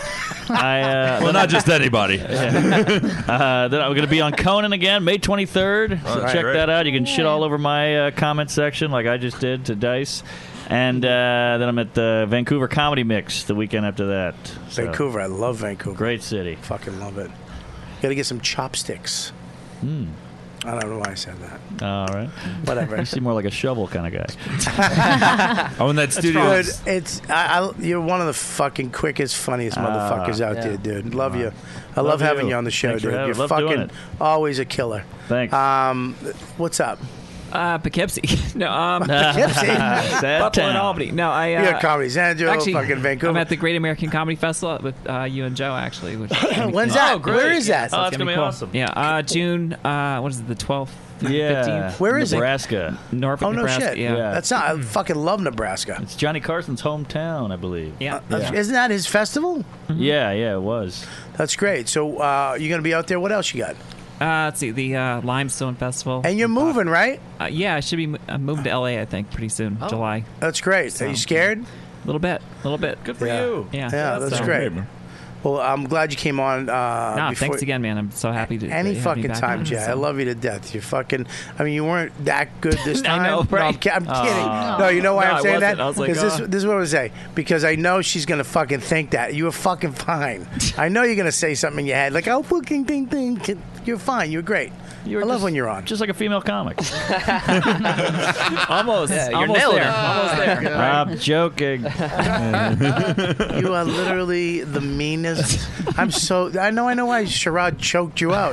[SPEAKER 7] I, uh,
[SPEAKER 10] Well,
[SPEAKER 7] then-
[SPEAKER 10] not just anybody.
[SPEAKER 7] Yeah. uh, then I'm going to be on Conan again, May 23rd. So
[SPEAKER 10] All right,
[SPEAKER 7] check
[SPEAKER 10] great.
[SPEAKER 7] that out. You can shit all over my uh, comment section like I just did to Dice. And uh, then I'm at the Vancouver Comedy Mix the weekend after that. So,
[SPEAKER 4] Vancouver, I love Vancouver.
[SPEAKER 7] Great city.
[SPEAKER 4] Fucking love it. Got to get some chopsticks.
[SPEAKER 7] Mm.
[SPEAKER 4] I don't know why I said that.
[SPEAKER 7] All right.
[SPEAKER 4] Whatever.
[SPEAKER 7] You seem more like a shovel kind of guy.
[SPEAKER 10] Oh, in that studio.
[SPEAKER 4] Dude, it's I, I, you're one of the fucking quickest, funniest motherfuckers out
[SPEAKER 7] Ah, yeah.
[SPEAKER 4] there, dude. Love you. I
[SPEAKER 7] Love
[SPEAKER 4] love, having
[SPEAKER 7] you.
[SPEAKER 4] you on the show,
[SPEAKER 7] Thanks for
[SPEAKER 4] dude.
[SPEAKER 7] having-
[SPEAKER 4] you're
[SPEAKER 7] love
[SPEAKER 4] fucking
[SPEAKER 7] doing it.
[SPEAKER 4] always a killer.
[SPEAKER 7] Thanks.
[SPEAKER 4] Um, what's up?
[SPEAKER 9] Uh, Poughkeepsie. no, um,
[SPEAKER 4] Poughkeepsey? Sad
[SPEAKER 9] Buffalo and
[SPEAKER 4] town.
[SPEAKER 9] Albany. No, I. Uh,
[SPEAKER 4] You're a Comedy Central, fucking Vancouver.
[SPEAKER 9] I'm at the Great American Comedy Festival with uh, you and Joe actually. Which is gonna be
[SPEAKER 4] When's
[SPEAKER 9] cool. Oh,
[SPEAKER 7] Oh,
[SPEAKER 4] that? Where is that?
[SPEAKER 9] Yeah, so it's gonna be cool. Yeah, uh, June. Uh, what is it? The 12th
[SPEAKER 7] Yeah.
[SPEAKER 4] Where is
[SPEAKER 7] Nebraska. Hmm.
[SPEAKER 4] it?
[SPEAKER 9] Norfolk,
[SPEAKER 4] Oh no, shit! that's not. I fucking love Nebraska.
[SPEAKER 7] It's Johnny Carson's hometown, I believe.
[SPEAKER 9] Yeah.
[SPEAKER 4] Uh, That's- Isn't that his festival?
[SPEAKER 7] Yeah, yeah, it was.
[SPEAKER 4] That's great. So uh, you're gonna be out there. What else you got?
[SPEAKER 9] Uh, let's see the uh, Limestone Festival.
[SPEAKER 4] And you're moving, right?
[SPEAKER 9] Uh, yeah, I should be mo- uh, moving to LA. I think pretty soon,
[SPEAKER 4] Oh.
[SPEAKER 9] July.
[SPEAKER 4] That's great. Are you scared?
[SPEAKER 9] A little bit. A little bit. Good
[SPEAKER 4] for Yeah. you.
[SPEAKER 9] Yeah.
[SPEAKER 4] Yeah, that's great. Well, I'm glad you came on. Uh,
[SPEAKER 9] Nah,
[SPEAKER 4] before-
[SPEAKER 9] thanks again, man. I'm so happy to. that
[SPEAKER 4] Any
[SPEAKER 9] you had me
[SPEAKER 4] fucking
[SPEAKER 9] back
[SPEAKER 4] time,
[SPEAKER 9] on,
[SPEAKER 4] Jay.
[SPEAKER 9] so.
[SPEAKER 4] I love you to death. You fucking. I mean, you weren't that good this
[SPEAKER 9] I
[SPEAKER 4] time.
[SPEAKER 9] know,
[SPEAKER 4] No, I'm,
[SPEAKER 9] right? Oh.
[SPEAKER 4] ki- I'm
[SPEAKER 9] Aw.
[SPEAKER 4] kidding. No, you know why
[SPEAKER 9] No,
[SPEAKER 4] I'm
[SPEAKER 9] I
[SPEAKER 4] saying
[SPEAKER 9] wasn't.
[SPEAKER 4] that?
[SPEAKER 9] I was like,
[SPEAKER 4] 'Cause this,
[SPEAKER 9] "Oh."
[SPEAKER 4] this is what I was saying. Because I know she's gonna fucking think that you were fucking fine. I know you're gonna say something in your head like, "Oh, fucking thing, thing." You're fine. You're great. You I love when you're on.
[SPEAKER 7] Just like a female comic.
[SPEAKER 9] almost.
[SPEAKER 7] Yeah, you're
[SPEAKER 9] almost
[SPEAKER 7] nailing
[SPEAKER 9] there.
[SPEAKER 7] it.
[SPEAKER 9] almost there.
[SPEAKER 7] I'm joking.
[SPEAKER 4] you are literally the meanest. I'm so. I know. I know why Sherrod choked you out.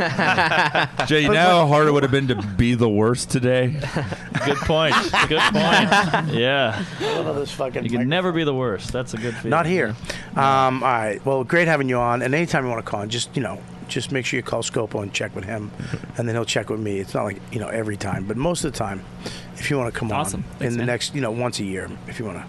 [SPEAKER 10] Jay, you
[SPEAKER 4] But
[SPEAKER 10] know how hard it would have been to be the worst today?
[SPEAKER 7] Good point. Good point. Yeah.
[SPEAKER 4] this fucking
[SPEAKER 7] you can never be the worst. That's a good feeling.
[SPEAKER 4] Not here. Um, all right. Well, great having you on. And anytime you want to call, in, just you know, just make sure you call Scopo and check with him, and then he'll check with me. It's not like you know every time, but most of the time, if you want to come
[SPEAKER 9] Awesome.
[SPEAKER 4] on
[SPEAKER 9] Thanks,
[SPEAKER 4] in the
[SPEAKER 9] man.
[SPEAKER 4] next, you know, once a year, if you want to,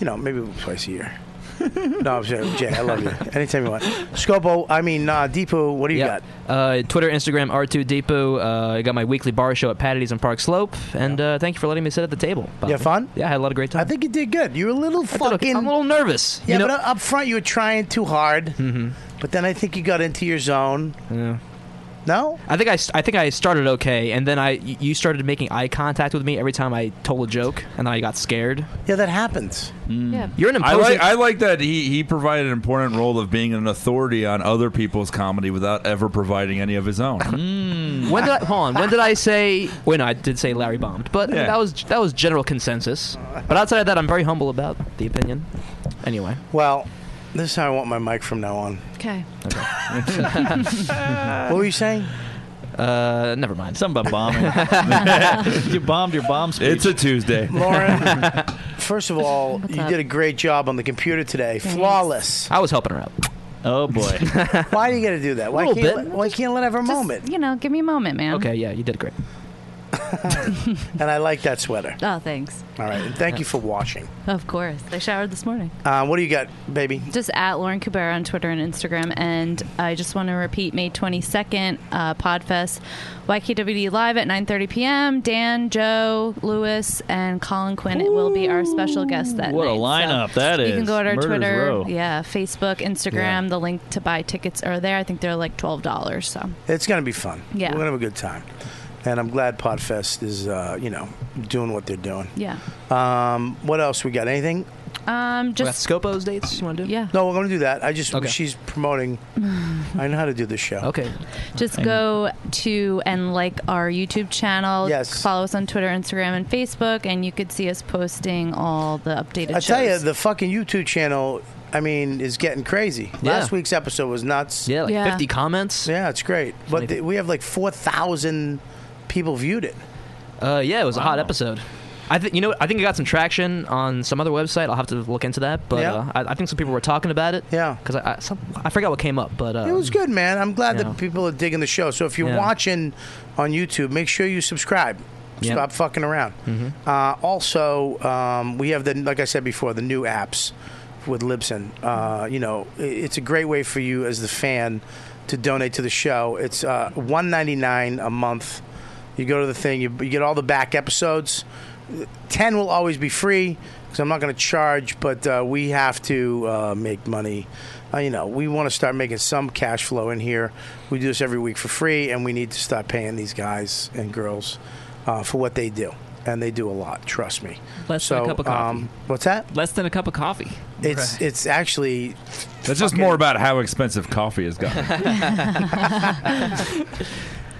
[SPEAKER 4] you know, maybe twice a year. no, I'm sorry, Jay. I love you. Anytime you want, Scopo. I mean, uh, Deepu. What do you got?
[SPEAKER 14] Uh, Twitter, Instagram, R2 Depot. Uh, I got my weekly bar show at Patty's on Park Slope. And uh, thank you for letting me sit at the table.
[SPEAKER 4] You had fun?
[SPEAKER 14] Yeah, I had a lot of great time. I
[SPEAKER 4] think you did good. You were a little fucking.
[SPEAKER 14] I'm a little nervous.
[SPEAKER 4] Yeah,
[SPEAKER 14] you know? Mm-hmm.
[SPEAKER 4] but up front you were trying too hard. But then I think you got into your zone.
[SPEAKER 14] Yeah.
[SPEAKER 4] No?
[SPEAKER 14] I think I, st- I think I started okay, and then I y- you started making eye contact with me every time I told a joke, and then I got scared.
[SPEAKER 4] Yeah, that happens.
[SPEAKER 14] Yeah. You're an
[SPEAKER 10] I
[SPEAKER 14] imposing.
[SPEAKER 10] like I like that he he provided an important role of being an authority on other people's comedy without ever providing any of his own. Mm.
[SPEAKER 14] when did I, hold on? When did I say? Wait, no, I did say Larry bombed, but
[SPEAKER 10] Yeah.
[SPEAKER 14] that was that was general consensus. But outside of that, I'm very humble about the opinion. Anyway,
[SPEAKER 4] Well, this is how I want my mic from now on.
[SPEAKER 6] Okay.
[SPEAKER 4] what were you saying?
[SPEAKER 14] Uh, never mind.
[SPEAKER 7] Something about bombing. you bombed your bomb speech.
[SPEAKER 10] It's a Tuesday.
[SPEAKER 4] Lauren, first of all, you
[SPEAKER 7] up?
[SPEAKER 4] did a great job on the computer today. Flawless.
[SPEAKER 14] I was helping her out.
[SPEAKER 7] Oh boy.
[SPEAKER 4] Why do you got to do that? Why
[SPEAKER 6] Little bit.
[SPEAKER 4] can't, let- why can't let have her moment?
[SPEAKER 6] You know, give me a moment, man.
[SPEAKER 14] Okay, yeah, you did great.
[SPEAKER 4] And I like that sweater.
[SPEAKER 6] Oh, thanks.
[SPEAKER 4] All right. And thank you for watching.
[SPEAKER 6] Of course. I showered this morning.
[SPEAKER 4] Uh, what do you got, baby?
[SPEAKER 6] Just at Lauren Kubera on Twitter and Instagram. And I just want to repeat May 22nd, uh, Podfest, YKWD Live at 9.30 p.m. Dan, Joe, Lewis, and Colin Quinn will be our special guests that
[SPEAKER 7] What a
[SPEAKER 6] night.
[SPEAKER 7] lineup that
[SPEAKER 6] You can
[SPEAKER 7] is.
[SPEAKER 6] go to our
[SPEAKER 7] Murder's
[SPEAKER 6] Twitter,
[SPEAKER 7] Row.
[SPEAKER 6] yeah, Facebook, Instagram.
[SPEAKER 7] Yeah.
[SPEAKER 6] The link to buy tickets are there. I think they're like $12. So
[SPEAKER 4] It's going to be fun.
[SPEAKER 6] Yeah.
[SPEAKER 4] We're going to have a good time. And I'm glad Podfest is, uh, you know, doing what they're doing.
[SPEAKER 6] Yeah.
[SPEAKER 4] Um, what else we got? Anything?
[SPEAKER 6] Um, just
[SPEAKER 14] Scopo's dates you want to do?
[SPEAKER 6] Yeah.
[SPEAKER 4] No, we're going to do that. I just,
[SPEAKER 6] Okay.
[SPEAKER 4] she's promoting. I know how to do this show.
[SPEAKER 14] Okay.
[SPEAKER 6] Just go to and like our YouTube channel.
[SPEAKER 4] Yes.
[SPEAKER 6] Follow us on Twitter, Instagram, and Facebook, and you could see us posting all the updated.
[SPEAKER 4] I tell you,
[SPEAKER 6] shows.
[SPEAKER 4] the fucking YouTube channel, I mean, is getting crazy.
[SPEAKER 6] Yeah.
[SPEAKER 4] Last week's episode was nuts.
[SPEAKER 14] Yeah, like Yeah. 50 comments.
[SPEAKER 4] Yeah, it's great. But th- we have like 4,000 people viewed it.
[SPEAKER 14] Uh, yeah, it was a hot episode. I think you know. what? I think it got some traction on some other website. I'll have to look into that. But
[SPEAKER 4] Yeah.
[SPEAKER 14] uh, I, I think some people were talking about it.
[SPEAKER 4] Yeah.
[SPEAKER 14] Because I I, some, I forgot what came up, but uh,
[SPEAKER 4] It was good, man. I'm glad
[SPEAKER 14] Yeah.
[SPEAKER 4] that people are digging the show. So if you're
[SPEAKER 14] Yeah.
[SPEAKER 4] watching on YouTube, make sure you subscribe.
[SPEAKER 14] Yeah. Mm-hmm.
[SPEAKER 4] Stop fucking around. Uh, also, um, we have the like I said before, the new apps with Libsyn. Uh, you know, i- it's a great way for you as the fan to donate to the show. It's uh, one ninety nine a month. You go to the thing, you, you get all the back episodes. Ten will always be free because I'm not going to charge, but uh, we have to uh, make money. Uh, you know, we want to start making some cash flow in here. We do this every week for free, and we need to start paying these guys and girls uh, for what they do, and they do a lot. Trust me.
[SPEAKER 9] Less
[SPEAKER 4] so,
[SPEAKER 9] than a cup of coffee.
[SPEAKER 4] Um, what's that?
[SPEAKER 9] Less than a cup of coffee.
[SPEAKER 4] It's it's actually
[SPEAKER 10] That's just more about how expensive coffee has gotten.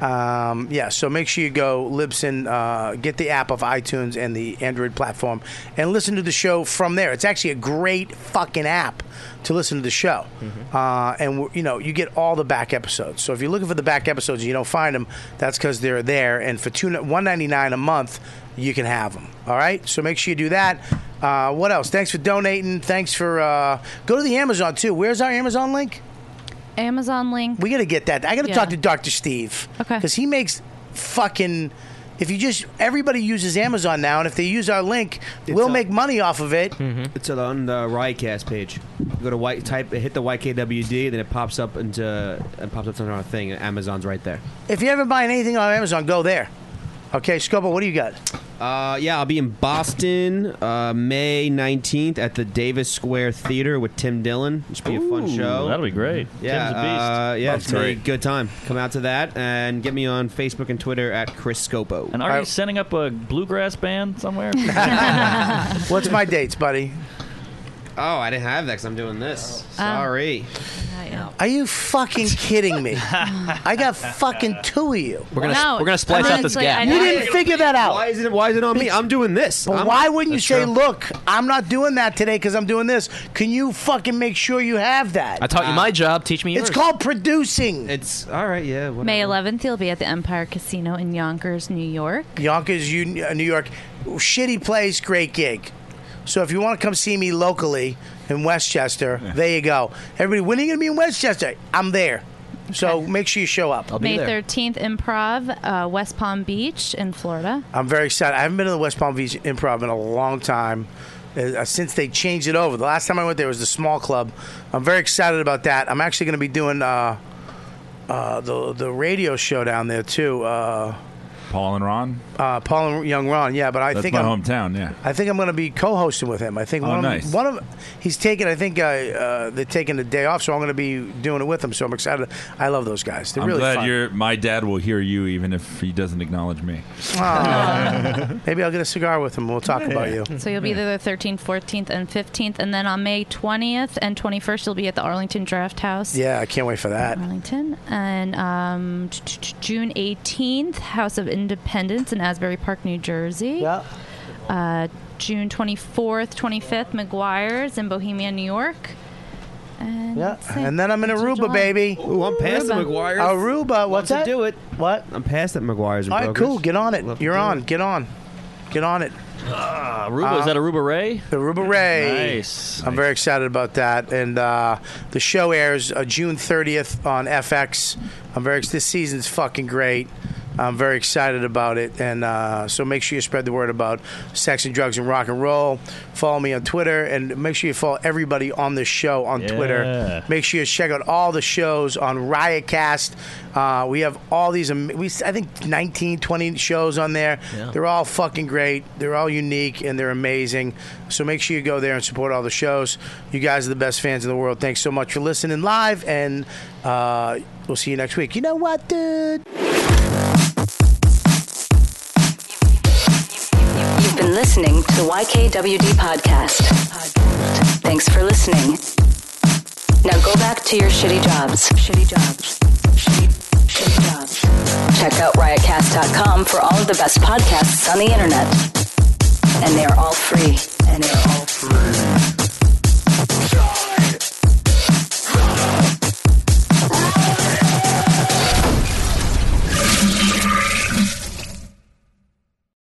[SPEAKER 4] Um, yeah, so make sure you go Libsyn, uh, get the app of iTunes and the Android platform, and listen to the show from there. It's actually a great fucking app to listen to the show, uh, and we're- you know you get all the back episodes. So if you're looking for the back episodes and you don't find them, that's because they're there. And for two one ninety nine a month, you can have them. All right, so make sure you do that. Uh, what else? Thanks for donating. Thanks for uh, go to the Amazon too. Where's our Amazon link?
[SPEAKER 6] Amazon link.
[SPEAKER 4] We got to get that. I got to
[SPEAKER 6] Yeah.
[SPEAKER 4] talk to Dr. Steve. Okay. Because he makes fucking. If you just everybody uses Amazon now, and if they use our link, we'll make money off of it.
[SPEAKER 8] Mm-hmm.
[SPEAKER 11] It's on the Riotcast page. Go to white type, hit the YKWd, then it pops up into it pops up on our thing. and Amazon's right there.
[SPEAKER 4] If you ever buying anything on Amazon, go there. Okay, Scobo, what do you got?
[SPEAKER 11] Uh, yeah, I'll be in Boston uh, May 19th at the Davis Square Theater with Tim Dillon. It should be a fun
[SPEAKER 7] Ooh,
[SPEAKER 11] show.
[SPEAKER 7] that'll be great.
[SPEAKER 11] Yeah,
[SPEAKER 7] Tim's a beast.
[SPEAKER 11] Uh, yeah,
[SPEAKER 7] That's
[SPEAKER 11] it's gonna be a
[SPEAKER 7] great.
[SPEAKER 11] good time. Come out to that and get me on Facebook and Twitter at Chris Scopo.
[SPEAKER 7] And are you setting up a bluegrass band somewhere?
[SPEAKER 4] What's my dates, buddy?
[SPEAKER 11] Oh, I didn't have that because I'm doing this.
[SPEAKER 7] Oh.
[SPEAKER 11] Sorry.
[SPEAKER 7] Ah.
[SPEAKER 4] Are you fucking kidding me? I got fucking two of you.
[SPEAKER 11] We're gonna- No, we're gonna splice out this honestly, gap. I
[SPEAKER 4] You
[SPEAKER 11] know-
[SPEAKER 4] didn't figure that out.
[SPEAKER 11] Why is it? Why is it on me? I'm doing this.
[SPEAKER 4] But
[SPEAKER 11] I'm-
[SPEAKER 4] why wouldn't you
[SPEAKER 11] That's
[SPEAKER 4] say,
[SPEAKER 11] true.
[SPEAKER 4] "Look, I'm not doing that today because I'm doing this"? Can you fucking make sure you have that?
[SPEAKER 14] I taught you my job. Teach me yours.
[SPEAKER 4] It's called producing.
[SPEAKER 11] It's all right. Yeah.
[SPEAKER 6] May 11th, you'll be at the Empire Casino in Yonkers, New York.
[SPEAKER 4] Yonkers, Un- uh, New York, shitty place, great gig. So if you want to come see me locally in Westchester, there you go. Everybody, when are you gonna be in Westchester? I'm there. So make sure you show up.
[SPEAKER 6] May 13th, Improv, uh, West Palm Beach in Florida.
[SPEAKER 4] I'm very excited. I haven't been to the West Palm Beach Improv in a long time. Uh, since they changed it over, the last time I went there was the small club. I'm very excited about that. I'm actually going to be doing uh, uh, the the radio show down there too. Uh,
[SPEAKER 10] Paul and Ron.
[SPEAKER 4] Uh, Paul and Young Ron, yeah. But I
[SPEAKER 10] That's
[SPEAKER 4] think
[SPEAKER 10] my
[SPEAKER 4] I'm,
[SPEAKER 10] hometown. Yeah.
[SPEAKER 4] I think I'm going to be co-hosting with him. I think
[SPEAKER 10] Oh,
[SPEAKER 4] one of
[SPEAKER 10] nice.
[SPEAKER 4] one of he's taking. I think uh, uh, they're taking a day off, so I'm going to be doing it with him. So I'm excited. I love those guys. They're
[SPEAKER 10] I'm
[SPEAKER 4] really
[SPEAKER 10] glad
[SPEAKER 4] fun.
[SPEAKER 10] you're. My dad will hear you even if he doesn't acknowledge me.
[SPEAKER 4] Aw. Maybe I'll get a cigar with him. and We'll talk about you.
[SPEAKER 6] So you'll be there the 13th, 14th, and 15th. And then on May 20th and 21st, you'll be at the Arlington Draft House.
[SPEAKER 4] Yeah, I can't wait for that.
[SPEAKER 6] Arlington. And um, t- t- t- June 18th, House of Independence in Asbury Park, New Jersey. Yeah. Uh, June 24th, 25th, McGuire's in Bohemia, New York. And
[SPEAKER 4] Yeah,
[SPEAKER 6] that's it.
[SPEAKER 4] and then I'm in
[SPEAKER 6] Until
[SPEAKER 4] Aruba,
[SPEAKER 6] July.
[SPEAKER 4] baby.
[SPEAKER 11] Ooh, I'm past the McGuire's.
[SPEAKER 4] Aruba, what's
[SPEAKER 11] Love
[SPEAKER 4] that?
[SPEAKER 11] to do it.
[SPEAKER 4] What?
[SPEAKER 11] I'm past that McGuire's. and
[SPEAKER 4] All right,
[SPEAKER 11] Brokers.
[SPEAKER 4] cool. Get on it.
[SPEAKER 11] Love to
[SPEAKER 4] You're
[SPEAKER 11] do
[SPEAKER 4] on.
[SPEAKER 11] it.
[SPEAKER 4] Get on. Get on it. Uh,
[SPEAKER 7] Ah, Aruba. is that Aruba Ray?
[SPEAKER 4] Aruba Ray.
[SPEAKER 7] Nice.
[SPEAKER 4] I'm very excited about that, and uh, the show airs uh, June 30th on FX. I'm very. This season's fucking great. I'm very excited about it, and uh, so make sure you spread the word about sex and drugs and rock and roll. Follow me on Twitter, and make sure you follow everybody on this show on Twitter. Make sure you check out all the shows on Riotcast. Uh, we have all these, am- we, I think 19, 20 shows on there.
[SPEAKER 2] Yeah.
[SPEAKER 4] They're all fucking great. They're all unique and they're amazing. So make sure you go there and support all the shows. You guys are the best fans in the world. Thanks so much for listening live, and uh, we'll see you next week. You know what, dude?
[SPEAKER 18] You've been listening to the YKWD podcast. Thanks for listening. Now go back to your shitty jobs. Shitty jobs. Shitty, shitty jobs. Check out riotcast.com for all of the best podcasts on the internet. And they are all free. And they are all free.